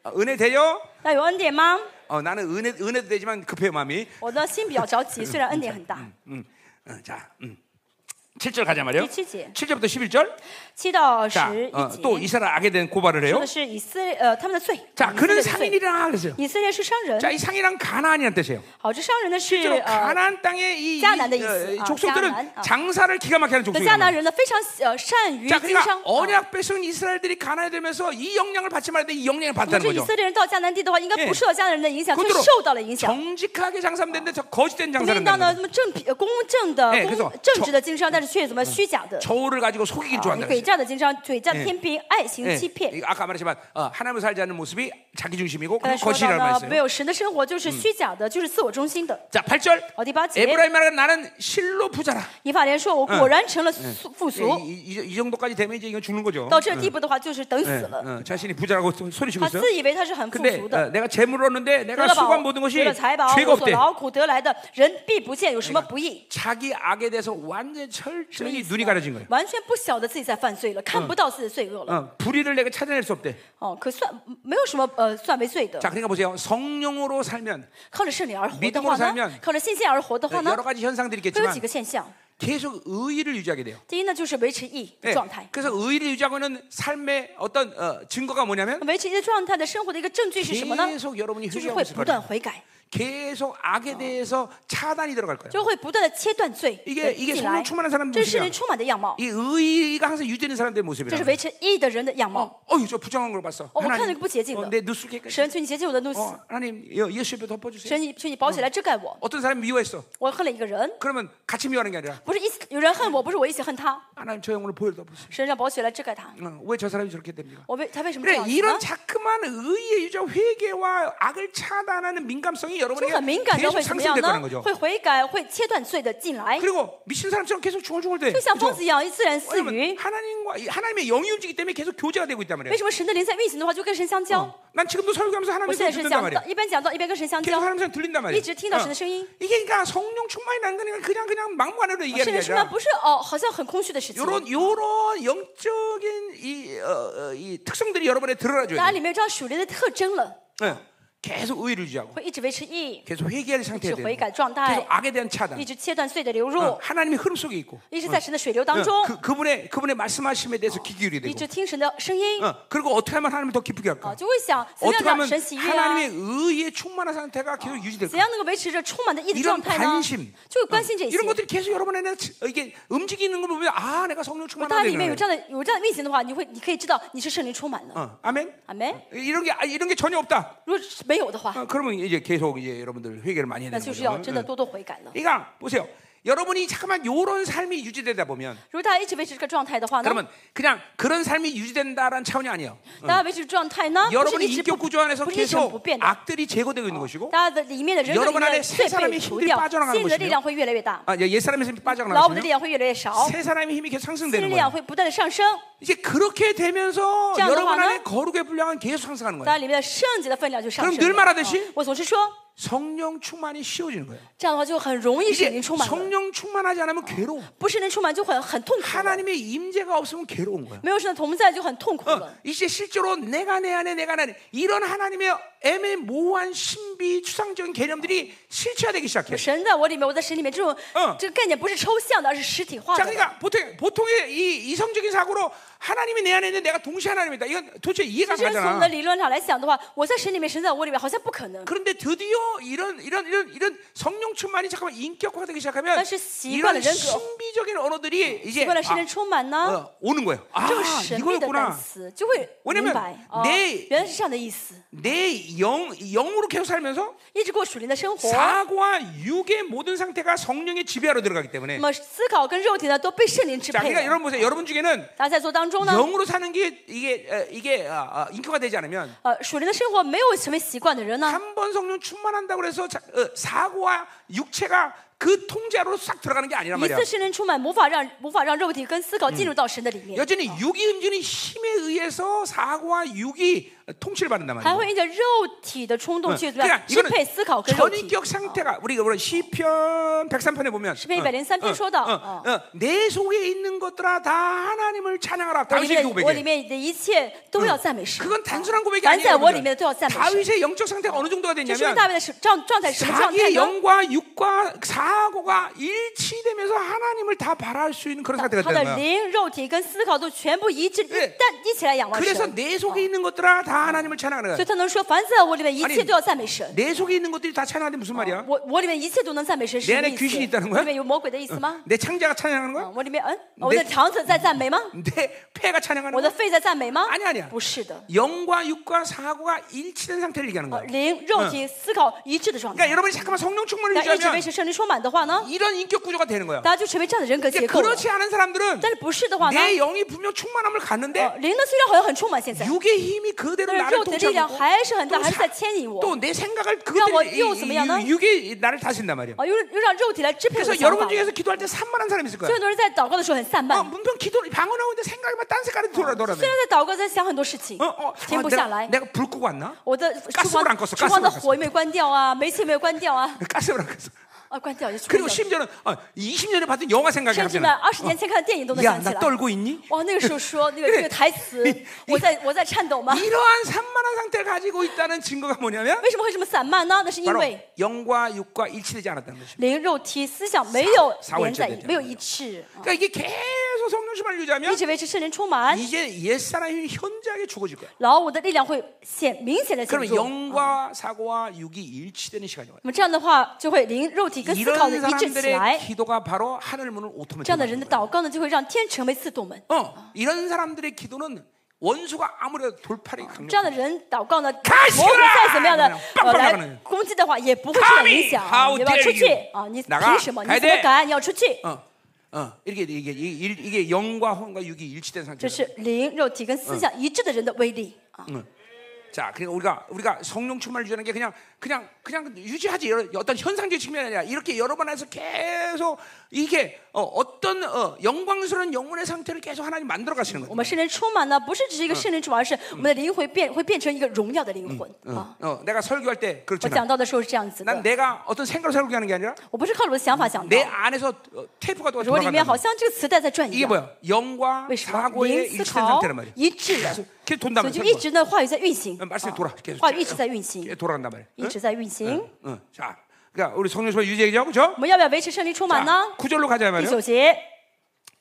Speaker 1: 아, 은혜 돼요?
Speaker 2: 那有恩典吗？
Speaker 1: 어, 나는 은혜 은혜도 되지만 급해요, 마음이.
Speaker 2: 我的心比较着急，虽然恩典很大。
Speaker 1: 음. 어, 자, 음. 7절 가자 말이요.
Speaker 2: 17절.
Speaker 1: 네, 7절부터 11절.
Speaker 2: 七到十
Speaker 1: 자,
Speaker 2: 一
Speaker 1: 어,
Speaker 2: 节。
Speaker 1: 또 이스라엘 악에 대한 고발을
Speaker 2: 说
Speaker 1: 해요.
Speaker 2: 的是以色列呃他们的罪。
Speaker 1: 자,
Speaker 2: 以色列
Speaker 1: 그는
Speaker 2: 的罪。
Speaker 1: 상인이라 그랬어요.
Speaker 2: 以色列是商人。
Speaker 1: 자, 이 상이란 가나안이란 뜻이에요.
Speaker 2: 好，这商人呢是
Speaker 1: 실제로
Speaker 2: 呃，
Speaker 1: 가나안 땅의 이, 어. 이,
Speaker 2: 짜나안의
Speaker 1: 어, 그 이
Speaker 2: 이스. 아,
Speaker 1: 족속들은
Speaker 2: 짜나안. 어.
Speaker 1: 장사를 기가 막히게 하는
Speaker 2: 那
Speaker 1: 족속이에요.
Speaker 2: 迦南人呢非常呃善于
Speaker 1: 자
Speaker 2: 经
Speaker 1: 그러니까
Speaker 2: 商。啊
Speaker 1: 언약 뺏은 이스라엘들이 가나에 되면서 이 영향을 받지 말아야 돼이 영향을
Speaker 2: 那么哎
Speaker 1: 받다는
Speaker 2: 这以
Speaker 1: 거죠.
Speaker 2: 色列人到迦南地的话，应该
Speaker 1: 예
Speaker 2: 不受到迦南人的影响，却
Speaker 1: 그대로
Speaker 2: 受到了影响。
Speaker 1: 정직하게 장사하면 되는데 저 거짓된
Speaker 2: 我们
Speaker 1: 장사를
Speaker 2: 应当呢，
Speaker 1: 한다는
Speaker 2: 那么正平呃公正的
Speaker 1: 예
Speaker 2: 公
Speaker 1: 그래서
Speaker 2: 正直的经商，但是却怎么虚假的
Speaker 1: 거죠. ， 저울을 가지고 속이길
Speaker 2: 啊
Speaker 1: 좋아한다는
Speaker 2: 诡
Speaker 1: 거죠.
Speaker 2: 诈嗯的经哎商，诡诈
Speaker 1: 예
Speaker 2: 的天平，爱情
Speaker 1: 예.
Speaker 2: 欺骗。
Speaker 1: 어, 그러니까 이거 아까 말했지만 어, 하나님을 살지 않는 모습이 자기 중심이고
Speaker 2: 刚才
Speaker 1: 그
Speaker 2: 说到
Speaker 1: 거짓이라는
Speaker 2: 呢，没
Speaker 1: 말했어요.
Speaker 2: 有神的生活就是虚假的，就是自我中心的。
Speaker 1: 자 8절
Speaker 2: 好，第八节，
Speaker 1: 에브라임 말은 나는 실로 부자라.
Speaker 2: 以法莲说：“我果然成了富富
Speaker 1: 예,
Speaker 2: 足。”
Speaker 1: 이, 이- 이 정도까지 되면 이제 이건 죽는 거죠.
Speaker 2: 到这地步的话，就是等死
Speaker 1: 예,
Speaker 2: 了。
Speaker 1: 어, 아, 자신이 부자라고 소- 소리치고
Speaker 2: 他
Speaker 1: 있어요.
Speaker 2: 自以为他是很富
Speaker 1: 근데
Speaker 2: 足的
Speaker 1: 어, ， 내가 재물을 얻는데
Speaker 2: 得
Speaker 1: 내가
Speaker 2: 了宝
Speaker 1: 수고한 모든 ，것이
Speaker 2: 得了财宝，
Speaker 1: 죄가
Speaker 2: 我所
Speaker 1: 없대.
Speaker 2: 劳苦得来的，人必不见有什么不义。
Speaker 1: 자기 악에 대해서 완전 히
Speaker 2: 什么意
Speaker 1: 철저히
Speaker 2: 思呢
Speaker 1: 눈이 가려진 거예요.
Speaker 2: 完全不晓得自己在犯罪了，看不到自己的罪恶了。
Speaker 1: 어, 불의를 내가 찾아낼 수 없대.
Speaker 2: 哦，可算没有什么呃算为罪的
Speaker 1: 자 。 그러니까 보세요. 성령으로 살면
Speaker 2: 靠着圣灵而活的
Speaker 1: 믿음으로
Speaker 2: 话
Speaker 1: 살면
Speaker 2: 呢，靠着信心而活的
Speaker 1: 어,
Speaker 2: 话呢
Speaker 1: 여러 ， 가지 현상들이
Speaker 2: 会呃有几
Speaker 1: 있겠지만
Speaker 2: 个现象。
Speaker 1: 계속 의의를 유지하게 돼요.
Speaker 2: 第一呢，就是维持义的
Speaker 1: 예,
Speaker 2: 状态。
Speaker 1: 그래서 의의를 유지하고 있는 삶의 어떤 어, 증거가 뭐냐면
Speaker 2: 那维持义的状态的生活的一个证据是什么呢？
Speaker 1: 계속 여러분이
Speaker 2: 就是
Speaker 1: 회개하고
Speaker 2: 会
Speaker 1: 있을
Speaker 2: 不断
Speaker 1: 거예요.
Speaker 2: 悔改，
Speaker 1: 계속 악에 대해서 차단이 들어갈 거예요.
Speaker 2: 就会不断的切断罪
Speaker 1: 이게
Speaker 2: 的
Speaker 1: 이게
Speaker 2: 进
Speaker 1: 성령
Speaker 2: 来。
Speaker 1: 충만한 사람
Speaker 2: 这是圣
Speaker 1: 모습이야.
Speaker 2: 灵充满的样貌，
Speaker 1: 이 의의가 항상 유지되는 사람들의
Speaker 2: 这是
Speaker 1: 모습이야.
Speaker 2: 维持义的人的样貌。
Speaker 1: 어휴 저 부정한 걸 봤어.
Speaker 2: 我看到
Speaker 1: 하나님,
Speaker 2: 一个不洁净
Speaker 1: 어,
Speaker 2: 的，
Speaker 1: 내 눈속에까지.
Speaker 2: 神，求你洁净我的怒
Speaker 1: 어,
Speaker 2: 死，
Speaker 1: 하나님 예, 예수 옆에 덮어주세요.
Speaker 2: 神，你求你保起来遮盖我。
Speaker 1: 어떤 사람이 미워했어.
Speaker 2: 我恨了一个人，
Speaker 1: 그러면 같이 미워하는 게 아니라
Speaker 2: 不是一起有人恨我，不是我一起恨他，
Speaker 1: 하나님 저 영혼을 보여 덮으세요. 어,
Speaker 2: 神让保起来遮盖他。
Speaker 1: 왜 저 사람이 저렇게 됩니까?
Speaker 2: 我为他为什么这
Speaker 1: 그래
Speaker 2: 样子呢
Speaker 1: 이런 자그만 의의 유저 회개와 악을 차단하는 민감성이
Speaker 2: 就很
Speaker 1: 여러분에게
Speaker 2: 敏感的
Speaker 1: 계속
Speaker 2: 会怎么样
Speaker 1: 상승될 거라는
Speaker 2: 呢？
Speaker 1: 거죠.
Speaker 2: 会悔改，会切断罪的进来，
Speaker 1: 그리고 미친 사람처럼 계속 중얼중얼 대.
Speaker 2: 就像疯子一样自言自
Speaker 1: 왜냐면
Speaker 2: 语。
Speaker 1: 하나님과 이- 하나님의 영이 움직이기 때문에 계속 교제가 되고 있단
Speaker 2: 为
Speaker 1: 말이에요.
Speaker 2: 什么神的灵在运行的话，就跟神相交？
Speaker 1: 어. 난 지금도 설교하면서
Speaker 2: 我
Speaker 1: 하나님의
Speaker 2: 现在
Speaker 1: 소
Speaker 2: 是
Speaker 1: 듣는단
Speaker 2: 讲到
Speaker 1: 말이에요.
Speaker 2: 一边讲到一边跟神相
Speaker 1: 계속
Speaker 2: 交，
Speaker 1: 하나님 소리 들린단 말이에요.
Speaker 2: 一直听到神的声嗯音。
Speaker 1: 이게 그러니까 성령 충만이 난 거니까 그냥 그냥 막무가내로
Speaker 2: 圣灵
Speaker 1: 얘기하는 게
Speaker 2: 充满
Speaker 1: 아니라
Speaker 2: 不是哦，好像很空虚的事情。
Speaker 1: 요런 요런 영적인 이, 어, 어, 이 특성들이 여러분에 드러나줘야
Speaker 2: 那
Speaker 1: 돼요.
Speaker 2: 里面有这样属灵的特征了，
Speaker 1: 예. 계속 의의를 유지하고
Speaker 2: 会一直维持意义，
Speaker 1: 계속 회개의
Speaker 2: 一直
Speaker 1: 상태에
Speaker 2: 悔
Speaker 1: 대해
Speaker 2: 改状
Speaker 1: 계속
Speaker 2: 态，
Speaker 1: 악에 대한 차단
Speaker 2: 一直切断罪的流
Speaker 1: 어,
Speaker 2: 入，
Speaker 1: 하나님의 흐름 속에 있고
Speaker 2: 一直在神的水流当
Speaker 1: 어,
Speaker 2: 中，
Speaker 1: 그, 그분의 그분의 말씀하심에 대해서 귀 기울이
Speaker 2: 一
Speaker 1: 되고
Speaker 2: 直听神的声音
Speaker 1: 어, 그리고 어떻게 하면 하나님을 더 기쁘게
Speaker 2: 啊，
Speaker 1: 할까
Speaker 2: 就会想怎么
Speaker 1: 어떻게 어,
Speaker 2: 样
Speaker 1: 하면
Speaker 2: 让神喜悦啊？
Speaker 1: 하나님의 의의 충만한 상태가 계속
Speaker 2: 怎
Speaker 1: 유지될까
Speaker 2: 样能够维持着充满的意义的
Speaker 1: 이런
Speaker 2: 状态呢
Speaker 1: 관심 ？
Speaker 2: 就会关心这些
Speaker 1: 이런 。 것들이 계속 여러분의 내 어, 이게 움직이는 걸 보면 아 내가 성령
Speaker 2: 当里
Speaker 1: 충만하다는
Speaker 2: 面有
Speaker 1: 거예요.
Speaker 2: 这样的有这样的运行的话，你会你可以知道你是圣灵充满了，
Speaker 1: 어, 아멘.
Speaker 2: 阿门。
Speaker 1: 이런 게 아, 이런 게 전혀 없다.
Speaker 2: 如果是没有的话，
Speaker 1: 어, 그러면 이제 계속 이제 여러분들 회개를 많이 해야
Speaker 2: 那
Speaker 1: 되는
Speaker 2: 就是要
Speaker 1: 거죠.
Speaker 2: 真的多多悔改了。
Speaker 1: 그러니까 보세요. 여러분이 잠깐만 이런 삶이 유지되다 보면
Speaker 2: 如果大家一直维持这个状态的话呢，
Speaker 1: 그러면 그냥 그런 삶이 유지된다라는 차원이 아니에요.
Speaker 2: 大家维持状态呢，不是
Speaker 1: 嗯 여러분의
Speaker 2: 一直
Speaker 1: 인격
Speaker 2: 不
Speaker 1: 구조 안에서
Speaker 2: 不是一成
Speaker 1: 계속
Speaker 2: 不变的。
Speaker 1: 악들이 제거되고 있는 것이고
Speaker 2: 大家的里面的人格里
Speaker 1: 여러분안에
Speaker 2: 面
Speaker 1: 새
Speaker 2: 罪
Speaker 1: 사람의
Speaker 2: 被
Speaker 1: 힘
Speaker 2: 除
Speaker 1: 이
Speaker 2: 掉
Speaker 1: 빠져나가는，
Speaker 2: 新的
Speaker 1: 것이며
Speaker 2: 力量会越来越大，
Speaker 1: 아, 예, 옛 사람에서
Speaker 2: 老我的
Speaker 1: 빠져나가시면
Speaker 2: 力量会越来越少，
Speaker 1: 새 사람의 힘이 계속
Speaker 2: 新的
Speaker 1: 상승되는
Speaker 2: 力
Speaker 1: 거예요.
Speaker 2: 量会不断的上升，
Speaker 1: 이제 그렇게 되면서
Speaker 2: 자,
Speaker 1: 여러분
Speaker 2: 너가는?
Speaker 1: 안에 거룩의 분량은 계속 상승하는
Speaker 2: 大
Speaker 1: 거예요.
Speaker 2: 家里面的圣洁的分量就上
Speaker 1: 그럼
Speaker 2: 升
Speaker 1: 늘
Speaker 2: 了。
Speaker 1: 말하듯이
Speaker 2: 啊我总是说，
Speaker 1: 성령 충만이 쉬워지는 거예요.
Speaker 2: 这样的话就很容易圣灵
Speaker 1: 이제
Speaker 2: 充满了，
Speaker 1: 성령 충만하지 않으면 괴로워.
Speaker 2: 不圣灵充满就很很痛苦了，
Speaker 1: 하나님의 임재가 없으면 괴로운 거야.
Speaker 2: 没有神的同在就很痛苦
Speaker 1: 어,
Speaker 2: 了。
Speaker 1: 이제 실제로 내가 내 안에 내가 내 안에 이런 하나님의 애매모호한 신비 추상적인 개념들이 실체화되기 시작해.
Speaker 2: 神在我里面，我在神里面，这种
Speaker 1: 嗯
Speaker 2: 这个概念不是抽象的，而是实体化
Speaker 1: 자,
Speaker 2: 的。
Speaker 1: 그러니까 보통 보통의 이 이성적인 사고로 하나님이 내 안에 있는데 내가 동시에 하나님이다. 이건 도대체 이해가
Speaker 2: 其
Speaker 1: 안
Speaker 2: 实从我们的
Speaker 1: 가잖아.
Speaker 2: 理论上来想的话，我在神里面，神在我里面，好像不可能。
Speaker 1: 그런데 드디어 이런 이런 이런 이런 성령 충만이 잠깐만 인격화되기 시작하면
Speaker 2: 사실习惯了,
Speaker 1: 이런
Speaker 2: 전 그-
Speaker 1: 신비적인 언어들이 이제
Speaker 2: 习惯了神
Speaker 1: 아,
Speaker 2: 的充满呢，
Speaker 1: 어, 오는 거예요. 아,
Speaker 2: 这个神秘的单
Speaker 1: 이거였구나.
Speaker 2: 词就会明白
Speaker 1: 왜냐면
Speaker 2: 哦，
Speaker 1: 내
Speaker 2: 原来是这样的意思。
Speaker 1: 내 영 영으로 계속 살면서
Speaker 2: 一直过属灵的生活，
Speaker 1: 사고와 육의 모든 상태가 성령의 지배하러 들어가기
Speaker 2: 那
Speaker 1: 때문에
Speaker 2: 么思考跟肉体呢都被圣灵支
Speaker 1: 자,
Speaker 2: 配
Speaker 1: 그러니까
Speaker 2: 了。
Speaker 1: 여러분 보세요. 여러분 중에는
Speaker 2: 大家在做当中呢，
Speaker 1: 영으로 사는 게 이게 어, 이게 어, 어, 인격화 되지 않으면
Speaker 2: 呃，属灵的生活没有成为习惯的人呢，
Speaker 1: 한 번 성령 충만한다고 해서 자- 어, 사고와 육체가 그 통제로 싹 들어가는 게 아니란
Speaker 2: 一
Speaker 1: 말이야.
Speaker 2: 次圣灵充满，无法让无法让肉体跟思考进入到神的里面，
Speaker 1: 여전히 육이 움직이는 힘에 의해서 사고와 육이 통치를 받는단
Speaker 2: 还
Speaker 1: 말이야.
Speaker 2: 会因着肉体的冲动
Speaker 1: 응.
Speaker 2: 去怎么嗯样
Speaker 1: 그러니까
Speaker 2: 支
Speaker 1: 이거는
Speaker 2: 配思考跟肉体。
Speaker 1: 전인격 상태가 우리가 우리 시편 103편에 보면 어,
Speaker 2: 시편
Speaker 1: 응,
Speaker 2: 103편
Speaker 1: 응,
Speaker 2: 쇼다.
Speaker 1: 응,
Speaker 2: 어.
Speaker 1: 응. 내 속에 있는 것들아 다 하나님을 찬양하라.
Speaker 2: 我里
Speaker 1: 당신이
Speaker 2: 面我里
Speaker 1: 고백해.
Speaker 2: 面的一切都要赞美神。啊
Speaker 1: 그건 단순한 고백이
Speaker 2: 凡
Speaker 1: 아니에요.
Speaker 2: 在我里
Speaker 1: 여러분들.
Speaker 2: 面的都要赞美神。
Speaker 1: 다윗의 영적 상태가 어느 정도가
Speaker 2: 这说明
Speaker 1: 됐냐면
Speaker 2: 大卫的是状状态是什么状态
Speaker 1: 자기의
Speaker 2: 呢？
Speaker 1: 영과 육과 사고가 일치되면서 하나님을 다 바라할 수 있는 그런 상태가
Speaker 2: 他的
Speaker 1: 되는 거야.
Speaker 2: 灵、肉体跟思考都全部一致，一
Speaker 1: 예
Speaker 2: 旦一起来仰望
Speaker 1: 그래서
Speaker 2: 神，
Speaker 1: 내 속에 있는 것들아
Speaker 2: 어.
Speaker 1: 다 하나님을 찬양하는
Speaker 2: 所以
Speaker 1: 거야.
Speaker 2: 他能说：“凡在我里面一
Speaker 1: 아니
Speaker 2: 切都要赞美神。
Speaker 1: 내 속에 있는 것들이 다 찬양하는데 무슨 말이야?
Speaker 2: 我我里面一切都能赞美神，是
Speaker 1: 내
Speaker 2: 什么
Speaker 1: 안에
Speaker 2: 意思？
Speaker 1: 귀신이있다는거야
Speaker 2: 里面有魔鬼的意思吗？
Speaker 1: 내 창자가 찬양하는 거야?
Speaker 2: 啊，我里面嗯，嗯我的肠子在赞美吗？
Speaker 1: 내 폐가 찬양하는
Speaker 2: 我的
Speaker 1: 거야?
Speaker 2: 肺在赞美吗？
Speaker 1: 아니야아니야
Speaker 2: 不是的，
Speaker 1: 영과 육과 사고가 일치된 상태를 얘기하는
Speaker 2: 啊
Speaker 1: 거야.
Speaker 2: 灵、肉体、思考一致的状
Speaker 1: 그러니까
Speaker 2: 态。
Speaker 1: 여러분이 잠깐만 성령 충만을
Speaker 2: 但一直维
Speaker 1: 유지하면
Speaker 2: 持圣灵充满的话呢，
Speaker 1: 이런 인격 구조가 되는 거야.
Speaker 2: 大家就成为啊这样的人格结
Speaker 1: 그러니까
Speaker 2: 构了。
Speaker 1: 그렇지 않은 사람들은
Speaker 2: 但是不是的话呢？
Speaker 1: 내 영이 분명 충만함을 갖는데
Speaker 2: 呃灵呢虽然好像很充满现在，
Speaker 1: 육의 힘이 어, 네. 그대로
Speaker 2: 但是
Speaker 1: 나를
Speaker 2: 肉体的力量
Speaker 1: 통치하고
Speaker 2: 还是很大，
Speaker 1: 또
Speaker 2: 还是在牵引我。
Speaker 1: 또 내 생각을
Speaker 2: 그러니까
Speaker 1: 그대로
Speaker 2: 뭐 이거 어떻게 하나?
Speaker 1: 이- 이- 육이 나를 다신단 말이야.
Speaker 2: 啊，又又让肉体来支配我的
Speaker 1: 그래서
Speaker 2: 想法
Speaker 1: 여러분 。 중에서 기도할 때 산만한 사람이 있을
Speaker 2: 所以
Speaker 1: 거야.
Speaker 2: 很多人在祷告的时候很散漫
Speaker 1: 어, ， 문편 기도 방언하고 있는데 생각이 막딴 색깔로 돌아 돌아.
Speaker 2: 虽然在祷告，在想很多事情
Speaker 1: 어, 어, ，
Speaker 2: 停
Speaker 1: 아,
Speaker 2: 不下
Speaker 1: 내가,
Speaker 2: 来。
Speaker 1: 내가 불 끄고 왔나?
Speaker 2: 我的厨
Speaker 1: 가스불안껐
Speaker 2: 房
Speaker 1: 어
Speaker 2: 厨房的
Speaker 1: 가스불안껐어
Speaker 2: 火也没有关掉啊，煤气也没有关掉啊，
Speaker 1: 가스불 안 갔어.
Speaker 2: 啊，关掉也是关
Speaker 1: 그리고
Speaker 2: 掉。
Speaker 1: 심지어는 어, 20년에 봤던 영화 생각이
Speaker 2: 甚至呢，
Speaker 1: 나잖아.
Speaker 2: 二十年前看的电影都能
Speaker 1: 야,
Speaker 2: 想起
Speaker 1: 나
Speaker 2: 来。
Speaker 1: 떨고 있니?
Speaker 2: 哇，那个时候说 那个这个台词，我在我在颤抖吗？
Speaker 1: 이러한 산만한 상태를 가지고 있다는 증거가 뭐냐면
Speaker 2: 为什么会这么散漫呢？那是因
Speaker 1: 바로
Speaker 2: 为
Speaker 1: 영과 육과 일치되지 않았다는 것이.
Speaker 2: 灵肉体思想没有
Speaker 1: 撒撒谎
Speaker 2: 连在
Speaker 1: 之类的
Speaker 2: 一，没有一致，
Speaker 1: 그러니까 이게 계속 성령심을
Speaker 2: 一
Speaker 1: 유지하면
Speaker 2: 直维持圣灵充满，
Speaker 1: 이제 옛사람이 현저하게 죽어질 거야.
Speaker 2: 老我的力量会显明显的显
Speaker 1: 그러면
Speaker 2: 著。
Speaker 1: 영과 사고와 육이 일치되는 시간이 와요.
Speaker 2: 那么这样的话，就会灵肉体跟思考的
Speaker 1: 이런
Speaker 2: 一致起来
Speaker 1: 사람들의 。 기도가 바로 하늘 문을 오토매틱
Speaker 2: 这样的人的祷告呢，就会让天成为四堵门。
Speaker 1: 어, 이런 사람들의 기도는 원수가 아무래도 돌팔이
Speaker 2: 这样
Speaker 1: 강력.
Speaker 2: 的人祷告呢，
Speaker 1: 开始
Speaker 2: 魔鬼
Speaker 1: 啦
Speaker 2: 再怎么样的
Speaker 1: 棒
Speaker 2: 呃
Speaker 1: 棒
Speaker 2: 来
Speaker 1: 棒的
Speaker 2: 攻击的话，也不会受到影响。
Speaker 1: How
Speaker 2: 你要
Speaker 1: dare
Speaker 2: 出去
Speaker 1: you.
Speaker 2: 啊！你
Speaker 1: 나가.
Speaker 2: 凭什么？你
Speaker 1: 가야
Speaker 2: 怎么
Speaker 1: 돼.
Speaker 2: 敢？你要出去。
Speaker 1: 어, 어, 이렇게 이게 이게, 이게, 이게 영과 혼과 육이 일치된
Speaker 2: 这
Speaker 1: 상태죠.
Speaker 2: 是灵、肉体跟思想一致的人的威力啊！
Speaker 1: 자, 그러니까 우리가 우리가 성령 충만을 유지하는 게 그냥 그냥 그냥 유지하지 여러- 어떤 현상적 측면이 아니라 이렇게 여러 번 해서 계속 이게 어, 떤 영광스러운 영혼의 상태를 계속 하나님 만들어 가시는
Speaker 2: 我
Speaker 1: 거예요.
Speaker 2: 们圣灵充满呢，不是只是一个圣灵充满，而是我们的灵魂变会变成一个荣耀的灵魂啊！
Speaker 1: 어, 내가 설교할 때
Speaker 2: 我
Speaker 1: 그렇잖아.
Speaker 2: 讲到的时候是这样子
Speaker 1: 난
Speaker 2: 的，
Speaker 1: 내가 어떤 생각으로 설교하는 게 아니라
Speaker 2: 我不是靠着我的想法讲
Speaker 1: 내
Speaker 2: 的，
Speaker 1: 안에서 어, 테이프가 돌아-
Speaker 2: 我里面
Speaker 1: 돌아간다.
Speaker 2: 好像这个磁带在转一
Speaker 1: 이게
Speaker 2: 样。
Speaker 1: 뭐야? 영과
Speaker 2: 为什么？
Speaker 1: 사고의
Speaker 2: 灵思
Speaker 1: 일치된
Speaker 2: 考
Speaker 1: 상태란 말이야.
Speaker 2: 一致的，所
Speaker 1: 계속 돈다 말이야.
Speaker 2: 以就一直呢话语在运行，啊
Speaker 1: 어, 말씀이 돌아 계속
Speaker 2: 话语一直在运行，
Speaker 1: 계속 돌아간단 말이야.
Speaker 2: 一直在运行。
Speaker 1: 응, 자, 그러니까 우리 성령 소유 유지하죠, 그죠?
Speaker 2: 我们要不要维持圣灵充满呢？
Speaker 1: 구절로 가자 이
Speaker 2: 第
Speaker 1: 말이에요.
Speaker 2: 九节，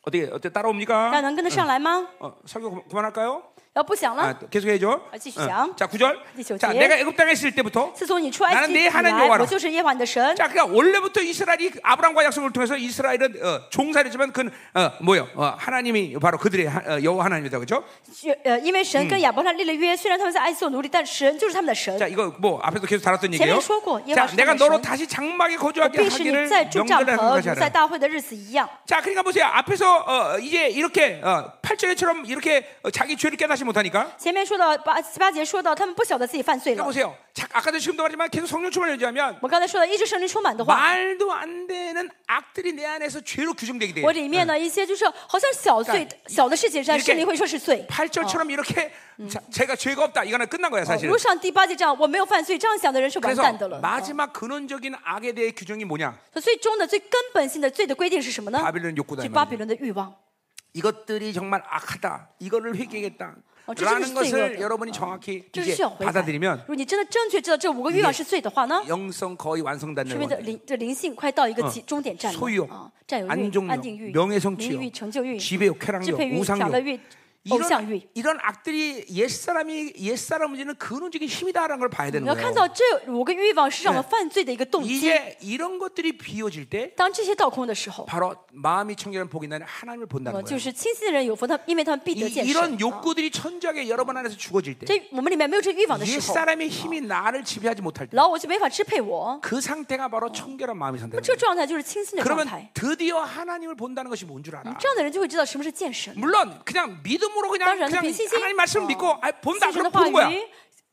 Speaker 1: 어떻게 어때
Speaker 2: 大家
Speaker 1: 따라옵니까?
Speaker 2: 能跟得上来吗？
Speaker 1: 어, 설교 그- 그만할까요?
Speaker 2: 要不想
Speaker 1: 아,
Speaker 2: 了，
Speaker 1: 계속해줘.
Speaker 2: 아, 지시죠.
Speaker 1: 자, 구절.
Speaker 2: 지시죠.
Speaker 1: 자, 내가 애굽 땅에 있을 때부터
Speaker 2: 自从你出埃及以
Speaker 1: 나는내하나님여호와
Speaker 2: 来，
Speaker 1: 라
Speaker 2: 我就是耶和华你的神。
Speaker 1: 자, 그러니까 원래부터 이스라엘이 아브라함과 약속을 통해서 이스라엘은 어, 종살이지만 그 어, 뭐요? 어, 하나님이 바로 그들의 하- 어, 여호와 하나님이다, 그렇죠?
Speaker 2: 呃，因为神跟亚伯拉罕立了约，虽然他们在埃及做奴隶，但神就是他们的神。
Speaker 1: 자, 이거 뭐 앞에도 계속 다뤘던
Speaker 2: 제일
Speaker 1: 얘기예요.
Speaker 2: 수고하고
Speaker 1: 자,
Speaker 2: 예화시키는
Speaker 1: 내가 너로
Speaker 2: 것은
Speaker 1: 다시 장막에
Speaker 2: 我
Speaker 1: 거주하게
Speaker 2: 必使你
Speaker 1: 하기를
Speaker 2: 在住帐
Speaker 1: 명절에
Speaker 2: 篷，
Speaker 1: 하는
Speaker 2: 如
Speaker 1: 것이
Speaker 2: 在
Speaker 1: 아니라.
Speaker 2: 大会的日子一样。
Speaker 1: 자, 그러니까 보세요. 앞에서 어, 이제 이렇게 어, 8절처럼 이렇게 어, 자기 죄를 깨닫지 못하니까
Speaker 2: 前面说到八十八节说到，他们不晓得自己犯罪
Speaker 1: 그러니까
Speaker 2: 了。
Speaker 1: 보세요. 자, 아까도 지금도 말했지만 계속 성령 충만을 유지하면
Speaker 2: 我刚才说到，一直圣灵充满的话，
Speaker 1: 말도 안 되는 악들이 내 안에서 죄로 규정되게 돼요.
Speaker 2: 我里面呢一些就是好像小罪
Speaker 1: 嗯干、
Speaker 2: 小的事情，但圣灵会说是罪。
Speaker 1: 8절처럼 이렇게 자, 제가 죄가 없다. 이거는 끝난 거야,
Speaker 2: 如
Speaker 1: 사실은.
Speaker 2: 果上第八节这样，我没有犯罪，这样想的人是完
Speaker 1: 그래서
Speaker 2: 蛋的了。啊
Speaker 1: 마지막 근원적인 악에 대해 규정이 뭐냐?
Speaker 2: 最终的最根本性的罪的规定是什么呢？
Speaker 1: 巴比伦욕구다이
Speaker 2: 就
Speaker 1: 말이죠
Speaker 2: 巴比伦的欲望。
Speaker 1: 이것들이 정말 악하다. 이거를 회개하겠다.
Speaker 2: 어, 저
Speaker 1: 라는
Speaker 2: 지금
Speaker 1: 것을
Speaker 2: 수익을-
Speaker 1: 여러분이 정확히
Speaker 2: 这是
Speaker 1: 이제
Speaker 2: 需要悔改。
Speaker 1: 받아들이면
Speaker 2: 如果你真的正确知道这五个欲望是罪的话呢，
Speaker 1: 영성 거의
Speaker 2: 说
Speaker 1: 완성되는
Speaker 2: 明的
Speaker 1: 거예요.
Speaker 2: 灵这灵性快到一
Speaker 1: 嗯
Speaker 2: 个极终点站
Speaker 1: 소유
Speaker 2: 了
Speaker 1: 欲
Speaker 2: 啊！占有
Speaker 1: 안
Speaker 2: 欲
Speaker 1: 종、
Speaker 2: 安定欲、
Speaker 1: 력 명예성취욕,
Speaker 2: 名誉、成就欲、
Speaker 1: 지배욕,
Speaker 2: 支
Speaker 1: 쾌락욕,
Speaker 2: 配欲、享乐
Speaker 1: 우상욕
Speaker 2: 欲、偶像
Speaker 1: 이런,
Speaker 2: 欲。
Speaker 1: 이런 악들이 옛사람이 옛사람 문제는 근원적인 힘이다라는 걸 봐야
Speaker 2: 你
Speaker 1: 되는
Speaker 2: 要看到
Speaker 1: 거예요.
Speaker 2: 这五个欲望是让我们犯罪的一个动机。
Speaker 1: 이제 이런 것들이 비워질 때
Speaker 2: 当这些倒空的时候，
Speaker 1: 바로 마음이 청결한 복이 나는 하나님을
Speaker 2: 呃
Speaker 1: 본다는
Speaker 2: 就
Speaker 1: 거예요.
Speaker 2: 是清晰的人有福，他因为他们必
Speaker 1: 이,
Speaker 2: 得见神。
Speaker 1: 이런
Speaker 2: 啊
Speaker 1: 욕구들이 천적에 여러분 안에서 죽어질 때
Speaker 2: 这我们里面没有这欲望的时候，
Speaker 1: 옛사람의 힘이 나를 지배하지 못할 때 그
Speaker 2: 老我就没法支配我。
Speaker 1: 상태가 바로 청결한 마음이 산다는
Speaker 2: 这
Speaker 1: 거예요.
Speaker 2: 个状态就是清新的状
Speaker 1: 그러면
Speaker 2: 态。
Speaker 1: 드디어 하나님을 본다는 것이 뭔 줄 알아?
Speaker 2: 这样的人就会知道什么是见神，
Speaker 1: 물론 그냥 믿음으로 그냥
Speaker 2: 따라서
Speaker 1: 그냥
Speaker 2: 비신심?
Speaker 1: 하나님 말씀
Speaker 2: 어.
Speaker 1: 믿고 아, 본다
Speaker 2: 信神的
Speaker 1: 그럼
Speaker 2: 话
Speaker 1: 보는 거야.
Speaker 2: 语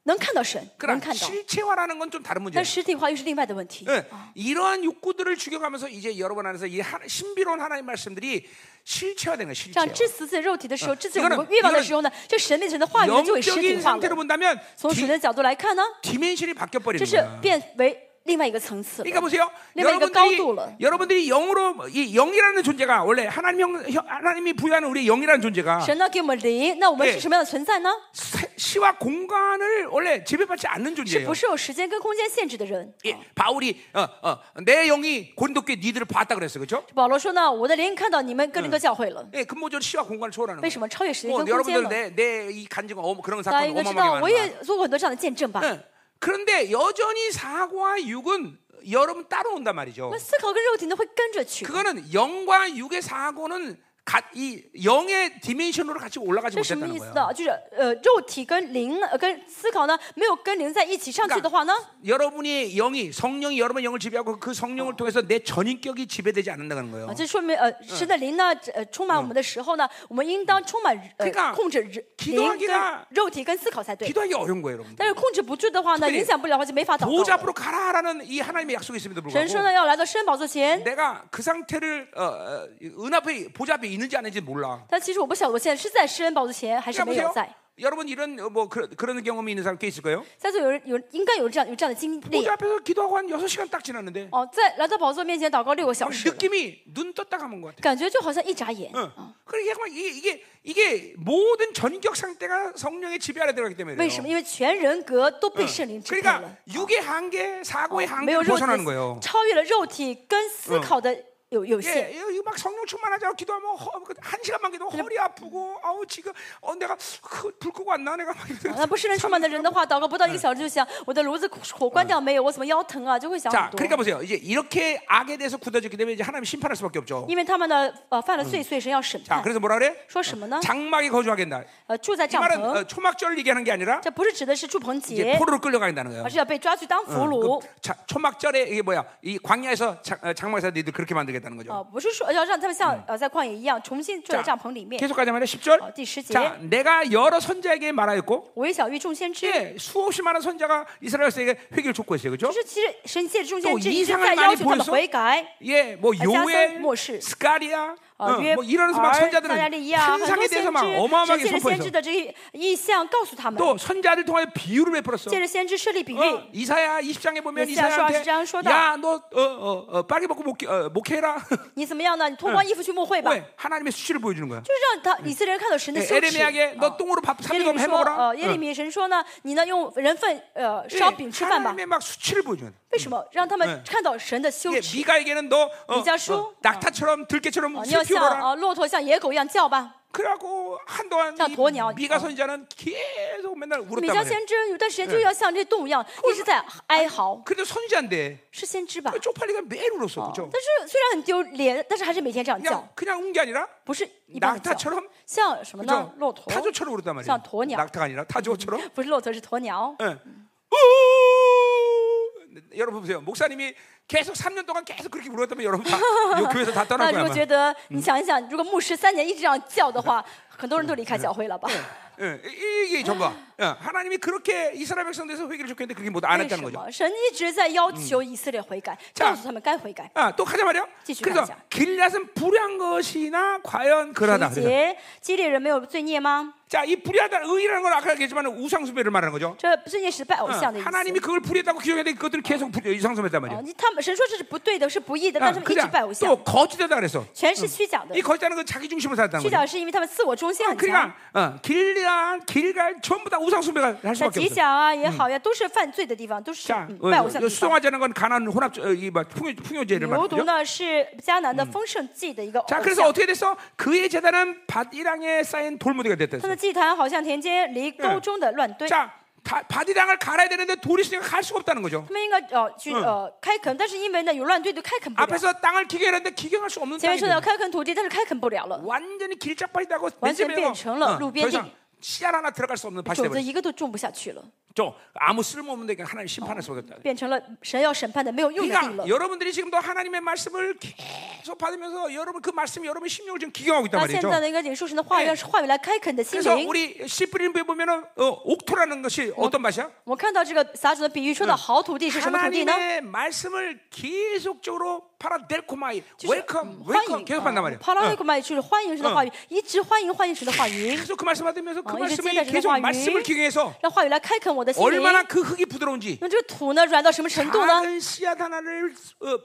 Speaker 2: 能看到神，能
Speaker 1: 그럼
Speaker 2: 看到。
Speaker 1: 실체화라는 건 좀 다른
Speaker 2: 但
Speaker 1: 문제야.
Speaker 2: 实体化又是另外的问题。
Speaker 1: 예, 이러한 욕구들을 죽여가면서 이제 여러분 안에서 이 하나- 신비로운 하나님 말씀들이 실체화되는 거야.
Speaker 2: 这
Speaker 1: 실체화.
Speaker 2: 样致死自己肉体的时候，致死我
Speaker 1: 이거는
Speaker 2: 们欲望的
Speaker 1: 이거는
Speaker 2: 时候呢，这神面前的话语呢就会实体
Speaker 1: 영적인
Speaker 2: 化
Speaker 1: 상태로
Speaker 2: 了。
Speaker 1: 본다면
Speaker 2: 从属
Speaker 1: 디,
Speaker 2: 灵的角度来看呢，
Speaker 1: 디멘션이 바뀌어
Speaker 2: 这
Speaker 1: 버리는
Speaker 2: 是
Speaker 1: 거야.
Speaker 2: 变为另外一个层次了。
Speaker 1: 그러니까 보세요.
Speaker 2: 내가 이거
Speaker 1: 여러분들이
Speaker 2: 까우도를.
Speaker 1: 여러분들이 영으로 이 영이라는 존재가 원래 하나님 형, 형- 하나님이 부여하는 우리 영이라는 존재가
Speaker 2: 神呢给我们灵，那我们
Speaker 1: 예
Speaker 2: 是什么样的存在呢？
Speaker 1: 세- 시와 공간을 원래 지배받지 않는
Speaker 2: 是
Speaker 1: 존재예요.
Speaker 2: 不是有时间跟空间限制的人？
Speaker 1: 예, 바울이 어, 어, 내 영이 고린도께 니들을 봤다 그랬어, 그렇죠?
Speaker 2: 保罗说呢，我的灵看到你们哥林多教会了，
Speaker 1: 예, 근본적으로 시와 공간을 초월하는
Speaker 2: 为
Speaker 1: 거예요.
Speaker 2: 什么超越时间
Speaker 1: 뭐
Speaker 2: 跟空间
Speaker 1: 여러분들
Speaker 2: 了？
Speaker 1: 내내 이 간증은 어마- 그런
Speaker 2: 大家
Speaker 1: 사건
Speaker 2: 应该知道，
Speaker 1: 어마어마하게
Speaker 2: 我
Speaker 1: 많아.
Speaker 2: 也做过很多这样的见证吧。
Speaker 1: 예, 그런데 여전히 사과 육은 여러분 따로 온단 말이죠.
Speaker 2: 那思考跟肉体呢会跟着去，
Speaker 1: 그거는 영과 육의 사고는 가, 이 영의 디멘션으로 같이 올라가지
Speaker 2: 这什么
Speaker 1: 못했다는
Speaker 2: 意思
Speaker 1: 거예요.
Speaker 2: 呢？就是呃，肉体跟灵、呃、跟思考呢没有跟灵在一起上去的话呢，
Speaker 1: 여러분이 영이 성령이 여러분의 영을 지배하고 그 성령을 통해서 내 전인격이 지배되지 않는다는 거예요.
Speaker 2: 啊，这说明呃，神的灵呢呃充满我们的时候呢，我们应当充满
Speaker 1: 그러니까
Speaker 2: 呃控制人
Speaker 1: 기도하기가
Speaker 2: 灵跟肉体跟思考才对。
Speaker 1: 기도하기 어려운 거예요, 여러분.
Speaker 2: 但是控制不住的话
Speaker 1: 特
Speaker 2: 呢，
Speaker 1: 别
Speaker 2: 影响不了的话就没法祷
Speaker 1: 보좌
Speaker 2: 告了。
Speaker 1: 앞으로 가라라는 이 하나님의 약속이 있음에도
Speaker 2: 神说呢
Speaker 1: 불구하고
Speaker 2: 要来到圣宝座前，
Speaker 1: 내가 그 상태를 어, 어, 은 앞에 보좌 앞에 있는지 아닌지 몰라.
Speaker 2: 但其实我不晓得我现在是在施恩宝座前还是
Speaker 1: 그러니까
Speaker 2: 没有
Speaker 1: 보세요.
Speaker 2: 在。
Speaker 1: 여러분 이런 어, 뭐 그런, 그런 경험이 있는 사람 꽤 있을 거예요.
Speaker 2: 在座有人有应该有这样有这样的经历
Speaker 1: 보좌 。 앞에서 기도하고 한 6시간 딱 지났는데
Speaker 2: 哦，在来到宝座面前祷告六个小
Speaker 1: 막
Speaker 2: 时了，
Speaker 1: 느낌이 눈 떴다 가면 것 같아.
Speaker 2: 感觉就好像一眨眼。
Speaker 1: 응. 그러니까 정말 이게 이게 이게 모든 전격 상태가 성령의 지배 아래 들어가기 때문에
Speaker 2: 为什么？
Speaker 1: 그래요.
Speaker 2: 因为全人格都被圣灵支配
Speaker 1: 그러니까
Speaker 2: 了，
Speaker 1: 육의 한계, 사고의
Speaker 2: 没有
Speaker 1: 한계를
Speaker 2: 肉
Speaker 1: 벗어나는 거예요.
Speaker 2: 体超越了肉体跟思考的有有限。
Speaker 1: 예, 이거 막 성령 충만하자고 기도하면 허, 그한 시간만 기도 허리 아프고 아우 지금 어 내가 그, 불 끄고 아, 왔나 내가 막 이러면서
Speaker 2: 啊那不嗯是人充满的人的话，祷告不到一个小时就想我的炉子火关掉没有，我怎么腰疼啊，就会想
Speaker 1: 자,
Speaker 2: 很
Speaker 1: 그러니까
Speaker 2: 多。
Speaker 1: 보세요. 이제 이렇게 악에 대해서 굳어졌기 때문에 이제 하나님 심판할 수밖에 없죠.
Speaker 2: 因为他们呢，呃，犯了罪，所以嗯神要审
Speaker 1: 자,
Speaker 2: 判。
Speaker 1: 그래서 뭐라 그래?
Speaker 2: 说什么呢？
Speaker 1: 장막에 거주하겠다.
Speaker 2: 呃，住在
Speaker 1: 이
Speaker 2: 帐
Speaker 1: 말은
Speaker 2: 篷，
Speaker 1: 어, 초막절 얘기하는 게 아니라
Speaker 2: 这不是指的是住棚
Speaker 1: 이제
Speaker 2: 节，
Speaker 1: 포로로 끌려가겠다는 거예요.
Speaker 2: 而是要被抓去当俘
Speaker 1: 어,
Speaker 2: 虏
Speaker 1: 그 자, 초막절에 이게 뭐야? 이 광야에서 자, 어, 장막에서 너희들 그렇게 되겠다는 거죠.
Speaker 2: 啊，不是说要让他们像呃在旷野一样重新住在帐篷里面。
Speaker 1: 계속 가자마자 10절.
Speaker 2: 어, 10 절.
Speaker 1: 자, 내가 여러 선자에게 말하였고
Speaker 2: 我也小玉众先知，
Speaker 1: 예, 수없이 많은 선자가 이스라엘 백성에게 회개를 촉구했어요.
Speaker 2: 就
Speaker 1: 그렇죠?
Speaker 2: 是其实神借着众
Speaker 1: 또
Speaker 2: 先知一直
Speaker 1: 이상한
Speaker 2: 在
Speaker 1: 많이
Speaker 2: 要求他们
Speaker 1: 보여서
Speaker 2: 悔改。啊
Speaker 1: 예, 뭐 요엘,
Speaker 2: 아사선, 모시.
Speaker 1: 스가리아,
Speaker 2: 어,
Speaker 1: 어,
Speaker 2: 유에
Speaker 1: 뭐 이런 막
Speaker 2: 尔
Speaker 1: 선자들은
Speaker 2: 撒加利亚，啊很
Speaker 1: 환상에
Speaker 2: 多
Speaker 1: 대해서
Speaker 2: 先
Speaker 1: 막
Speaker 2: 知，神
Speaker 1: 어마어마하게
Speaker 2: 借着先
Speaker 1: 선포해서
Speaker 2: 知的这个意象告诉他们，
Speaker 1: 또 선자를 통해 비유를 베풀었어.
Speaker 2: 借着先知设立比喻。
Speaker 1: 어, 이사야 20장에 보면
Speaker 2: 네. 이사야
Speaker 1: 이사야한테
Speaker 2: 20장
Speaker 1: 야너 어, 어, 어, 빨개 먹고 목, 어, 목회해라
Speaker 2: 你怎么样呢？你脱光
Speaker 1: 嗯
Speaker 2: 衣服去牧会吧，就
Speaker 1: 왜 하나님의 수치를 보여주는 거야
Speaker 2: 是让
Speaker 1: 嗯
Speaker 2: 他以色列人看到神的
Speaker 1: 예,
Speaker 2: 羞耻。啊
Speaker 1: 에레미야게 너 똥으로 밥
Speaker 2: 耶利
Speaker 1: 삼일동
Speaker 2: 米说，
Speaker 1: 해먹어라
Speaker 2: 呃，耶利米神说呢，你呢用人份呃
Speaker 1: 예,
Speaker 2: 烧饼吃饭吧。
Speaker 1: 하나님의 막 수치를 보여줘야 돼
Speaker 2: 为什么让他
Speaker 1: 嗯
Speaker 2: 们看到神的
Speaker 1: 예,
Speaker 2: 羞耻？
Speaker 1: 미가에게는 너 어,
Speaker 2: 미자수?
Speaker 1: 어, 낙타처럼 들깨처럼
Speaker 2: 啊，你要像
Speaker 1: 슬피워라
Speaker 2: 啊骆驼像野狗一样叫吧。
Speaker 1: 그래갖고 한동안
Speaker 2: 어. 자,
Speaker 1: 이
Speaker 2: 돈이야. 어.
Speaker 1: 미가 선자는 계속 맨날
Speaker 2: 米
Speaker 1: 울었단
Speaker 2: 迦
Speaker 1: 말이야
Speaker 2: 先知有段时间
Speaker 1: 嗯
Speaker 2: 就要像这动物一样，一直在哀嚎，
Speaker 1: 그래도 선자인데 그
Speaker 2: 是先知吧？
Speaker 1: 쪽팔리가 매일 울었어
Speaker 2: 但
Speaker 1: 그죠
Speaker 2: 是虽然很丢脸，但是还是每天这样叫
Speaker 1: 그냥 ， 그냥 운 게 아니라
Speaker 2: 不是一般的叫，
Speaker 1: 낙타처럼
Speaker 2: 像什么呢
Speaker 1: 그죠 ？
Speaker 2: 骆驼，
Speaker 1: 타조처럼 울었단 말이야
Speaker 2: 자, 돈이야. 음.
Speaker 1: 낙타가 아니라 타조처럼
Speaker 2: 不是骆驼是鸵鸟。
Speaker 1: 예. 우우! 여러분 보세요. 목사님이 계속 3년 동안 계속 그렇게 울었다면 여러분 다 이 교회에서 다
Speaker 2: 那
Speaker 1: 떠날
Speaker 2: 如
Speaker 1: 거야.
Speaker 2: 果
Speaker 1: 아마.
Speaker 2: 觉得你想一想，如果牧师三年一直这样叫的话，很多人都离开教会了吧？
Speaker 1: 예, 이- 이게 전부. 다. 예, 하나님이 그렇게 이스라엘 백성들에서 회개를 줬겠는데 그렇게 못 안
Speaker 2: 为什
Speaker 1: 했다는 거죠.
Speaker 2: 么？神一直在要求以色列悔改，
Speaker 1: 자
Speaker 2: 告诉他们该悔改。
Speaker 1: 아, 또 가자 말이야.
Speaker 2: 지지가
Speaker 1: 그래서
Speaker 2: 하자.
Speaker 1: 길앗은 불한 것이나 과연
Speaker 2: 十
Speaker 1: 그러다.
Speaker 2: 一
Speaker 1: 그래서.
Speaker 2: 节，基列人没有罪孽吗？
Speaker 1: 자, 이 불의하다 의라는 건 아까 얘기했지만 우상 숭배를 말하는 거죠.
Speaker 2: 这罪孽是拜
Speaker 1: 어,
Speaker 2: 偶像的意思。
Speaker 1: 하나님이 그걸 불의했다고 기억했는데 그것들은 계속 불- 이상 숭배했단
Speaker 2: 啊
Speaker 1: 말이야. ，
Speaker 2: 你他们神说这是不对的，是不义的，但
Speaker 1: 아,
Speaker 2: 是他们一直拜偶
Speaker 1: 그냥
Speaker 2: 像，
Speaker 1: 또 거짓되다 그랬어. 네.
Speaker 2: 全是虚假的
Speaker 1: 이 。 거짓다는 건 자기 중심으로 살았다는
Speaker 2: 虚
Speaker 1: 거죠.
Speaker 2: 假是因为他们自我中心很强，
Speaker 1: 그러니까 어, 길이란 길갈 전부 다 우상 숭배가 할
Speaker 2: 那
Speaker 1: 수밖에
Speaker 2: 吉
Speaker 1: 없어.
Speaker 2: 祥啊也好呀，都是犯罪的地方，都是
Speaker 1: 자,
Speaker 2: 嗯
Speaker 1: 어,
Speaker 2: 拜偶像
Speaker 1: 요- 요
Speaker 2: 的地方。
Speaker 1: 수송하자는 건 가난 혼합 어, 이막 풍요 풍요제를 말하죠.
Speaker 2: 牛犊呢是迦南的丰盛祭的一个偶
Speaker 1: 자,
Speaker 2: 像，
Speaker 1: 그래서 어떻게 됐어? 그의 제단은 밭이랑에 쌓인 돌무더기가 됐다.
Speaker 2: 他的祭坛好像田间离沟中的乱堆。
Speaker 1: 자, 다- 밭이랑을 갈아야 되는데 돌이 있으니까 갈 수가 없다는 거죠.
Speaker 2: 他们应该呃去呃开垦，但是因为呢有乱堆，就开啊垦不了。
Speaker 1: 앞에서 땅을 기경했는데 기경할 수 없는
Speaker 2: 前
Speaker 1: 땅이
Speaker 2: 面说的要
Speaker 1: 돼요.
Speaker 2: 开垦土地，但是开垦不了了，
Speaker 1: 완전히 길짝밭이다고
Speaker 2: 완전
Speaker 1: 맨 처음에 뭐,
Speaker 2: 变成了
Speaker 1: 어,
Speaker 2: 路边地.
Speaker 1: 더 이상 씨알 하나 들어갈 수 없는 밭이
Speaker 2: 种子
Speaker 1: 되버렸어.
Speaker 2: 一个都种不下去了，
Speaker 1: 아무 쓸모없는 데가 하나님 심판할 수밖에 없다.
Speaker 2: 变成了神要审判的没有用的地了
Speaker 1: 그러니까 。 여러분들이 지금도 하나님의 말씀을 계속 받으면서 여러분 그 말씀이 여러분의 심령을 지금 기경하고 있단
Speaker 2: 那现
Speaker 1: 말이죠.
Speaker 2: 在呢，应该领受神的话语，让话语来开垦你的心
Speaker 1: 그래서
Speaker 2: 灵。
Speaker 1: 우리 10분에 보면은 어, 옥토라는 것이 어떤 맛이야?
Speaker 2: 我们看到这个撒种的比喻，说到好土地是什么土地呢？
Speaker 1: 하나님의 말씀을 계속적으로 파라델코마이
Speaker 2: 就是嗯
Speaker 1: 웰컴
Speaker 2: 欢
Speaker 1: 웰컴
Speaker 2: 迎
Speaker 1: 계속 받단
Speaker 2: 啊
Speaker 1: 말이야. 음,
Speaker 2: 帕拉瑞古麦就是欢迎神的话语，一直欢迎欢迎神的话语，
Speaker 1: 계속 그 말씀 받으면서 그
Speaker 2: 어, 이제
Speaker 1: 말씀이
Speaker 2: 찢어지는
Speaker 1: 계속
Speaker 2: 화위.
Speaker 1: 말씀을 기경해서
Speaker 2: 让话语来开垦我的心灵。
Speaker 1: 얼마나 그 흙이 부드러운지
Speaker 2: 那这个土呢，软到什么
Speaker 1: 음,
Speaker 2: 程度呢？
Speaker 1: 작은 씨앗 하나를 어,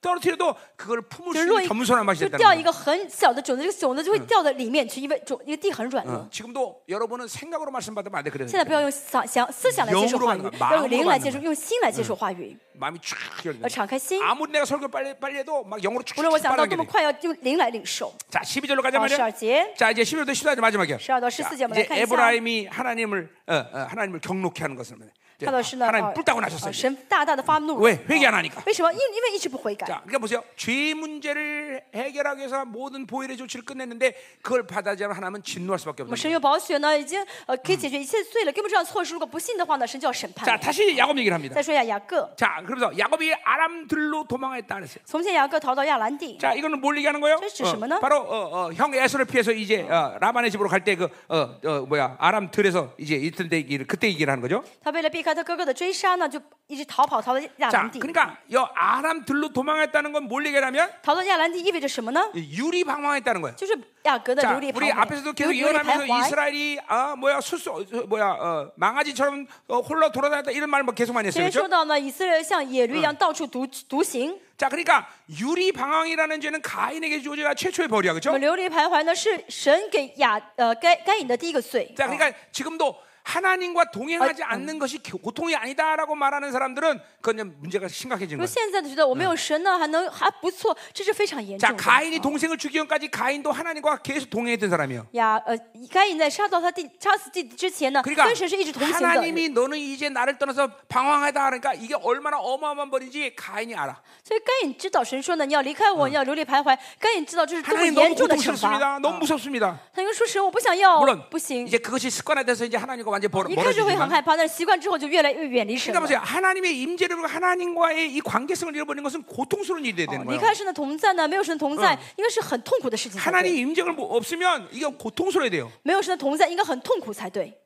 Speaker 1: 떨어뜨려도 그걸 품을 수
Speaker 2: 就是落
Speaker 1: 있는
Speaker 2: 一
Speaker 1: 겸손한 맛이
Speaker 2: 就
Speaker 1: 있다는
Speaker 2: 掉一
Speaker 1: 거야.
Speaker 2: 个很小的种子，这个种子就会掉到里面去，因为种因为地很软了。
Speaker 1: 지금도 여러분은 생각으로 말씀 받으면 안돼 그래서
Speaker 2: 现在不要用想想思想来接受话语
Speaker 1: 영으로만마，
Speaker 2: 要用灵来
Speaker 1: 마음으로만
Speaker 2: 接受，用心来接受话语，
Speaker 1: 마음이 쫙 열려.
Speaker 2: 要敞开心。
Speaker 1: 아무리 내가 설교 빨리 빨리 해도 막 영어로
Speaker 2: 无论我想到多
Speaker 1: 쭉빨아들게
Speaker 2: 么快，要用灵来领受。
Speaker 1: 자, 12절로 가자
Speaker 2: 好，十
Speaker 1: 말이야.
Speaker 2: 二节，
Speaker 1: 자, 이제 11절도 14절 마지막이야.
Speaker 2: 12도
Speaker 1: 자,
Speaker 2: 14절 한번
Speaker 1: 이제
Speaker 2: 看一下。
Speaker 1: 에브라임이 하나님을 어, 어, 하나님을 경록케 하는 것을 말해.
Speaker 2: 看到是呢，
Speaker 1: 하나님
Speaker 2: 啊
Speaker 1: 뿔따고
Speaker 2: 啊
Speaker 1: 나셨어요.
Speaker 2: 神大大的发怒了。哦
Speaker 1: 왜 회개 안 하니까.
Speaker 2: 为什么？因因为一直不悔改。
Speaker 1: 자, 그러니까 보세요. 죄 문제를 해결하기 위해서 모든 보일의 조치를 끝냈는데 그걸 받아들이지 않으면 하나님은 진노할 수밖에
Speaker 2: 我们
Speaker 1: 없는
Speaker 2: 神
Speaker 1: 거예요.
Speaker 2: 有宝血呢，已经呃可以解决一切罪了，根本这样措施，如果不信的话呢，神就要审
Speaker 1: 자,
Speaker 2: 判。
Speaker 1: 다시 야곱 얘기를 합니다.
Speaker 2: 再说一下雅各，
Speaker 1: 자, 그러면서 야곱이 아람들로 도망했다 그랬어요.
Speaker 2: 从前雅各逃到亚兰地，
Speaker 1: 자, 이거는 뭘 얘기하는 거예요?
Speaker 2: 사실 뭐나?
Speaker 1: 바로 어, 어, 형 에서를 피해서 이제 어, 라반의 집으로 갈 때 그 어, 어, 뭐야 아람 들에서 이제 이틀 때 얘기를 그때 얘기를 하는 거죠.
Speaker 2: 他为了避开他哥哥的追杀呢，就一直逃跑，逃到亚
Speaker 1: 자,
Speaker 2: 兰地。
Speaker 1: 그러니까 여 아람 들로 도망했다는 건 뭘 얘기하냐면
Speaker 2: 逃到亚兰地意味着什么呢？
Speaker 1: 유리 방황했다는 거예요.
Speaker 2: 就是雅各的
Speaker 1: 자,
Speaker 2: 流离徘徊，
Speaker 1: 우리
Speaker 2: 流
Speaker 1: 앞에서도 계속
Speaker 2: 流离徘
Speaker 1: 예언하면서
Speaker 2: 徊。
Speaker 1: 이스라엘이 아 뭐야 수수 어, 뭐야 어, 망아지처럼 어, 홀로 돌아다녔다 이런 말뭐 계속 많이
Speaker 2: 虽
Speaker 1: 했어요.
Speaker 2: 然说
Speaker 1: 그렇죠?
Speaker 2: 到呢，以色列像野驴一样到处独独行，
Speaker 1: 자, 그러니까 유리 방황이라는 죄는 가인에게 주어진 최초의 벌이야.
Speaker 2: 我
Speaker 1: 그렇죠?
Speaker 2: 们流离徘徊呢是神给雅呃该该隐的第一个罪。啊
Speaker 1: 자, 그러니까 지금도 하나님과 동행하지 않는 것이 고- 고통이 아니다라고 말하는 사람들은 그건 이제 문제가 심각해진
Speaker 2: 如果
Speaker 1: 거예요.
Speaker 2: 现在的觉得我没有神呢，还能还不错，嗯这是非常严
Speaker 1: 자,
Speaker 2: 重的。
Speaker 1: 가인이 동생을 죽이기 전까지 가인도 하나님과 계속 동행했던 사람이에요.
Speaker 2: 呀，呃，该隐在杀到他弟杀死弟弟之前呢，
Speaker 1: 그러니까
Speaker 2: 跟神是一直同行的。
Speaker 1: 하나님이 너는 이제 나를 떠나서 방황하다 하니까 이게 얼마나 어마어마한 벌인지 가인이 알아.
Speaker 2: 所以该隐知道神说呢，你要离开我，你要流离徘徊。该隐知道这是多么
Speaker 1: 하나님 너무
Speaker 2: 严重的惩罚。
Speaker 1: 어.
Speaker 2: 嗯
Speaker 1: 고통스럽습니다. 너무 무섭습니다.
Speaker 2: 他应该说神，我不想要
Speaker 1: 물론 ，
Speaker 2: 不行
Speaker 1: 어, 이제 。 그것이 습관화돼서 이제 하나님과 하나님과 완전히 벌,
Speaker 2: 一开始会很
Speaker 1: 멀어지지만
Speaker 2: 害怕，但是习惯之后就越来越远离神
Speaker 1: 그러니까
Speaker 2: 了。
Speaker 1: 보세요. 하나님의 임재를 잃고 하나님과의 이 관계성을 잃어버리는 것은 고통스러운 일이 돼야
Speaker 2: 哦
Speaker 1: 되는
Speaker 2: 离
Speaker 1: 거예요.
Speaker 2: 开神的同在呢，没有神的同在，应该是很痛苦的事情才
Speaker 1: 하나님
Speaker 2: 对。
Speaker 1: 임재가 뭐 없으면 이게 고통스러워야 돼요.
Speaker 2: 没有神的同在，应该很痛苦才对。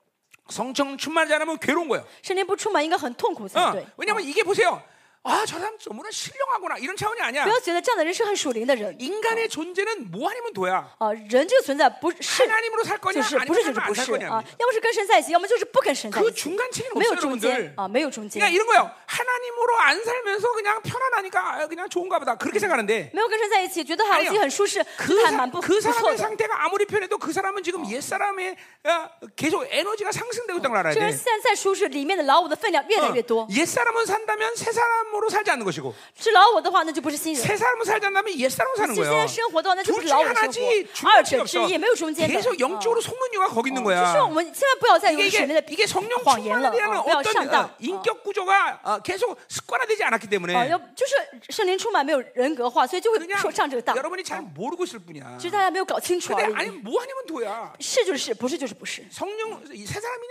Speaker 1: 성령 충만하지 않으면 괴로운 거예요.
Speaker 2: 圣灵不出门，应该很痛苦
Speaker 1: 어,
Speaker 2: 才对。
Speaker 1: 왜냐면 이게 보세요. 아, 저 사람 너무나 신령하구나. 이런 차원이
Speaker 2: 不
Speaker 1: 아니야.
Speaker 2: 要觉得这样的人是很属灵的人
Speaker 1: 인간의 존재는 뭐 아니면 도야.
Speaker 2: 啊，人这个存在不是
Speaker 1: 하나님으로 살 거냐,
Speaker 2: 就是
Speaker 1: 아니면
Speaker 2: 不
Speaker 1: 네.
Speaker 2: 是就
Speaker 1: 하나님
Speaker 2: 是不
Speaker 1: 안 살
Speaker 2: 是啊
Speaker 1: 거냐. ，
Speaker 2: 要么是跟神在一起，要么就是不跟神在一
Speaker 1: 그
Speaker 2: 起，
Speaker 1: 중간층이
Speaker 2: 没
Speaker 1: 없어요,
Speaker 2: 有中间
Speaker 1: 여러분들.
Speaker 2: 啊，没有中
Speaker 1: 그러니까
Speaker 2: 间。
Speaker 1: 이런 거예요. 하나님으로 안 살면서 그냥 편안하니까 아, 그냥 좋은가 보다. 그렇게 생각하는데
Speaker 2: 没有跟神在一起，觉得好像
Speaker 1: 哎呦
Speaker 2: 自己很舒适，觉
Speaker 1: 그
Speaker 2: 得还
Speaker 1: 사,
Speaker 2: 蛮不不
Speaker 1: 그
Speaker 2: 错
Speaker 1: 사람의
Speaker 2: 的。
Speaker 1: 상태가 아무리 편해도 그 사람은 지금 옛 사람의 어, 계속 에너지가 상승되고 있다는 걸 알아야
Speaker 2: 这个
Speaker 1: 돼. 어.
Speaker 2: 人现在舒适，里面的老我的分量越来越多。
Speaker 1: 옛 사람은 산다면 새 사람으로 살지 않는 것이고
Speaker 2: 是老我的话，那就不是新人。
Speaker 1: 새 사람으로 살지 않다면 옛 사람으로 사는
Speaker 2: 是现在
Speaker 1: 거예요.
Speaker 2: 生活的话，那就
Speaker 1: 둘
Speaker 2: 不是
Speaker 1: 중에
Speaker 2: 老我的生
Speaker 1: 하나지
Speaker 2: 活。二
Speaker 1: 중간층이
Speaker 2: 者之
Speaker 1: 없어.
Speaker 2: 一，没有中间的。
Speaker 1: 계속
Speaker 2: 啊
Speaker 1: 영적으로 어. 속는 이유가 거기 있는
Speaker 2: 就是我
Speaker 1: 거야.
Speaker 2: 们千万不要再
Speaker 1: 이게,
Speaker 2: 用属灵
Speaker 1: 이게,
Speaker 2: 的
Speaker 1: 이게 성령
Speaker 2: 谎言了，
Speaker 1: 충만에
Speaker 2: 啊
Speaker 1: 대한
Speaker 2: 不要
Speaker 1: 어떤
Speaker 2: 上
Speaker 1: 어,
Speaker 2: 当。啊
Speaker 1: 인격 구조가 어, 계속 습관화되지 않았기
Speaker 2: 啊，
Speaker 1: 때문에
Speaker 2: 要就是圣灵充满没有人格化，所以就会
Speaker 1: 그냥
Speaker 2: 说上这个当。
Speaker 1: 여러분이 잘 모르고 있을 뿐이야.
Speaker 2: 其实大家没哎有搞清楚
Speaker 1: 근데
Speaker 2: 而
Speaker 1: 어. 아니
Speaker 2: 已。
Speaker 1: 뭐 아니면 도야.
Speaker 2: 是就是是，不是就是不是，
Speaker 1: 성령 이새 사람이냐?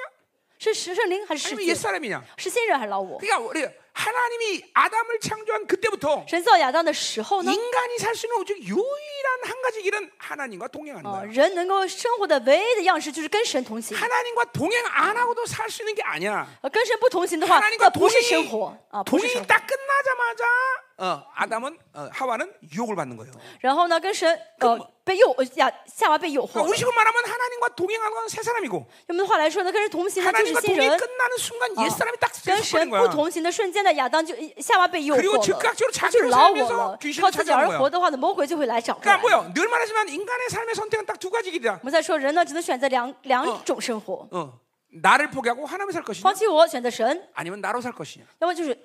Speaker 2: 是是圣灵还哎是世
Speaker 1: 아니면 옛
Speaker 2: 界？
Speaker 1: 사람이냐?
Speaker 2: 是新人还是老我？
Speaker 1: 그러니까 우리 하나님이 아담을 창조한 그때부터
Speaker 2: 神造亚当的时候呢？
Speaker 1: 인간이 살 수 있는 오직 유일한 한 가지 길은 하나님과 동행하는
Speaker 2: 啊，
Speaker 1: 거야.
Speaker 2: 人能够生活的唯一的样式就是跟神同行。
Speaker 1: 하나님과 동행 안 하고도 살 수 있는 게 아니야. 아,
Speaker 2: 呃，跟神不同行的话，
Speaker 1: 하나님과
Speaker 2: 那不是
Speaker 1: 동행이,
Speaker 2: 生活啊，不是生
Speaker 1: 동행이
Speaker 2: 活。
Speaker 1: 딱 끝나자마자 어, 아담은 어, 하와는 유혹을 받는 거예요.
Speaker 2: 然后呢，跟啊神呃被诱呃亚夏娃被诱惑
Speaker 1: 그러니까
Speaker 2: 了。
Speaker 1: 우리식으로 말하면 하나님과 동행하는 건 새 사람이고
Speaker 2: 用我们的话来说呢，跟神同行呢就是
Speaker 1: 하나님과
Speaker 2: 新
Speaker 1: 동행이
Speaker 2: 人，
Speaker 1: 끝나는 순간
Speaker 2: 어,
Speaker 1: 옛 사람이 딱
Speaker 2: 跟
Speaker 1: 되는
Speaker 2: 神不啊
Speaker 1: 거야.
Speaker 2: 同行的瞬间呢，亚当就夏娃被诱惑
Speaker 1: 그리고즉각
Speaker 2: 了，
Speaker 1: 적으로자기를
Speaker 2: 就是老
Speaker 1: 살면서
Speaker 2: 我了
Speaker 1: 귀신을，
Speaker 2: 靠自己而
Speaker 1: 찾아오는거야
Speaker 2: 活的话呢，魔鬼就会来找过来
Speaker 1: 그러니까 。 뭐요? 늘 말하지만 인간의 삶의 선택은 딱 두 가지 길이다.
Speaker 2: 我们再说，人呢只能选择两两种生活，
Speaker 1: 어, 나를 포기하고 하나님 살 것이냐?
Speaker 2: 放弃我，选择神，
Speaker 1: 아니면 나로 살 것이냐?
Speaker 2: 要么就是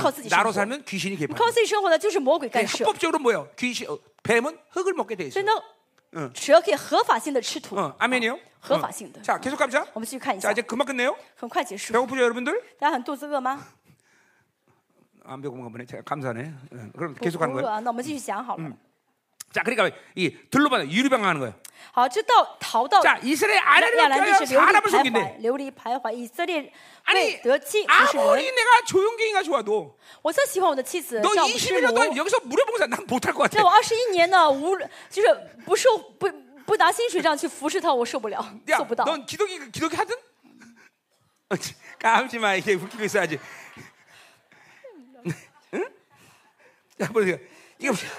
Speaker 2: 靠自己生
Speaker 1: 나로
Speaker 2: 活。
Speaker 1: 살면 귀신이 개입.
Speaker 2: 靠自己生活的就是魔鬼干涉，
Speaker 1: 합법적으로 뭐요? 귀신 어, 뱀은 흙을 먹게 돼 있어.
Speaker 2: 所以呢，蛇可以合法性的吃土，
Speaker 1: 어, 아멘이요.
Speaker 2: 허- 허가신다.
Speaker 1: 자, 계속 가자.
Speaker 2: 我们继续看一
Speaker 1: 자,
Speaker 2: 下
Speaker 1: 이제 ， 금방 끝내요.
Speaker 2: 很快结束。
Speaker 1: 배고프죠, 여러분들?
Speaker 2: 大家很肚子饿吗？
Speaker 1: 안 배고픈가 보네. 제가 감사하네. 예, 그럼
Speaker 2: 不
Speaker 1: 계속 가는
Speaker 2: 不饿
Speaker 1: 거예요.
Speaker 2: 啊，那我们继续讲好了。
Speaker 1: 자, 그러니까 이 들로받아 유리방 하는 거예요.
Speaker 2: 好，这到逃到
Speaker 1: 자, 이스라엘
Speaker 2: 亚
Speaker 1: 아래를
Speaker 2: 兰地
Speaker 1: 어. 펴야
Speaker 2: 是流啊离
Speaker 1: 사람을
Speaker 2: 徘徊
Speaker 1: 속인대. ，
Speaker 2: 流离徘徊。以色列
Speaker 1: 아니
Speaker 2: 被得妻不是人
Speaker 1: 아무리 。 내가 조용갱이가 좋아도
Speaker 2: 我再喜欢我的妻子
Speaker 1: 너
Speaker 2: 丈夫是
Speaker 1: 21년
Speaker 2: 奴，
Speaker 1: 동안 여기서 무료봉사 난 못할 것
Speaker 2: 在我
Speaker 1: 같아.
Speaker 2: 二十一年呢，无就是不受不不拿薪水这样去服侍他，我受 不了，
Speaker 1: 야,
Speaker 2: 做不到。
Speaker 1: 넌 기독이 기독이 하든? 까지 마. 이게 웃기고 있어야지. 응? 자, 보세요. 이거 보세요.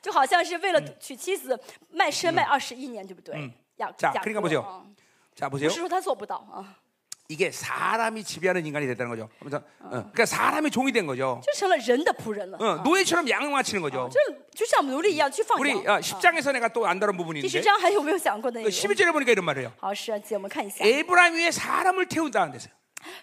Speaker 2: 就好像是为了娶妻子卖身卖二十一年，对不对？雅
Speaker 1: 자
Speaker 2: 雅
Speaker 1: 그러니까
Speaker 2: 各
Speaker 1: 보세요.
Speaker 2: 啊，
Speaker 1: 자 보세요.
Speaker 2: 不是说他做不到啊，
Speaker 1: 이게 사람이 지배하는 인간이 됐다는 거죠. 그래서 어, 그러니까 사람이 종이 된 거죠.
Speaker 2: 就成了人的仆人了，
Speaker 1: 어, 노예처럼 양을 맞추는 거죠.
Speaker 2: 就是就像嗯奴隶一样啊去放
Speaker 1: 우리
Speaker 2: 羊。
Speaker 1: 어, 10장에서 내가 또 안 다른 부분이
Speaker 2: 第十
Speaker 1: 있는데
Speaker 2: 章还有没有讲过那个？
Speaker 1: 11절에 보니까 이런 말이에요.
Speaker 2: 好，是啊，姐，我们看一下。
Speaker 1: 에브라임 위에 사람을 태운다는 데서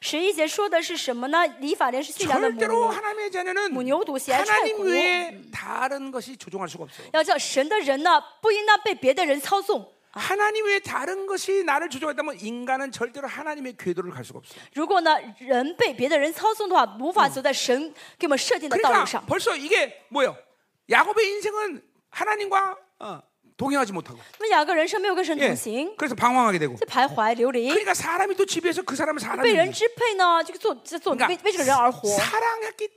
Speaker 2: 十一节说的是什么呢？以法莲是驯良的母
Speaker 1: 절대로
Speaker 2: 牛，
Speaker 1: 하나님의 자녀는
Speaker 2: 무녀도 씨야,
Speaker 1: 하나님
Speaker 2: 찰고요.
Speaker 1: 외에 다른 것이 조종할 수가 없어요.
Speaker 2: 要叫神的人呢，不应当被别的人操纵。
Speaker 1: 하나님 외에 다른 것이 나를 조종했다면 인간은 절대로 하나님의 궤도를 갈 수가 없어요.
Speaker 2: 如果呢，人被别的人操纵的话，无法走在神给我们设定的道路
Speaker 1: 그러니까
Speaker 2: 上。
Speaker 1: 벌써 이게 뭐예요? 야곱의 인생은 하나님과 어, 동행하지 못하고
Speaker 2: 那么雅各人生没有跟神
Speaker 1: 예,
Speaker 2: 同行，
Speaker 1: 그래서 방황하게 되고
Speaker 2: 就徘徊流离，
Speaker 1: 그러니까 사람이 또 집에서 그 사람을
Speaker 2: 被
Speaker 1: 사람이
Speaker 2: 人支配呢，就做就做
Speaker 1: 그러니까
Speaker 2: 为为这个人而活。
Speaker 1: 사랑했기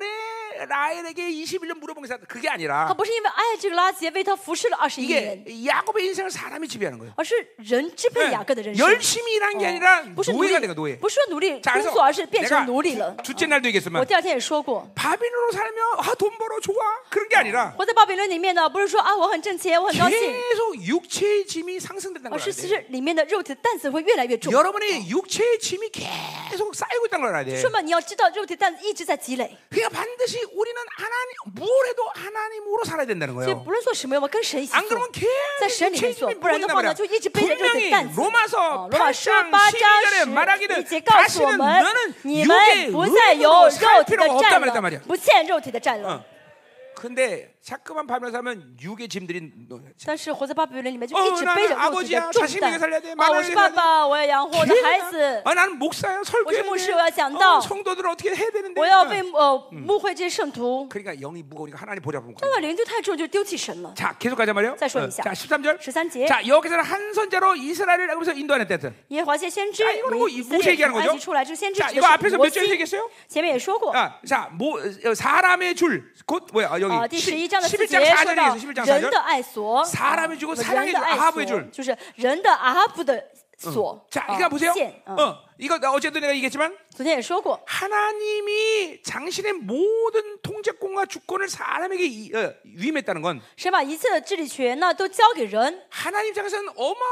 Speaker 1: 때문에 라엘에게 21년 물어보면서 그게
Speaker 2: 他
Speaker 1: 아니라 뭐, 예.
Speaker 2: 不是因为爱这个拉结为他服侍了二十一年，
Speaker 1: 이게 야곱의 인생을 사람이 지배하는 거예요.
Speaker 2: 而是人支配
Speaker 1: 네,
Speaker 2: 雅各的人生。
Speaker 1: 열심히 일한 게
Speaker 2: 哦
Speaker 1: 아니라
Speaker 2: 不是奴
Speaker 1: 노예가
Speaker 2: 隶
Speaker 1: 내가 ， 노예.
Speaker 2: 不是努力
Speaker 1: 자,
Speaker 2: 工
Speaker 1: 그래서
Speaker 2: 作，而是变成
Speaker 1: 내가
Speaker 2: 奴隶了。
Speaker 1: 주- 주째 날도
Speaker 2: 我
Speaker 1: 얘기했지만
Speaker 2: 第二天也说过，
Speaker 1: 바빌론으로 살면 아, 돈 벌어 좋아 그런 게 아니라
Speaker 2: 活在巴比伦里面呢，不是说啊我很挣钱，我很高兴，
Speaker 1: 계속 육체의 짐이 상승된다는 걸
Speaker 2: 而是
Speaker 1: 알아야
Speaker 2: 其
Speaker 1: 돼.
Speaker 2: 实里面的肉体的担子会越来越重。
Speaker 1: 여러분의 육체의 짐이 계속 쌓이고 있다는 걸 알아야 돼.
Speaker 2: 说嘛，你要知道肉体担子一直在积累，
Speaker 1: 그러니까 반드시 우리는 하나님 뭘 해도 하나님으로 살아야 된다는
Speaker 2: 所以
Speaker 1: 거예요.
Speaker 2: 不论做什么，我们跟神一起
Speaker 1: 안
Speaker 2: 做
Speaker 1: 그러면 。 계속
Speaker 2: 在神里面
Speaker 1: 책임이
Speaker 2: 做，不然的话呢，
Speaker 1: 물린단 말이야.
Speaker 2: 就一直背着这个
Speaker 1: 분명히
Speaker 2: 担子。
Speaker 1: 어, 로마서
Speaker 2: 哦，
Speaker 1: 8장
Speaker 2: 罗马书八章
Speaker 1: 12절에
Speaker 2: 十
Speaker 1: 말하기를
Speaker 2: 一节告诉我
Speaker 1: 다시는
Speaker 2: 们
Speaker 1: 너는 ，
Speaker 2: 你们
Speaker 1: 육의
Speaker 2: 不再有
Speaker 1: 의로
Speaker 2: 肉
Speaker 1: 살
Speaker 2: 体的
Speaker 1: 필요가
Speaker 2: 战
Speaker 1: 없단 말이야.
Speaker 2: 了，不欠肉体的战了
Speaker 1: 어. 。 근데 자꾸만 밟면서 하면 육의 짐들이 너-
Speaker 2: 但是活在巴比伦里面，就
Speaker 1: 哦
Speaker 2: 一直背着
Speaker 1: 那那
Speaker 2: 肉体
Speaker 1: 阿
Speaker 2: 的
Speaker 1: 伯家
Speaker 2: 重担
Speaker 1: 자신에게살려야돼마
Speaker 2: 啊！
Speaker 1: 마에
Speaker 2: 我是爸爸，我要养
Speaker 1: 뭐
Speaker 2: 活我的孩子，
Speaker 1: 아, 나는 목사야 설교해야
Speaker 2: 무슨
Speaker 1: 돼.
Speaker 2: 무엇이에요? 양다.
Speaker 1: 어, 성도들 어떻게 해야 뭐- 되는데?
Speaker 2: 我要为呃牧会这些圣徒。
Speaker 1: 그러니까 영이 무거우니까 하나님 보좌 못 가.
Speaker 2: 那么灵就太重，就丢弃神了。
Speaker 1: 자, 계속 가자 말이요. 에 자,
Speaker 2: 자, 说一下。
Speaker 1: 13절.
Speaker 2: 13节。
Speaker 1: 자, 여기서는 한 손자로 이스라엘을 하면서 인도하는 때든.
Speaker 2: 耶和华先先知
Speaker 1: 자 ， 이거는 뭐
Speaker 2: 以色
Speaker 1: 무슨
Speaker 2: 列
Speaker 1: 얘기하는
Speaker 2: 从埃
Speaker 1: 거죠?
Speaker 2: 及出来之先知
Speaker 1: 자,
Speaker 2: 指的
Speaker 1: 이거
Speaker 2: 是
Speaker 1: 앞에서
Speaker 2: 摩
Speaker 1: 몇 절
Speaker 2: 西。
Speaker 1: 얘기했어요?
Speaker 2: 前面也说过，
Speaker 1: 아, 자, 모, 어, 사람의 줄, 곧 뭐야? 아, 여기
Speaker 2: 啊，第十一章的四
Speaker 1: 11장
Speaker 2: 节说
Speaker 1: 4절에
Speaker 2: 到
Speaker 1: 있어. 11장
Speaker 2: 人的
Speaker 1: 4절.
Speaker 2: 爱索，
Speaker 1: 사람의줄고사랑의
Speaker 2: 人的
Speaker 1: 줄
Speaker 2: 爱
Speaker 1: 아합의줄嗯
Speaker 2: 索，就是人的阿哈布的索。
Speaker 1: 자,
Speaker 2: 啊
Speaker 1: 그러니까 보세요.
Speaker 2: 线啊
Speaker 1: 어, 이거 나 어제도 내가 얘기했지만
Speaker 2: 昨天也说过，
Speaker 1: 하나님이 당신의 모든 통제권과 주권을 사람에게 이- 어, 위임했다는 건
Speaker 2: 神把一切的治理权呢都交给人，
Speaker 1: 하나님 입장에서는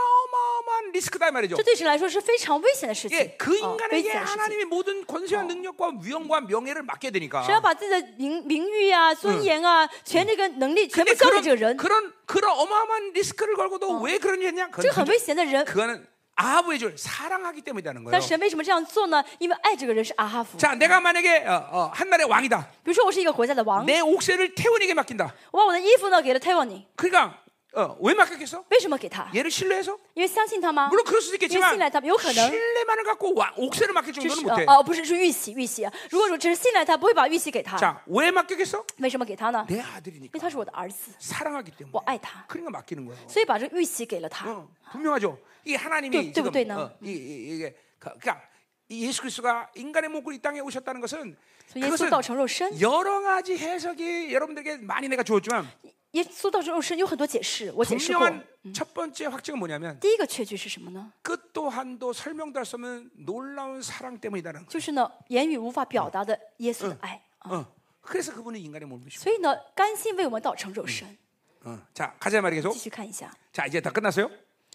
Speaker 1: 어마어마한 리스크다 이 말이죠.
Speaker 2: 这对神来说是非常危险的事情，
Speaker 1: 예, 그
Speaker 2: 啊，危
Speaker 1: 인간에게
Speaker 2: 险的事情。
Speaker 1: 하나님의 모든 권세와 능력과 위험과 명예를 맡겨야 되니까.
Speaker 2: 神要把自己的名名誉
Speaker 1: 嗯
Speaker 2: 啊、尊严啊、权利跟能力全部
Speaker 1: 근데
Speaker 2: 交给这个
Speaker 1: 그런,
Speaker 2: 人，
Speaker 1: 그런 그런 어마어마한 리스크를 걸고도 왜 그런 일을 했냐?
Speaker 2: 这个很
Speaker 1: 그건
Speaker 2: 危险的人。
Speaker 1: 그거는 아합의 줄 사랑하기 때문이라는 거예요.
Speaker 2: 但神为什么这样做呢？因为爱这个人是阿哈夫。
Speaker 1: 자, 내가 만약에 어, 어, 한 나라의 왕이다.
Speaker 2: 比如说我是一个国家的王，
Speaker 1: 내 옥새를 태원에게 맡긴다.
Speaker 2: 我把我的衣服呢给了 t a y w a n i
Speaker 1: 그러니까 어, 왜 맡겼겠어?
Speaker 2: 为什么给他？
Speaker 1: 얘를 신뢰해서?
Speaker 2: 因为相信他吗？
Speaker 1: 물론 그럴 수도 있겠지만
Speaker 2: 예, 신뢰, 다- 어, 有可能.
Speaker 1: 신뢰만을 갖고 왕- 옥새를 맡길
Speaker 2: 就
Speaker 1: 정도는
Speaker 2: 是呃
Speaker 1: 못해.
Speaker 2: 哦，不是是玉玺，玉玺。如果说只是信赖他，不会把玉玺给他。
Speaker 1: 자, 왜 맡겼겠어?
Speaker 2: 为什么给他呢？因
Speaker 1: 내 아들이니까
Speaker 2: 为他是我的儿子，
Speaker 1: 사랑하기 때문에.
Speaker 2: 我爱他，
Speaker 1: 그러니까 맡기는 거예요.
Speaker 2: 所以把这玉玺给了他。
Speaker 1: 어, 분명하죠. 이게 하나님이
Speaker 2: 또- 또-
Speaker 1: 지금
Speaker 2: 또 있나?
Speaker 1: 어, 이, 이, 이게 그- 그러니까 이 예수 그리스도가 인간의 몸으로 이 땅에 오셨다는 것은
Speaker 2: 所以耶稣
Speaker 1: 그것은
Speaker 2: 道成肉身，
Speaker 1: 여러 가지 해석이 여러분들에게 많이 내가 주었지만
Speaker 2: 耶稣道成肉身有很多解释，我解释过。
Speaker 1: 분명한 첫 번째 확증은 뭐냐면
Speaker 2: 第一个确据是什么呢？
Speaker 1: 끝 또한도 설명도 할 수 없는 놀라운 사랑 때문이다라는 거.
Speaker 2: 就是呢，言语无法表达的耶稣的爱啊。
Speaker 1: 어. 그래서 그분이 인간의 몸을 입으시고.
Speaker 2: 所以呢，甘心为我们道成肉身。
Speaker 1: 어. 자, 가자 말이 계속.
Speaker 2: 继续看一下，
Speaker 1: 자 이제 다 끝났어요.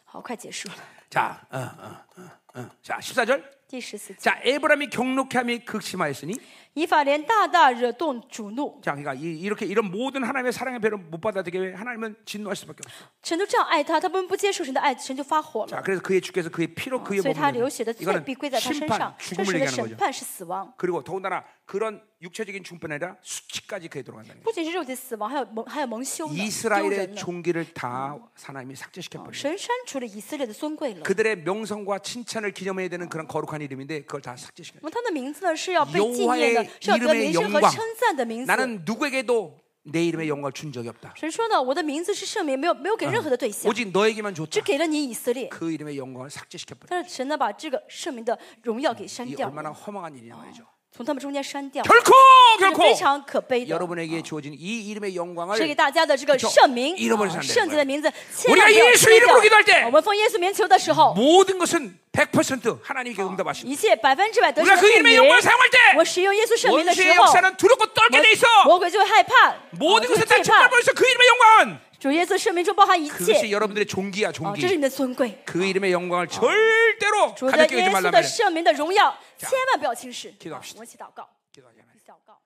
Speaker 2: 好，快结束了。
Speaker 1: 자, 어, 어, 어, 어. 자 14절.
Speaker 2: 第十四节，
Speaker 1: 자 에브람이 경록케 함이 극심하였으니.
Speaker 2: 以法莲大大惹动主怒，
Speaker 1: 자 그러니까 이, 이렇게 이런 모든 하나님의 사랑의 배를 못 받아들게 왜 하나님은 진노할 수밖에 없어.
Speaker 2: 神就这样爱他，他们不接受神的爱，神就发火
Speaker 1: 자
Speaker 2: 了。
Speaker 1: 그래서 그의 주께서 그의 피로 그의
Speaker 2: 所以他
Speaker 1: 몸을
Speaker 2: 流血的
Speaker 1: 입은-
Speaker 2: 罪
Speaker 1: 이거는
Speaker 2: 必归在他身上
Speaker 1: 심판 ，
Speaker 2: 这
Speaker 1: 죽음을
Speaker 2: 神的
Speaker 1: 얘기하는
Speaker 2: 审
Speaker 1: 거죠.
Speaker 2: 判是死亡，
Speaker 1: 그리고 더군다나 그런 육체적인 중뿐 아니라 수치까지 그에 들어간다는 거예요.
Speaker 2: 不仅是肉体死亡，还有蒙还有蒙羞呢，丢人
Speaker 1: 이스라엘의
Speaker 2: 呢。
Speaker 1: 어, 종기를 다 하나님이 삭제시켜 버린.
Speaker 2: 神删除了以色列的尊贵了，
Speaker 1: 그들의 명성과 칭찬을 기념해야 되는 그런 거룩한 이름인데 그걸 다 삭제시켜.
Speaker 2: 那么他的名字呢是要被纪念
Speaker 1: 여호와의
Speaker 2: 的，是要得名
Speaker 1: 이름의
Speaker 2: 声和
Speaker 1: 영광
Speaker 2: 称赞的名字。
Speaker 1: 나는 누구에게도 내 이름의 영광을 준 적이 없다.
Speaker 2: 神说呢，我的名字是圣名，没有没有给任何的对象，
Speaker 1: 오직 너에게만 줬다.
Speaker 2: 只给了你以色列。
Speaker 1: 그 이름의 영광을 삭제시켜 버려.
Speaker 2: 但是神呢，把这个圣名的荣耀给删
Speaker 1: 이
Speaker 2: 掉了，
Speaker 1: 얼마나 허망한 일이냐 말이죠.
Speaker 2: 从他们中间删掉，
Speaker 1: 결코
Speaker 2: 这是非
Speaker 1: 결코
Speaker 2: 常可悲的。
Speaker 1: 여러분에게 주어진 이 이름의
Speaker 2: 是给
Speaker 1: 영광을
Speaker 2: 大家的这个
Speaker 1: 그쵸
Speaker 2: 圣名，
Speaker 1: 잃어버려서안
Speaker 2: 啊
Speaker 1: 되는
Speaker 2: 圣洁
Speaker 1: 거예요
Speaker 2: 的名字，千
Speaker 1: 우리가
Speaker 2: 万不要
Speaker 1: 예수의
Speaker 2: 丢
Speaker 1: 이름으로기도할때
Speaker 2: 掉。我们奉耶稣名求的时候，
Speaker 1: 모든 것은 100% 하나님께 응답하시고
Speaker 2: 一切百分之百得胜
Speaker 1: 우리가
Speaker 2: 的
Speaker 1: 어. 그
Speaker 2: 妇
Speaker 1: 이름의
Speaker 2: 女，
Speaker 1: 영광을 사용할 때
Speaker 2: 我使用耶稣圣名的时
Speaker 1: 원수의
Speaker 2: 候，
Speaker 1: 역사는 두렵고 떨게 돼 있어.
Speaker 2: 魔鬼就会害怕，啊
Speaker 1: 모든
Speaker 2: 就
Speaker 1: 것을
Speaker 2: 会
Speaker 1: 다
Speaker 2: 惧怕
Speaker 1: 책발버려서 그 이름의 영광.
Speaker 2: 主耶稣圣名中包含一切
Speaker 1: 그것이 ， 여러분들의 종기야
Speaker 2: 啊，这
Speaker 1: 종기.
Speaker 2: 是你的尊贵。
Speaker 1: 그 이름의 영광을 절대로
Speaker 2: 主的
Speaker 1: 가볍게
Speaker 2: 耶
Speaker 1: 여기지
Speaker 2: 稣
Speaker 1: 말라 말
Speaker 2: 的
Speaker 1: 이
Speaker 2: 圣名的荣耀，千万不要轻视。
Speaker 1: 기도합시다
Speaker 2: 我们一起祷告，
Speaker 1: 기도하자.
Speaker 2: 一起祷告。